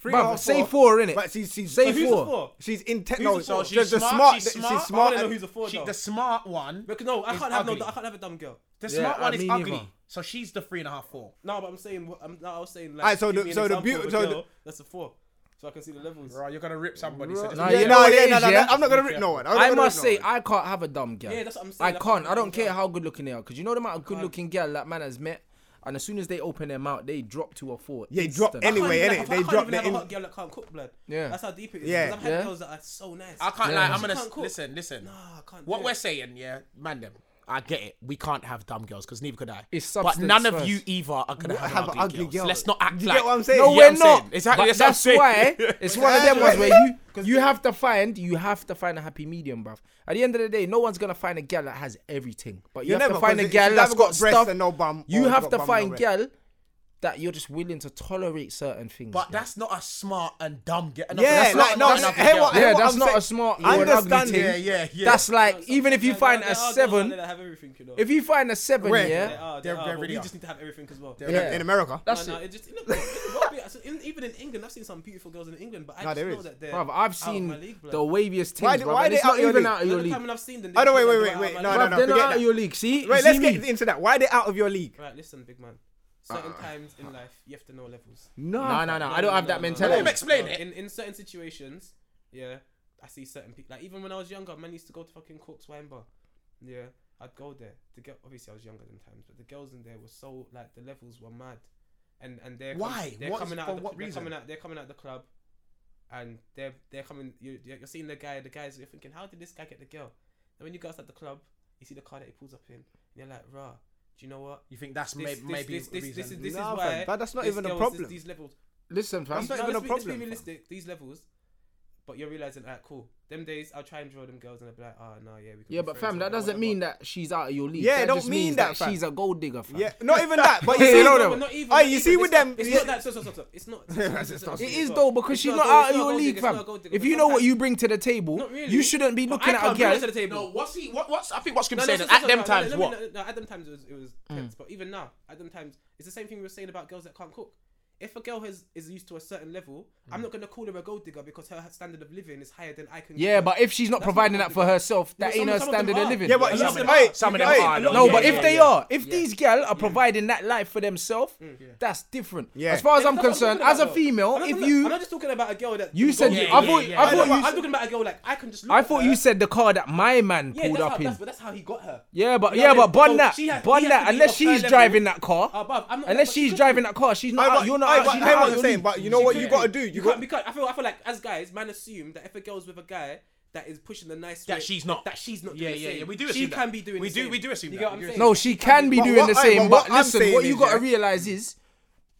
[SPEAKER 3] Three and a
[SPEAKER 5] Bruv,
[SPEAKER 3] half,
[SPEAKER 5] say
[SPEAKER 3] four.
[SPEAKER 5] four, innit?
[SPEAKER 3] But she's she's
[SPEAKER 5] Say
[SPEAKER 1] So who's
[SPEAKER 5] four.
[SPEAKER 1] the four?
[SPEAKER 3] She's in techno.
[SPEAKER 1] a four?
[SPEAKER 3] She's,
[SPEAKER 6] She's
[SPEAKER 3] the
[SPEAKER 6] smart,
[SPEAKER 3] smart.
[SPEAKER 6] she's
[SPEAKER 3] She's
[SPEAKER 6] smart.
[SPEAKER 3] smart.
[SPEAKER 1] I want to know
[SPEAKER 3] and-
[SPEAKER 1] who's a four
[SPEAKER 6] She,
[SPEAKER 1] though.
[SPEAKER 6] the smart one.
[SPEAKER 1] Because no, I
[SPEAKER 6] is
[SPEAKER 1] can't have no.
[SPEAKER 6] ugly.
[SPEAKER 1] I can't have a dumb girl.
[SPEAKER 6] The
[SPEAKER 5] Yeah,
[SPEAKER 6] smart one is
[SPEAKER 5] me neither.
[SPEAKER 6] ugly. So she's the three and a half, four.
[SPEAKER 1] No, but I'm saying. I'm, no, I was saying like.
[SPEAKER 3] Alright, so
[SPEAKER 1] give
[SPEAKER 3] the-
[SPEAKER 1] me an
[SPEAKER 3] so the
[SPEAKER 1] example of
[SPEAKER 3] beau-
[SPEAKER 1] a
[SPEAKER 3] so the-
[SPEAKER 1] girl That's a four. So I can see the levels.
[SPEAKER 6] Bro, you're gonna rip somebody. So
[SPEAKER 5] Nah,
[SPEAKER 6] just-
[SPEAKER 3] yeah,
[SPEAKER 5] you know
[SPEAKER 3] no,
[SPEAKER 5] what
[SPEAKER 3] yeah,
[SPEAKER 5] it
[SPEAKER 3] no,
[SPEAKER 5] is,
[SPEAKER 3] no,
[SPEAKER 5] yeah?
[SPEAKER 3] no, I'm not gonna rip no
[SPEAKER 1] Oh,
[SPEAKER 3] one. I'm not
[SPEAKER 5] I
[SPEAKER 3] gonna
[SPEAKER 5] must say,
[SPEAKER 3] rip no one.
[SPEAKER 5] I can't have a dumb girl.
[SPEAKER 1] Yeah, that's what I'm saying.
[SPEAKER 5] I
[SPEAKER 1] That's what
[SPEAKER 5] can't.
[SPEAKER 1] I'm
[SPEAKER 5] I don't
[SPEAKER 1] saying.
[SPEAKER 5] care how good looking they are, because you know the amount of good looking girl that man has met, and as soon as they open their mouth, they drop to a four.
[SPEAKER 3] Yeah, drop
[SPEAKER 5] instant.
[SPEAKER 1] I can't
[SPEAKER 3] anyway. innit?
[SPEAKER 1] even-
[SPEAKER 3] They
[SPEAKER 1] I can't
[SPEAKER 3] drop
[SPEAKER 1] even
[SPEAKER 3] the
[SPEAKER 1] have
[SPEAKER 3] in-
[SPEAKER 1] a hot girl that can't cook blood.
[SPEAKER 5] Yeah.
[SPEAKER 1] That's how deep it is.
[SPEAKER 3] Yeah.
[SPEAKER 1] Yeah. I've had
[SPEAKER 5] Yeah.
[SPEAKER 1] girls that are so nice.
[SPEAKER 6] I can't
[SPEAKER 5] Yeah.
[SPEAKER 6] lie. I'm gonna
[SPEAKER 1] She can't cook.
[SPEAKER 6] listen, listen.
[SPEAKER 1] Nah, I can't
[SPEAKER 6] What
[SPEAKER 1] do
[SPEAKER 6] we're
[SPEAKER 1] it.
[SPEAKER 6] saying, yeah, man, them. I get it. We can't have dumb girls because neither could I.
[SPEAKER 5] It's
[SPEAKER 6] but
[SPEAKER 5] substance
[SPEAKER 6] none of
[SPEAKER 5] first.
[SPEAKER 6] you either are gonna have,
[SPEAKER 3] have
[SPEAKER 6] ugly,
[SPEAKER 3] an ugly
[SPEAKER 6] girls.
[SPEAKER 3] girl.
[SPEAKER 6] Let's not act
[SPEAKER 3] You
[SPEAKER 6] like.
[SPEAKER 3] get what I'm saying?
[SPEAKER 5] No,
[SPEAKER 6] Yeah,
[SPEAKER 5] Oh, we're
[SPEAKER 6] I'm
[SPEAKER 5] not.
[SPEAKER 6] saying. Exactly,
[SPEAKER 5] But
[SPEAKER 6] that's what I'm
[SPEAKER 5] that's
[SPEAKER 6] saying.
[SPEAKER 5] why it's one of them ones where you you
[SPEAKER 1] the-
[SPEAKER 5] have to find you have to find a happy medium, bruv. At the end of the day, no one's gonna find a gal that has everything, but you
[SPEAKER 3] You're
[SPEAKER 5] have
[SPEAKER 3] never,
[SPEAKER 5] to find a
[SPEAKER 3] 'cause
[SPEAKER 5] gal
[SPEAKER 3] she's
[SPEAKER 5] that's
[SPEAKER 3] either
[SPEAKER 5] got
[SPEAKER 3] got breasts
[SPEAKER 5] stuff.
[SPEAKER 3] and no bum, or
[SPEAKER 5] you
[SPEAKER 3] she's
[SPEAKER 5] have
[SPEAKER 3] got
[SPEAKER 5] to
[SPEAKER 3] bum, no
[SPEAKER 5] find
[SPEAKER 3] breasts.
[SPEAKER 5] gal that you're just willing to tolerate certain things.
[SPEAKER 2] But
[SPEAKER 5] bro.
[SPEAKER 2] that's not a smart and dumb girl.
[SPEAKER 3] Yeah,
[SPEAKER 2] that's
[SPEAKER 3] like,
[SPEAKER 2] not,
[SPEAKER 3] no,
[SPEAKER 2] not
[SPEAKER 3] hear what-
[SPEAKER 5] yeah,
[SPEAKER 3] hear what
[SPEAKER 5] that's
[SPEAKER 3] I'm
[SPEAKER 5] not
[SPEAKER 3] saying.
[SPEAKER 5] a smart
[SPEAKER 3] I
[SPEAKER 5] or an ugly
[SPEAKER 3] understand,
[SPEAKER 5] thing.
[SPEAKER 2] Yeah, yeah, yeah.
[SPEAKER 5] That's like
[SPEAKER 1] No, some-
[SPEAKER 5] even if you
[SPEAKER 1] no,
[SPEAKER 5] find
[SPEAKER 1] no,
[SPEAKER 5] a
[SPEAKER 1] there are girls out
[SPEAKER 5] seven,
[SPEAKER 1] there that have everything, you know.
[SPEAKER 5] if you find a seven,
[SPEAKER 3] Where?
[SPEAKER 5] yeah,
[SPEAKER 1] They are, they
[SPEAKER 2] They're-
[SPEAKER 1] are,
[SPEAKER 2] they're
[SPEAKER 1] but
[SPEAKER 2] really
[SPEAKER 1] we
[SPEAKER 2] are.
[SPEAKER 1] just need to have everything as well.
[SPEAKER 3] In-
[SPEAKER 5] Yeah.
[SPEAKER 3] in America.
[SPEAKER 5] that's
[SPEAKER 1] no,
[SPEAKER 5] it.
[SPEAKER 1] no, it just look, it won't be- so in- even in England, I've seen some beautiful girls in England, but I
[SPEAKER 3] No,
[SPEAKER 1] just
[SPEAKER 3] there
[SPEAKER 1] know
[SPEAKER 3] is.
[SPEAKER 1] that they're.
[SPEAKER 5] Bruv,
[SPEAKER 1] out
[SPEAKER 5] I've
[SPEAKER 1] of
[SPEAKER 5] seen
[SPEAKER 1] my league, bruv.
[SPEAKER 5] the waviest things,
[SPEAKER 3] Why do-
[SPEAKER 5] bruv,
[SPEAKER 3] why
[SPEAKER 5] and it's
[SPEAKER 3] they out
[SPEAKER 5] not
[SPEAKER 3] your
[SPEAKER 5] even
[SPEAKER 3] league?
[SPEAKER 5] out of
[SPEAKER 1] The
[SPEAKER 5] your
[SPEAKER 1] only
[SPEAKER 5] league.
[SPEAKER 1] time when I've seen them.
[SPEAKER 3] Oh, no, wait,
[SPEAKER 1] they-
[SPEAKER 3] wait,
[SPEAKER 1] they
[SPEAKER 3] wait,
[SPEAKER 1] were
[SPEAKER 3] wait,
[SPEAKER 1] out
[SPEAKER 3] no,
[SPEAKER 1] of my
[SPEAKER 3] no,
[SPEAKER 1] league.
[SPEAKER 3] no.
[SPEAKER 5] Bruv, they're not
[SPEAKER 3] forget
[SPEAKER 5] out
[SPEAKER 3] that.
[SPEAKER 5] of your league. See,
[SPEAKER 3] Wait,
[SPEAKER 5] You
[SPEAKER 3] let's
[SPEAKER 5] see
[SPEAKER 3] get
[SPEAKER 5] me?
[SPEAKER 3] into that. Why they out of your league?
[SPEAKER 1] Right, listen, big man. Certain
[SPEAKER 3] Ah.
[SPEAKER 1] times in life, you have to know levels.
[SPEAKER 3] No.
[SPEAKER 5] No, no, no. I don't have
[SPEAKER 2] Let
[SPEAKER 5] that
[SPEAKER 2] me
[SPEAKER 5] mentality.
[SPEAKER 2] explain it.
[SPEAKER 1] In, in certain situations, yeah, I see certain people. Like, even when I was younger, man used to go to fucking Cork's Wine Bar. Yeah, I'd go there. The girl, obviously, I was younger than times, but the girls in there were so, like, the levels were mad. And and they're com-
[SPEAKER 2] Why?
[SPEAKER 1] they're
[SPEAKER 2] What is-
[SPEAKER 1] coming out
[SPEAKER 2] for
[SPEAKER 1] of the,
[SPEAKER 2] what
[SPEAKER 1] they're
[SPEAKER 2] reason?
[SPEAKER 1] coming out they're coming out the club and they're they're coming you you're seeing the guy the guys you're thinking how did this guy get the girl and when you guys at the club you see the car that he pulls up in and you're like rah do you know what
[SPEAKER 2] You think that's
[SPEAKER 1] this,
[SPEAKER 2] may-
[SPEAKER 1] this,
[SPEAKER 2] maybe
[SPEAKER 1] this, this,
[SPEAKER 2] reason?
[SPEAKER 1] this, is this
[SPEAKER 3] Nah,
[SPEAKER 1] is why
[SPEAKER 3] fam, but that's not
[SPEAKER 1] this
[SPEAKER 3] even a
[SPEAKER 1] girl was-
[SPEAKER 3] problem.
[SPEAKER 1] These levels.
[SPEAKER 5] Listen, fam.
[SPEAKER 3] That's not
[SPEAKER 1] No,
[SPEAKER 3] even
[SPEAKER 1] let's
[SPEAKER 3] a
[SPEAKER 1] be-
[SPEAKER 3] problem,
[SPEAKER 1] Let's be
[SPEAKER 3] fam.
[SPEAKER 1] realistic. These levels, but you're realizing, alright, cool. Them days, I'll try and draw them girls, and I'll be like, oh no, yeah, we. Can
[SPEAKER 5] Yeah,
[SPEAKER 1] be
[SPEAKER 5] but
[SPEAKER 1] friends
[SPEAKER 5] fam,
[SPEAKER 1] or
[SPEAKER 5] that doesn't
[SPEAKER 1] whatever."
[SPEAKER 5] mean that she's out of your league.
[SPEAKER 3] Yeah, it
[SPEAKER 5] that
[SPEAKER 3] don't
[SPEAKER 5] just
[SPEAKER 3] mean
[SPEAKER 5] means
[SPEAKER 3] that, fam.
[SPEAKER 5] she's a gold digger, fam.
[SPEAKER 3] Yeah, not even that. But you
[SPEAKER 5] Yeah,
[SPEAKER 3] see,
[SPEAKER 5] no, no.
[SPEAKER 1] But not even.
[SPEAKER 3] Oh,
[SPEAKER 1] not
[SPEAKER 3] you
[SPEAKER 1] even,
[SPEAKER 3] see
[SPEAKER 1] it's
[SPEAKER 3] with
[SPEAKER 1] not-
[SPEAKER 3] them-
[SPEAKER 1] It's
[SPEAKER 3] yeah.
[SPEAKER 1] not that. Stop, stop, stop, stop. It's not. it's- it's-
[SPEAKER 5] It
[SPEAKER 1] it's
[SPEAKER 5] is
[SPEAKER 1] not.
[SPEAKER 5] though because
[SPEAKER 1] It's
[SPEAKER 5] she's
[SPEAKER 1] not
[SPEAKER 5] not
[SPEAKER 1] gold-
[SPEAKER 5] out
[SPEAKER 1] it's
[SPEAKER 5] of
[SPEAKER 1] not
[SPEAKER 5] your
[SPEAKER 1] gold
[SPEAKER 5] league,
[SPEAKER 1] digger, it's
[SPEAKER 5] fam.
[SPEAKER 1] not gold digger,
[SPEAKER 5] If
[SPEAKER 1] but
[SPEAKER 5] you know what
[SPEAKER 1] sometimes-
[SPEAKER 5] you bring to the table,
[SPEAKER 1] Not really.
[SPEAKER 5] you shouldn't be
[SPEAKER 1] But
[SPEAKER 5] looking
[SPEAKER 1] I
[SPEAKER 5] at a
[SPEAKER 1] can't bring
[SPEAKER 5] girl.
[SPEAKER 1] it to the table.
[SPEAKER 2] No, what's he? What, what's I think what's Kim
[SPEAKER 1] No, no,
[SPEAKER 2] saying
[SPEAKER 1] so-
[SPEAKER 2] is
[SPEAKER 1] so-
[SPEAKER 2] at
[SPEAKER 1] so-
[SPEAKER 2] them
[SPEAKER 1] no, no,
[SPEAKER 2] times
[SPEAKER 1] let me-
[SPEAKER 2] what?
[SPEAKER 1] no, no, at them times it was, it was tense, but even now, at them times, it's the same thing we were saying about girls that can't cook. If a girl has is used to a certain level, I'm not gonna call her a gold digger because her standard of living is higher than I can.
[SPEAKER 5] Yeah, but if she's
[SPEAKER 1] That's
[SPEAKER 5] not
[SPEAKER 1] not
[SPEAKER 5] providing
[SPEAKER 1] gold
[SPEAKER 5] that for
[SPEAKER 1] digger.
[SPEAKER 5] herself, that
[SPEAKER 1] some-
[SPEAKER 5] ain't her
[SPEAKER 1] some of them
[SPEAKER 5] standard of
[SPEAKER 1] are.
[SPEAKER 5] living.
[SPEAKER 3] yeah, but
[SPEAKER 1] Some of them
[SPEAKER 3] hey,
[SPEAKER 1] are.
[SPEAKER 2] Some of them
[SPEAKER 3] hey,
[SPEAKER 2] are.
[SPEAKER 3] a lot-
[SPEAKER 5] No,
[SPEAKER 2] Yeah,
[SPEAKER 5] but
[SPEAKER 2] yeah,
[SPEAKER 5] if
[SPEAKER 2] yeah,
[SPEAKER 5] they
[SPEAKER 2] yeah.
[SPEAKER 5] are, if these gal are providing that life for themselves, that's different.
[SPEAKER 3] Yeah.
[SPEAKER 5] As far as
[SPEAKER 1] Yeah,
[SPEAKER 5] I'm
[SPEAKER 1] that's what
[SPEAKER 5] concerned,
[SPEAKER 1] talking
[SPEAKER 5] as a
[SPEAKER 1] about, though.
[SPEAKER 5] female,
[SPEAKER 1] I'm not
[SPEAKER 5] if
[SPEAKER 1] talking- I'm
[SPEAKER 5] you,
[SPEAKER 1] not just talking about a girl that
[SPEAKER 5] you said,
[SPEAKER 1] goes-
[SPEAKER 5] you-
[SPEAKER 2] Yeah,
[SPEAKER 5] I
[SPEAKER 2] yeah,
[SPEAKER 5] thought,
[SPEAKER 2] yeah.
[SPEAKER 5] I
[SPEAKER 1] I know,
[SPEAKER 5] thought
[SPEAKER 1] but
[SPEAKER 5] you,
[SPEAKER 1] I'm talking about a girl like I can just. Look
[SPEAKER 5] I
[SPEAKER 1] at
[SPEAKER 5] thought
[SPEAKER 1] her.
[SPEAKER 5] you said the car that my man
[SPEAKER 1] Yeah,
[SPEAKER 5] pulled
[SPEAKER 1] that's
[SPEAKER 5] up
[SPEAKER 1] how,
[SPEAKER 5] in.
[SPEAKER 1] that's, but that's how he got her.
[SPEAKER 5] Yeah, but
[SPEAKER 1] You know
[SPEAKER 5] yeah,
[SPEAKER 1] what I
[SPEAKER 5] but
[SPEAKER 1] mean?
[SPEAKER 5] bun
[SPEAKER 1] So
[SPEAKER 5] that,
[SPEAKER 1] she has-
[SPEAKER 5] bun
[SPEAKER 1] he has
[SPEAKER 5] that.
[SPEAKER 1] to be
[SPEAKER 5] Unless
[SPEAKER 1] of
[SPEAKER 5] she's
[SPEAKER 1] her level.
[SPEAKER 5] driving that car,
[SPEAKER 1] Above, I'm not-
[SPEAKER 5] unless
[SPEAKER 1] but
[SPEAKER 5] she's
[SPEAKER 1] she
[SPEAKER 5] driving that car, she's not.
[SPEAKER 3] Hey,
[SPEAKER 5] out,
[SPEAKER 3] but-
[SPEAKER 5] you're not.
[SPEAKER 3] hey, but
[SPEAKER 5] out, she's
[SPEAKER 3] hear
[SPEAKER 5] not
[SPEAKER 3] what
[SPEAKER 5] out
[SPEAKER 3] I'm
[SPEAKER 5] your
[SPEAKER 3] saying,
[SPEAKER 5] league.
[SPEAKER 3] but you know what you
[SPEAKER 1] couldn't.
[SPEAKER 3] gotta do. You
[SPEAKER 1] You
[SPEAKER 3] got
[SPEAKER 1] can't because I feel I feel like as guys, man assume that if a girl's with a guy that is pushing the nice
[SPEAKER 2] That
[SPEAKER 1] way,
[SPEAKER 2] she's not.
[SPEAKER 1] that she's not.
[SPEAKER 2] Yeah,
[SPEAKER 1] doing the
[SPEAKER 2] yeah,
[SPEAKER 1] same.
[SPEAKER 2] yeah, we do
[SPEAKER 1] She
[SPEAKER 2] assume that.
[SPEAKER 1] can be doing.
[SPEAKER 2] We
[SPEAKER 1] the
[SPEAKER 2] do-
[SPEAKER 1] same.
[SPEAKER 2] we do assume
[SPEAKER 1] you
[SPEAKER 2] that,
[SPEAKER 1] Get
[SPEAKER 2] we
[SPEAKER 1] what
[SPEAKER 2] do
[SPEAKER 1] I'm
[SPEAKER 2] assume
[SPEAKER 1] saying?
[SPEAKER 5] No, she can be
[SPEAKER 3] But
[SPEAKER 5] doing
[SPEAKER 3] what
[SPEAKER 5] the
[SPEAKER 3] I- but
[SPEAKER 5] same. But,
[SPEAKER 3] what I'm
[SPEAKER 5] listen,
[SPEAKER 3] saying
[SPEAKER 5] what you
[SPEAKER 3] is,
[SPEAKER 5] gotta
[SPEAKER 3] yeah.
[SPEAKER 5] realize is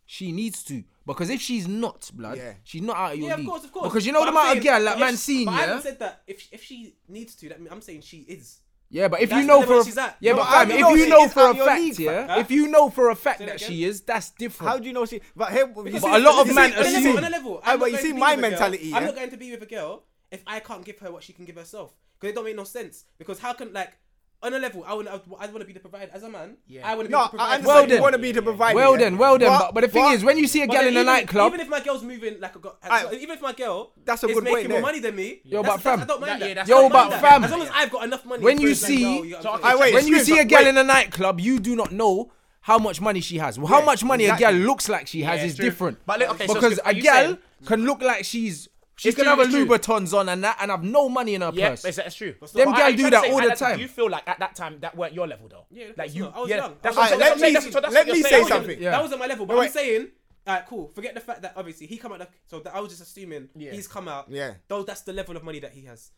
[SPEAKER 5] she needs to. Because if she's not, blood,
[SPEAKER 3] Yeah.
[SPEAKER 5] she's not out of your
[SPEAKER 1] Yeah, of
[SPEAKER 5] league.
[SPEAKER 1] course, of course.
[SPEAKER 5] Because you know
[SPEAKER 1] But
[SPEAKER 5] the
[SPEAKER 1] I'm
[SPEAKER 5] amount of
[SPEAKER 1] saying-
[SPEAKER 5] girl like
[SPEAKER 1] but
[SPEAKER 5] man
[SPEAKER 1] if-
[SPEAKER 5] seen,
[SPEAKER 1] But I
[SPEAKER 5] yeah.
[SPEAKER 1] haven't said that. If if she needs to, that mean, I'm saying she is.
[SPEAKER 5] Yeah, but if
[SPEAKER 1] That's
[SPEAKER 5] you know
[SPEAKER 1] the
[SPEAKER 5] for
[SPEAKER 1] level
[SPEAKER 5] a,
[SPEAKER 1] she's at.
[SPEAKER 5] yeah,
[SPEAKER 1] No,
[SPEAKER 5] but
[SPEAKER 3] how
[SPEAKER 5] fam,
[SPEAKER 3] do
[SPEAKER 5] if
[SPEAKER 3] you know
[SPEAKER 5] you
[SPEAKER 3] she
[SPEAKER 5] know
[SPEAKER 3] is
[SPEAKER 5] for
[SPEAKER 3] out
[SPEAKER 5] a
[SPEAKER 3] of your
[SPEAKER 5] fact,
[SPEAKER 3] league,
[SPEAKER 5] yeah,
[SPEAKER 1] fam?
[SPEAKER 5] if you know for a fact
[SPEAKER 1] Say
[SPEAKER 5] that
[SPEAKER 1] that
[SPEAKER 5] she is, that's different.
[SPEAKER 3] How do you know she? But here,
[SPEAKER 1] Because
[SPEAKER 5] But
[SPEAKER 1] you
[SPEAKER 5] a
[SPEAKER 1] see-
[SPEAKER 5] lot of
[SPEAKER 1] you see- on
[SPEAKER 5] men
[SPEAKER 1] a level-
[SPEAKER 5] assume-
[SPEAKER 1] on a level,
[SPEAKER 3] Hey,
[SPEAKER 1] I'm
[SPEAKER 3] but
[SPEAKER 1] not
[SPEAKER 3] you
[SPEAKER 1] going
[SPEAKER 3] see
[SPEAKER 1] to be
[SPEAKER 3] my
[SPEAKER 1] with a girl-
[SPEAKER 3] mentality,
[SPEAKER 1] I'm
[SPEAKER 3] yeah?
[SPEAKER 1] not going to be with a girl if I can't give her what she can give herself. Because it don't make no sense. Because how can like on a level I want I want to be the provider as a man. I want to be
[SPEAKER 3] No,
[SPEAKER 1] the
[SPEAKER 3] I
[SPEAKER 1] provider.
[SPEAKER 3] understand.
[SPEAKER 5] Well
[SPEAKER 3] you
[SPEAKER 5] then.
[SPEAKER 3] want to be the provider.
[SPEAKER 5] well
[SPEAKER 3] yeah?
[SPEAKER 5] then, well then, but, but the thing
[SPEAKER 3] but-
[SPEAKER 5] is, when you see a
[SPEAKER 1] But
[SPEAKER 5] girl
[SPEAKER 1] then
[SPEAKER 5] in a
[SPEAKER 1] even if-
[SPEAKER 5] nightclub,
[SPEAKER 1] Even if my girl's moving like a girl,
[SPEAKER 3] Aye.
[SPEAKER 1] even if my girl
[SPEAKER 3] That's a
[SPEAKER 1] is
[SPEAKER 3] good
[SPEAKER 1] making
[SPEAKER 3] point
[SPEAKER 1] more
[SPEAKER 3] there.
[SPEAKER 1] money than me,
[SPEAKER 5] Yo,
[SPEAKER 1] that's-
[SPEAKER 5] but
[SPEAKER 1] that's- I don't
[SPEAKER 2] fam,
[SPEAKER 1] mind
[SPEAKER 2] that- yeah,
[SPEAKER 1] that.
[SPEAKER 2] that's
[SPEAKER 1] I don't
[SPEAKER 5] Yo,
[SPEAKER 1] mind
[SPEAKER 5] but
[SPEAKER 1] that.
[SPEAKER 5] fam,
[SPEAKER 1] as long as I've got enough money.
[SPEAKER 5] When
[SPEAKER 1] to
[SPEAKER 5] you
[SPEAKER 1] raise that
[SPEAKER 5] see-
[SPEAKER 1] girl, you know
[SPEAKER 2] So
[SPEAKER 1] what I'm
[SPEAKER 2] I
[SPEAKER 1] saying?
[SPEAKER 3] wait,
[SPEAKER 5] when you
[SPEAKER 3] excuse
[SPEAKER 5] see
[SPEAKER 3] me,
[SPEAKER 5] a girl
[SPEAKER 3] wait.
[SPEAKER 5] in a nightclub, you do not know how much money she has. How much money a
[SPEAKER 3] exactly.
[SPEAKER 5] girl looks like she has
[SPEAKER 2] Yeah,
[SPEAKER 5] is
[SPEAKER 2] true.
[SPEAKER 5] different.
[SPEAKER 2] But look, okay, so
[SPEAKER 5] because
[SPEAKER 2] Skip,
[SPEAKER 5] a
[SPEAKER 2] are you
[SPEAKER 5] girl
[SPEAKER 2] saying-
[SPEAKER 5] can look like she's she
[SPEAKER 2] It's
[SPEAKER 5] can
[SPEAKER 2] true,
[SPEAKER 5] have a
[SPEAKER 2] it's true.
[SPEAKER 5] Louboutins on and that, and have no money in her
[SPEAKER 2] Yeah,
[SPEAKER 5] purse.
[SPEAKER 2] that's, that's true.
[SPEAKER 5] Them
[SPEAKER 2] But
[SPEAKER 5] girls
[SPEAKER 2] are you
[SPEAKER 5] do
[SPEAKER 2] trying to
[SPEAKER 5] that
[SPEAKER 2] say
[SPEAKER 5] all
[SPEAKER 2] at
[SPEAKER 5] the
[SPEAKER 2] that-
[SPEAKER 5] time.
[SPEAKER 2] Do you feel like at that time that weren't your level though?
[SPEAKER 1] Yeah, of
[SPEAKER 2] like
[SPEAKER 1] course
[SPEAKER 2] you.
[SPEAKER 1] not. I was
[SPEAKER 2] yeah,
[SPEAKER 1] young.
[SPEAKER 2] That's
[SPEAKER 1] I
[SPEAKER 2] what
[SPEAKER 1] was
[SPEAKER 2] I'm
[SPEAKER 1] young.
[SPEAKER 2] saying.
[SPEAKER 3] Let
[SPEAKER 2] That's
[SPEAKER 3] me-
[SPEAKER 2] what- that's
[SPEAKER 3] let
[SPEAKER 2] what
[SPEAKER 3] me
[SPEAKER 2] you're
[SPEAKER 3] say
[SPEAKER 1] That wasn't-
[SPEAKER 3] something.
[SPEAKER 5] Yeah.
[SPEAKER 1] That was at my level, but
[SPEAKER 3] Wait,
[SPEAKER 1] I'm
[SPEAKER 3] wait.
[SPEAKER 1] saying, alright, cool. Forget the fact that obviously he come out. Of, so that I was just assuming he's come out.
[SPEAKER 3] Yeah.
[SPEAKER 1] Though that's the level of money that he has.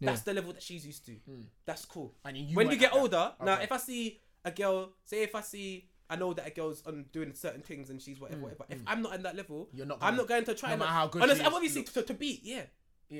[SPEAKER 1] That's the level that she's used to. That's cool.
[SPEAKER 2] Hmm. And you
[SPEAKER 1] when you
[SPEAKER 2] weren't
[SPEAKER 1] get
[SPEAKER 2] at that.
[SPEAKER 1] older, now if I see a girl, say if I see. I know that a girl's on doing certain things and she's whatever, whatever. If I'm not on that level,
[SPEAKER 2] Hmm. You're not
[SPEAKER 1] I'm
[SPEAKER 2] gonna-
[SPEAKER 1] not going to try.
[SPEAKER 2] no
[SPEAKER 1] and-
[SPEAKER 2] matter how good
[SPEAKER 1] Unless-
[SPEAKER 2] she
[SPEAKER 1] I'm
[SPEAKER 2] is,
[SPEAKER 1] obviously to, to beat, yeah.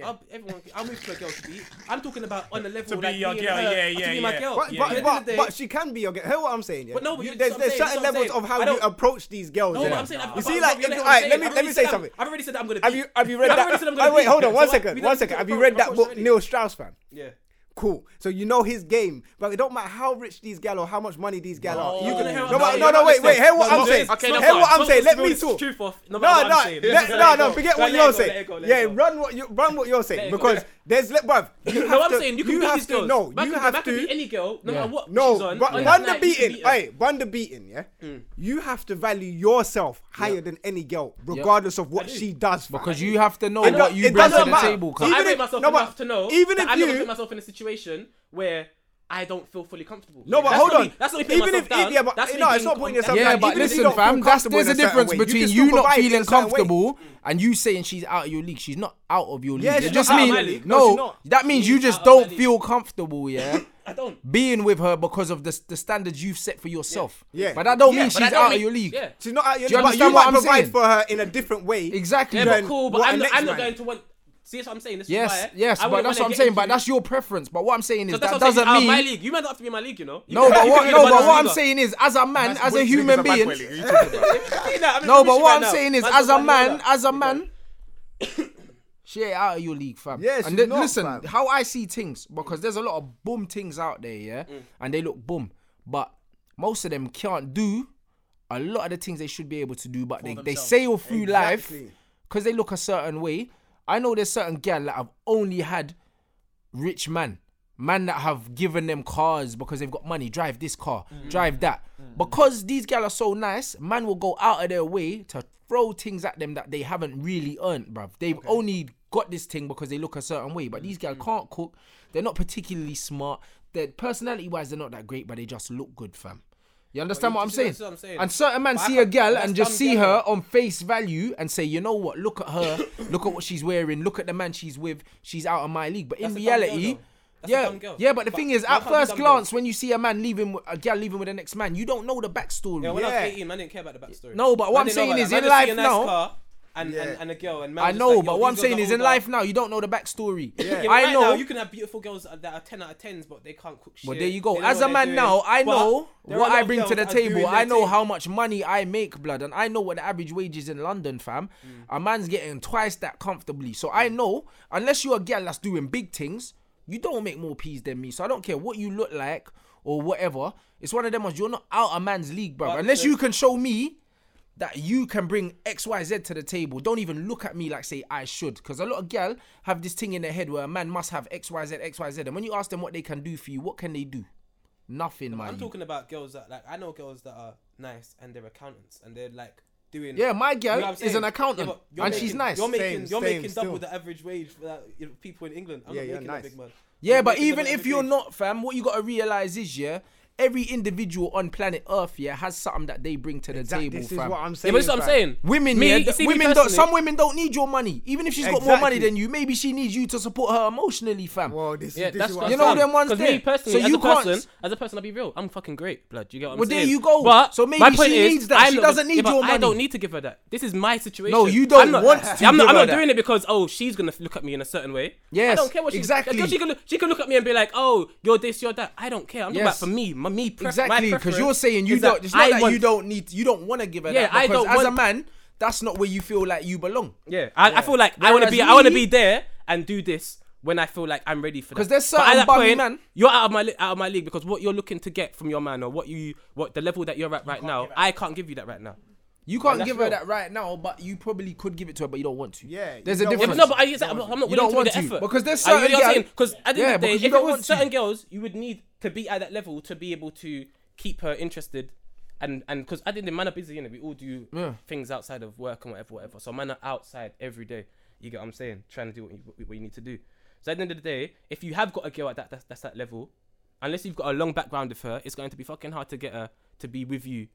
[SPEAKER 1] I'll, everyone, I'll move to a girl to beat. I'm talking about on a level
[SPEAKER 2] be
[SPEAKER 1] like
[SPEAKER 2] your
[SPEAKER 1] me and
[SPEAKER 2] girl,
[SPEAKER 1] her,
[SPEAKER 2] yeah,
[SPEAKER 1] to
[SPEAKER 2] yeah,
[SPEAKER 1] be my
[SPEAKER 2] yeah.
[SPEAKER 1] girl.
[SPEAKER 3] But,
[SPEAKER 1] At the
[SPEAKER 3] but,
[SPEAKER 1] end of
[SPEAKER 3] but,
[SPEAKER 1] the day-
[SPEAKER 3] but she can be your girl. Hear what I'm saying? Yeah?
[SPEAKER 1] But no, but
[SPEAKER 3] You-
[SPEAKER 1] you-
[SPEAKER 3] there's,
[SPEAKER 1] so I'm
[SPEAKER 3] there's
[SPEAKER 1] saying-
[SPEAKER 3] certain
[SPEAKER 1] so I'm
[SPEAKER 3] levels
[SPEAKER 1] saying-
[SPEAKER 3] of
[SPEAKER 1] I
[SPEAKER 3] how you
[SPEAKER 1] don't-
[SPEAKER 3] approach these girls.
[SPEAKER 1] No,
[SPEAKER 3] yeah.
[SPEAKER 1] but I'm saying.
[SPEAKER 3] you
[SPEAKER 1] but-
[SPEAKER 3] see,
[SPEAKER 1] but-
[SPEAKER 3] like,
[SPEAKER 1] but you know what
[SPEAKER 3] all
[SPEAKER 1] I'm
[SPEAKER 3] right,
[SPEAKER 1] saying?
[SPEAKER 3] let me
[SPEAKER 1] I've
[SPEAKER 3] let
[SPEAKER 1] already
[SPEAKER 3] me
[SPEAKER 1] said
[SPEAKER 3] say
[SPEAKER 1] I'm-
[SPEAKER 3] something.
[SPEAKER 1] I've already said that I'm gonna.
[SPEAKER 3] Have
[SPEAKER 1] beat
[SPEAKER 3] you have you
[SPEAKER 1] I've
[SPEAKER 3] read
[SPEAKER 1] already
[SPEAKER 3] that?
[SPEAKER 1] said I'm
[SPEAKER 3] Oh,
[SPEAKER 1] gonna
[SPEAKER 3] wait,
[SPEAKER 1] beat
[SPEAKER 3] hold on,
[SPEAKER 1] you,
[SPEAKER 3] one
[SPEAKER 1] so what-
[SPEAKER 3] second,
[SPEAKER 1] we
[SPEAKER 3] one
[SPEAKER 1] don't-
[SPEAKER 3] second.
[SPEAKER 1] we
[SPEAKER 3] Have
[SPEAKER 1] don't talk
[SPEAKER 3] you read that
[SPEAKER 1] about
[SPEAKER 3] book,
[SPEAKER 1] already.
[SPEAKER 3] Neil Strauss, fam?
[SPEAKER 1] Yeah.
[SPEAKER 3] Cool. So you know his game, but it don't matter how rich these gal or how much money these gal are. You
[SPEAKER 1] No, no,
[SPEAKER 3] can no,
[SPEAKER 1] no,
[SPEAKER 3] but-
[SPEAKER 1] no,
[SPEAKER 3] no, no,
[SPEAKER 1] you're
[SPEAKER 3] wait, wait.
[SPEAKER 1] not
[SPEAKER 3] Hear what
[SPEAKER 1] saying-
[SPEAKER 3] I'm
[SPEAKER 1] no,
[SPEAKER 3] saying.
[SPEAKER 1] it's-
[SPEAKER 2] okay,
[SPEAKER 3] Hear
[SPEAKER 2] no, fine.
[SPEAKER 3] what I'm
[SPEAKER 1] Someone's
[SPEAKER 3] saying. Let
[SPEAKER 1] spilled
[SPEAKER 3] me
[SPEAKER 1] the
[SPEAKER 3] talk.
[SPEAKER 1] Truth off. No,
[SPEAKER 3] No,
[SPEAKER 1] matter what
[SPEAKER 3] no,
[SPEAKER 1] I'm saying.
[SPEAKER 3] let-
[SPEAKER 1] Let
[SPEAKER 3] no,
[SPEAKER 1] it go.
[SPEAKER 3] no. Forget
[SPEAKER 1] Let
[SPEAKER 3] what
[SPEAKER 1] it
[SPEAKER 3] you're
[SPEAKER 1] go, let
[SPEAKER 3] saying.
[SPEAKER 1] it go, let it
[SPEAKER 3] Yeah,
[SPEAKER 1] go.
[SPEAKER 3] run what you run what you're saying
[SPEAKER 1] it go.
[SPEAKER 3] because there's le- bruv. You
[SPEAKER 1] No,
[SPEAKER 3] have
[SPEAKER 1] I'm
[SPEAKER 3] to.
[SPEAKER 1] saying you can
[SPEAKER 3] you
[SPEAKER 1] beat
[SPEAKER 3] have
[SPEAKER 1] these
[SPEAKER 3] to.
[SPEAKER 1] girls.
[SPEAKER 3] No,
[SPEAKER 1] Man
[SPEAKER 3] you
[SPEAKER 1] can- man
[SPEAKER 3] have
[SPEAKER 1] can beat
[SPEAKER 3] to.
[SPEAKER 1] any girl, no matter what she's
[SPEAKER 3] No,
[SPEAKER 1] on.
[SPEAKER 3] but
[SPEAKER 1] on
[SPEAKER 3] run
[SPEAKER 1] that night,
[SPEAKER 3] the
[SPEAKER 1] you can
[SPEAKER 3] beating.
[SPEAKER 1] beat her.
[SPEAKER 3] Hey, run the beating. Yeah, you have to value yourself higher than any girl, regardless of what
[SPEAKER 1] I do.
[SPEAKER 3] she does. fam.
[SPEAKER 5] because you have to know
[SPEAKER 3] It
[SPEAKER 5] what
[SPEAKER 3] don't-
[SPEAKER 5] you
[SPEAKER 3] it
[SPEAKER 5] bring to
[SPEAKER 3] doesn't
[SPEAKER 5] the
[SPEAKER 3] matter.
[SPEAKER 5] table.
[SPEAKER 1] So
[SPEAKER 5] cuz-
[SPEAKER 1] I
[SPEAKER 3] Even
[SPEAKER 1] rate
[SPEAKER 3] if-
[SPEAKER 1] myself
[SPEAKER 3] no, but
[SPEAKER 1] enough to know
[SPEAKER 3] even
[SPEAKER 1] that
[SPEAKER 3] if
[SPEAKER 1] I'm
[SPEAKER 3] you-
[SPEAKER 1] not putting myself in a situation where I don't feel fully comfortable.
[SPEAKER 3] No, but
[SPEAKER 1] That's
[SPEAKER 3] hold
[SPEAKER 1] not
[SPEAKER 3] on.
[SPEAKER 1] Me, that's not me putting
[SPEAKER 3] even
[SPEAKER 1] myself
[SPEAKER 3] if
[SPEAKER 1] down.
[SPEAKER 3] yeah, but
[SPEAKER 1] that's me
[SPEAKER 3] no, it's
[SPEAKER 1] being
[SPEAKER 3] not putting
[SPEAKER 1] con-
[SPEAKER 3] yourself
[SPEAKER 5] yeah,
[SPEAKER 3] down.
[SPEAKER 5] but
[SPEAKER 3] Even if you
[SPEAKER 5] listen,
[SPEAKER 3] don't feel
[SPEAKER 5] fam, that's
[SPEAKER 3] comfortable in
[SPEAKER 5] there's a
[SPEAKER 3] certain
[SPEAKER 5] difference
[SPEAKER 3] way, you
[SPEAKER 5] between
[SPEAKER 3] can still
[SPEAKER 5] you not
[SPEAKER 3] provide in a
[SPEAKER 5] feeling
[SPEAKER 3] certain way.
[SPEAKER 5] comfortable and you saying she's out of your league. She's not out of your league.
[SPEAKER 3] Mm. Yeah,
[SPEAKER 5] It
[SPEAKER 3] she's
[SPEAKER 5] just
[SPEAKER 3] not out of
[SPEAKER 5] mean-
[SPEAKER 3] my league. No, she's
[SPEAKER 5] no,
[SPEAKER 3] not.
[SPEAKER 5] that means you
[SPEAKER 1] She's out
[SPEAKER 5] just
[SPEAKER 1] of my
[SPEAKER 5] don't
[SPEAKER 1] league.
[SPEAKER 5] feel comfortable, yeah.
[SPEAKER 1] I don't.
[SPEAKER 5] being with her because of the, the standards you've set for yourself.
[SPEAKER 3] Yeah. Yeah.
[SPEAKER 5] But that don't
[SPEAKER 2] Yeah,
[SPEAKER 5] mean
[SPEAKER 2] but
[SPEAKER 5] she's
[SPEAKER 2] that don't
[SPEAKER 5] out of
[SPEAKER 2] mean-
[SPEAKER 5] your league.
[SPEAKER 1] Yeah.
[SPEAKER 3] She's not out.
[SPEAKER 5] Do you
[SPEAKER 3] But you
[SPEAKER 5] understand what
[SPEAKER 3] might
[SPEAKER 5] I'm
[SPEAKER 3] provide
[SPEAKER 5] saying?
[SPEAKER 3] for her in a different way.
[SPEAKER 5] Exactly.
[SPEAKER 1] Yeah,
[SPEAKER 3] Then
[SPEAKER 1] but cool. But
[SPEAKER 3] what
[SPEAKER 1] I'm
[SPEAKER 3] a
[SPEAKER 1] not,
[SPEAKER 3] next
[SPEAKER 1] I'm not
[SPEAKER 3] man.
[SPEAKER 1] going to want See, that's what I'm saying. This is
[SPEAKER 5] Yes,
[SPEAKER 1] why I
[SPEAKER 5] yes, but
[SPEAKER 1] wouldn't
[SPEAKER 5] that's
[SPEAKER 1] wanna
[SPEAKER 5] what I'm
[SPEAKER 1] get
[SPEAKER 5] saying.
[SPEAKER 1] into-
[SPEAKER 5] But that's your preference. But what I'm saying is
[SPEAKER 1] So that's
[SPEAKER 5] that
[SPEAKER 1] what I'm saying,
[SPEAKER 5] doesn't
[SPEAKER 1] out of
[SPEAKER 5] mean
[SPEAKER 1] my league. You might not have to be in my league, you know. You
[SPEAKER 5] no.
[SPEAKER 1] might-
[SPEAKER 5] But
[SPEAKER 1] you could
[SPEAKER 5] what
[SPEAKER 1] be
[SPEAKER 5] no,
[SPEAKER 1] in
[SPEAKER 5] but what I'm
[SPEAKER 1] Bundesliga.
[SPEAKER 5] saying is, as a man, as a
[SPEAKER 2] Which
[SPEAKER 5] human
[SPEAKER 2] niggas are
[SPEAKER 5] being,
[SPEAKER 2] back where you talking about?
[SPEAKER 1] See that? I'm in
[SPEAKER 5] no.
[SPEAKER 1] the
[SPEAKER 5] But
[SPEAKER 1] mission
[SPEAKER 5] what
[SPEAKER 1] right
[SPEAKER 5] I'm
[SPEAKER 1] now.
[SPEAKER 5] saying is,
[SPEAKER 1] Man's
[SPEAKER 5] as a
[SPEAKER 1] got Guardiola.
[SPEAKER 5] man, as a man, shit out of your league, fam.
[SPEAKER 3] Yes,
[SPEAKER 5] and
[SPEAKER 3] you're
[SPEAKER 5] then-
[SPEAKER 3] not,
[SPEAKER 5] listen,
[SPEAKER 3] fam.
[SPEAKER 5] how I see things because there's a lot of boom things out there, yeah, and they look boom, but most of them can't do a lot of the things they should be able to do, but they, they
[SPEAKER 1] themselves.
[SPEAKER 5] sail through life
[SPEAKER 3] Exactly.
[SPEAKER 5] because they look a certain way. I know there's certain gal that have only had rich man, man that have given them cars because they've got money. Drive this car, drive that. Because these gal are so nice, man will go out of their way to throw things at them that they haven't really earned, bruv. They've only got this thing because they look a certain way. But these gal
[SPEAKER 1] Mm.
[SPEAKER 5] can't cook. They're not particularly smart. Their personality wise, they're not that great, but they just look good, fam. You understand
[SPEAKER 1] you
[SPEAKER 5] what, I'm
[SPEAKER 1] see,
[SPEAKER 5] saying?
[SPEAKER 1] that's what I'm saying.
[SPEAKER 5] And certain man
[SPEAKER 1] But I
[SPEAKER 5] see
[SPEAKER 1] can't-
[SPEAKER 5] a gal
[SPEAKER 1] that's
[SPEAKER 5] and just
[SPEAKER 1] dumb
[SPEAKER 5] see
[SPEAKER 1] gal,
[SPEAKER 5] her on face value and say, you know what? Look at her. look at what she's wearing. Look at the man she's with. She's out of my league. But in
[SPEAKER 1] That's a dumb girl,
[SPEAKER 5] reality,
[SPEAKER 1] though. That's a
[SPEAKER 5] yeah,
[SPEAKER 1] dumb girl.
[SPEAKER 5] yeah. But the
[SPEAKER 1] But
[SPEAKER 5] thing is,
[SPEAKER 1] why
[SPEAKER 5] at
[SPEAKER 1] can't we
[SPEAKER 5] first
[SPEAKER 1] dumb girls?
[SPEAKER 5] glance, when you see a man leaving with- a gal leaving with the next man, you don't know the backstory.
[SPEAKER 1] Yeah, when I
[SPEAKER 3] Yeah.
[SPEAKER 1] was 18, man, I didn't care about the backstory.
[SPEAKER 5] No, but what
[SPEAKER 1] Man
[SPEAKER 5] I'm
[SPEAKER 1] didn't know
[SPEAKER 5] saying
[SPEAKER 1] about
[SPEAKER 5] is
[SPEAKER 1] that.
[SPEAKER 5] in
[SPEAKER 1] Man just see
[SPEAKER 5] life
[SPEAKER 1] a nice
[SPEAKER 5] now-
[SPEAKER 1] car and, and,
[SPEAKER 3] Yeah.
[SPEAKER 1] and a girl, and man
[SPEAKER 5] I
[SPEAKER 1] was just
[SPEAKER 5] know,
[SPEAKER 1] like, yo,
[SPEAKER 5] but what I'm
[SPEAKER 1] these girls
[SPEAKER 5] saying
[SPEAKER 1] are
[SPEAKER 5] is in
[SPEAKER 1] older.
[SPEAKER 5] life now, you don't know the backstory.
[SPEAKER 1] Yeah, but
[SPEAKER 5] I
[SPEAKER 1] right
[SPEAKER 5] know.
[SPEAKER 1] Now, you can have beautiful girls that are 10 out of 10s, but they can't cook shit.
[SPEAKER 5] But there you
[SPEAKER 1] They
[SPEAKER 5] go.
[SPEAKER 1] don't know
[SPEAKER 5] As
[SPEAKER 1] what
[SPEAKER 5] a
[SPEAKER 1] they're
[SPEAKER 5] man
[SPEAKER 1] doing.
[SPEAKER 5] now, I
[SPEAKER 1] But
[SPEAKER 5] know
[SPEAKER 1] there are
[SPEAKER 5] what
[SPEAKER 1] a lot
[SPEAKER 5] I
[SPEAKER 1] of
[SPEAKER 5] bring
[SPEAKER 1] girls
[SPEAKER 5] to the
[SPEAKER 1] that are doing
[SPEAKER 5] table.
[SPEAKER 1] their
[SPEAKER 5] I know
[SPEAKER 1] thing.
[SPEAKER 5] how much money I make, blood, and I know what the average wage is in London, fam.
[SPEAKER 1] Mm.
[SPEAKER 5] A man's getting twice that comfortably. So I know, unless you're a girl that's doing big things, you don't make more peas than me. So I don't care what you look like or whatever. It's one of them ones. You're not out a man's league, bro.
[SPEAKER 1] But
[SPEAKER 5] Unless
[SPEAKER 1] the-
[SPEAKER 5] you can show me that you can bring XYZ to the table. Don't even look at me like say I should. Because a lot of gal have this thing in their head where a man must have XYZ, XYZ. And when you ask them what they can do for you, what can they do? Nothing, man.
[SPEAKER 1] I'm talking about girls that, like, I know girls that are nice and they're accountants and they're, like, doing.
[SPEAKER 5] yeah, my gal
[SPEAKER 1] You know what I'm
[SPEAKER 5] is
[SPEAKER 1] saying?
[SPEAKER 5] an accountant
[SPEAKER 1] Yeah, but you're
[SPEAKER 5] and
[SPEAKER 1] making-
[SPEAKER 5] she's nice.
[SPEAKER 1] You're making
[SPEAKER 3] Same,
[SPEAKER 1] you're
[SPEAKER 3] same
[SPEAKER 1] making double
[SPEAKER 3] still.
[SPEAKER 1] the average wage for that, you know, people in England. I'm
[SPEAKER 3] Yeah,
[SPEAKER 1] not
[SPEAKER 3] yeah,
[SPEAKER 1] making that
[SPEAKER 3] nice.
[SPEAKER 1] big man.
[SPEAKER 5] yeah,
[SPEAKER 1] I'm
[SPEAKER 5] but
[SPEAKER 1] making
[SPEAKER 5] even
[SPEAKER 1] double the
[SPEAKER 5] if you're
[SPEAKER 1] average wage.
[SPEAKER 5] not, fam, what you gotta realize is, yeah, every individual on planet Earth, yeah, has something that they bring to the
[SPEAKER 3] Exactly.
[SPEAKER 5] table,
[SPEAKER 3] This is
[SPEAKER 5] fam.
[SPEAKER 3] what I'm saying.
[SPEAKER 1] Yeah, but that's what I'm
[SPEAKER 3] fam.
[SPEAKER 1] saying.
[SPEAKER 5] Women,
[SPEAKER 1] Me-
[SPEAKER 5] yeah,
[SPEAKER 1] you
[SPEAKER 5] th-
[SPEAKER 1] see me
[SPEAKER 5] women don't.
[SPEAKER 1] personally-
[SPEAKER 5] Some women don't need your money, even if she's got more money
[SPEAKER 3] Exactly.
[SPEAKER 5] than you. Maybe she needs you to support her emotionally, fam.
[SPEAKER 3] Well, this
[SPEAKER 1] Yeah,
[SPEAKER 3] is this
[SPEAKER 1] that's
[SPEAKER 3] is
[SPEAKER 1] what
[SPEAKER 3] what
[SPEAKER 5] You
[SPEAKER 1] I'm
[SPEAKER 5] know
[SPEAKER 1] saying.
[SPEAKER 5] them ones
[SPEAKER 1] 'Cause
[SPEAKER 5] there.
[SPEAKER 1] Me personally,
[SPEAKER 5] So
[SPEAKER 1] as
[SPEAKER 5] you
[SPEAKER 1] a
[SPEAKER 5] can't-
[SPEAKER 1] person, as a person, I'll be real. I'm fucking great, blood. You get what I'm
[SPEAKER 5] Well, there
[SPEAKER 1] saying?
[SPEAKER 5] you go.
[SPEAKER 1] But
[SPEAKER 5] So maybe
[SPEAKER 1] my point
[SPEAKER 5] she
[SPEAKER 1] is,
[SPEAKER 5] needs that.
[SPEAKER 1] I'm
[SPEAKER 5] She
[SPEAKER 1] not-
[SPEAKER 5] doesn't need
[SPEAKER 1] yeah, but
[SPEAKER 5] your
[SPEAKER 1] I don't
[SPEAKER 5] money.
[SPEAKER 1] need to give her that. This is my situation.
[SPEAKER 5] No, you don't
[SPEAKER 1] I'm not,
[SPEAKER 5] want
[SPEAKER 1] I'm
[SPEAKER 5] to
[SPEAKER 1] not,
[SPEAKER 5] give
[SPEAKER 1] I'm
[SPEAKER 5] her
[SPEAKER 1] not
[SPEAKER 5] that.
[SPEAKER 1] doing it because oh, she's gonna look at me in a certain way. I
[SPEAKER 5] Yes,
[SPEAKER 1] don't care what she's
[SPEAKER 5] exactly.
[SPEAKER 1] She can look, she can look at me and be like, oh, you're this, you're that. I don't care. I'm
[SPEAKER 5] Yes.
[SPEAKER 1] talking about for me, my me. Pref- my
[SPEAKER 5] Exactly, because
[SPEAKER 1] preference
[SPEAKER 5] you're saying you
[SPEAKER 1] is that
[SPEAKER 5] don't. It's not
[SPEAKER 1] I
[SPEAKER 5] that
[SPEAKER 1] want-
[SPEAKER 5] you don't need. You don't want to give her
[SPEAKER 1] Yeah,
[SPEAKER 5] that.
[SPEAKER 1] I
[SPEAKER 5] because
[SPEAKER 1] don't
[SPEAKER 5] As a
[SPEAKER 1] want-
[SPEAKER 5] man, that's not where you feel like you belong.
[SPEAKER 1] Yeah, I, I feel like I want to
[SPEAKER 5] Whereas
[SPEAKER 1] be. I want to be
[SPEAKER 5] me-
[SPEAKER 1] there and do this when I feel like I'm ready for that.
[SPEAKER 5] 'Cause there's
[SPEAKER 1] But at
[SPEAKER 5] certain
[SPEAKER 1] that
[SPEAKER 5] bummy man-
[SPEAKER 1] You're out of my li- out of my league because what you're looking to get from your man or what you what the level that you're at right now, I can't give you that right now.
[SPEAKER 5] You can't
[SPEAKER 1] that's
[SPEAKER 5] give her
[SPEAKER 1] real.
[SPEAKER 5] that right now, but you probably could give it to her, but you don't want to.
[SPEAKER 3] Yeah, you
[SPEAKER 5] there's a
[SPEAKER 3] don't
[SPEAKER 1] Yeah,
[SPEAKER 5] difference.
[SPEAKER 1] but
[SPEAKER 3] want
[SPEAKER 1] no, but I, I'm not willing
[SPEAKER 5] You don't
[SPEAKER 1] to
[SPEAKER 5] want
[SPEAKER 1] do the
[SPEAKER 5] to,
[SPEAKER 1] effort
[SPEAKER 5] because there's
[SPEAKER 1] Are you-
[SPEAKER 5] certain
[SPEAKER 1] you know what I'm
[SPEAKER 5] girl-
[SPEAKER 1] saying? 'Cause at the
[SPEAKER 5] Yeah,
[SPEAKER 1] end of the day,
[SPEAKER 5] because
[SPEAKER 1] if
[SPEAKER 5] you
[SPEAKER 1] you
[SPEAKER 5] don't
[SPEAKER 1] want
[SPEAKER 5] want to.
[SPEAKER 1] certain girls, you would need to be at that level to be able to keep her interested. And and because I think the man are busy, you know, we all do
[SPEAKER 5] Yeah.
[SPEAKER 1] things outside of work and whatever, whatever. So man are outside every day. You get what I'm saying? Trying to do what you, what you need to do. So at the end of the day, if you have got a girl at that that's, that's that level, unless you've got a long background with her, it's going to be fucking hard to get her to be with you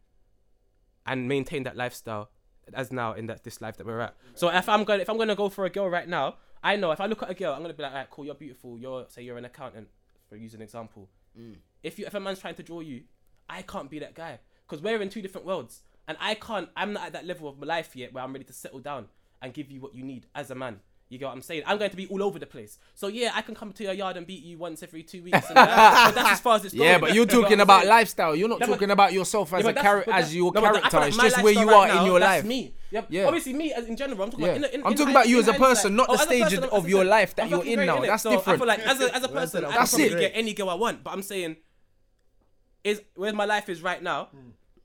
[SPEAKER 1] and maintain that lifestyle as now in that this life that we're at. So if I'm going, if I'm going to go for a girl right now, I know if I look at a girl, I'm going to be like, alright, cool, you're beautiful. You're say you're an accountant, for using an example.
[SPEAKER 5] Mm.
[SPEAKER 1] If you if a man's trying to draw you, I can't be that guy because we're in two different worlds, and I can't. I'm not at that level of my life yet where I'm ready to settle down and give you what you need as a man. You get what I'm saying? I'm going to be all over the place. So yeah, I can come to your yard and beat you once every two weeks. And that, but that's as far as it's going.
[SPEAKER 5] Yeah, but you're
[SPEAKER 1] You get what
[SPEAKER 5] talking
[SPEAKER 1] I'm
[SPEAKER 5] about
[SPEAKER 1] saying?
[SPEAKER 5] lifestyle. You're not
[SPEAKER 1] Yeah, but-
[SPEAKER 5] talking about yourself as
[SPEAKER 1] Yeah,
[SPEAKER 5] a
[SPEAKER 1] but
[SPEAKER 5] char-
[SPEAKER 1] that's- but
[SPEAKER 5] as
[SPEAKER 1] that-
[SPEAKER 5] your
[SPEAKER 1] no, but I feel
[SPEAKER 5] character.
[SPEAKER 1] like
[SPEAKER 5] It's
[SPEAKER 1] my
[SPEAKER 5] just where you
[SPEAKER 1] lifestyle
[SPEAKER 5] are
[SPEAKER 1] right
[SPEAKER 5] in
[SPEAKER 1] now,
[SPEAKER 5] your
[SPEAKER 1] that's
[SPEAKER 5] life.
[SPEAKER 1] Me. Yep.
[SPEAKER 5] Yeah.
[SPEAKER 1] Obviously, me as in general. I'm talking
[SPEAKER 5] Yeah.
[SPEAKER 1] about. In, in,
[SPEAKER 5] I'm talking
[SPEAKER 1] in
[SPEAKER 5] about you as a
[SPEAKER 1] hindsight-
[SPEAKER 5] person, not
[SPEAKER 1] oh,
[SPEAKER 5] the
[SPEAKER 1] as a
[SPEAKER 5] stage
[SPEAKER 1] person,
[SPEAKER 5] of
[SPEAKER 1] obviously,
[SPEAKER 5] your life that
[SPEAKER 1] I'm
[SPEAKER 5] you're
[SPEAKER 1] fucking
[SPEAKER 5] in
[SPEAKER 1] great,
[SPEAKER 5] now.
[SPEAKER 1] innit?
[SPEAKER 5] That's
[SPEAKER 1] so I
[SPEAKER 5] different.
[SPEAKER 1] feel like as a as a person, I
[SPEAKER 5] That's
[SPEAKER 1] can probably get
[SPEAKER 5] it.
[SPEAKER 1] any girl I want. But I'm saying, is where my life is right now.
[SPEAKER 5] Hmm.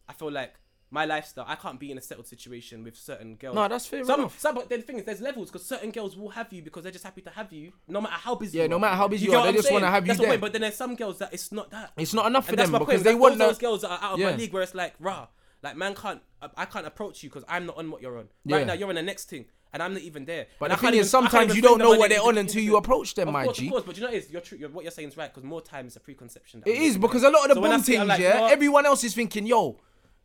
[SPEAKER 1] I feel like my lifestyle. I can't be in a settled situation with certain girls.
[SPEAKER 5] No, that's fair
[SPEAKER 1] Some,
[SPEAKER 5] enough.
[SPEAKER 1] some, but the thing is, there's levels because certain girls will have you because they're just happy to have you, no matter how busy.
[SPEAKER 5] Yeah,
[SPEAKER 1] you
[SPEAKER 5] no
[SPEAKER 1] are.
[SPEAKER 5] matter how busy you
[SPEAKER 1] get
[SPEAKER 5] are,
[SPEAKER 1] what
[SPEAKER 5] they
[SPEAKER 1] I'm
[SPEAKER 5] just wanna
[SPEAKER 1] saying?
[SPEAKER 5] have you
[SPEAKER 1] That's
[SPEAKER 5] there.
[SPEAKER 1] What, but then there's some girls that it's not that.
[SPEAKER 5] It's not enough for
[SPEAKER 1] And that's
[SPEAKER 5] them
[SPEAKER 1] my
[SPEAKER 5] because
[SPEAKER 1] point.
[SPEAKER 5] they
[SPEAKER 1] That's
[SPEAKER 5] want
[SPEAKER 1] those, those
[SPEAKER 5] the-
[SPEAKER 1] girls that are out of
[SPEAKER 5] Yeah.
[SPEAKER 1] my league where it's like, rah, like man can't, I, I can't approach you because I'm not on what you're on. Right
[SPEAKER 5] Yeah.
[SPEAKER 1] now you're on the next thing, and I'm not even there.
[SPEAKER 5] But
[SPEAKER 1] And I
[SPEAKER 5] the
[SPEAKER 1] can't
[SPEAKER 5] thing
[SPEAKER 1] even-
[SPEAKER 5] is,
[SPEAKER 1] I can't
[SPEAKER 5] sometimes
[SPEAKER 1] even think
[SPEAKER 5] you don't
[SPEAKER 1] the
[SPEAKER 5] know
[SPEAKER 1] money
[SPEAKER 5] what they're
[SPEAKER 1] into-
[SPEAKER 5] on until
[SPEAKER 1] into-
[SPEAKER 5] you approach them,
[SPEAKER 1] Of
[SPEAKER 5] my
[SPEAKER 1] course,
[SPEAKER 5] G.
[SPEAKER 1] Of course, but you know what it is? You're, tr- you're, what you're saying is right because more time is a preconception. that
[SPEAKER 5] It
[SPEAKER 1] we
[SPEAKER 5] is
[SPEAKER 1] live
[SPEAKER 5] because
[SPEAKER 1] in.
[SPEAKER 5] a lot of the
[SPEAKER 1] So when I
[SPEAKER 5] boom
[SPEAKER 1] see it,
[SPEAKER 5] things,
[SPEAKER 1] I'm like,
[SPEAKER 5] yeah.
[SPEAKER 1] "Nah."
[SPEAKER 5] Everyone else is thinking, yo,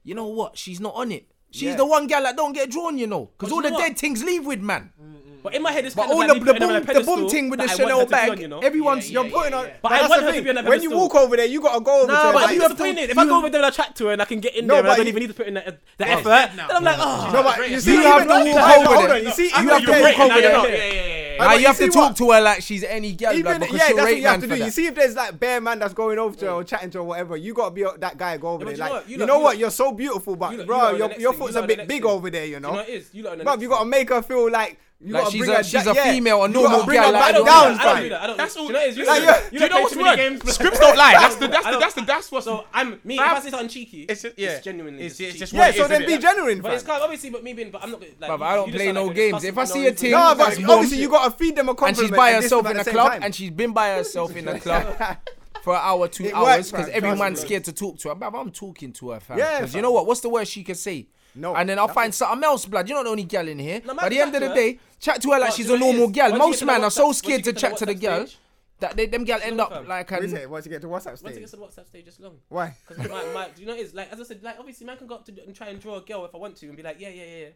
[SPEAKER 5] you know what? She's not on it. She's
[SPEAKER 3] Yeah.
[SPEAKER 5] the one gal that don't get drawn, you know, because
[SPEAKER 1] But
[SPEAKER 5] all
[SPEAKER 1] you
[SPEAKER 5] the
[SPEAKER 1] know
[SPEAKER 5] dead
[SPEAKER 1] what?
[SPEAKER 5] things leave with man.
[SPEAKER 3] Mm.
[SPEAKER 1] But in my head, it's
[SPEAKER 5] But
[SPEAKER 1] kind
[SPEAKER 5] all
[SPEAKER 1] of like
[SPEAKER 5] the,
[SPEAKER 1] me
[SPEAKER 5] the,
[SPEAKER 1] putting her on
[SPEAKER 5] boom,
[SPEAKER 1] a
[SPEAKER 5] the boom
[SPEAKER 1] pedestal
[SPEAKER 5] thing with the
[SPEAKER 1] that I want her
[SPEAKER 5] Chanel
[SPEAKER 1] to be on,
[SPEAKER 5] bag,
[SPEAKER 1] you know?
[SPEAKER 5] everyone's you're putting on.
[SPEAKER 3] But
[SPEAKER 1] I
[SPEAKER 3] that's
[SPEAKER 1] want
[SPEAKER 3] the
[SPEAKER 1] her to
[SPEAKER 3] thing.
[SPEAKER 1] be on a
[SPEAKER 3] When you
[SPEAKER 1] pedestal.
[SPEAKER 3] walk over there, you gotta go over
[SPEAKER 5] Nah,
[SPEAKER 3] to her.
[SPEAKER 5] but
[SPEAKER 1] But
[SPEAKER 3] like,
[SPEAKER 1] you
[SPEAKER 5] have
[SPEAKER 1] have
[SPEAKER 5] to-
[SPEAKER 1] to put in it. If I
[SPEAKER 5] you-
[SPEAKER 1] go over there and I chat to her and I can get in
[SPEAKER 3] No,
[SPEAKER 1] there and I
[SPEAKER 3] but
[SPEAKER 1] don't
[SPEAKER 3] you-
[SPEAKER 1] even need to put in the, the
[SPEAKER 4] Oh,
[SPEAKER 1] effort,
[SPEAKER 4] dead
[SPEAKER 1] then
[SPEAKER 4] now.
[SPEAKER 1] I'm like,
[SPEAKER 4] Yeah.
[SPEAKER 1] oh.
[SPEAKER 3] No, but you
[SPEAKER 4] You
[SPEAKER 3] see,
[SPEAKER 5] have
[SPEAKER 3] even
[SPEAKER 5] to
[SPEAKER 3] though-
[SPEAKER 5] walk
[SPEAKER 3] like,
[SPEAKER 5] over
[SPEAKER 3] Hold
[SPEAKER 5] there.
[SPEAKER 3] on, you see,
[SPEAKER 5] You
[SPEAKER 3] even
[SPEAKER 5] have
[SPEAKER 3] if
[SPEAKER 5] to
[SPEAKER 3] they-
[SPEAKER 5] walk over
[SPEAKER 1] yeah,
[SPEAKER 5] there.
[SPEAKER 1] yeah, yeah, yeah, yeah.
[SPEAKER 3] But
[SPEAKER 5] Nah,
[SPEAKER 3] like,
[SPEAKER 5] you have
[SPEAKER 3] see
[SPEAKER 5] to talk
[SPEAKER 3] what-
[SPEAKER 5] to her like she's any girl,
[SPEAKER 3] Even,
[SPEAKER 5] like, because
[SPEAKER 3] yeah,
[SPEAKER 5] she'll
[SPEAKER 3] that's what
[SPEAKER 5] rate
[SPEAKER 3] you have
[SPEAKER 5] man
[SPEAKER 3] to
[SPEAKER 5] for
[SPEAKER 3] do. You
[SPEAKER 5] that.
[SPEAKER 3] see if there's that bare man that's going over to her or chatting to her or whatever, you gotta be that guy go over
[SPEAKER 1] Yeah, but you
[SPEAKER 3] there. Like, you,
[SPEAKER 1] lot- you lot-
[SPEAKER 3] know
[SPEAKER 1] you
[SPEAKER 3] what?
[SPEAKER 1] lot-
[SPEAKER 3] You're so beautiful, but
[SPEAKER 1] you lot- you lot are
[SPEAKER 3] bro,
[SPEAKER 1] the
[SPEAKER 3] your,
[SPEAKER 1] next
[SPEAKER 3] your
[SPEAKER 1] thing, you
[SPEAKER 3] foot's
[SPEAKER 1] lot are
[SPEAKER 3] a
[SPEAKER 1] the
[SPEAKER 3] bit
[SPEAKER 1] next
[SPEAKER 3] big
[SPEAKER 1] thing.
[SPEAKER 3] over there, you
[SPEAKER 1] You know
[SPEAKER 3] know.
[SPEAKER 1] what it is? You lot are the
[SPEAKER 3] Bro,
[SPEAKER 1] next
[SPEAKER 3] you gotta make her feel like you
[SPEAKER 5] Like,
[SPEAKER 3] gotta
[SPEAKER 5] she's
[SPEAKER 3] bring
[SPEAKER 5] a-
[SPEAKER 3] her.
[SPEAKER 5] she's
[SPEAKER 3] da-
[SPEAKER 5] a
[SPEAKER 3] yeah.
[SPEAKER 5] female, a
[SPEAKER 3] You
[SPEAKER 5] normal
[SPEAKER 3] gotta bring
[SPEAKER 5] girl,
[SPEAKER 3] her
[SPEAKER 5] like,
[SPEAKER 3] back
[SPEAKER 5] I don't do
[SPEAKER 3] down,
[SPEAKER 1] I don't do
[SPEAKER 3] fam.
[SPEAKER 1] that. I don't.
[SPEAKER 2] That's
[SPEAKER 1] do
[SPEAKER 2] all-
[SPEAKER 1] you know what it is? You
[SPEAKER 3] Like,
[SPEAKER 1] lot-
[SPEAKER 3] yeah.
[SPEAKER 1] you lot
[SPEAKER 2] Do you know
[SPEAKER 1] play
[SPEAKER 2] what's
[SPEAKER 1] too many
[SPEAKER 2] worse?
[SPEAKER 1] games, bro.
[SPEAKER 2] Scripts don't lie. That's the that's
[SPEAKER 1] I
[SPEAKER 2] the
[SPEAKER 1] don't-
[SPEAKER 2] that's the that's what's.
[SPEAKER 1] So I'm me. If
[SPEAKER 2] Fam.
[SPEAKER 1] I say something cheeky,
[SPEAKER 2] It's just yeah.
[SPEAKER 1] genuinely
[SPEAKER 2] It's,
[SPEAKER 1] just
[SPEAKER 2] it's just
[SPEAKER 1] cheap.
[SPEAKER 2] what
[SPEAKER 3] Yeah,
[SPEAKER 2] it
[SPEAKER 3] so
[SPEAKER 2] is,
[SPEAKER 3] then
[SPEAKER 2] innit?
[SPEAKER 3] be genuine,
[SPEAKER 1] But it's
[SPEAKER 3] fam.
[SPEAKER 1] kind of obviously, but me being, but I'm not. Like,
[SPEAKER 5] Bruv,
[SPEAKER 1] you-
[SPEAKER 5] I don't
[SPEAKER 1] you just
[SPEAKER 5] play
[SPEAKER 1] sound
[SPEAKER 5] no
[SPEAKER 1] like you're
[SPEAKER 5] games.
[SPEAKER 1] discussing
[SPEAKER 5] If I
[SPEAKER 1] with
[SPEAKER 5] see
[SPEAKER 1] no
[SPEAKER 5] a
[SPEAKER 1] one.
[SPEAKER 5] thing,
[SPEAKER 3] No,
[SPEAKER 5] that's
[SPEAKER 3] but obviously
[SPEAKER 5] bomb,
[SPEAKER 3] you gotta feed them a
[SPEAKER 5] and
[SPEAKER 3] compliment.
[SPEAKER 5] she's by
[SPEAKER 3] and this
[SPEAKER 5] herself
[SPEAKER 3] at
[SPEAKER 5] in
[SPEAKER 3] the
[SPEAKER 5] a
[SPEAKER 3] same
[SPEAKER 5] club,
[SPEAKER 3] time.
[SPEAKER 5] and she's been by herself in a club for an hour, two
[SPEAKER 3] It
[SPEAKER 5] hours,
[SPEAKER 3] works,
[SPEAKER 5] because
[SPEAKER 3] fam,
[SPEAKER 5] every
[SPEAKER 3] trust
[SPEAKER 5] man's
[SPEAKER 3] me.
[SPEAKER 5] scared to talk to her. But I'm talking to her, fam.
[SPEAKER 3] Yeah,
[SPEAKER 5] 'Cause you
[SPEAKER 3] fam.
[SPEAKER 5] know what? What's the worst she can say?
[SPEAKER 3] No,
[SPEAKER 5] And then I'll find something else, blood. You're not the only gal in here.
[SPEAKER 1] No, man,
[SPEAKER 5] By the end
[SPEAKER 1] chat
[SPEAKER 5] of the
[SPEAKER 1] to her.
[SPEAKER 5] day, chat to her like
[SPEAKER 1] But
[SPEAKER 5] she's
[SPEAKER 1] do
[SPEAKER 5] a
[SPEAKER 1] you know what it
[SPEAKER 5] normal
[SPEAKER 1] is?
[SPEAKER 5] gal.
[SPEAKER 1] Once you get
[SPEAKER 5] Most
[SPEAKER 1] to the
[SPEAKER 5] men are so
[SPEAKER 1] WhatsApp-
[SPEAKER 5] scared
[SPEAKER 1] once
[SPEAKER 5] to
[SPEAKER 1] you get to
[SPEAKER 5] chat
[SPEAKER 1] the
[SPEAKER 5] to the
[SPEAKER 1] WhatsApp
[SPEAKER 5] girl
[SPEAKER 1] stage-
[SPEAKER 5] that they, them gal end
[SPEAKER 1] No,
[SPEAKER 5] up
[SPEAKER 1] fam.
[SPEAKER 5] like
[SPEAKER 3] What is
[SPEAKER 5] an.
[SPEAKER 3] it? Once you get to WhatsApp
[SPEAKER 1] Once it
[SPEAKER 3] stage.
[SPEAKER 1] gets to the WhatsApp stage, it's long.
[SPEAKER 3] Why?
[SPEAKER 1] Because my, my, do you know what it is? Like, as I said, like, obviously, man can go up to d- and try and draw a girl if I want to and be like, yeah, yeah, yeah, yeah.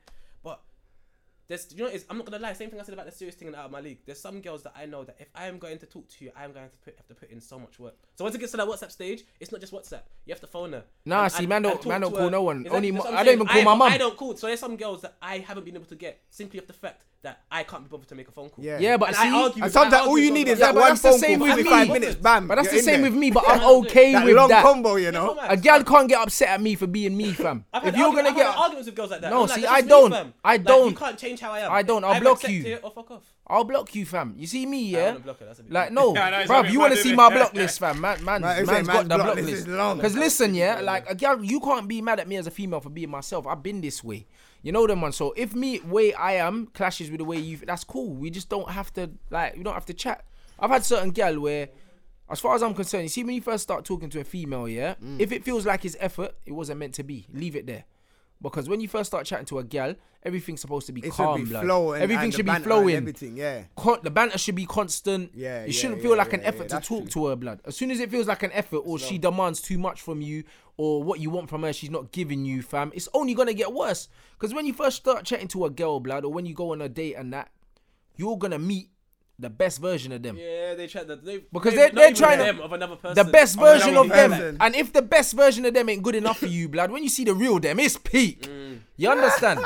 [SPEAKER 1] But there's, do you know what it is? I'm not going to lie. Same thing I said about the serious thing and out of my league. There's some girls that I know that if I am going to talk to you, I am going to put, have to put in so much work. So once it gets to that WhatsApp stage, it's not just WhatsApp. You have to phone her.
[SPEAKER 5] Nah, see, man don't-
[SPEAKER 1] talk
[SPEAKER 5] man don't
[SPEAKER 1] to
[SPEAKER 5] call no one.
[SPEAKER 1] Exactly,
[SPEAKER 5] Only
[SPEAKER 1] that's
[SPEAKER 5] mo-
[SPEAKER 1] what I'm
[SPEAKER 5] I don't
[SPEAKER 1] saying.
[SPEAKER 5] even call my mum.
[SPEAKER 1] I don't call. So there's some girls that I haven't been able to get simply off the fact that I can't be bothered to make a phone call.
[SPEAKER 3] Yeah.
[SPEAKER 5] Yeah, but
[SPEAKER 1] And
[SPEAKER 5] see,
[SPEAKER 1] I argue
[SPEAKER 3] And
[SPEAKER 1] with-
[SPEAKER 3] sometimes
[SPEAKER 1] I argue
[SPEAKER 3] all you
[SPEAKER 1] with
[SPEAKER 3] need
[SPEAKER 1] my brother.
[SPEAKER 3] is
[SPEAKER 5] Yeah,
[SPEAKER 3] that
[SPEAKER 5] but
[SPEAKER 3] one
[SPEAKER 5] that's the
[SPEAKER 3] phone
[SPEAKER 5] same
[SPEAKER 3] call,
[SPEAKER 5] with me.
[SPEAKER 3] five minutes, bam.
[SPEAKER 5] but that's the
[SPEAKER 3] you're in
[SPEAKER 5] same
[SPEAKER 3] there.
[SPEAKER 5] with me. But I'm
[SPEAKER 1] Yeah, that's it.
[SPEAKER 5] okay
[SPEAKER 3] That
[SPEAKER 5] with
[SPEAKER 3] long
[SPEAKER 5] that.
[SPEAKER 3] combo, you know.
[SPEAKER 1] Yeah,
[SPEAKER 5] A gal can't get upset at me for being me, fam.
[SPEAKER 1] I've had
[SPEAKER 5] if you're
[SPEAKER 1] argu-
[SPEAKER 5] gonna
[SPEAKER 1] I've
[SPEAKER 5] get,
[SPEAKER 1] had arguments with girls like that.
[SPEAKER 5] No,
[SPEAKER 1] I'm like,
[SPEAKER 5] see,
[SPEAKER 1] that's
[SPEAKER 5] I
[SPEAKER 1] just me,
[SPEAKER 5] don't.
[SPEAKER 1] fam.
[SPEAKER 5] I
[SPEAKER 1] Like,
[SPEAKER 5] don't.
[SPEAKER 1] you can't change how I am.
[SPEAKER 5] I don't. I'll
[SPEAKER 1] Either
[SPEAKER 5] block
[SPEAKER 1] accept
[SPEAKER 5] you.
[SPEAKER 1] it or fuck off.
[SPEAKER 5] I'll block you, fam. You see me,
[SPEAKER 1] I
[SPEAKER 5] yeah.
[SPEAKER 1] wanna block her, that's a bit
[SPEAKER 5] like
[SPEAKER 1] rude.
[SPEAKER 5] no,
[SPEAKER 4] Yeah, no, it's
[SPEAKER 5] bruv,
[SPEAKER 4] not
[SPEAKER 5] you
[SPEAKER 4] bad,
[SPEAKER 5] want to
[SPEAKER 4] is
[SPEAKER 5] see
[SPEAKER 4] it?
[SPEAKER 5] my block list, fam. Man,
[SPEAKER 3] Right,
[SPEAKER 5] man, man
[SPEAKER 3] it's
[SPEAKER 5] has
[SPEAKER 3] like
[SPEAKER 5] got
[SPEAKER 3] man's
[SPEAKER 5] the
[SPEAKER 3] block
[SPEAKER 5] block
[SPEAKER 3] list is
[SPEAKER 5] list.
[SPEAKER 3] long.
[SPEAKER 5] Because listen, yeah, like a girl, you can't be mad at me as a female for being myself. I've been this way. You know them man. So if me way I am clashes with the way you, that's cool. We just don't have to like we don't have to chat. I've had certain gal where, as far as I'm concerned, you see when you first start talking to a female, yeah,
[SPEAKER 3] Mm.
[SPEAKER 5] if it feels like it's effort, it wasn't meant to be. Leave it there. Because when you first start chatting to a gal, everything's supposed to be
[SPEAKER 3] It
[SPEAKER 5] calm,
[SPEAKER 3] should be
[SPEAKER 5] blood.
[SPEAKER 3] flow and
[SPEAKER 5] everything
[SPEAKER 3] and the
[SPEAKER 5] should be
[SPEAKER 3] banter and
[SPEAKER 5] flowing
[SPEAKER 3] Everything, yeah.
[SPEAKER 5] con- the banter should be constant.
[SPEAKER 3] Yeah,
[SPEAKER 5] it
[SPEAKER 3] yeah,
[SPEAKER 5] shouldn't
[SPEAKER 3] yeah,
[SPEAKER 5] feel like
[SPEAKER 3] yeah,
[SPEAKER 5] an
[SPEAKER 3] yeah,
[SPEAKER 5] effort to
[SPEAKER 3] that's
[SPEAKER 5] talk to her, blood. As soon as it feels like an effort, or she demands too much from you, or what you want from her, she's not giving you, fam. It's only gonna get worse. Because when you first start chatting to a girl, blood, or when you go on a date and that, you're gonna meet the best version of them.
[SPEAKER 1] Yeah, they tried that. They,
[SPEAKER 5] Because
[SPEAKER 1] they-
[SPEAKER 5] they're-
[SPEAKER 1] not
[SPEAKER 5] they're
[SPEAKER 1] even
[SPEAKER 5] trying to-
[SPEAKER 1] them, of another person.
[SPEAKER 5] The best
[SPEAKER 1] Of another
[SPEAKER 5] version of them,
[SPEAKER 3] person.
[SPEAKER 5] and if the best version of them ain't good enough for you, blood, when you see the real them, it's peak.
[SPEAKER 3] Mm.
[SPEAKER 5] You understand?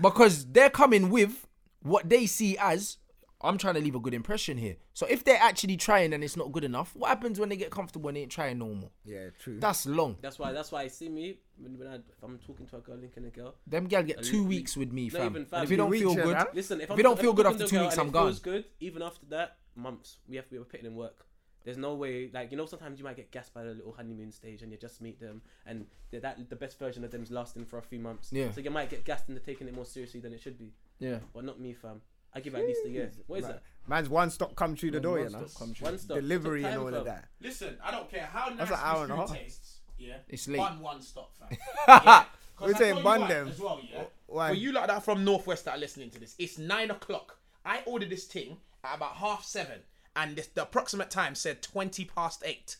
[SPEAKER 5] because they're coming with what they see as I'm trying to leave a good impression here. So if they're actually trying and it's not good enough, what happens when they get comfortable and they ain't trying no more?
[SPEAKER 3] Yeah, true.
[SPEAKER 5] That's long.
[SPEAKER 1] That's why. That's why I see me when, when I, if I'm talking to a girl, linking a girl.
[SPEAKER 5] Them gal get two
[SPEAKER 1] least
[SPEAKER 5] weeks with me,
[SPEAKER 1] not
[SPEAKER 5] fam.
[SPEAKER 1] even
[SPEAKER 5] And
[SPEAKER 1] five
[SPEAKER 5] if you don't
[SPEAKER 3] weeks,
[SPEAKER 5] feel
[SPEAKER 3] yeah,
[SPEAKER 5] good,
[SPEAKER 3] that-
[SPEAKER 1] Listen, if,
[SPEAKER 5] If
[SPEAKER 1] I'm,
[SPEAKER 5] you don't
[SPEAKER 1] if
[SPEAKER 5] feel
[SPEAKER 1] I'm
[SPEAKER 5] good
[SPEAKER 1] talking
[SPEAKER 5] after
[SPEAKER 1] to a
[SPEAKER 5] two
[SPEAKER 1] girl
[SPEAKER 5] weeks,
[SPEAKER 1] and
[SPEAKER 5] I'm
[SPEAKER 1] it
[SPEAKER 5] gone.
[SPEAKER 1] Feels good. Even after that, months we have we were putting in work. There's no way, like you know, sometimes you might get gassed by the little honeymoon stage, and you just meet them, and they're that the best version of them's lasting for a few months.
[SPEAKER 5] Yeah.
[SPEAKER 1] So you might get gassed into taking it more seriously than it should be.
[SPEAKER 5] yeah.
[SPEAKER 1] But not me, fam. I give it at least a year. What is that?
[SPEAKER 3] Man's one stop come through the door, you know.
[SPEAKER 1] One stop.
[SPEAKER 3] Delivery
[SPEAKER 1] Took
[SPEAKER 3] and
[SPEAKER 1] time,
[SPEAKER 3] all
[SPEAKER 1] fam.
[SPEAKER 3] of that.
[SPEAKER 2] Listen, I don't care how
[SPEAKER 3] That's an hour and a
[SPEAKER 2] food
[SPEAKER 3] half.
[SPEAKER 2] tastes. Yeah,
[SPEAKER 5] It's late.
[SPEAKER 2] Bun one stop, fam. yeah? 'Cause
[SPEAKER 3] We
[SPEAKER 2] I tell
[SPEAKER 3] saying
[SPEAKER 2] you
[SPEAKER 3] bun
[SPEAKER 2] why
[SPEAKER 3] them.
[SPEAKER 2] as well, yeah?
[SPEAKER 3] Why?
[SPEAKER 2] For you like that from Northwest that are listening to this, it's nine o'clock. I ordered this thing at about half seven, and this, the approximate time said twenty past eight.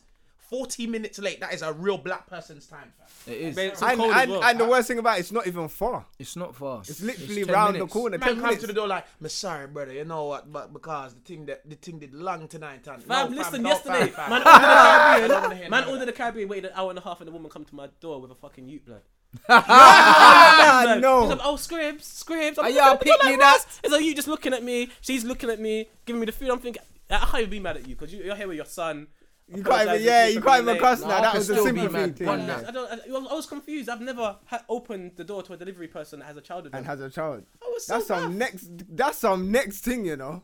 [SPEAKER 2] Forty minutes late. That is a real black person's time, fam.
[SPEAKER 5] It is.
[SPEAKER 1] Babe, it's so
[SPEAKER 3] and
[SPEAKER 1] cold as
[SPEAKER 3] and,
[SPEAKER 1] well.
[SPEAKER 3] and the worst thing about it, it's not even far.
[SPEAKER 5] It's not fast.
[SPEAKER 3] It's literally
[SPEAKER 5] 10
[SPEAKER 3] round
[SPEAKER 5] minutes.
[SPEAKER 3] the corner.
[SPEAKER 2] Man
[SPEAKER 3] Ten
[SPEAKER 2] comes to
[SPEAKER 3] minutes.
[SPEAKER 2] the door like, "Me sorry, brother. You know what? But because the thing that the thing did long tonight, and
[SPEAKER 1] Fam, listen,
[SPEAKER 2] no,
[SPEAKER 1] yesterday,
[SPEAKER 2] fam,
[SPEAKER 1] man ordered
[SPEAKER 2] fam. I
[SPEAKER 1] the
[SPEAKER 2] don't wanna hear
[SPEAKER 1] Caribbean. Man
[SPEAKER 2] none of
[SPEAKER 1] ordered
[SPEAKER 2] that.
[SPEAKER 1] the Caribbean, waited an hour and a half, and the woman come to my door with a fucking ute blood.
[SPEAKER 3] Ah,
[SPEAKER 1] Blood. She's like,
[SPEAKER 3] no.
[SPEAKER 1] oh, Scribs, Scribs. I'm
[SPEAKER 5] Are
[SPEAKER 1] looking
[SPEAKER 5] y'all
[SPEAKER 1] at the door like,
[SPEAKER 5] picking it up?
[SPEAKER 1] "What?" It's like you just looking at me. She's looking at me, giving me the food. I'm thinking, uh, I can't even be mad at you because you, you're here with your son.
[SPEAKER 3] You can't even, yeah, you can't even cuss
[SPEAKER 5] Nah,
[SPEAKER 3] now.
[SPEAKER 5] I
[SPEAKER 3] That
[SPEAKER 5] can
[SPEAKER 3] was a
[SPEAKER 5] still be
[SPEAKER 3] sympathy
[SPEAKER 5] mad.
[SPEAKER 3] thing.
[SPEAKER 5] One
[SPEAKER 3] yeah.
[SPEAKER 5] night.
[SPEAKER 1] I, don't, I, I was confused. I've never ha- opened the door to a delivery person that has a child with
[SPEAKER 3] And
[SPEAKER 1] them.
[SPEAKER 3] has a child.
[SPEAKER 1] I was so
[SPEAKER 3] That's some
[SPEAKER 1] baffled.
[SPEAKER 3] next. That's some next thing, you know.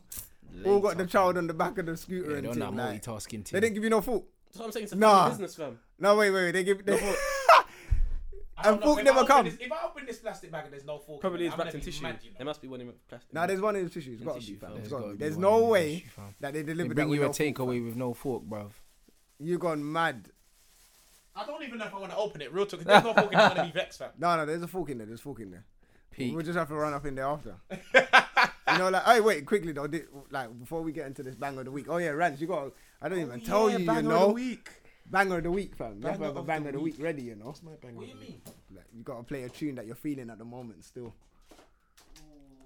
[SPEAKER 3] All got the child on the back of the scooter
[SPEAKER 5] They're
[SPEAKER 3] and
[SPEAKER 5] on
[SPEAKER 3] thing,
[SPEAKER 5] that
[SPEAKER 3] like.
[SPEAKER 5] multitasking
[SPEAKER 3] They
[SPEAKER 5] team.
[SPEAKER 3] didn't give you no food.
[SPEAKER 1] That's what I'm saying. It's a
[SPEAKER 3] Nah.
[SPEAKER 1] fucking business, fam.
[SPEAKER 3] No, wait, wait. They give. They,
[SPEAKER 2] I don't
[SPEAKER 3] And
[SPEAKER 2] know.
[SPEAKER 3] fork
[SPEAKER 2] If I
[SPEAKER 3] never
[SPEAKER 2] open
[SPEAKER 3] come.
[SPEAKER 2] This, if I open this plastic bag and there's no fork,
[SPEAKER 1] Probably
[SPEAKER 2] in
[SPEAKER 1] is
[SPEAKER 2] it, I'm
[SPEAKER 1] wrapped
[SPEAKER 2] gonna
[SPEAKER 1] in
[SPEAKER 2] be
[SPEAKER 1] tissue.
[SPEAKER 2] mad, you know.
[SPEAKER 1] There must be one in plastic.
[SPEAKER 3] Now there's one in the tissue. It's got to
[SPEAKER 1] tissue,
[SPEAKER 3] be, fam.
[SPEAKER 1] fam.
[SPEAKER 3] It's
[SPEAKER 1] There's
[SPEAKER 3] got to
[SPEAKER 5] gotta
[SPEAKER 3] be.
[SPEAKER 5] be
[SPEAKER 3] There's
[SPEAKER 5] one
[SPEAKER 3] no
[SPEAKER 5] in the
[SPEAKER 3] way
[SPEAKER 5] tissue, fam.
[SPEAKER 3] that they
[SPEAKER 5] They
[SPEAKER 3] delivered that
[SPEAKER 5] bring
[SPEAKER 3] with
[SPEAKER 5] you a
[SPEAKER 3] no food.
[SPEAKER 5] takeaway with no fork, bruv.
[SPEAKER 3] You gone mad.
[SPEAKER 2] I don't even know if I want to open it. Real talk. If There's no fork. in it, I'm gonna be vexed, fam.
[SPEAKER 3] No, no. There's a fork in there. There's a fork in there.
[SPEAKER 5] Peak.
[SPEAKER 3] We'll just have to run up in there after. you know, like, oh, wait, quickly though. Did, like, before we get into this bang of the week. Oh, yeah, Rance, you got. I
[SPEAKER 1] Oh,
[SPEAKER 3] don't even tell you, you know. Banger of the week, fam. You have to have a banger of the week ready, you know. What's my banger what do you mean? Like, you got to play a tune that you're feeling at the moment still.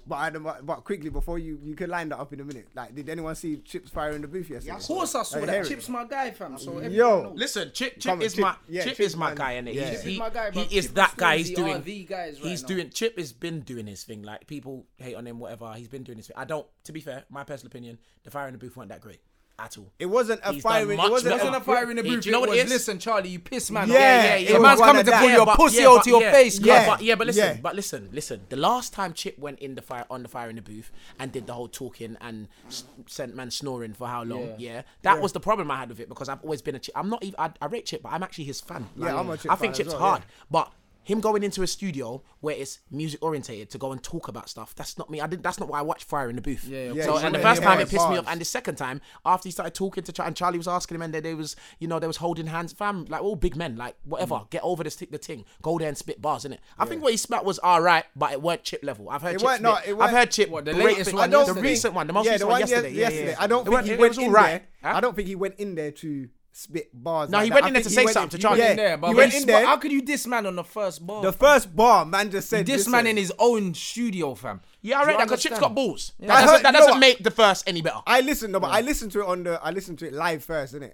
[SPEAKER 3] But, I, but but quickly before you you could line that up in a minute. Like, did anyone see Chips fire in the booth yesterday?
[SPEAKER 5] Of course, I saw
[SPEAKER 3] Hey,
[SPEAKER 5] that.
[SPEAKER 3] Harry.
[SPEAKER 5] Chip's my guy, fam. So everyone
[SPEAKER 3] Yo.
[SPEAKER 5] knows.
[SPEAKER 2] Listen, Chip, Chip
[SPEAKER 3] Come on,
[SPEAKER 2] is
[SPEAKER 3] Chip.
[SPEAKER 2] my
[SPEAKER 3] Yeah,
[SPEAKER 2] Chip,
[SPEAKER 3] Chip
[SPEAKER 2] is my
[SPEAKER 3] man.
[SPEAKER 2] guy, and
[SPEAKER 3] Yeah.
[SPEAKER 2] he's,
[SPEAKER 3] Chip
[SPEAKER 5] is
[SPEAKER 2] he,
[SPEAKER 5] my guy, bruv.
[SPEAKER 2] he is
[SPEAKER 5] Chip
[SPEAKER 2] that
[SPEAKER 5] and
[SPEAKER 2] guy.
[SPEAKER 5] Stormzy
[SPEAKER 2] He's
[SPEAKER 5] are
[SPEAKER 2] doing
[SPEAKER 5] the guys right
[SPEAKER 2] he's
[SPEAKER 5] now.
[SPEAKER 2] doing Chip has been doing his thing. Like people hate on him, whatever. He's been doing his thing. I don't. To be fair, my personal opinion, the fire in the booth weren't that great at all.
[SPEAKER 3] It wasn't a
[SPEAKER 2] He's done
[SPEAKER 3] firing.
[SPEAKER 2] much
[SPEAKER 3] It wasn't,
[SPEAKER 5] Wasn't
[SPEAKER 2] better.
[SPEAKER 5] a fire in the
[SPEAKER 2] Hey,
[SPEAKER 5] booth.
[SPEAKER 2] do you know
[SPEAKER 5] it
[SPEAKER 2] what it is?
[SPEAKER 5] was, Listen, Charlie, you piss man.
[SPEAKER 3] Yeah, yeah,
[SPEAKER 5] The
[SPEAKER 3] it was
[SPEAKER 5] man's
[SPEAKER 3] one
[SPEAKER 5] coming
[SPEAKER 3] of
[SPEAKER 5] to
[SPEAKER 3] that.
[SPEAKER 5] pull
[SPEAKER 3] Yeah,
[SPEAKER 5] your
[SPEAKER 2] but-
[SPEAKER 5] pussy
[SPEAKER 2] yeah,
[SPEAKER 5] out
[SPEAKER 2] but-
[SPEAKER 5] to your
[SPEAKER 2] yeah.
[SPEAKER 5] face,
[SPEAKER 2] Yeah,
[SPEAKER 5] bruv.
[SPEAKER 2] but yeah, but listen,
[SPEAKER 3] Yeah.
[SPEAKER 2] but listen, listen. The last time Chip went in the fire on the fire in the booth and did the whole talking and s- sent man snoring for how long? Yeah, that was the problem I had with it because I've always been a Chip. I'm not even I, I rate Chip, but I'm actually his fan.
[SPEAKER 3] Yeah, I'm a Chip
[SPEAKER 2] I think
[SPEAKER 3] fan as
[SPEAKER 2] Chip's
[SPEAKER 3] well,
[SPEAKER 2] hard,
[SPEAKER 3] yeah.
[SPEAKER 2] but. Him going into a studio where it's music orientated to go and talk about stuff—that's not me. I didn't. That's not why I watched Fire in the Booth.
[SPEAKER 5] Yeah,
[SPEAKER 2] So
[SPEAKER 5] yeah,
[SPEAKER 2] and
[SPEAKER 3] you
[SPEAKER 2] the
[SPEAKER 3] wanna
[SPEAKER 2] first
[SPEAKER 3] hear
[SPEAKER 2] time
[SPEAKER 3] more
[SPEAKER 2] it pissed me off,
[SPEAKER 3] bars.
[SPEAKER 2] and the second time after he started talking to Charlie, and Charlie was asking him, and they, they was you know they was holding hands, fam, like all big men, like whatever,
[SPEAKER 3] Mm.
[SPEAKER 2] get over this thi- the thing, go there and spit bars, innit? I think what he spat was all right, but it weren't chip level. I've heard
[SPEAKER 3] It
[SPEAKER 2] chip.
[SPEAKER 3] weren't- no,
[SPEAKER 2] spit-
[SPEAKER 3] it
[SPEAKER 2] I've
[SPEAKER 3] weren't-
[SPEAKER 2] heard chip.
[SPEAKER 5] What, the
[SPEAKER 2] break
[SPEAKER 5] latest
[SPEAKER 2] things.
[SPEAKER 5] one
[SPEAKER 2] The
[SPEAKER 5] yesterday?
[SPEAKER 2] recent one, the most
[SPEAKER 3] yeah,
[SPEAKER 2] recent
[SPEAKER 3] the
[SPEAKER 2] one
[SPEAKER 3] one
[SPEAKER 2] yesterday.
[SPEAKER 3] yes-
[SPEAKER 2] yeah, yeah, yeah.
[SPEAKER 3] I don't
[SPEAKER 2] It
[SPEAKER 3] think
[SPEAKER 2] weren't-
[SPEAKER 3] he
[SPEAKER 2] it
[SPEAKER 3] went
[SPEAKER 2] was
[SPEAKER 3] in
[SPEAKER 2] all right.
[SPEAKER 3] there.
[SPEAKER 2] Huh?
[SPEAKER 3] I don't think he went in there to spit bars.
[SPEAKER 2] No,
[SPEAKER 3] like
[SPEAKER 2] he
[SPEAKER 3] that.
[SPEAKER 2] went
[SPEAKER 3] I
[SPEAKER 2] in there
[SPEAKER 3] think
[SPEAKER 2] to
[SPEAKER 3] he
[SPEAKER 2] say
[SPEAKER 3] went in-
[SPEAKER 2] something to
[SPEAKER 3] he
[SPEAKER 2] Charlie.
[SPEAKER 3] went
[SPEAKER 5] in there, but
[SPEAKER 3] He went
[SPEAKER 5] this
[SPEAKER 3] in
[SPEAKER 5] man-
[SPEAKER 3] there.
[SPEAKER 5] How could you diss man on the first bar?
[SPEAKER 3] The first bar, man, just said
[SPEAKER 5] This
[SPEAKER 3] listen.
[SPEAKER 5] man in his own studio, fam.
[SPEAKER 2] Yeah, I
[SPEAKER 5] Do you
[SPEAKER 2] read that because Chip's
[SPEAKER 5] understand?
[SPEAKER 2] got balls. That
[SPEAKER 3] I
[SPEAKER 2] doesn't,
[SPEAKER 3] heard-
[SPEAKER 2] that
[SPEAKER 3] you know
[SPEAKER 2] doesn't
[SPEAKER 3] what?
[SPEAKER 2] make the first any better.
[SPEAKER 3] I listened, no, but I listened to it on the. I listened to it live first, innit?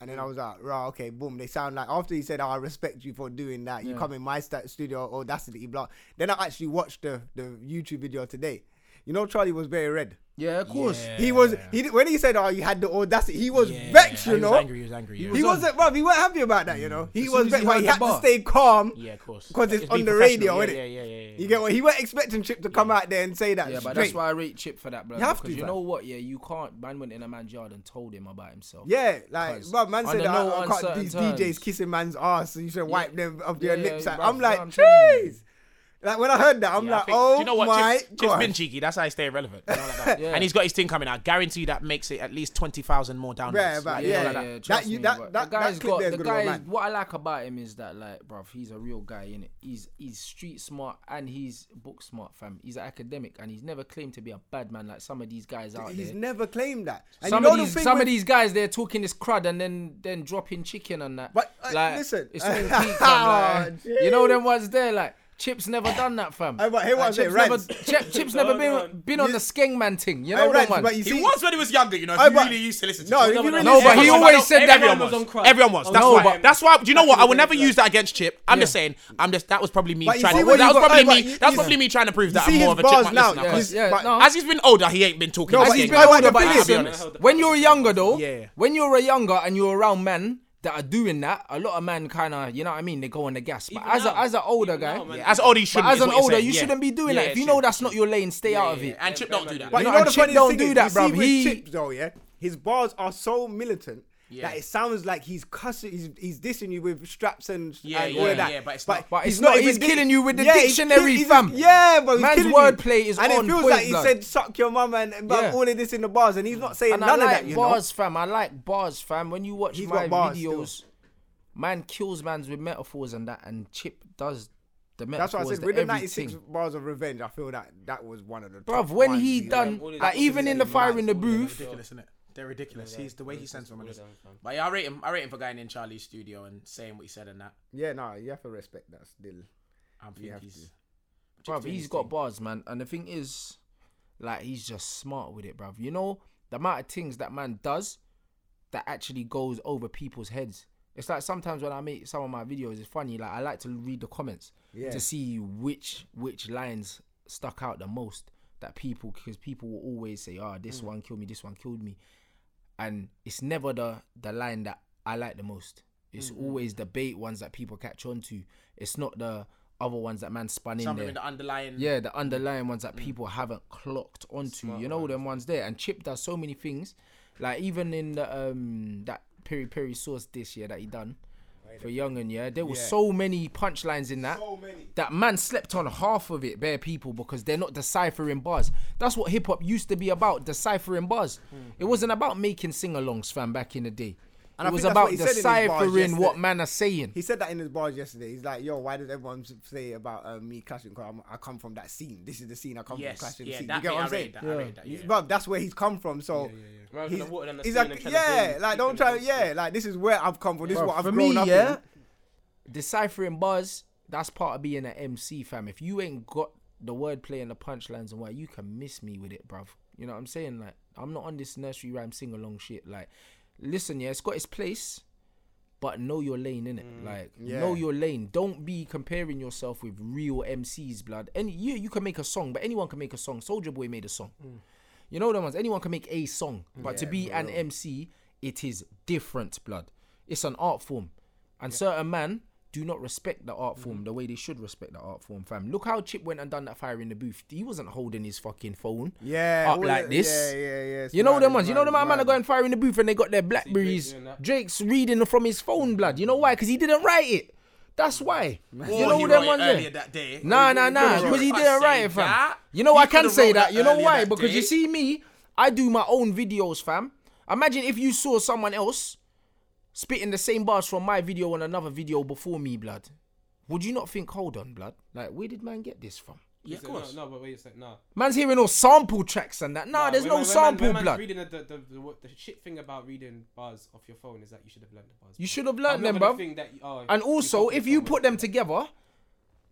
[SPEAKER 3] And then I was like, right, okay, boom. They sound like after he said, oh, "I respect you for doing that. You come in my sta- studio, audacity, blah." Then I actually watched the the YouTube video today. You know, Charlie was very red.
[SPEAKER 5] Yeah, of course.
[SPEAKER 3] He was he di- when he said, "Oh, you had the audacity," he was
[SPEAKER 2] Yeah,
[SPEAKER 3] vexed.
[SPEAKER 2] he
[SPEAKER 3] You
[SPEAKER 2] was
[SPEAKER 3] know,
[SPEAKER 2] angry, he was angry, yeah.
[SPEAKER 3] He, was not bro. He weren't happy about that. You know, he
[SPEAKER 5] As soon
[SPEAKER 3] was
[SPEAKER 5] as
[SPEAKER 3] vexed,
[SPEAKER 5] he
[SPEAKER 3] but
[SPEAKER 5] heard
[SPEAKER 3] he
[SPEAKER 5] the
[SPEAKER 3] had to
[SPEAKER 5] bar.
[SPEAKER 3] stay calm.
[SPEAKER 2] yeah, of course.
[SPEAKER 3] Because it's,
[SPEAKER 2] being
[SPEAKER 3] on the
[SPEAKER 2] professional,
[SPEAKER 3] radio,
[SPEAKER 2] yeah,
[SPEAKER 3] innit?
[SPEAKER 2] Yeah, yeah, yeah. yeah.
[SPEAKER 3] You get what? He weren't expecting Chip to come out there and say that.
[SPEAKER 5] Yeah, but
[SPEAKER 3] straight.
[SPEAKER 5] that's why I rate Chip for that, bro.
[SPEAKER 3] You have
[SPEAKER 5] because
[SPEAKER 3] to,
[SPEAKER 5] you
[SPEAKER 3] fam.
[SPEAKER 5] know what? Yeah, you can't. Man went in a man's yard and told him about himself.
[SPEAKER 3] Yeah, like,
[SPEAKER 5] 'Cause
[SPEAKER 3] bro, man said
[SPEAKER 5] under
[SPEAKER 3] that
[SPEAKER 5] no
[SPEAKER 3] I- I can't,
[SPEAKER 5] uncertain
[SPEAKER 3] these
[SPEAKER 5] terms.
[SPEAKER 3] DJs kissing man's ass, and you should wipe them off their
[SPEAKER 5] Yeah,
[SPEAKER 3] lips. Like,
[SPEAKER 5] bruv,
[SPEAKER 3] I'm like,
[SPEAKER 5] I'm telling you.
[SPEAKER 3] jeez. Like, when I heard that, I'm
[SPEAKER 2] Yeah, I
[SPEAKER 3] like,
[SPEAKER 2] think-
[SPEAKER 3] oh
[SPEAKER 2] do you know what?
[SPEAKER 3] my
[SPEAKER 2] Chip's, Chip's
[SPEAKER 3] god.
[SPEAKER 2] been cheeky. That's how he stay relevant. You know, like that.
[SPEAKER 5] Yeah.
[SPEAKER 2] And he's got his thing coming out. Guarantee that makes it at least twenty thousand more downloads.
[SPEAKER 3] Yeah,
[SPEAKER 2] Like,
[SPEAKER 3] but
[SPEAKER 2] you know,
[SPEAKER 3] Uh, yeah,
[SPEAKER 2] like that.
[SPEAKER 3] that.
[SPEAKER 5] trust
[SPEAKER 3] you-
[SPEAKER 5] me,
[SPEAKER 3] that-
[SPEAKER 5] but
[SPEAKER 3] that-
[SPEAKER 5] the
[SPEAKER 3] that
[SPEAKER 5] guy's
[SPEAKER 3] clip
[SPEAKER 5] got
[SPEAKER 3] there's
[SPEAKER 5] the
[SPEAKER 3] gonna go
[SPEAKER 5] guy.
[SPEAKER 3] mad.
[SPEAKER 5] What I like about him is that, like, bruv, he's a real guy in it. He's he's street smart and he's book smart, fam. He's an academic and he's never claimed to be a bad man like some of these guys out
[SPEAKER 3] He's
[SPEAKER 5] there.
[SPEAKER 3] never claimed that. And
[SPEAKER 5] some
[SPEAKER 3] you know
[SPEAKER 5] of
[SPEAKER 3] the
[SPEAKER 5] these,
[SPEAKER 3] thing
[SPEAKER 5] some
[SPEAKER 3] with-
[SPEAKER 5] of these guys, they're talking this crud and then then dropping chicken and that.
[SPEAKER 3] But, uh, listen.
[SPEAKER 5] it's all peak, fam, like,
[SPEAKER 3] Oh,
[SPEAKER 5] you know them ones there, like Chips never done that, fam.
[SPEAKER 3] Hey, but here what I say,
[SPEAKER 5] Chips
[SPEAKER 3] Rans.
[SPEAKER 5] never, Chip, Chips never
[SPEAKER 1] No,
[SPEAKER 5] been
[SPEAKER 1] no.
[SPEAKER 5] been on the skeng man thing. You
[SPEAKER 3] Hey,
[SPEAKER 5] know
[SPEAKER 3] Raj,
[SPEAKER 5] that one.
[SPEAKER 3] but you see,
[SPEAKER 2] when he was younger, you know.
[SPEAKER 3] Hey, but- no, if you really
[SPEAKER 5] no,
[SPEAKER 3] see
[SPEAKER 5] but
[SPEAKER 3] it-
[SPEAKER 5] he always said that.
[SPEAKER 1] Everyone
[SPEAKER 2] Everyone
[SPEAKER 1] was on
[SPEAKER 2] was.
[SPEAKER 1] crack.
[SPEAKER 2] Everyone was. That's
[SPEAKER 5] No,
[SPEAKER 2] why.
[SPEAKER 5] but-
[SPEAKER 2] That's why. Do you know what? I would never
[SPEAKER 1] That's
[SPEAKER 2] use that against Chip. I'm just saying. I'm just. That was probably me
[SPEAKER 3] But you
[SPEAKER 2] trying.
[SPEAKER 3] see
[SPEAKER 2] to,
[SPEAKER 3] what
[SPEAKER 2] that
[SPEAKER 3] you
[SPEAKER 2] was
[SPEAKER 3] got-
[SPEAKER 2] probably
[SPEAKER 3] hey,
[SPEAKER 2] me.
[SPEAKER 3] but you-
[SPEAKER 2] that's
[SPEAKER 3] you-
[SPEAKER 2] probably me trying to prove
[SPEAKER 3] you
[SPEAKER 2] that
[SPEAKER 3] see
[SPEAKER 2] I'm more of
[SPEAKER 3] his
[SPEAKER 2] a
[SPEAKER 3] bars
[SPEAKER 2] Chipmunk
[SPEAKER 3] now.
[SPEAKER 2] listener. 'cause
[SPEAKER 5] yeah,
[SPEAKER 3] but-
[SPEAKER 5] no.
[SPEAKER 2] As he's been older, he ain't been talking.
[SPEAKER 3] No,
[SPEAKER 2] about
[SPEAKER 3] but he's
[SPEAKER 2] Skeng.
[SPEAKER 3] been older,
[SPEAKER 2] I'll
[SPEAKER 3] but
[SPEAKER 2] be
[SPEAKER 3] listen,
[SPEAKER 2] honest.
[SPEAKER 1] Hold up.
[SPEAKER 5] when you're younger though,
[SPEAKER 2] Yeah.
[SPEAKER 5] when you're younger and you're around men that are doing that, a lot of men kind of, you know what I mean, they go on the gas. But
[SPEAKER 1] Even
[SPEAKER 5] as
[SPEAKER 1] now.
[SPEAKER 5] a, as an older
[SPEAKER 1] Even
[SPEAKER 5] guy,
[SPEAKER 1] now, man.
[SPEAKER 2] Yeah, As old he
[SPEAKER 5] but
[SPEAKER 2] shouldn't.
[SPEAKER 5] as
[SPEAKER 2] is
[SPEAKER 5] an
[SPEAKER 2] what you're
[SPEAKER 5] older,
[SPEAKER 2] saying.
[SPEAKER 5] you
[SPEAKER 2] Yeah.
[SPEAKER 5] shouldn't be doing
[SPEAKER 2] Yeah,
[SPEAKER 5] that. If
[SPEAKER 2] it
[SPEAKER 5] you know
[SPEAKER 2] should.
[SPEAKER 5] that's not your lane, stay out of
[SPEAKER 2] Yeah,
[SPEAKER 5] it.
[SPEAKER 2] And Chip don't do that.
[SPEAKER 3] But
[SPEAKER 5] You
[SPEAKER 3] you
[SPEAKER 5] know,
[SPEAKER 3] know,
[SPEAKER 5] and
[SPEAKER 3] the
[SPEAKER 5] Chip
[SPEAKER 3] funny
[SPEAKER 5] don't
[SPEAKER 3] thing
[SPEAKER 5] do
[SPEAKER 3] is,
[SPEAKER 5] that,
[SPEAKER 3] you see
[SPEAKER 5] bruv.
[SPEAKER 3] with
[SPEAKER 5] He-
[SPEAKER 3] Chip though, yeah, his bars are so militant
[SPEAKER 2] Yeah.
[SPEAKER 3] that it sounds like he's cussing, he's, he's dissing you with straps and,
[SPEAKER 2] Yeah,
[SPEAKER 3] and all
[SPEAKER 2] yeah,
[SPEAKER 3] of that.
[SPEAKER 2] yeah, but it's not.
[SPEAKER 5] But it's not, he's
[SPEAKER 3] di-
[SPEAKER 5] killing you with the
[SPEAKER 3] he's kill-
[SPEAKER 5] dictionary,
[SPEAKER 3] he's-
[SPEAKER 5] fam.
[SPEAKER 3] Yeah, but he's
[SPEAKER 5] Man's
[SPEAKER 3] killing you.
[SPEAKER 5] wordplay is
[SPEAKER 3] and
[SPEAKER 5] on
[SPEAKER 3] it feels
[SPEAKER 5] point,
[SPEAKER 3] like he
[SPEAKER 5] blood.
[SPEAKER 3] said suck your mum and, and bruv,
[SPEAKER 5] Yeah.
[SPEAKER 3] all of this in the bars, and he's not saying
[SPEAKER 5] And
[SPEAKER 3] none
[SPEAKER 5] I
[SPEAKER 3] of
[SPEAKER 5] like
[SPEAKER 3] that. You
[SPEAKER 5] bars, fam. I like bars, fam. When you watch
[SPEAKER 3] He's
[SPEAKER 5] my
[SPEAKER 3] got bars
[SPEAKER 5] videos, man kills man's with metaphors and that, and Chip does the
[SPEAKER 3] know, that's
[SPEAKER 5] metaphors.
[SPEAKER 3] why I said
[SPEAKER 5] the
[SPEAKER 3] with the
[SPEAKER 5] everything.
[SPEAKER 3] '96 bars of revenge, I feel that that was one of the.
[SPEAKER 5] Bruv,
[SPEAKER 3] top
[SPEAKER 5] when
[SPEAKER 3] ones,
[SPEAKER 5] he
[SPEAKER 3] you know.
[SPEAKER 5] done,
[SPEAKER 1] all these-
[SPEAKER 5] like, even in the fire in the
[SPEAKER 2] They're
[SPEAKER 5] booth,
[SPEAKER 2] ridiculous, innit? They're ridiculous. He's the way he sends them. on this. But yeah, I rate him. I rate him for going in Charlie's studio and saying what he said and that.
[SPEAKER 3] yeah, no, you have to respect that still.
[SPEAKER 2] I think
[SPEAKER 3] have
[SPEAKER 2] he's.
[SPEAKER 5] bruv, he's got bars, man. And the thing is, like, he's just smart with it, bruv. You know, the amount of things that man does that actually goes over people's heads. It's like sometimes when I make some of my videos, it's funny. Like I like to read the comments
[SPEAKER 3] Yeah.
[SPEAKER 5] to see which which lines stuck out the most that people, because people will always say, "Ah, this
[SPEAKER 2] Mm.
[SPEAKER 5] one killed me, this one killed me," and it's never the the line that I like the most. It's
[SPEAKER 2] Mm-hmm.
[SPEAKER 5] always the bait ones that people catch on to. It's not the other ones that man spun in
[SPEAKER 2] Something
[SPEAKER 5] there.
[SPEAKER 2] with the underlying.
[SPEAKER 5] Yeah, the underlying ones
[SPEAKER 3] Mm.
[SPEAKER 5] that people haven't clocked onto. you know them ones there. And Chip does so many things. Like even in the um that peri peri sauce dish yeah that he done for Young and yeah, there were so many punchlines in that. That man slept on half of it, bare people, because they're not deciphering bars. That's what hip hop used to be about, deciphering bars. It wasn't about making sing alongs, fam, back in the day.
[SPEAKER 3] Hmm. And I
[SPEAKER 5] it was
[SPEAKER 3] think that's what
[SPEAKER 5] about
[SPEAKER 3] he said in his bars
[SPEAKER 5] deciphering what
[SPEAKER 3] yesterday.
[SPEAKER 5] man are saying.
[SPEAKER 3] He said that in his bars yesterday. He's like, "Yo, why does everyone s- say about uh, me clashing? Because I come from that scene. This is the scene I come
[SPEAKER 2] Yes.
[SPEAKER 3] from. Clashing
[SPEAKER 2] Yeah.
[SPEAKER 3] scene.
[SPEAKER 2] That
[SPEAKER 3] you get
[SPEAKER 2] bit,
[SPEAKER 3] what
[SPEAKER 2] I
[SPEAKER 3] I'm saying?
[SPEAKER 2] rate that. I rate that.
[SPEAKER 3] He's-
[SPEAKER 2] yeah.
[SPEAKER 3] bruv, that's where he's come from. So
[SPEAKER 1] Rather
[SPEAKER 3] he's,
[SPEAKER 1] than water down the
[SPEAKER 3] he's
[SPEAKER 1] scene
[SPEAKER 3] like,
[SPEAKER 1] and trying to
[SPEAKER 3] yeah,
[SPEAKER 1] build
[SPEAKER 3] like
[SPEAKER 1] people
[SPEAKER 3] don't try,
[SPEAKER 1] and
[SPEAKER 3] yeah, like this is where I've come from. This is
[SPEAKER 5] Bruv,
[SPEAKER 3] what I've
[SPEAKER 5] for
[SPEAKER 3] grown
[SPEAKER 5] me,
[SPEAKER 3] up
[SPEAKER 5] yeah,
[SPEAKER 3] in.
[SPEAKER 5] deciphering bars, that's part of being an MC, fam. If you ain't got the wordplay and the punchlines and why you can miss me with it, bruv. You know what I'm saying? Like, I'm not on this nursery rhyme sing along shit. Like, listen, yeah, it's got its place, but know your lane, innit? Like, know your lane. Don't be comparing yourself with real MCs, blood. Any you you can make a song, but anyone can make a song. Soldier Boy made a song. You know them ones. Anyone can make a song, but to be an MC, it is different, blood. It's an art form, and certain man do not respect the art
[SPEAKER 3] Mm-hmm.
[SPEAKER 5] form the way they should respect the art form, fam. Look how Chip went and done that fire in the booth. He wasn't holding his fucking phone,
[SPEAKER 3] Yeah,
[SPEAKER 5] up
[SPEAKER 3] all
[SPEAKER 5] like
[SPEAKER 3] that-
[SPEAKER 5] this.
[SPEAKER 3] yeah, yeah, yeah, it's
[SPEAKER 5] You know
[SPEAKER 3] mad,
[SPEAKER 5] them
[SPEAKER 3] it's
[SPEAKER 5] ones. You
[SPEAKER 3] mad,
[SPEAKER 5] know them
[SPEAKER 3] it's
[SPEAKER 5] man man are
[SPEAKER 3] mad.
[SPEAKER 5] going fire in the booth and they got their Blackberries.
[SPEAKER 1] doing that.
[SPEAKER 5] Drake's reading from his phone, blood. You know why? Because he didn't write it. That's why. you know
[SPEAKER 2] he
[SPEAKER 5] them
[SPEAKER 2] wrote
[SPEAKER 5] ones.
[SPEAKER 2] it
[SPEAKER 5] there.
[SPEAKER 2] earlier that day.
[SPEAKER 5] Nah, nah, nah.
[SPEAKER 2] could've
[SPEAKER 5] Because he
[SPEAKER 2] wrote-
[SPEAKER 5] didn't
[SPEAKER 2] I
[SPEAKER 5] write
[SPEAKER 2] say
[SPEAKER 5] it, fam.
[SPEAKER 2] that.
[SPEAKER 5] You know
[SPEAKER 2] He
[SPEAKER 5] I can
[SPEAKER 2] could've
[SPEAKER 5] say
[SPEAKER 2] wrote
[SPEAKER 5] that.
[SPEAKER 2] that
[SPEAKER 5] You know
[SPEAKER 2] earlier
[SPEAKER 5] why?
[SPEAKER 2] that
[SPEAKER 5] Because you
[SPEAKER 2] day.
[SPEAKER 5] see me, I do my own videos, fam. Imagine if you saw someone else spitting the same bars from my video on another video before me, blood. Would you not think, hold on, blood? Like, where did man get this from?
[SPEAKER 2] Yeah, of course.
[SPEAKER 1] No, no, but wait a sec. No.
[SPEAKER 5] Man's hearing all sample tracks and that. Nah,
[SPEAKER 1] Nah,
[SPEAKER 5] there's
[SPEAKER 1] when
[SPEAKER 5] no
[SPEAKER 1] man- when man-
[SPEAKER 5] sample,
[SPEAKER 1] when man's
[SPEAKER 5] blood.
[SPEAKER 1] Reading the, the, the, the, what- the shit thing about reading bars off your phone is that you should have learned the bars.
[SPEAKER 5] You
[SPEAKER 1] before.
[SPEAKER 5] should have
[SPEAKER 1] I'm
[SPEAKER 5] learned
[SPEAKER 1] not
[SPEAKER 5] them,
[SPEAKER 1] gonna
[SPEAKER 5] bruv.
[SPEAKER 1] think that, oh,
[SPEAKER 5] And also,
[SPEAKER 1] copied
[SPEAKER 5] if you
[SPEAKER 1] someone
[SPEAKER 5] put them
[SPEAKER 1] else.
[SPEAKER 5] together,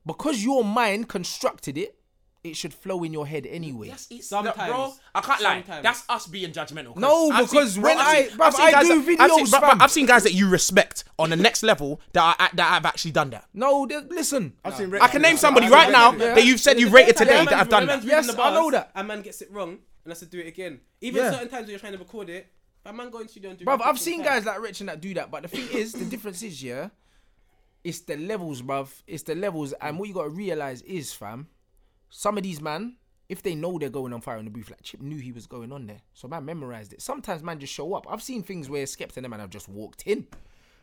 [SPEAKER 5] because your mind constructed it, it should flow in your head anyway.
[SPEAKER 2] That's it's
[SPEAKER 1] Sometimes.
[SPEAKER 2] that, bro. I can't lie.
[SPEAKER 1] Sometimes.
[SPEAKER 2] That's us being judgmental. 'cause
[SPEAKER 5] No,
[SPEAKER 2] I've
[SPEAKER 5] because when I-
[SPEAKER 2] seen-
[SPEAKER 5] bruv,
[SPEAKER 2] I've seen
[SPEAKER 5] I
[SPEAKER 2] guys
[SPEAKER 5] do
[SPEAKER 2] that- I've seen-
[SPEAKER 5] videos,
[SPEAKER 2] bruv, bruv,
[SPEAKER 5] fam.
[SPEAKER 2] I've seen guys that you respect on the next level that are, that have actually done that.
[SPEAKER 5] No, th- listen.
[SPEAKER 3] I've seen
[SPEAKER 2] I can name somebody
[SPEAKER 3] I've seen
[SPEAKER 2] right now
[SPEAKER 3] Red-
[SPEAKER 5] Yeah.
[SPEAKER 2] that you've said you
[SPEAKER 1] There's
[SPEAKER 2] rated
[SPEAKER 1] certain
[SPEAKER 2] today
[SPEAKER 1] times
[SPEAKER 2] that have
[SPEAKER 1] when
[SPEAKER 2] done
[SPEAKER 1] a man's
[SPEAKER 2] that.
[SPEAKER 1] reading
[SPEAKER 5] Yes,
[SPEAKER 1] the
[SPEAKER 5] I know
[SPEAKER 1] bars
[SPEAKER 5] that.
[SPEAKER 1] And man gets it wrong and has to do it again. Even
[SPEAKER 5] Yeah.
[SPEAKER 1] certain times when you're trying to record it, a man going to studio and do
[SPEAKER 5] Bruv,
[SPEAKER 1] records all
[SPEAKER 5] I've
[SPEAKER 1] the
[SPEAKER 5] seen
[SPEAKER 1] time.
[SPEAKER 5] guys like Rich and that do that, but the thing is, the difference is, yeah, it's the levels, bruv. It's the levels, and what you gotta realize is, fam, some of these man, if they know they're going on fire in the booth, like Chip knew he was going on there, so man memorized it. Sometimes man just show up. I've seen things where Skepta and them man have just walked in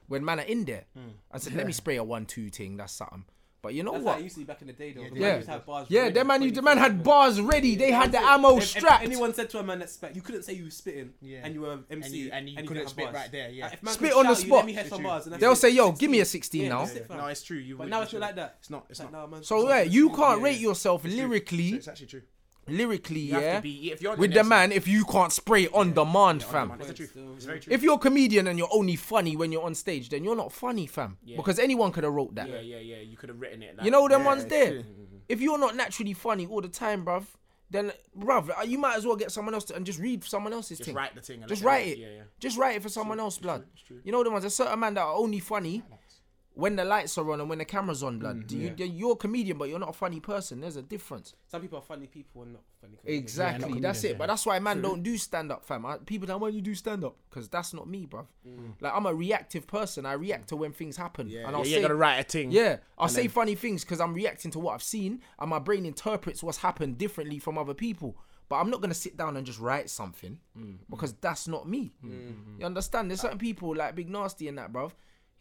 [SPEAKER 5] when man are in there. I said, let me spray a one-two thing. That's something. But you know
[SPEAKER 1] Hmm. That's
[SPEAKER 5] what?
[SPEAKER 1] like UC back in the day though.
[SPEAKER 5] Yeah,
[SPEAKER 1] used to have bars
[SPEAKER 5] yeah,
[SPEAKER 1] ready
[SPEAKER 5] their man,
[SPEAKER 1] for
[SPEAKER 5] you,
[SPEAKER 1] you
[SPEAKER 5] the
[SPEAKER 1] to
[SPEAKER 5] man
[SPEAKER 1] do
[SPEAKER 5] had
[SPEAKER 1] it.
[SPEAKER 5] bars ready. They had the ammo
[SPEAKER 1] If- if
[SPEAKER 5] strapped.
[SPEAKER 1] anyone said to a man that spit, you couldn't say you was spitting and you were MC and
[SPEAKER 6] you- and you
[SPEAKER 1] didn't
[SPEAKER 6] couldn't
[SPEAKER 1] have
[SPEAKER 6] spit
[SPEAKER 1] bars.
[SPEAKER 6] right there, yeah.
[SPEAKER 1] Like, if man
[SPEAKER 5] Spit
[SPEAKER 1] could
[SPEAKER 5] on the
[SPEAKER 1] shout, you let me
[SPEAKER 5] spot.
[SPEAKER 1] hear some bars and that's
[SPEAKER 5] They'll
[SPEAKER 1] it.
[SPEAKER 5] say, yo, give me a 16
[SPEAKER 1] Yeah,
[SPEAKER 5] now.
[SPEAKER 1] that's it, fam.
[SPEAKER 2] No, it's true. You
[SPEAKER 1] But
[SPEAKER 2] would-
[SPEAKER 1] now
[SPEAKER 2] you
[SPEAKER 1] it's not
[SPEAKER 2] should.
[SPEAKER 1] like that.
[SPEAKER 2] It's not. It's
[SPEAKER 1] like,
[SPEAKER 2] not.
[SPEAKER 1] nah, man,
[SPEAKER 5] So
[SPEAKER 1] it's
[SPEAKER 5] yeah,
[SPEAKER 1] not-
[SPEAKER 5] you
[SPEAKER 1] it's
[SPEAKER 5] can't
[SPEAKER 1] not-
[SPEAKER 5] rate yourself
[SPEAKER 2] So
[SPEAKER 5] lyrically,
[SPEAKER 2] It's actually true.
[SPEAKER 5] lyrically,
[SPEAKER 2] You have
[SPEAKER 5] yeah,
[SPEAKER 2] to be if you're
[SPEAKER 5] with the
[SPEAKER 2] next-
[SPEAKER 5] man if you can't spray on demand, fam.
[SPEAKER 2] It's the truth.
[SPEAKER 1] Still,
[SPEAKER 2] It's very true.
[SPEAKER 5] If you're a comedian and you're only funny when you're on stage, then you're not funny, fam. Because anyone could have wrote that.
[SPEAKER 2] yeah, yeah, yeah. You could have written it. Like,
[SPEAKER 5] You know them
[SPEAKER 3] Yeah,
[SPEAKER 5] ones
[SPEAKER 3] it's
[SPEAKER 5] there.
[SPEAKER 3] true.
[SPEAKER 5] If you're not naturally funny all the time, bruv, then bruv, uh, you might as well get someone else to, and just read someone else's
[SPEAKER 2] just
[SPEAKER 5] thing.
[SPEAKER 2] write the thing. And
[SPEAKER 5] Just
[SPEAKER 2] let
[SPEAKER 5] write
[SPEAKER 2] them-
[SPEAKER 5] it.
[SPEAKER 2] Yeah, yeah.
[SPEAKER 5] Just write it for someone else, blood. You know the ones. There's certain man that are only funny when the lights are on and when the camera's on,
[SPEAKER 3] Mm,
[SPEAKER 5] blood. Do you, then You're a comedian, but you're not a funny person. There's a difference.
[SPEAKER 1] Some people are funny people and not funny. comedians.
[SPEAKER 5] Exactly. that's it. But that's why man don't do stand up, fam. I, people that when you do stand up, because that's not me, bruv. Like I'm a reactive person. I react to when things happen, and I'll
[SPEAKER 2] Mm. Yeah, you're
[SPEAKER 5] say.
[SPEAKER 2] gonna write a thing.
[SPEAKER 5] Yeah, I'll say funny things because I'm reacting to what I've seen, and my brain interprets what's happened differently from other people. But I'm not gonna sit down and just write something
[SPEAKER 3] Mm-hmm.
[SPEAKER 5] because that's not me. You understand? There's certain people like Big Nasty and that, bruv.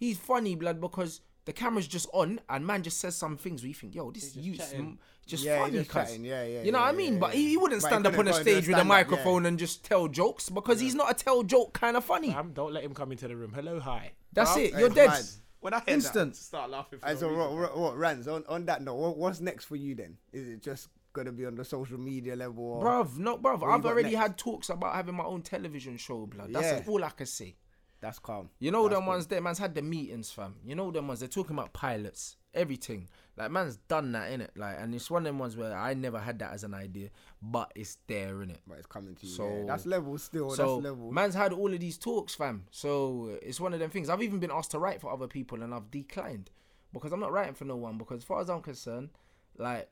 [SPEAKER 5] He's funny, blood, because the camera's just on, and man just says some things where you think, yo, this youth's
[SPEAKER 1] chatting.
[SPEAKER 5] m- just
[SPEAKER 3] Yeah, he's
[SPEAKER 5] funny,
[SPEAKER 3] just
[SPEAKER 5] cuz.
[SPEAKER 3] chatting. Yeah, yeah,
[SPEAKER 5] You know
[SPEAKER 3] yeah,
[SPEAKER 5] what I mean?
[SPEAKER 3] yeah,
[SPEAKER 5] but
[SPEAKER 3] yeah.
[SPEAKER 5] he, he wouldn't
[SPEAKER 3] But he
[SPEAKER 5] stand up on
[SPEAKER 3] couldn't
[SPEAKER 5] a
[SPEAKER 3] go and do a
[SPEAKER 5] stage with a
[SPEAKER 3] stand-up, yeah.
[SPEAKER 5] microphone and just tell jokes because he's not a tell joke kind of funny.
[SPEAKER 2] Um, don't let him come into the room. Hello, hi.
[SPEAKER 5] That's
[SPEAKER 3] bruv,
[SPEAKER 5] it.
[SPEAKER 3] it's
[SPEAKER 5] You're dead.
[SPEAKER 3] mad.
[SPEAKER 2] When I heard
[SPEAKER 5] Instant.
[SPEAKER 2] that, start laughing. For no
[SPEAKER 3] Alright, so
[SPEAKER 2] reason.
[SPEAKER 3] what, what, what Rans, on, on that note, what, what's next for you then? Is it just gonna be on the social media level? Or
[SPEAKER 5] Bruv, no, bruv.
[SPEAKER 3] you
[SPEAKER 5] I've
[SPEAKER 3] got
[SPEAKER 5] already
[SPEAKER 3] next?
[SPEAKER 5] had talks about having my own television show, blood. That's
[SPEAKER 3] Yeah.
[SPEAKER 5] all I can say.
[SPEAKER 3] That's calm.
[SPEAKER 5] You know them ones there, man's had the meetings, fam. You know them ones, they're talking about pilots, everything. Like man's done that, innit? Like and it's one of them ones where I never had that as an idea, but it's there, innit?
[SPEAKER 3] But it's coming to you.
[SPEAKER 5] So-
[SPEAKER 3] yeah. That's level still.
[SPEAKER 5] so
[SPEAKER 3] that's level.
[SPEAKER 5] man's had all of these talks, fam. So uh, it's one of them things. I've even been asked to write for other people, and I've declined because I'm not writing for no one. Because as far as I'm concerned, like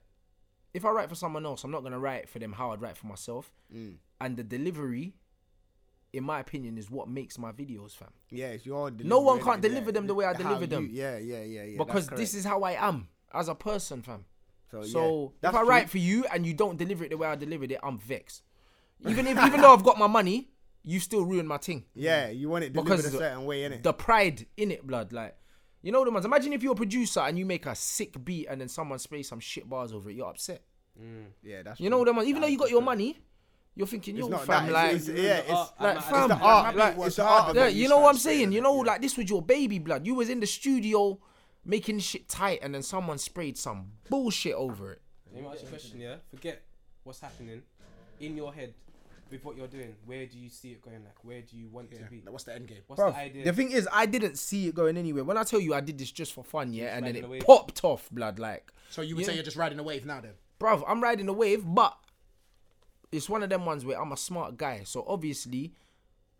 [SPEAKER 5] if I write for someone else, I'm not gonna write for them how I'd write for myself.
[SPEAKER 3] Mm.
[SPEAKER 5] And the delivery, in my opinion, is what makes my videos, fam.
[SPEAKER 3] yeah, it's your
[SPEAKER 5] No one
[SPEAKER 3] delivery,
[SPEAKER 5] can't
[SPEAKER 3] innit?
[SPEAKER 5] deliver
[SPEAKER 3] Yeah.
[SPEAKER 5] them the way I
[SPEAKER 3] How
[SPEAKER 5] deliver
[SPEAKER 3] you-
[SPEAKER 5] them.
[SPEAKER 3] Yeah, yeah, yeah, yeah.
[SPEAKER 5] because this is how I am as a person, fam.
[SPEAKER 3] So, Oh, yeah.
[SPEAKER 5] So
[SPEAKER 3] That's
[SPEAKER 5] if I
[SPEAKER 3] true.
[SPEAKER 5] write for you and you don't deliver it the way I delivered it, I'm vexed. Even if even though I've got my money, you still ruined my thing.
[SPEAKER 3] Yeah, you want it delivered
[SPEAKER 5] Because
[SPEAKER 3] a certain way, innit?
[SPEAKER 5] The pride in it, blood. Like, you know the ones. Imagine if you're a producer and you make a sick beat and then someone sprays some shit bars over it. You're upset.
[SPEAKER 3] yeah, that's
[SPEAKER 5] You know the ones. Even though you got your money, you're thinking, yo,
[SPEAKER 3] It's not
[SPEAKER 5] fam,
[SPEAKER 3] that.
[SPEAKER 5] like,
[SPEAKER 3] it's, it's, yeah, it's,
[SPEAKER 1] like,
[SPEAKER 5] like,
[SPEAKER 1] fam,
[SPEAKER 5] fam,
[SPEAKER 3] the
[SPEAKER 5] like,
[SPEAKER 3] art,
[SPEAKER 5] like,
[SPEAKER 3] it's the art of
[SPEAKER 5] yeah,
[SPEAKER 3] it,
[SPEAKER 5] you
[SPEAKER 3] you
[SPEAKER 5] know what
[SPEAKER 3] start
[SPEAKER 5] I'm saying?
[SPEAKER 3] spraying
[SPEAKER 5] You
[SPEAKER 3] it,
[SPEAKER 5] know,
[SPEAKER 3] yeah.
[SPEAKER 5] like this with your baby blood. You was in the studio making shit tight, and then someone sprayed some bullshit over it.
[SPEAKER 1] Let me ask you a question, yeah? Forget what's happening in your head with what you're doing. Where do you see it going? Like, where do you want to be?
[SPEAKER 2] Like, What's the end game?
[SPEAKER 1] What's
[SPEAKER 5] Bruv,
[SPEAKER 1] the idea?
[SPEAKER 5] the thing is, I didn't see it going anywhere. When I tell you I did this just for fun, yeah, and then
[SPEAKER 1] riding
[SPEAKER 5] it
[SPEAKER 1] the wave.
[SPEAKER 5] popped off, blood. Like,
[SPEAKER 2] So you would
[SPEAKER 5] Yeah.
[SPEAKER 2] say you're just riding a wave now, then?
[SPEAKER 5] bruv, I'm riding a wave, but it's one of them ones where I'm a smart guy. So obviously,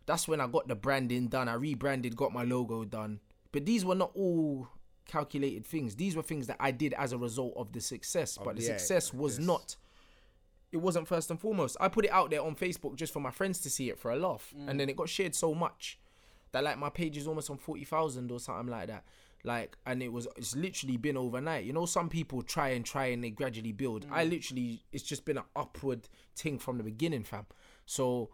[SPEAKER 5] that's when I got the branding done. I rebranded, got my logo done. But these were not all calculated things. These were things that I did as a result of the success. but the
[SPEAKER 3] the act,
[SPEAKER 5] success was not. It wasn't first and foremost. I put it out there on Facebook just for my friends to see it for a laugh, and then it got shared so much that like my page is almost on forty thousand or something like that. Like, and it was it's literally been overnight. You know, some people try and try and they gradually build. I literally, it's just been an upward thing from the beginning, fam. So,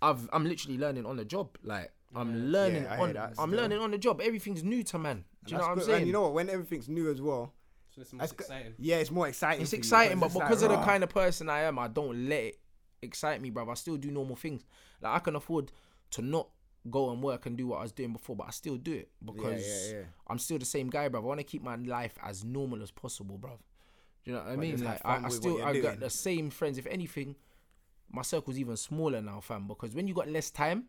[SPEAKER 5] I've I'm literally learning on the job. Like, I'm learning
[SPEAKER 3] I hear
[SPEAKER 5] on
[SPEAKER 3] that
[SPEAKER 5] I'm
[SPEAKER 3] still.
[SPEAKER 5] learning on the job. Everything's new to man. Do you
[SPEAKER 3] That's
[SPEAKER 5] know what
[SPEAKER 3] good.
[SPEAKER 5] I'm saying?
[SPEAKER 3] And you know what? When everything's new as well,
[SPEAKER 1] So it's
[SPEAKER 3] that's
[SPEAKER 1] most
[SPEAKER 3] good.
[SPEAKER 1] exciting.
[SPEAKER 3] Yeah, it's more exciting.
[SPEAKER 5] It's
[SPEAKER 3] for you
[SPEAKER 5] exciting, but
[SPEAKER 3] it's like,
[SPEAKER 5] because of the
[SPEAKER 3] rah.
[SPEAKER 5] kind of person I am, I don't let it excite me, bruv. I still do normal things. Like I can afford to not go and work and do what I was doing before, but I still do it because
[SPEAKER 3] yeah.
[SPEAKER 5] I'm still the same guy, bruv. I want to keep my life as normal as possible, bruv. Do you know what I mean?
[SPEAKER 3] just have
[SPEAKER 5] Like
[SPEAKER 3] fun
[SPEAKER 5] I, I
[SPEAKER 3] with what
[SPEAKER 5] still
[SPEAKER 3] you're
[SPEAKER 5] I
[SPEAKER 3] doing.
[SPEAKER 5] got the same friends. If anything, my circle's even smaller now, fam. Because when you got less time,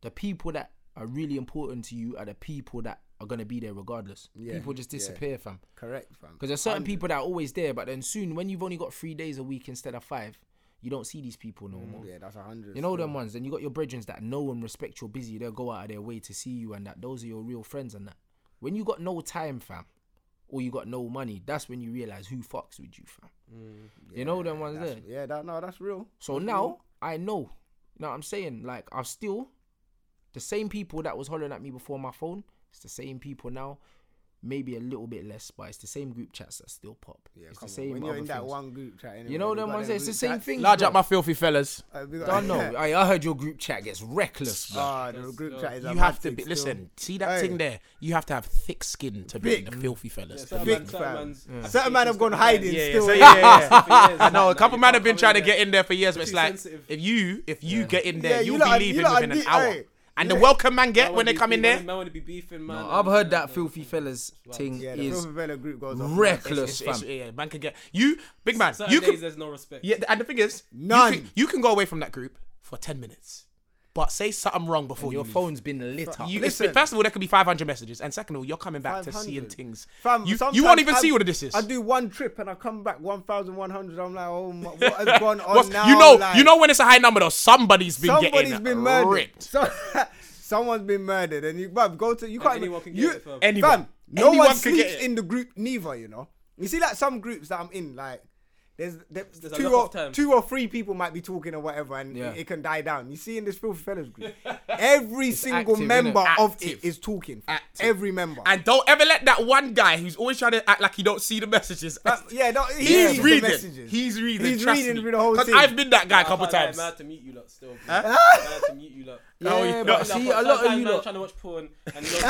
[SPEAKER 5] the people that are really important to you are the people that are gonna be there regardless.
[SPEAKER 3] Yeah,
[SPEAKER 5] people just
[SPEAKER 3] yeah.
[SPEAKER 5] disappear, fam.
[SPEAKER 3] correct, fam.
[SPEAKER 5] Because there's certain people that are always there, but then soon when you've only got three days a week instead of five, you don't see these people no more.
[SPEAKER 3] Mm, yeah, that's a hundred.
[SPEAKER 5] You know them ones, and you got your brethrens that know and respect you're busy. They'll go out of their way to see you, and that those are your real friends and that. When you got no time, fam, or you got no money, that's when you realize who fucks with you, fam. you know them ones there.
[SPEAKER 3] That's- Mm, Yeah, that no, that's real.
[SPEAKER 5] So now I know. You know what I'm saying? Like I'm still the same people that was hollering at me before my phone. It's the same people now. Maybe a little bit less, but it's the same group chats that still pop.
[SPEAKER 3] Yeah,
[SPEAKER 5] it's
[SPEAKER 3] come
[SPEAKER 5] the
[SPEAKER 3] on.
[SPEAKER 5] same.
[SPEAKER 3] When you're
[SPEAKER 5] other
[SPEAKER 3] in that
[SPEAKER 5] things.
[SPEAKER 3] one group chat, anyway,
[SPEAKER 5] you know
[SPEAKER 3] we
[SPEAKER 5] them
[SPEAKER 3] got
[SPEAKER 5] ones. there, It's the
[SPEAKER 3] group
[SPEAKER 5] same
[SPEAKER 3] chats.
[SPEAKER 5] thing.
[SPEAKER 2] Large up my filthy fellas.
[SPEAKER 3] Uh, we got-
[SPEAKER 5] Don't know. I, I heard your group chat gets reckless. bro.
[SPEAKER 3] Ah, the group chat is a
[SPEAKER 2] You
[SPEAKER 3] mad
[SPEAKER 2] have to
[SPEAKER 3] thing
[SPEAKER 2] be,
[SPEAKER 3] still.
[SPEAKER 2] listen. See that
[SPEAKER 3] Hey.
[SPEAKER 2] thing there? You have to have thick skin to be in the filthy fellas.
[SPEAKER 1] Certain
[SPEAKER 3] Big
[SPEAKER 1] man-
[SPEAKER 3] fam.
[SPEAKER 1] certain man's- I've
[SPEAKER 3] Certain
[SPEAKER 1] seen
[SPEAKER 3] man have
[SPEAKER 1] things
[SPEAKER 3] gone
[SPEAKER 1] that-
[SPEAKER 3] hiding
[SPEAKER 1] Yeah,
[SPEAKER 3] still.
[SPEAKER 2] so
[SPEAKER 3] yeah.
[SPEAKER 2] I know a
[SPEAKER 1] Like,
[SPEAKER 2] couple
[SPEAKER 1] you
[SPEAKER 2] men
[SPEAKER 1] can't
[SPEAKER 2] have been
[SPEAKER 1] come
[SPEAKER 2] trying to
[SPEAKER 1] in
[SPEAKER 2] get in there for years, but
[SPEAKER 1] It's
[SPEAKER 2] it's
[SPEAKER 1] too
[SPEAKER 2] like
[SPEAKER 1] sensitive.
[SPEAKER 2] if you if you get in there,
[SPEAKER 3] Yeah, you
[SPEAKER 2] you'll
[SPEAKER 3] lot are-
[SPEAKER 2] be
[SPEAKER 3] you
[SPEAKER 2] leaving
[SPEAKER 3] lot are
[SPEAKER 2] within an
[SPEAKER 3] deep,
[SPEAKER 2] hour.
[SPEAKER 3] hey.
[SPEAKER 2] And the welcome man
[SPEAKER 1] I
[SPEAKER 2] get
[SPEAKER 1] wanna
[SPEAKER 2] when they
[SPEAKER 1] be
[SPEAKER 2] come in
[SPEAKER 1] beefing,
[SPEAKER 2] there.
[SPEAKER 1] Man want to be beefing, man.
[SPEAKER 5] I've heard that
[SPEAKER 1] No,
[SPEAKER 5] filthy fellas
[SPEAKER 1] Well,
[SPEAKER 5] thing
[SPEAKER 3] Yeah, the
[SPEAKER 5] is
[SPEAKER 3] Filthy Fella group goes off.
[SPEAKER 2] It's-
[SPEAKER 5] reckless,
[SPEAKER 2] it's-
[SPEAKER 5] fam.
[SPEAKER 2] yeah, man can get you, big man.
[SPEAKER 1] Certain
[SPEAKER 2] You
[SPEAKER 1] days
[SPEAKER 2] can
[SPEAKER 1] there's no respect.
[SPEAKER 2] yeah, and the thing is, you
[SPEAKER 3] None.
[SPEAKER 2] can- You can go away from that group for ten minutes, but say something wrong before you
[SPEAKER 5] Your
[SPEAKER 2] leave.
[SPEAKER 5] phone's been lit up.
[SPEAKER 2] You,
[SPEAKER 3] Listen.
[SPEAKER 2] it's- first of all, there could be 500 messages, and second of all, you're coming back to seeing
[SPEAKER 3] 500.
[SPEAKER 2] things.
[SPEAKER 3] Fam,
[SPEAKER 2] you, you won't
[SPEAKER 3] sometimes
[SPEAKER 2] even
[SPEAKER 3] I-
[SPEAKER 2] see what this is.
[SPEAKER 3] I do one trip and I come back 1,100. I'm like, oh my, what has gone on
[SPEAKER 2] What's-
[SPEAKER 3] now?
[SPEAKER 2] you know,
[SPEAKER 3] like,
[SPEAKER 2] you know when it's a high number though. Somebody's been
[SPEAKER 3] somebody's
[SPEAKER 2] getting
[SPEAKER 3] been murdered.
[SPEAKER 2] ripped.
[SPEAKER 3] So, someone's been murdered, and you, bruv, go to you can't.
[SPEAKER 1] anyone
[SPEAKER 3] even-
[SPEAKER 1] can get
[SPEAKER 3] you,
[SPEAKER 1] it, fam.
[SPEAKER 2] Anyone.
[SPEAKER 3] Fam, no
[SPEAKER 2] Anyone
[SPEAKER 3] one
[SPEAKER 2] can get
[SPEAKER 3] sleeps
[SPEAKER 2] it.
[SPEAKER 3] in the group neither. You know, you see, like some groups that I'm in, like. There's, there-
[SPEAKER 1] There's a
[SPEAKER 3] two,
[SPEAKER 1] lock-off
[SPEAKER 3] or,
[SPEAKER 1] time.
[SPEAKER 3] two or three people might be talking or whatever, and
[SPEAKER 5] Yeah.
[SPEAKER 3] it, it can die down. You see in this filthy fellas group, every single
[SPEAKER 5] active, innit?
[SPEAKER 3] member of it
[SPEAKER 2] Active.
[SPEAKER 3] is talking. fam.
[SPEAKER 2] Active.
[SPEAKER 3] Every member.
[SPEAKER 2] And don't ever let that one guy who's always trying to act like he don't see the messages.
[SPEAKER 3] Fam, yeah, no, he
[SPEAKER 2] he's,
[SPEAKER 3] reads the
[SPEAKER 2] reading.
[SPEAKER 3] messages.
[SPEAKER 2] he's reading.
[SPEAKER 3] He's
[SPEAKER 2] trust
[SPEAKER 3] reading
[SPEAKER 2] me.
[SPEAKER 3] through the whole
[SPEAKER 2] 'Cause
[SPEAKER 3] thing.
[SPEAKER 2] I've been that guy a
[SPEAKER 1] I
[SPEAKER 2] couple
[SPEAKER 1] can't lie,
[SPEAKER 2] times.
[SPEAKER 1] I'm mad to meet you lot still. bro. I'm mad to meet you lot.
[SPEAKER 2] Oh,
[SPEAKER 5] yeah,
[SPEAKER 2] you-
[SPEAKER 5] but
[SPEAKER 2] no,
[SPEAKER 1] Like,
[SPEAKER 5] see, a lot of
[SPEAKER 1] sometimes
[SPEAKER 5] you
[SPEAKER 1] man
[SPEAKER 5] lot.
[SPEAKER 1] trying to watch porn and you're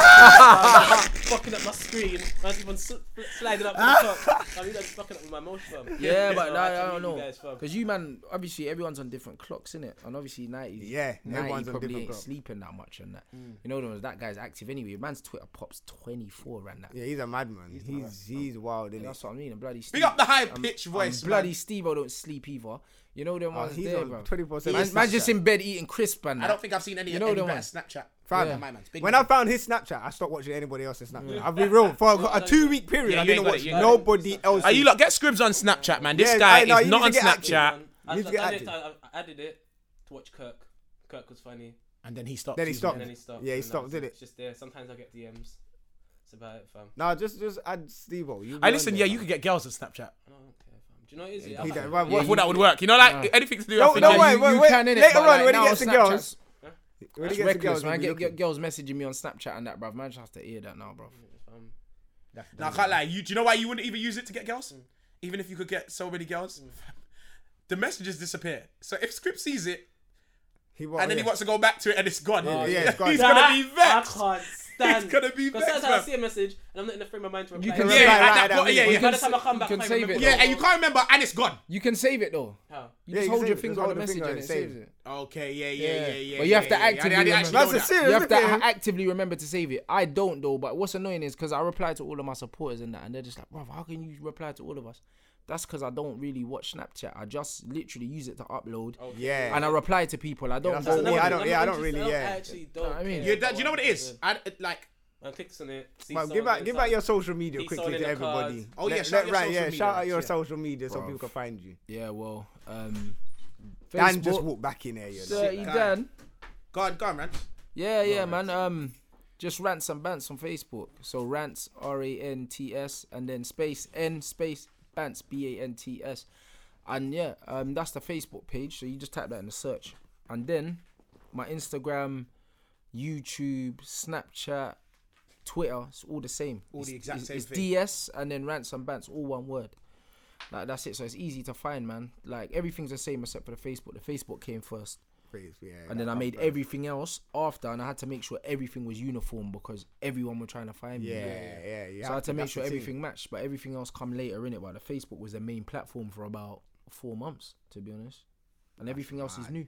[SPEAKER 1] fucking up my screen. Man's even s- sliding up to the top. I mean, that's fucking up with my mouth, fam.
[SPEAKER 5] Yeah, but
[SPEAKER 1] So
[SPEAKER 5] nah,
[SPEAKER 1] I
[SPEAKER 5] I
[SPEAKER 1] have to
[SPEAKER 5] don't
[SPEAKER 1] meet you
[SPEAKER 5] know.
[SPEAKER 1] guys, fam.
[SPEAKER 5] Because you, man, obviously everyone's on different clocks, innit? And obviously 90,
[SPEAKER 3] Yeah,
[SPEAKER 5] 90
[SPEAKER 3] everyone's on
[SPEAKER 5] probably
[SPEAKER 3] different
[SPEAKER 5] ain't
[SPEAKER 3] clocks.
[SPEAKER 5] sleeping that much and that. You know, those- that guy's active anyway. Man's Twitter pops 24 right now.
[SPEAKER 3] Yeah, he's a madman. He's he's, wild, isn't
[SPEAKER 5] That's what I mean. And bloody Steve.
[SPEAKER 2] Big up the high pitch
[SPEAKER 5] and
[SPEAKER 2] voice.
[SPEAKER 5] bloody Steve, I don't sleep either. You know them
[SPEAKER 3] Oh,
[SPEAKER 5] ones
[SPEAKER 3] he's
[SPEAKER 5] there,
[SPEAKER 3] on
[SPEAKER 5] bro.
[SPEAKER 3] 24/7
[SPEAKER 5] Man, man's just
[SPEAKER 3] Snapchat.
[SPEAKER 5] in bed eating crisp and
[SPEAKER 2] man. I
[SPEAKER 5] that.
[SPEAKER 2] don't think I've seen any.
[SPEAKER 5] You know
[SPEAKER 2] any
[SPEAKER 5] the
[SPEAKER 2] better
[SPEAKER 5] one.
[SPEAKER 2] Snapchat.
[SPEAKER 3] Fam,
[SPEAKER 2] than my man's. Big
[SPEAKER 3] When
[SPEAKER 2] man.
[SPEAKER 3] I found his Snapchat, I stopped watching anybody else's Snapchat. I'll be real. For a, a two week period,
[SPEAKER 2] Yeah,
[SPEAKER 3] I
[SPEAKER 2] you
[SPEAKER 3] didn't
[SPEAKER 2] ain't got
[SPEAKER 3] watch
[SPEAKER 2] it, you ain't got it.
[SPEAKER 3] nobody else.
[SPEAKER 2] Are you like get scribs on Snapchat, man? This
[SPEAKER 3] Yeah,
[SPEAKER 2] guy
[SPEAKER 3] I know,
[SPEAKER 2] is
[SPEAKER 3] you
[SPEAKER 2] not
[SPEAKER 3] need
[SPEAKER 2] on
[SPEAKER 3] to get active.
[SPEAKER 2] Snapchat.
[SPEAKER 1] I,
[SPEAKER 3] Needs to get
[SPEAKER 1] I,
[SPEAKER 3] active.
[SPEAKER 1] I, I added it to watch Kirk. Kirk was funny,
[SPEAKER 2] And then he stopped.
[SPEAKER 3] Then he
[SPEAKER 2] using
[SPEAKER 3] stopped.
[SPEAKER 1] and then he stopped.
[SPEAKER 3] Yeah, he
[SPEAKER 1] and that
[SPEAKER 3] stopped,
[SPEAKER 1] was
[SPEAKER 3] did
[SPEAKER 1] It's just there. Sometimes I get DMs. That's about it, fam.
[SPEAKER 3] Nah, just just add Steve O.
[SPEAKER 2] I listen. Yeah, you could get girls on Snapchat.
[SPEAKER 1] I don't care, fam. Do you know what it is? Yeah,
[SPEAKER 3] He
[SPEAKER 1] I-
[SPEAKER 3] don't- why-
[SPEAKER 2] I
[SPEAKER 3] why-
[SPEAKER 2] thought that would work. You know, like
[SPEAKER 5] Nah.
[SPEAKER 2] anything to do.
[SPEAKER 3] Don't-
[SPEAKER 2] with
[SPEAKER 3] don't
[SPEAKER 2] Virginia.
[SPEAKER 3] worry, wait, wait.
[SPEAKER 5] innit?
[SPEAKER 3] Later
[SPEAKER 5] But,
[SPEAKER 3] on, when he
[SPEAKER 5] now
[SPEAKER 3] gets the
[SPEAKER 5] Snapchat's
[SPEAKER 3] girls, When he gets
[SPEAKER 5] It's
[SPEAKER 3] the girls,
[SPEAKER 5] reckless, man.
[SPEAKER 3] we'll be
[SPEAKER 5] Get, get
[SPEAKER 3] looking.
[SPEAKER 5] girls messaging me on Snapchat and that, bruv. Man, just have to hear that now, bruv.
[SPEAKER 1] fam.
[SPEAKER 2] Nah, I can't lie. You, do you know why you wouldn't even use it to get girls? Even if you could get so many girls, the messages disappear. So if Script sees it
[SPEAKER 3] He
[SPEAKER 2] and then he wants to go back to it and it's gone,
[SPEAKER 3] Oh, yeah, it's gone.
[SPEAKER 2] he's
[SPEAKER 3] That-
[SPEAKER 2] gonna be vexed.
[SPEAKER 1] I can't stand.
[SPEAKER 2] He's gonna be
[SPEAKER 1] Because
[SPEAKER 2] vexed,
[SPEAKER 1] sometimes I
[SPEAKER 2] bruv.
[SPEAKER 1] see a message and I'm not in the frame of mind to reply.
[SPEAKER 5] You can
[SPEAKER 2] Yeah,
[SPEAKER 3] Right,
[SPEAKER 2] at
[SPEAKER 3] right,
[SPEAKER 2] that point-
[SPEAKER 3] right, right.
[SPEAKER 2] yeah,
[SPEAKER 1] By
[SPEAKER 2] yeah,
[SPEAKER 1] the time I come back,
[SPEAKER 5] you
[SPEAKER 1] I
[SPEAKER 5] can
[SPEAKER 1] can't
[SPEAKER 5] save
[SPEAKER 1] even
[SPEAKER 5] it.
[SPEAKER 1] remember
[SPEAKER 2] yeah.
[SPEAKER 5] though.
[SPEAKER 2] And you can't remember, and it's gone.
[SPEAKER 5] You can save it though.
[SPEAKER 1] How?
[SPEAKER 5] You
[SPEAKER 3] Yeah,
[SPEAKER 5] just
[SPEAKER 3] you
[SPEAKER 5] hold
[SPEAKER 3] save
[SPEAKER 5] your
[SPEAKER 3] it, just
[SPEAKER 5] finger
[SPEAKER 3] hold
[SPEAKER 5] on the
[SPEAKER 3] the
[SPEAKER 5] message
[SPEAKER 3] finger
[SPEAKER 5] and
[SPEAKER 3] and
[SPEAKER 5] it
[SPEAKER 3] save
[SPEAKER 5] saves
[SPEAKER 3] it.
[SPEAKER 5] it.
[SPEAKER 2] Okay, yeah, yeah,
[SPEAKER 5] Yeah.
[SPEAKER 2] yeah, yeah.
[SPEAKER 5] But you
[SPEAKER 2] yeah,
[SPEAKER 5] have to
[SPEAKER 2] yeah, yeah. I didn't- I
[SPEAKER 5] actively
[SPEAKER 2] didn't actually
[SPEAKER 3] That's
[SPEAKER 2] know
[SPEAKER 3] a
[SPEAKER 2] that.
[SPEAKER 3] serious.
[SPEAKER 5] You have
[SPEAKER 3] look
[SPEAKER 5] to
[SPEAKER 3] at
[SPEAKER 5] ha-
[SPEAKER 3] him.
[SPEAKER 5] actively remember to save it. I don't though, but what's annoying is because I reply to all of my supporters and that, and they're just like, bro, how can you reply to all of us? That's because I don't really watch Snapchat. I just literally use it to upload,
[SPEAKER 3] Oh, Yeah.
[SPEAKER 5] and I reply to people. I don't
[SPEAKER 3] that's
[SPEAKER 5] go.
[SPEAKER 3] another
[SPEAKER 5] on-
[SPEAKER 3] I don't-
[SPEAKER 1] I'm
[SPEAKER 3] yeah,
[SPEAKER 1] not
[SPEAKER 3] I don't
[SPEAKER 1] interested.
[SPEAKER 3] really,
[SPEAKER 1] I
[SPEAKER 3] yeah.
[SPEAKER 1] actually don't.
[SPEAKER 5] I mean-
[SPEAKER 1] care
[SPEAKER 2] Yeah, that-
[SPEAKER 1] about
[SPEAKER 2] you know what it
[SPEAKER 1] people
[SPEAKER 2] is? I, it- like
[SPEAKER 1] I clicked on it. see
[SPEAKER 3] But
[SPEAKER 1] someone
[SPEAKER 3] give out
[SPEAKER 1] that's
[SPEAKER 3] give
[SPEAKER 1] like-
[SPEAKER 3] out your social media
[SPEAKER 1] He's
[SPEAKER 3] quickly
[SPEAKER 1] selling
[SPEAKER 3] to
[SPEAKER 1] the
[SPEAKER 3] everybody.
[SPEAKER 1] cards.
[SPEAKER 6] Oh, yeah,
[SPEAKER 3] Let-
[SPEAKER 6] shout
[SPEAKER 3] let-
[SPEAKER 6] your
[SPEAKER 3] right,
[SPEAKER 6] social
[SPEAKER 3] yeah,
[SPEAKER 6] media,
[SPEAKER 3] shout out your
[SPEAKER 6] yeah.
[SPEAKER 3] social media so
[SPEAKER 5] Bruv.
[SPEAKER 3] people can find you.
[SPEAKER 5] Yeah, well, um,
[SPEAKER 3] Dan just
[SPEAKER 5] Facebook,
[SPEAKER 3] walked back in here, you know.
[SPEAKER 5] Dirty Dan.
[SPEAKER 6] Go on, go on, man.
[SPEAKER 5] Yeah, yeah, man. Um, just rants and bants on Facebook. So rants, R A N T S, and then space N space bants, B A N T S, and yeah, um, that's the Facebook page. So you just type that in the search, and then my Instagram, YouTube, Snapchat, Twitter, it's all the same.
[SPEAKER 6] All
[SPEAKER 5] It's-
[SPEAKER 6] the exact
[SPEAKER 5] it's,
[SPEAKER 6] same
[SPEAKER 5] it's
[SPEAKER 6] thing.
[SPEAKER 5] DS and then rants and bants, all one word. Like that's it. So it's easy to find, man. Like everything's the same except for the Facebook. The Facebook came first
[SPEAKER 3] Please, yeah,
[SPEAKER 5] and then I made everything else after, and I had to make sure everything was uniform because everyone were trying to find
[SPEAKER 3] Yeah,
[SPEAKER 5] me.
[SPEAKER 3] yeah, yeah. you
[SPEAKER 5] So
[SPEAKER 3] have
[SPEAKER 5] I had to make
[SPEAKER 3] that's
[SPEAKER 5] sure
[SPEAKER 3] the thing.
[SPEAKER 5] everything matched, but everything else come later in it. But the Facebook was the main platform for about four months, to be honest, and everything else is
[SPEAKER 3] mad.
[SPEAKER 5] new.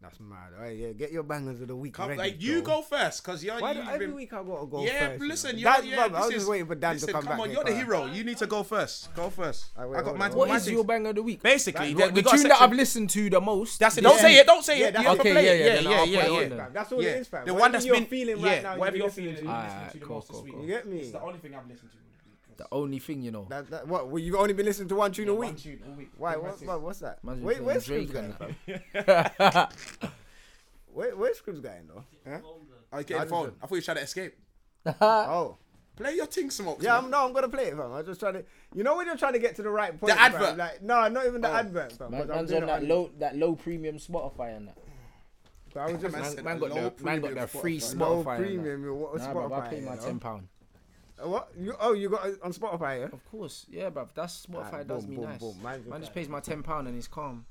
[SPEAKER 3] That's mad. All right, yeah, get your bangers of the week.
[SPEAKER 6] Come,
[SPEAKER 3] ready,
[SPEAKER 6] like you
[SPEAKER 3] bro.
[SPEAKER 6] go first, cause you're
[SPEAKER 3] Why do,
[SPEAKER 6] you've
[SPEAKER 3] every
[SPEAKER 6] been-
[SPEAKER 3] week I gotta go
[SPEAKER 6] yeah,
[SPEAKER 3] first?
[SPEAKER 6] but listen,
[SPEAKER 3] you
[SPEAKER 6] you're,
[SPEAKER 3] know? Dan,
[SPEAKER 6] yeah,
[SPEAKER 3] bruv,
[SPEAKER 6] this
[SPEAKER 3] I was
[SPEAKER 6] is,
[SPEAKER 3] just waiting for Dan
[SPEAKER 6] listen,
[SPEAKER 3] to come,
[SPEAKER 6] come
[SPEAKER 3] back.
[SPEAKER 6] on,
[SPEAKER 3] here,
[SPEAKER 6] you're the
[SPEAKER 3] bruh.
[SPEAKER 6] hero. You need to go first. Go first.
[SPEAKER 3] All right,
[SPEAKER 6] I got
[SPEAKER 3] hold
[SPEAKER 6] my.
[SPEAKER 3] on,
[SPEAKER 5] What
[SPEAKER 6] my
[SPEAKER 5] is
[SPEAKER 6] things.
[SPEAKER 5] your bang of the week?
[SPEAKER 6] Basically,
[SPEAKER 5] The,
[SPEAKER 6] that-
[SPEAKER 5] the
[SPEAKER 6] we got a
[SPEAKER 5] tune that I've
[SPEAKER 6] section-
[SPEAKER 5] listened to the most.
[SPEAKER 6] That's it.
[SPEAKER 5] this
[SPEAKER 6] Don't say
[SPEAKER 5] week.
[SPEAKER 6] it. Don't say
[SPEAKER 3] Yeah,
[SPEAKER 6] it.
[SPEAKER 3] that's
[SPEAKER 6] You have
[SPEAKER 3] it.
[SPEAKER 6] to
[SPEAKER 5] Okay,
[SPEAKER 6] play
[SPEAKER 5] yeah,
[SPEAKER 6] it.
[SPEAKER 5] yeah,
[SPEAKER 6] Yeah,
[SPEAKER 5] then
[SPEAKER 6] yeah,
[SPEAKER 5] I'll
[SPEAKER 6] yeah,
[SPEAKER 5] put it
[SPEAKER 6] yeah.
[SPEAKER 5] on
[SPEAKER 3] Fam,
[SPEAKER 5] then.
[SPEAKER 3] That's all
[SPEAKER 6] Yeah.
[SPEAKER 3] it is, fam.
[SPEAKER 6] The
[SPEAKER 3] Whatever
[SPEAKER 6] one that's
[SPEAKER 3] you're
[SPEAKER 6] been-
[SPEAKER 3] feeling
[SPEAKER 6] yeah,
[SPEAKER 3] right now.
[SPEAKER 6] whatever
[SPEAKER 3] you're
[SPEAKER 6] you're
[SPEAKER 3] feeling.
[SPEAKER 5] Ah,
[SPEAKER 1] listening to the
[SPEAKER 5] cool,
[SPEAKER 1] most this
[SPEAKER 5] cool,
[SPEAKER 1] week.
[SPEAKER 5] cool.
[SPEAKER 3] You get me?
[SPEAKER 1] It's the only thing I've listened to. all week.
[SPEAKER 5] The only thing you know.
[SPEAKER 3] That, that, what? Well, you've only been listening to one tune a
[SPEAKER 1] One
[SPEAKER 3] week.
[SPEAKER 1] tune all week.
[SPEAKER 3] Why?
[SPEAKER 1] Progressive.
[SPEAKER 3] What, what, what's that?
[SPEAKER 5] Imagine
[SPEAKER 3] Wait,
[SPEAKER 5] playing
[SPEAKER 3] where's
[SPEAKER 5] Drake
[SPEAKER 3] Scribs going,
[SPEAKER 5] and
[SPEAKER 3] fam? Where, where's Scribs going, though? Huh?
[SPEAKER 6] I was getting
[SPEAKER 3] I
[SPEAKER 6] phone.
[SPEAKER 3] just-
[SPEAKER 6] I thought you were trying to escape.
[SPEAKER 3] Oh.
[SPEAKER 6] Play your thing, smoke.
[SPEAKER 3] Yeah,
[SPEAKER 6] man.
[SPEAKER 3] I'm, no, I'm gonna play it, fam. I was just trying to, you know, when you're trying to get to the right point.
[SPEAKER 6] advert. Oh.
[SPEAKER 3] fam, like, no, not even the advert, fam. 'cause
[SPEAKER 5] Man,
[SPEAKER 3] I'm
[SPEAKER 5] man's
[SPEAKER 3] doing
[SPEAKER 5] on
[SPEAKER 3] it
[SPEAKER 5] that low, that low premium Spotify and that.
[SPEAKER 3] but I was just
[SPEAKER 6] Man
[SPEAKER 5] Man,
[SPEAKER 6] said
[SPEAKER 5] man
[SPEAKER 6] a
[SPEAKER 5] got
[SPEAKER 6] low
[SPEAKER 5] the man got
[SPEAKER 6] premium
[SPEAKER 5] the free
[SPEAKER 6] Spotify.
[SPEAKER 5] Spotify.
[SPEAKER 3] low
[SPEAKER 5] and that.
[SPEAKER 3] premium. you know, What
[SPEAKER 5] Nah,
[SPEAKER 3] Spotify?
[SPEAKER 5] bruv, I paid
[SPEAKER 3] you
[SPEAKER 5] my
[SPEAKER 3] know?
[SPEAKER 5] ten pound.
[SPEAKER 3] Uh, What? You, oh, you got it on Spotify? Yeah?
[SPEAKER 5] Of course, yeah, bruv. That's Spotify
[SPEAKER 3] Alright,
[SPEAKER 5] does
[SPEAKER 3] boom,
[SPEAKER 5] me
[SPEAKER 3] boom,
[SPEAKER 5] nice.
[SPEAKER 3] boom. Mine's
[SPEAKER 5] Man
[SPEAKER 3] okay.
[SPEAKER 5] just pays my ten pound and he's calm.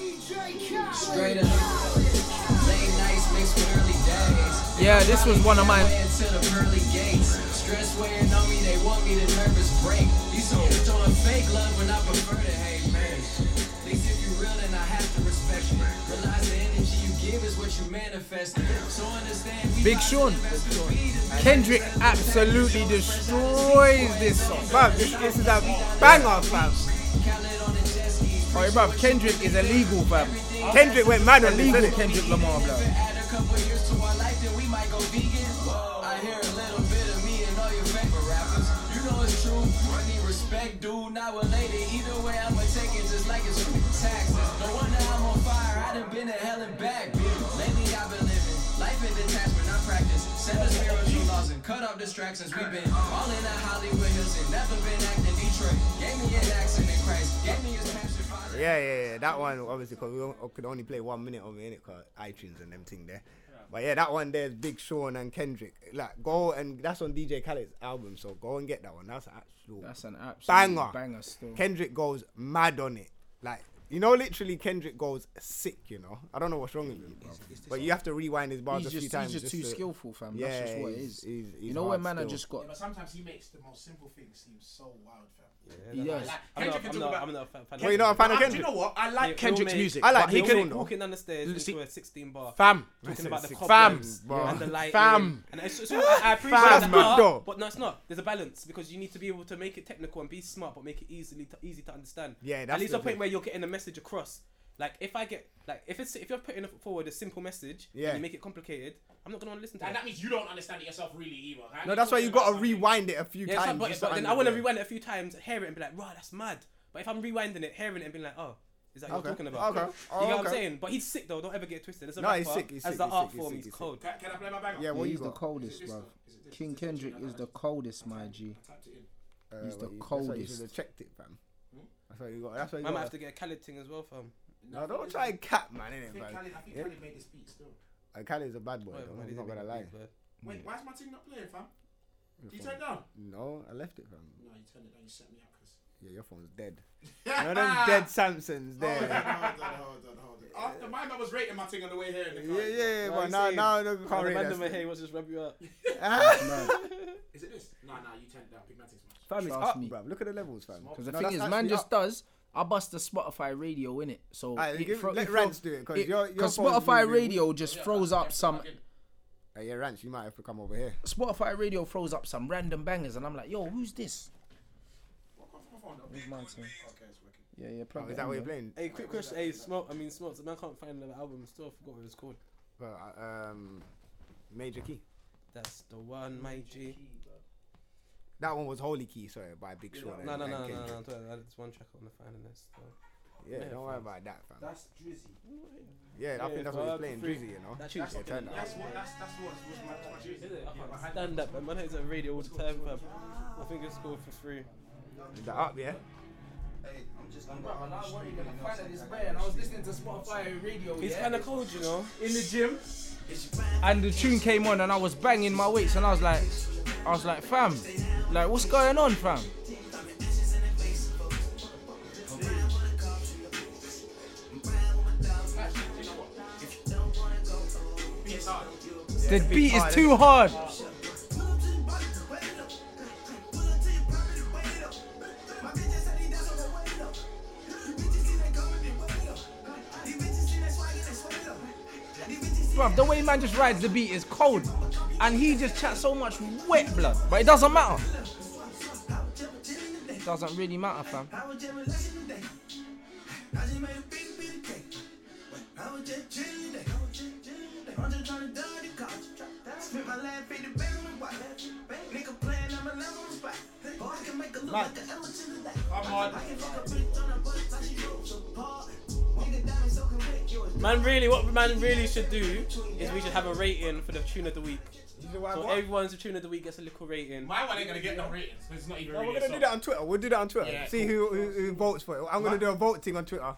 [SPEAKER 7] Straight up. Late nights mixed with early days.
[SPEAKER 5] Yeah, this was one of mine.
[SPEAKER 7] Way into the pearly gates. Stress weighing on me, they want me to nervous break. These hoes throwing fake love when I prefer to hate, man. At least if you real, then I have to respect you. Realize the energy you give is what you manifest. So understand we
[SPEAKER 5] Big
[SPEAKER 7] about to
[SPEAKER 5] Sean.
[SPEAKER 7] invest in speed and
[SPEAKER 5] Kendrick absolutely destroys this song.
[SPEAKER 3] Fam, this, this is a banger, fam.
[SPEAKER 7] Khaled on the jet ski.
[SPEAKER 5] Alright, bruv, Kendrick is illegal, fam.
[SPEAKER 3] Kendrick went mad on this,
[SPEAKER 5] Illegal
[SPEAKER 3] didn't it?
[SPEAKER 5] Kendrick Lamar, bruv.
[SPEAKER 7] Add a couple years to our life, then we might go vegan. I hear a little bit of me and all your favorite rappers. You know it's true. I need respect, dude. Now or later, either way, I'ma take it just like it's free taxes. No wonder I'm on fire. I done been to hell and back, bitch. Lately, I've been living life in detachment. I practice seven spiritual laws and cut off distractions. We've been all in the Hollywood Hills and never been acting Detroit. Gave me an accent in Christ. Gave me his passion. Father.
[SPEAKER 3] Yeah, yeah, yeah. That one, obviously, because we o- could only play one minute of it, innit? 'Cause iTunes and them thing there. But yeah, that one there's Big Sean and Kendrick. Like, go and that's on DJ Khaled's album, so go and get that one. That's actual.
[SPEAKER 5] That's an absolute
[SPEAKER 3] banger.
[SPEAKER 5] banger. still.
[SPEAKER 3] Kendrick goes mad on it. Like, you know, literally, Kendrick goes sick, you know? I don't know what's wrong with him, bro. But you have to rewind his bars
[SPEAKER 5] He's
[SPEAKER 3] a few
[SPEAKER 5] just,
[SPEAKER 3] times.
[SPEAKER 5] he's just too
[SPEAKER 3] to-
[SPEAKER 5] skillful, fam.
[SPEAKER 3] Yeah,
[SPEAKER 5] That's just what it
[SPEAKER 3] he's-
[SPEAKER 5] is.
[SPEAKER 3] he's- he's
[SPEAKER 5] you know when
[SPEAKER 3] hard
[SPEAKER 5] man I
[SPEAKER 3] still.
[SPEAKER 5] just got.
[SPEAKER 6] But sometimes he makes the most simple things seem so wild, fam.
[SPEAKER 5] He does.
[SPEAKER 1] I'm not,
[SPEAKER 2] Kendrick can
[SPEAKER 1] I'm
[SPEAKER 2] talk
[SPEAKER 1] not,
[SPEAKER 2] about-
[SPEAKER 1] I'm not a fan. fan of
[SPEAKER 3] Well, you know, I'm a fan of
[SPEAKER 2] I, do
[SPEAKER 3] Kendrick.
[SPEAKER 2] you know what? I like
[SPEAKER 1] Yeah,
[SPEAKER 2] Kendrick's
[SPEAKER 1] Illmatic.
[SPEAKER 2] music.
[SPEAKER 3] I like
[SPEAKER 2] but he
[SPEAKER 3] he
[SPEAKER 1] He'll
[SPEAKER 3] can-
[SPEAKER 2] can.
[SPEAKER 1] make-
[SPEAKER 3] though.
[SPEAKER 1] walking down the stairs
[SPEAKER 6] see-
[SPEAKER 1] into a 16 bar.
[SPEAKER 6] Fam.
[SPEAKER 1] Talking about the
[SPEAKER 3] Fam.
[SPEAKER 1] cobwebs
[SPEAKER 3] Fam.
[SPEAKER 1] and the lighting.
[SPEAKER 6] Fam.
[SPEAKER 1] And it's, it's, I, I appreciate
[SPEAKER 3] Fam.
[SPEAKER 1] that
[SPEAKER 3] Good
[SPEAKER 1] art,
[SPEAKER 3] though.
[SPEAKER 1] but no, it's not. There's a balance because you need to be able to make it technical and be smart, but make it easily to, easy to understand.
[SPEAKER 3] Yeah, that's
[SPEAKER 1] at least
[SPEAKER 3] the
[SPEAKER 1] a point
[SPEAKER 3] thing.
[SPEAKER 1] where you're getting a message across. Like if I get like if it's if you're putting forward a simple message,
[SPEAKER 3] Yeah.
[SPEAKER 1] and you make it complicated. I'm not gonna wanna listen to
[SPEAKER 6] And
[SPEAKER 1] that.
[SPEAKER 6] that means you don't understand it yourself really either. How
[SPEAKER 3] No, that's why
[SPEAKER 6] talking
[SPEAKER 3] you
[SPEAKER 6] about
[SPEAKER 3] gotta
[SPEAKER 6] something-
[SPEAKER 3] rewind it a few
[SPEAKER 1] Yeah, it's
[SPEAKER 3] times.
[SPEAKER 1] not- but,
[SPEAKER 3] just
[SPEAKER 1] but
[SPEAKER 3] to
[SPEAKER 1] then I want to
[SPEAKER 3] understand.
[SPEAKER 1] rewind it a few times, hear it and be like, "Right, that's mad." But if I'm rewinding it, hearing it and being like, "Oh, is that what
[SPEAKER 3] Okay.
[SPEAKER 1] you're talking about?"
[SPEAKER 3] Okay.
[SPEAKER 1] you
[SPEAKER 3] Oh,
[SPEAKER 1] know what I'm
[SPEAKER 3] okay.
[SPEAKER 1] saying? But he's sick though. Don't ever get it twisted. As a
[SPEAKER 3] No,
[SPEAKER 1] rapper,
[SPEAKER 3] he's sick, he's
[SPEAKER 1] as
[SPEAKER 3] sick,
[SPEAKER 1] the
[SPEAKER 3] he's
[SPEAKER 1] art
[SPEAKER 3] sick, he's
[SPEAKER 1] form,
[SPEAKER 3] sick,
[SPEAKER 1] he's
[SPEAKER 3] he's sick.
[SPEAKER 1] cold.
[SPEAKER 2] Can, can I play my banger?
[SPEAKER 3] Yeah, what you
[SPEAKER 5] He's the
[SPEAKER 3] got?
[SPEAKER 5] coldest, bruv. King Kendrick is the coldest, my G.
[SPEAKER 3] Uh,
[SPEAKER 5] He's the
[SPEAKER 3] but you- that's why You
[SPEAKER 5] coldest.
[SPEAKER 3] should have checked it, fam. That's why you got. That's why you
[SPEAKER 1] I might
[SPEAKER 3] got.
[SPEAKER 1] Hmm? have to get a Khaled thing as well, fam.
[SPEAKER 3] No, don't try and cap, man,
[SPEAKER 2] I
[SPEAKER 3] innit,
[SPEAKER 2] think
[SPEAKER 3] fam.
[SPEAKER 2] Khaled, I think
[SPEAKER 3] Yeah.
[SPEAKER 2] Khaled made this beat still.
[SPEAKER 3] Uh, Khaled's a bad boy,
[SPEAKER 1] Whatever,
[SPEAKER 3] though.
[SPEAKER 1] man,
[SPEAKER 3] I'm
[SPEAKER 1] he's
[SPEAKER 3] not
[SPEAKER 1] a
[SPEAKER 3] gonna
[SPEAKER 1] big
[SPEAKER 3] lie.
[SPEAKER 1] beat, but-
[SPEAKER 2] Wait, why is my team not playing, fam? Did you turn it down?
[SPEAKER 3] No, I left it, fam.
[SPEAKER 2] No, you turned it down. You set me up, Chris.
[SPEAKER 3] Yeah, your phone's dead. no, them dead Samsons
[SPEAKER 1] Oh,
[SPEAKER 3] there.
[SPEAKER 2] Hold on, hold
[SPEAKER 3] yeah,
[SPEAKER 2] on, hold on, hold on. After my man was rating my thing on the way here in the car.
[SPEAKER 3] yeah, yeah,
[SPEAKER 1] What are
[SPEAKER 3] but
[SPEAKER 1] you
[SPEAKER 3] now,
[SPEAKER 1] saying?
[SPEAKER 3] now they can't
[SPEAKER 1] Man, the man
[SPEAKER 3] read that.
[SPEAKER 1] them in
[SPEAKER 3] stuff.
[SPEAKER 1] here wants to just rub you up.
[SPEAKER 2] Is it this? No, no, you turned it down. Big man takes much.
[SPEAKER 3] Fam, it's
[SPEAKER 5] Trust
[SPEAKER 3] up,
[SPEAKER 5] me.
[SPEAKER 3] bruv. Look at the levels, fam.
[SPEAKER 5] Because the
[SPEAKER 3] No,
[SPEAKER 5] thing
[SPEAKER 3] that's
[SPEAKER 5] is, man
[SPEAKER 3] actually
[SPEAKER 5] just
[SPEAKER 3] up.
[SPEAKER 5] does. I bust the Spotify radio in it, so
[SPEAKER 3] Aight,
[SPEAKER 5] it
[SPEAKER 3] give-
[SPEAKER 5] thro-
[SPEAKER 3] let
[SPEAKER 5] it thro-
[SPEAKER 3] Rance do it, 'cause your- your
[SPEAKER 5] 'cause
[SPEAKER 3] phone's
[SPEAKER 5] Spotify
[SPEAKER 3] moving.
[SPEAKER 5] radio just throws up some
[SPEAKER 3] Uh, yeah, Ranch, you might have to come over here.
[SPEAKER 5] Spotify radio throws up some random bangers, and I'm like, yo, who's this?
[SPEAKER 2] What come from my phone though?
[SPEAKER 5] Who's mine, son?
[SPEAKER 2] Okay, it's working.
[SPEAKER 5] Yeah, yeah,
[SPEAKER 3] Oh,
[SPEAKER 5] plug
[SPEAKER 3] is
[SPEAKER 5] it
[SPEAKER 3] that
[SPEAKER 5] in,
[SPEAKER 3] what you're playing?
[SPEAKER 5] man.
[SPEAKER 1] Hey, quick question. Hey, smoke. I mean, smokes. The man can't find the album. Still, I forgot what it was called.
[SPEAKER 3] Well, uh, um, Major Key.
[SPEAKER 1] That's the one, my G.
[SPEAKER 3] That one was Holy Key, sorry, by Big Sean. and-
[SPEAKER 1] No, no,
[SPEAKER 3] and
[SPEAKER 1] no, no, no.
[SPEAKER 3] Kendrick.
[SPEAKER 1] no, don't- That's one track on the final list. though.
[SPEAKER 3] Yeah,
[SPEAKER 1] Yeah,
[SPEAKER 3] don't worry about that, fam.
[SPEAKER 2] That's Drizzy.
[SPEAKER 3] yeah, I think that's what he's playing, Drizzy, you know.
[SPEAKER 1] That's
[SPEAKER 3] Yeah,
[SPEAKER 1] fucking-
[SPEAKER 3] turn that
[SPEAKER 2] That's
[SPEAKER 3] up.
[SPEAKER 2] what. That's that's what. What's my, that's my Drizzy.
[SPEAKER 1] I can't stand that, man. My head's on radio all the time, fam. I think it's called for free.
[SPEAKER 3] Is that up, yeah?
[SPEAKER 2] Hey, I'm just.
[SPEAKER 8] I'm
[SPEAKER 2] Bro,
[SPEAKER 8] on
[SPEAKER 2] I'm
[SPEAKER 8] the
[SPEAKER 2] not
[SPEAKER 8] street,
[SPEAKER 2] worried.
[SPEAKER 8] you
[SPEAKER 2] I'm
[SPEAKER 8] know
[SPEAKER 2] a
[SPEAKER 8] what
[SPEAKER 2] fan
[SPEAKER 8] I'm
[SPEAKER 2] of this
[SPEAKER 8] saying?
[SPEAKER 2] brand. I was listening.
[SPEAKER 5] to Spotify radio.
[SPEAKER 1] It's
[SPEAKER 5] yeah?
[SPEAKER 1] kind of cold, you know.
[SPEAKER 5] in the gym and the tune came on and I was banging my weights and I was like I was like fam like what's going on fam the beat is too hard Bruv, the way man just rides the beat is cold. And he just chats so much wet blood. But it doesn't matter. Doesn't really matter, fam.
[SPEAKER 1] Man, really, what man really should do is we should have a rating for the tune of the week. So everyone's tune of the week gets a little rating.
[SPEAKER 2] My one ain't gonna get no ratings. 'cause It's not even.
[SPEAKER 3] No, we're
[SPEAKER 2] really a
[SPEAKER 3] gonna do
[SPEAKER 2] song.
[SPEAKER 3] that on Twitter. We'll do that on Twitter.
[SPEAKER 2] Yeah,
[SPEAKER 3] See who, who who votes for it. I'm gonna do a vote thing on Twitter.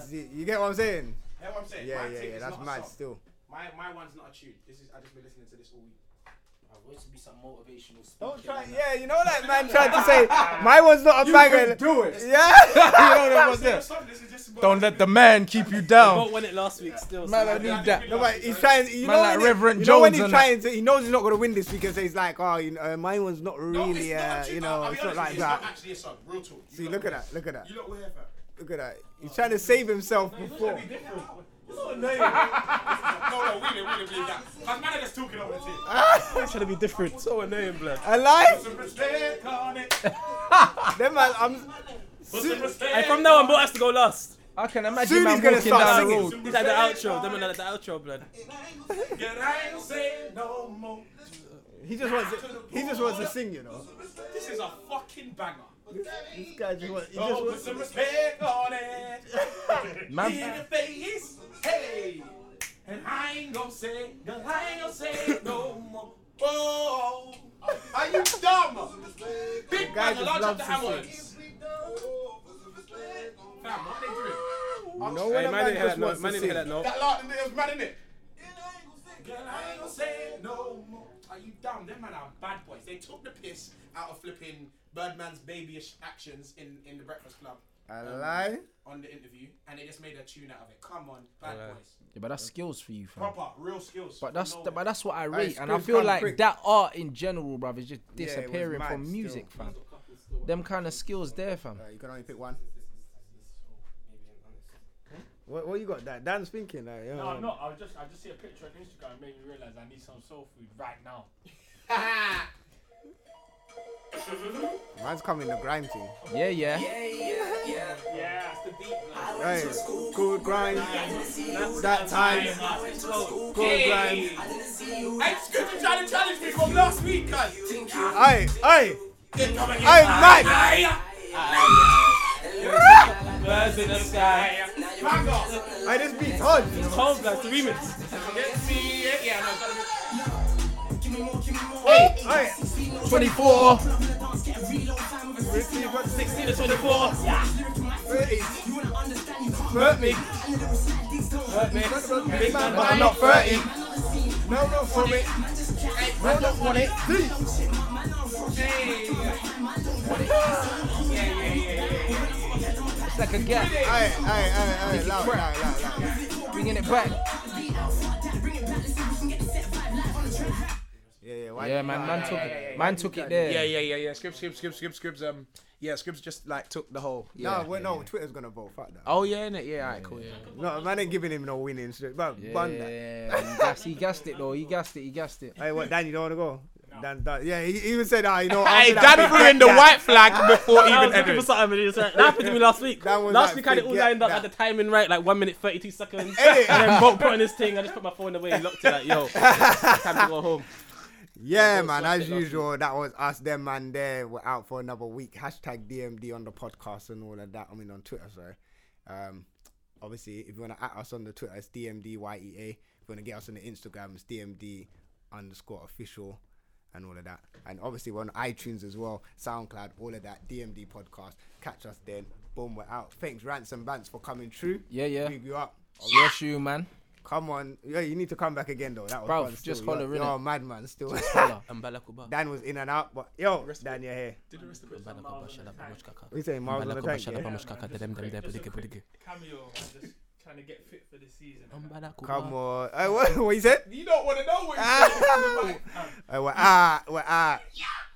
[SPEAKER 3] See- You get what I'm saying?
[SPEAKER 2] Hear what I'm saying?
[SPEAKER 3] Yeah,
[SPEAKER 2] My
[SPEAKER 3] yeah,
[SPEAKER 2] thing
[SPEAKER 3] yeah.
[SPEAKER 2] is
[SPEAKER 3] That's
[SPEAKER 2] not a
[SPEAKER 3] mad
[SPEAKER 2] song.
[SPEAKER 3] still.
[SPEAKER 2] My my one's not a tune. This is I just been listening to this all week.
[SPEAKER 8] I want to be some motivational speaker.
[SPEAKER 3] Don't try. Yeah, you know that man tried to say my one's not a banger.
[SPEAKER 5] do it.
[SPEAKER 3] Yeah.
[SPEAKER 2] This is just
[SPEAKER 5] Don't let the man keep you down.
[SPEAKER 1] Vote when it last week still. so
[SPEAKER 5] Man, I
[SPEAKER 1] like-
[SPEAKER 5] need that.
[SPEAKER 3] No, but he's trying. You
[SPEAKER 5] Man
[SPEAKER 3] know,
[SPEAKER 5] like
[SPEAKER 3] when he-
[SPEAKER 5] Reverend
[SPEAKER 3] you know when
[SPEAKER 5] Jones
[SPEAKER 3] he's
[SPEAKER 5] and
[SPEAKER 3] trying to. He knows he's not gonna win this weekend, so he's like, oh, you know, uh, my one's not
[SPEAKER 2] No,
[SPEAKER 3] really.
[SPEAKER 2] it's not
[SPEAKER 3] uh,
[SPEAKER 2] a tune.
[SPEAKER 3] you
[SPEAKER 2] I'll-
[SPEAKER 3] know,
[SPEAKER 2] I'll be
[SPEAKER 3] it's
[SPEAKER 2] honest
[SPEAKER 3] not
[SPEAKER 2] with
[SPEAKER 3] like
[SPEAKER 2] you, It's
[SPEAKER 3] that.
[SPEAKER 2] not actually a song. Real talk. You
[SPEAKER 3] See,
[SPEAKER 2] lot
[SPEAKER 3] look at
[SPEAKER 2] know
[SPEAKER 3] that. Look at that.
[SPEAKER 2] this. You lot will hear that.
[SPEAKER 3] Look at that.
[SPEAKER 2] Oh,
[SPEAKER 3] He's trying to save himself before.
[SPEAKER 2] No, no, really, really, really that. Cause man are just talking over the team.
[SPEAKER 1] It's gonna be different. So annoying, blood.
[SPEAKER 3] I lie.
[SPEAKER 2] Some respect on it.
[SPEAKER 3] Them man, I'm
[SPEAKER 2] Put some respect.
[SPEAKER 1] And from now on, what has to go last?
[SPEAKER 5] I can imagine
[SPEAKER 3] soon
[SPEAKER 5] man
[SPEAKER 3] he's gonna
[SPEAKER 5] walking
[SPEAKER 3] start
[SPEAKER 5] down the
[SPEAKER 3] singing.
[SPEAKER 5] road.
[SPEAKER 1] It's like the outro. Them and the outro, blood.
[SPEAKER 2] Yeah, I ain't saying no more.
[SPEAKER 3] He just wants. To, he just wants to sing, you know.
[SPEAKER 2] This is a fucking banger.
[SPEAKER 3] This guy just wants. He just
[SPEAKER 2] Oh, put
[SPEAKER 3] wants.
[SPEAKER 2] some respect on it.
[SPEAKER 5] Man,
[SPEAKER 2] In the face, hey. And I ain't gonna say, no, I ain't gonna say no more. Oh, are you dumb? Big
[SPEAKER 3] guy
[SPEAKER 2] man,
[SPEAKER 3] just
[SPEAKER 2] large up
[SPEAKER 3] loves
[SPEAKER 2] the
[SPEAKER 3] to
[SPEAKER 2] hammers. Fam, what are they doing?
[SPEAKER 1] Hey,
[SPEAKER 3] No, when a
[SPEAKER 1] man
[SPEAKER 3] man
[SPEAKER 1] didn't hear
[SPEAKER 3] just
[SPEAKER 1] that note.
[SPEAKER 3] wants
[SPEAKER 1] Man
[SPEAKER 3] to
[SPEAKER 1] didn't hear
[SPEAKER 3] sing.
[SPEAKER 1] that note.
[SPEAKER 2] That lot, it was mad, innit? Girl, I ain't gonna say no more. Are you dumb? Them man are bad boys. They took the piss out of flipping Birdman's babyish actions in, in the Breakfast Club
[SPEAKER 3] I lie.
[SPEAKER 2] on the interview, and they just made a tune out of it. Come on, bad
[SPEAKER 1] Alright.
[SPEAKER 2] boys.
[SPEAKER 5] yeah, but that's skills for you, fam.
[SPEAKER 2] Proper, real skills.
[SPEAKER 5] But
[SPEAKER 2] from
[SPEAKER 5] that's
[SPEAKER 2] nowhere.
[SPEAKER 5] but that's what I rate, and I
[SPEAKER 3] Scripps
[SPEAKER 5] feel
[SPEAKER 3] can't
[SPEAKER 5] like
[SPEAKER 3] prick.
[SPEAKER 5] that art in general, bruv, is just
[SPEAKER 3] it was
[SPEAKER 5] disappearing
[SPEAKER 3] mad
[SPEAKER 5] from
[SPEAKER 3] still.
[SPEAKER 5] music, fam. Them kind of skills there, fam.
[SPEAKER 3] Uh, you can only pick one. What, what you got? That Dan's thinking. Like,
[SPEAKER 2] No,
[SPEAKER 3] uh,
[SPEAKER 2] I'm
[SPEAKER 4] No, I was just I just see a picture on Instagram and made me realize I need some soul food right now.
[SPEAKER 3] Man's coming the grime thing.
[SPEAKER 5] Yeah, yeah.
[SPEAKER 4] Yeah.
[SPEAKER 3] Right. Good grind. That time. Good grind.
[SPEAKER 2] Hey, Scripture trying to challenge me from last week, guys.
[SPEAKER 3] Aye, aye,
[SPEAKER 2] Didn't come again.
[SPEAKER 3] aye, man.
[SPEAKER 1] Birds in the sky.
[SPEAKER 2] Back off.
[SPEAKER 3] Aye, this beat's hard. you know.
[SPEAKER 1] Cold, blood. The remix.
[SPEAKER 2] Forget me. Yeah, no, it's gotta be-
[SPEAKER 3] Aye,
[SPEAKER 5] 24.
[SPEAKER 1] 16 to 24.
[SPEAKER 3] thirty. Hurt me. Hurt me. Big man, but I'm not thirty. No, no, from it. No, not want it. See?
[SPEAKER 5] It's like a gap.
[SPEAKER 3] Aye, aye, aye, aye. Loud, loud, loud, loud.
[SPEAKER 5] Bringing it back.
[SPEAKER 3] Yeah, yeah. Why
[SPEAKER 5] Yeah, man. Man took it. Man took it there.
[SPEAKER 9] Yeah, yeah, yeah, yeah. Scribs, scribs, scribs, scribs, scribs. Um, yeah, scribs just like took the whole.
[SPEAKER 3] No,
[SPEAKER 9] Yeah.
[SPEAKER 3] well, no. Twitter's gonna vote. Fuck that.
[SPEAKER 9] Oh yeah, innit? Yeah, alright, cool. Yeah.
[SPEAKER 3] No, man ain't giving him no winning streak. But bun that.
[SPEAKER 5] Yeah, he gassed- he gassed it though. He gassed it. He gassed it.
[SPEAKER 3] Hey, what, Dan? You don't want to go? Dan, Dan, yeah, he he even said that. You know,
[SPEAKER 9] Hey,
[SPEAKER 3] after
[SPEAKER 9] Dan
[SPEAKER 3] that big
[SPEAKER 9] threw in the
[SPEAKER 3] black
[SPEAKER 9] white flag before
[SPEAKER 1] I
[SPEAKER 9] even
[SPEAKER 1] was looking for
[SPEAKER 9] Edwards.
[SPEAKER 1] something, and it was like, that happened to me last week.
[SPEAKER 3] That was
[SPEAKER 1] Last
[SPEAKER 3] that
[SPEAKER 1] week, I had it
[SPEAKER 3] big
[SPEAKER 1] all
[SPEAKER 3] gap-
[SPEAKER 1] lined up
[SPEAKER 3] that-
[SPEAKER 1] at the timing right, like 1 minute 32 seconds.
[SPEAKER 3] guy. Edit.
[SPEAKER 1] And then Bolt put on his thing, I just put my phone away, locked it like, yo, time to go home.
[SPEAKER 3] Yeah, man, as usual, that was us, them, man, there. We're out for another week. Hashtag DMD on the podcast and all of that. I mean, on Twitter, sorry. Um, obviously, if you want to at us on the Twitter, it's DMDYEA. E If you want to get us on the Instagram, it's DMD underscore official and all of that. And obviously, we're on iTunes as well, SoundCloud, all of that. DMD podcast. Catch us then. Boom, we're out. Thanks, Rants and Bants, for coming through.
[SPEAKER 5] Yeah, yeah.
[SPEAKER 3] Big you up.
[SPEAKER 5] Bless you, man.
[SPEAKER 3] Come on. Yeah, you need to come back again, though. That was
[SPEAKER 5] Bruv,
[SPEAKER 3] fun
[SPEAKER 5] just
[SPEAKER 3] still.
[SPEAKER 5] holler,
[SPEAKER 3] You're, you're
[SPEAKER 5] innit?
[SPEAKER 3] a madman still.
[SPEAKER 5] Holla.
[SPEAKER 1] And Balakuba.
[SPEAKER 3] Dan was in and out, but yo, Dan, you're here.
[SPEAKER 1] Balakuba, shalab, mushkaka.
[SPEAKER 3] We saying Miles on the
[SPEAKER 1] Balakuba,
[SPEAKER 3] tank, yeah?
[SPEAKER 1] shalab, mushkaka. Dedem, dem, dem,
[SPEAKER 4] Just a
[SPEAKER 1] budigi, budigi.
[SPEAKER 4] quick cameo. I'm just trying to get fit for the season.
[SPEAKER 1] And Balakuba.
[SPEAKER 3] Come on. Hey, what, what you said?
[SPEAKER 10] You don't want to know what
[SPEAKER 3] Ah. Hey, we're out. We're out.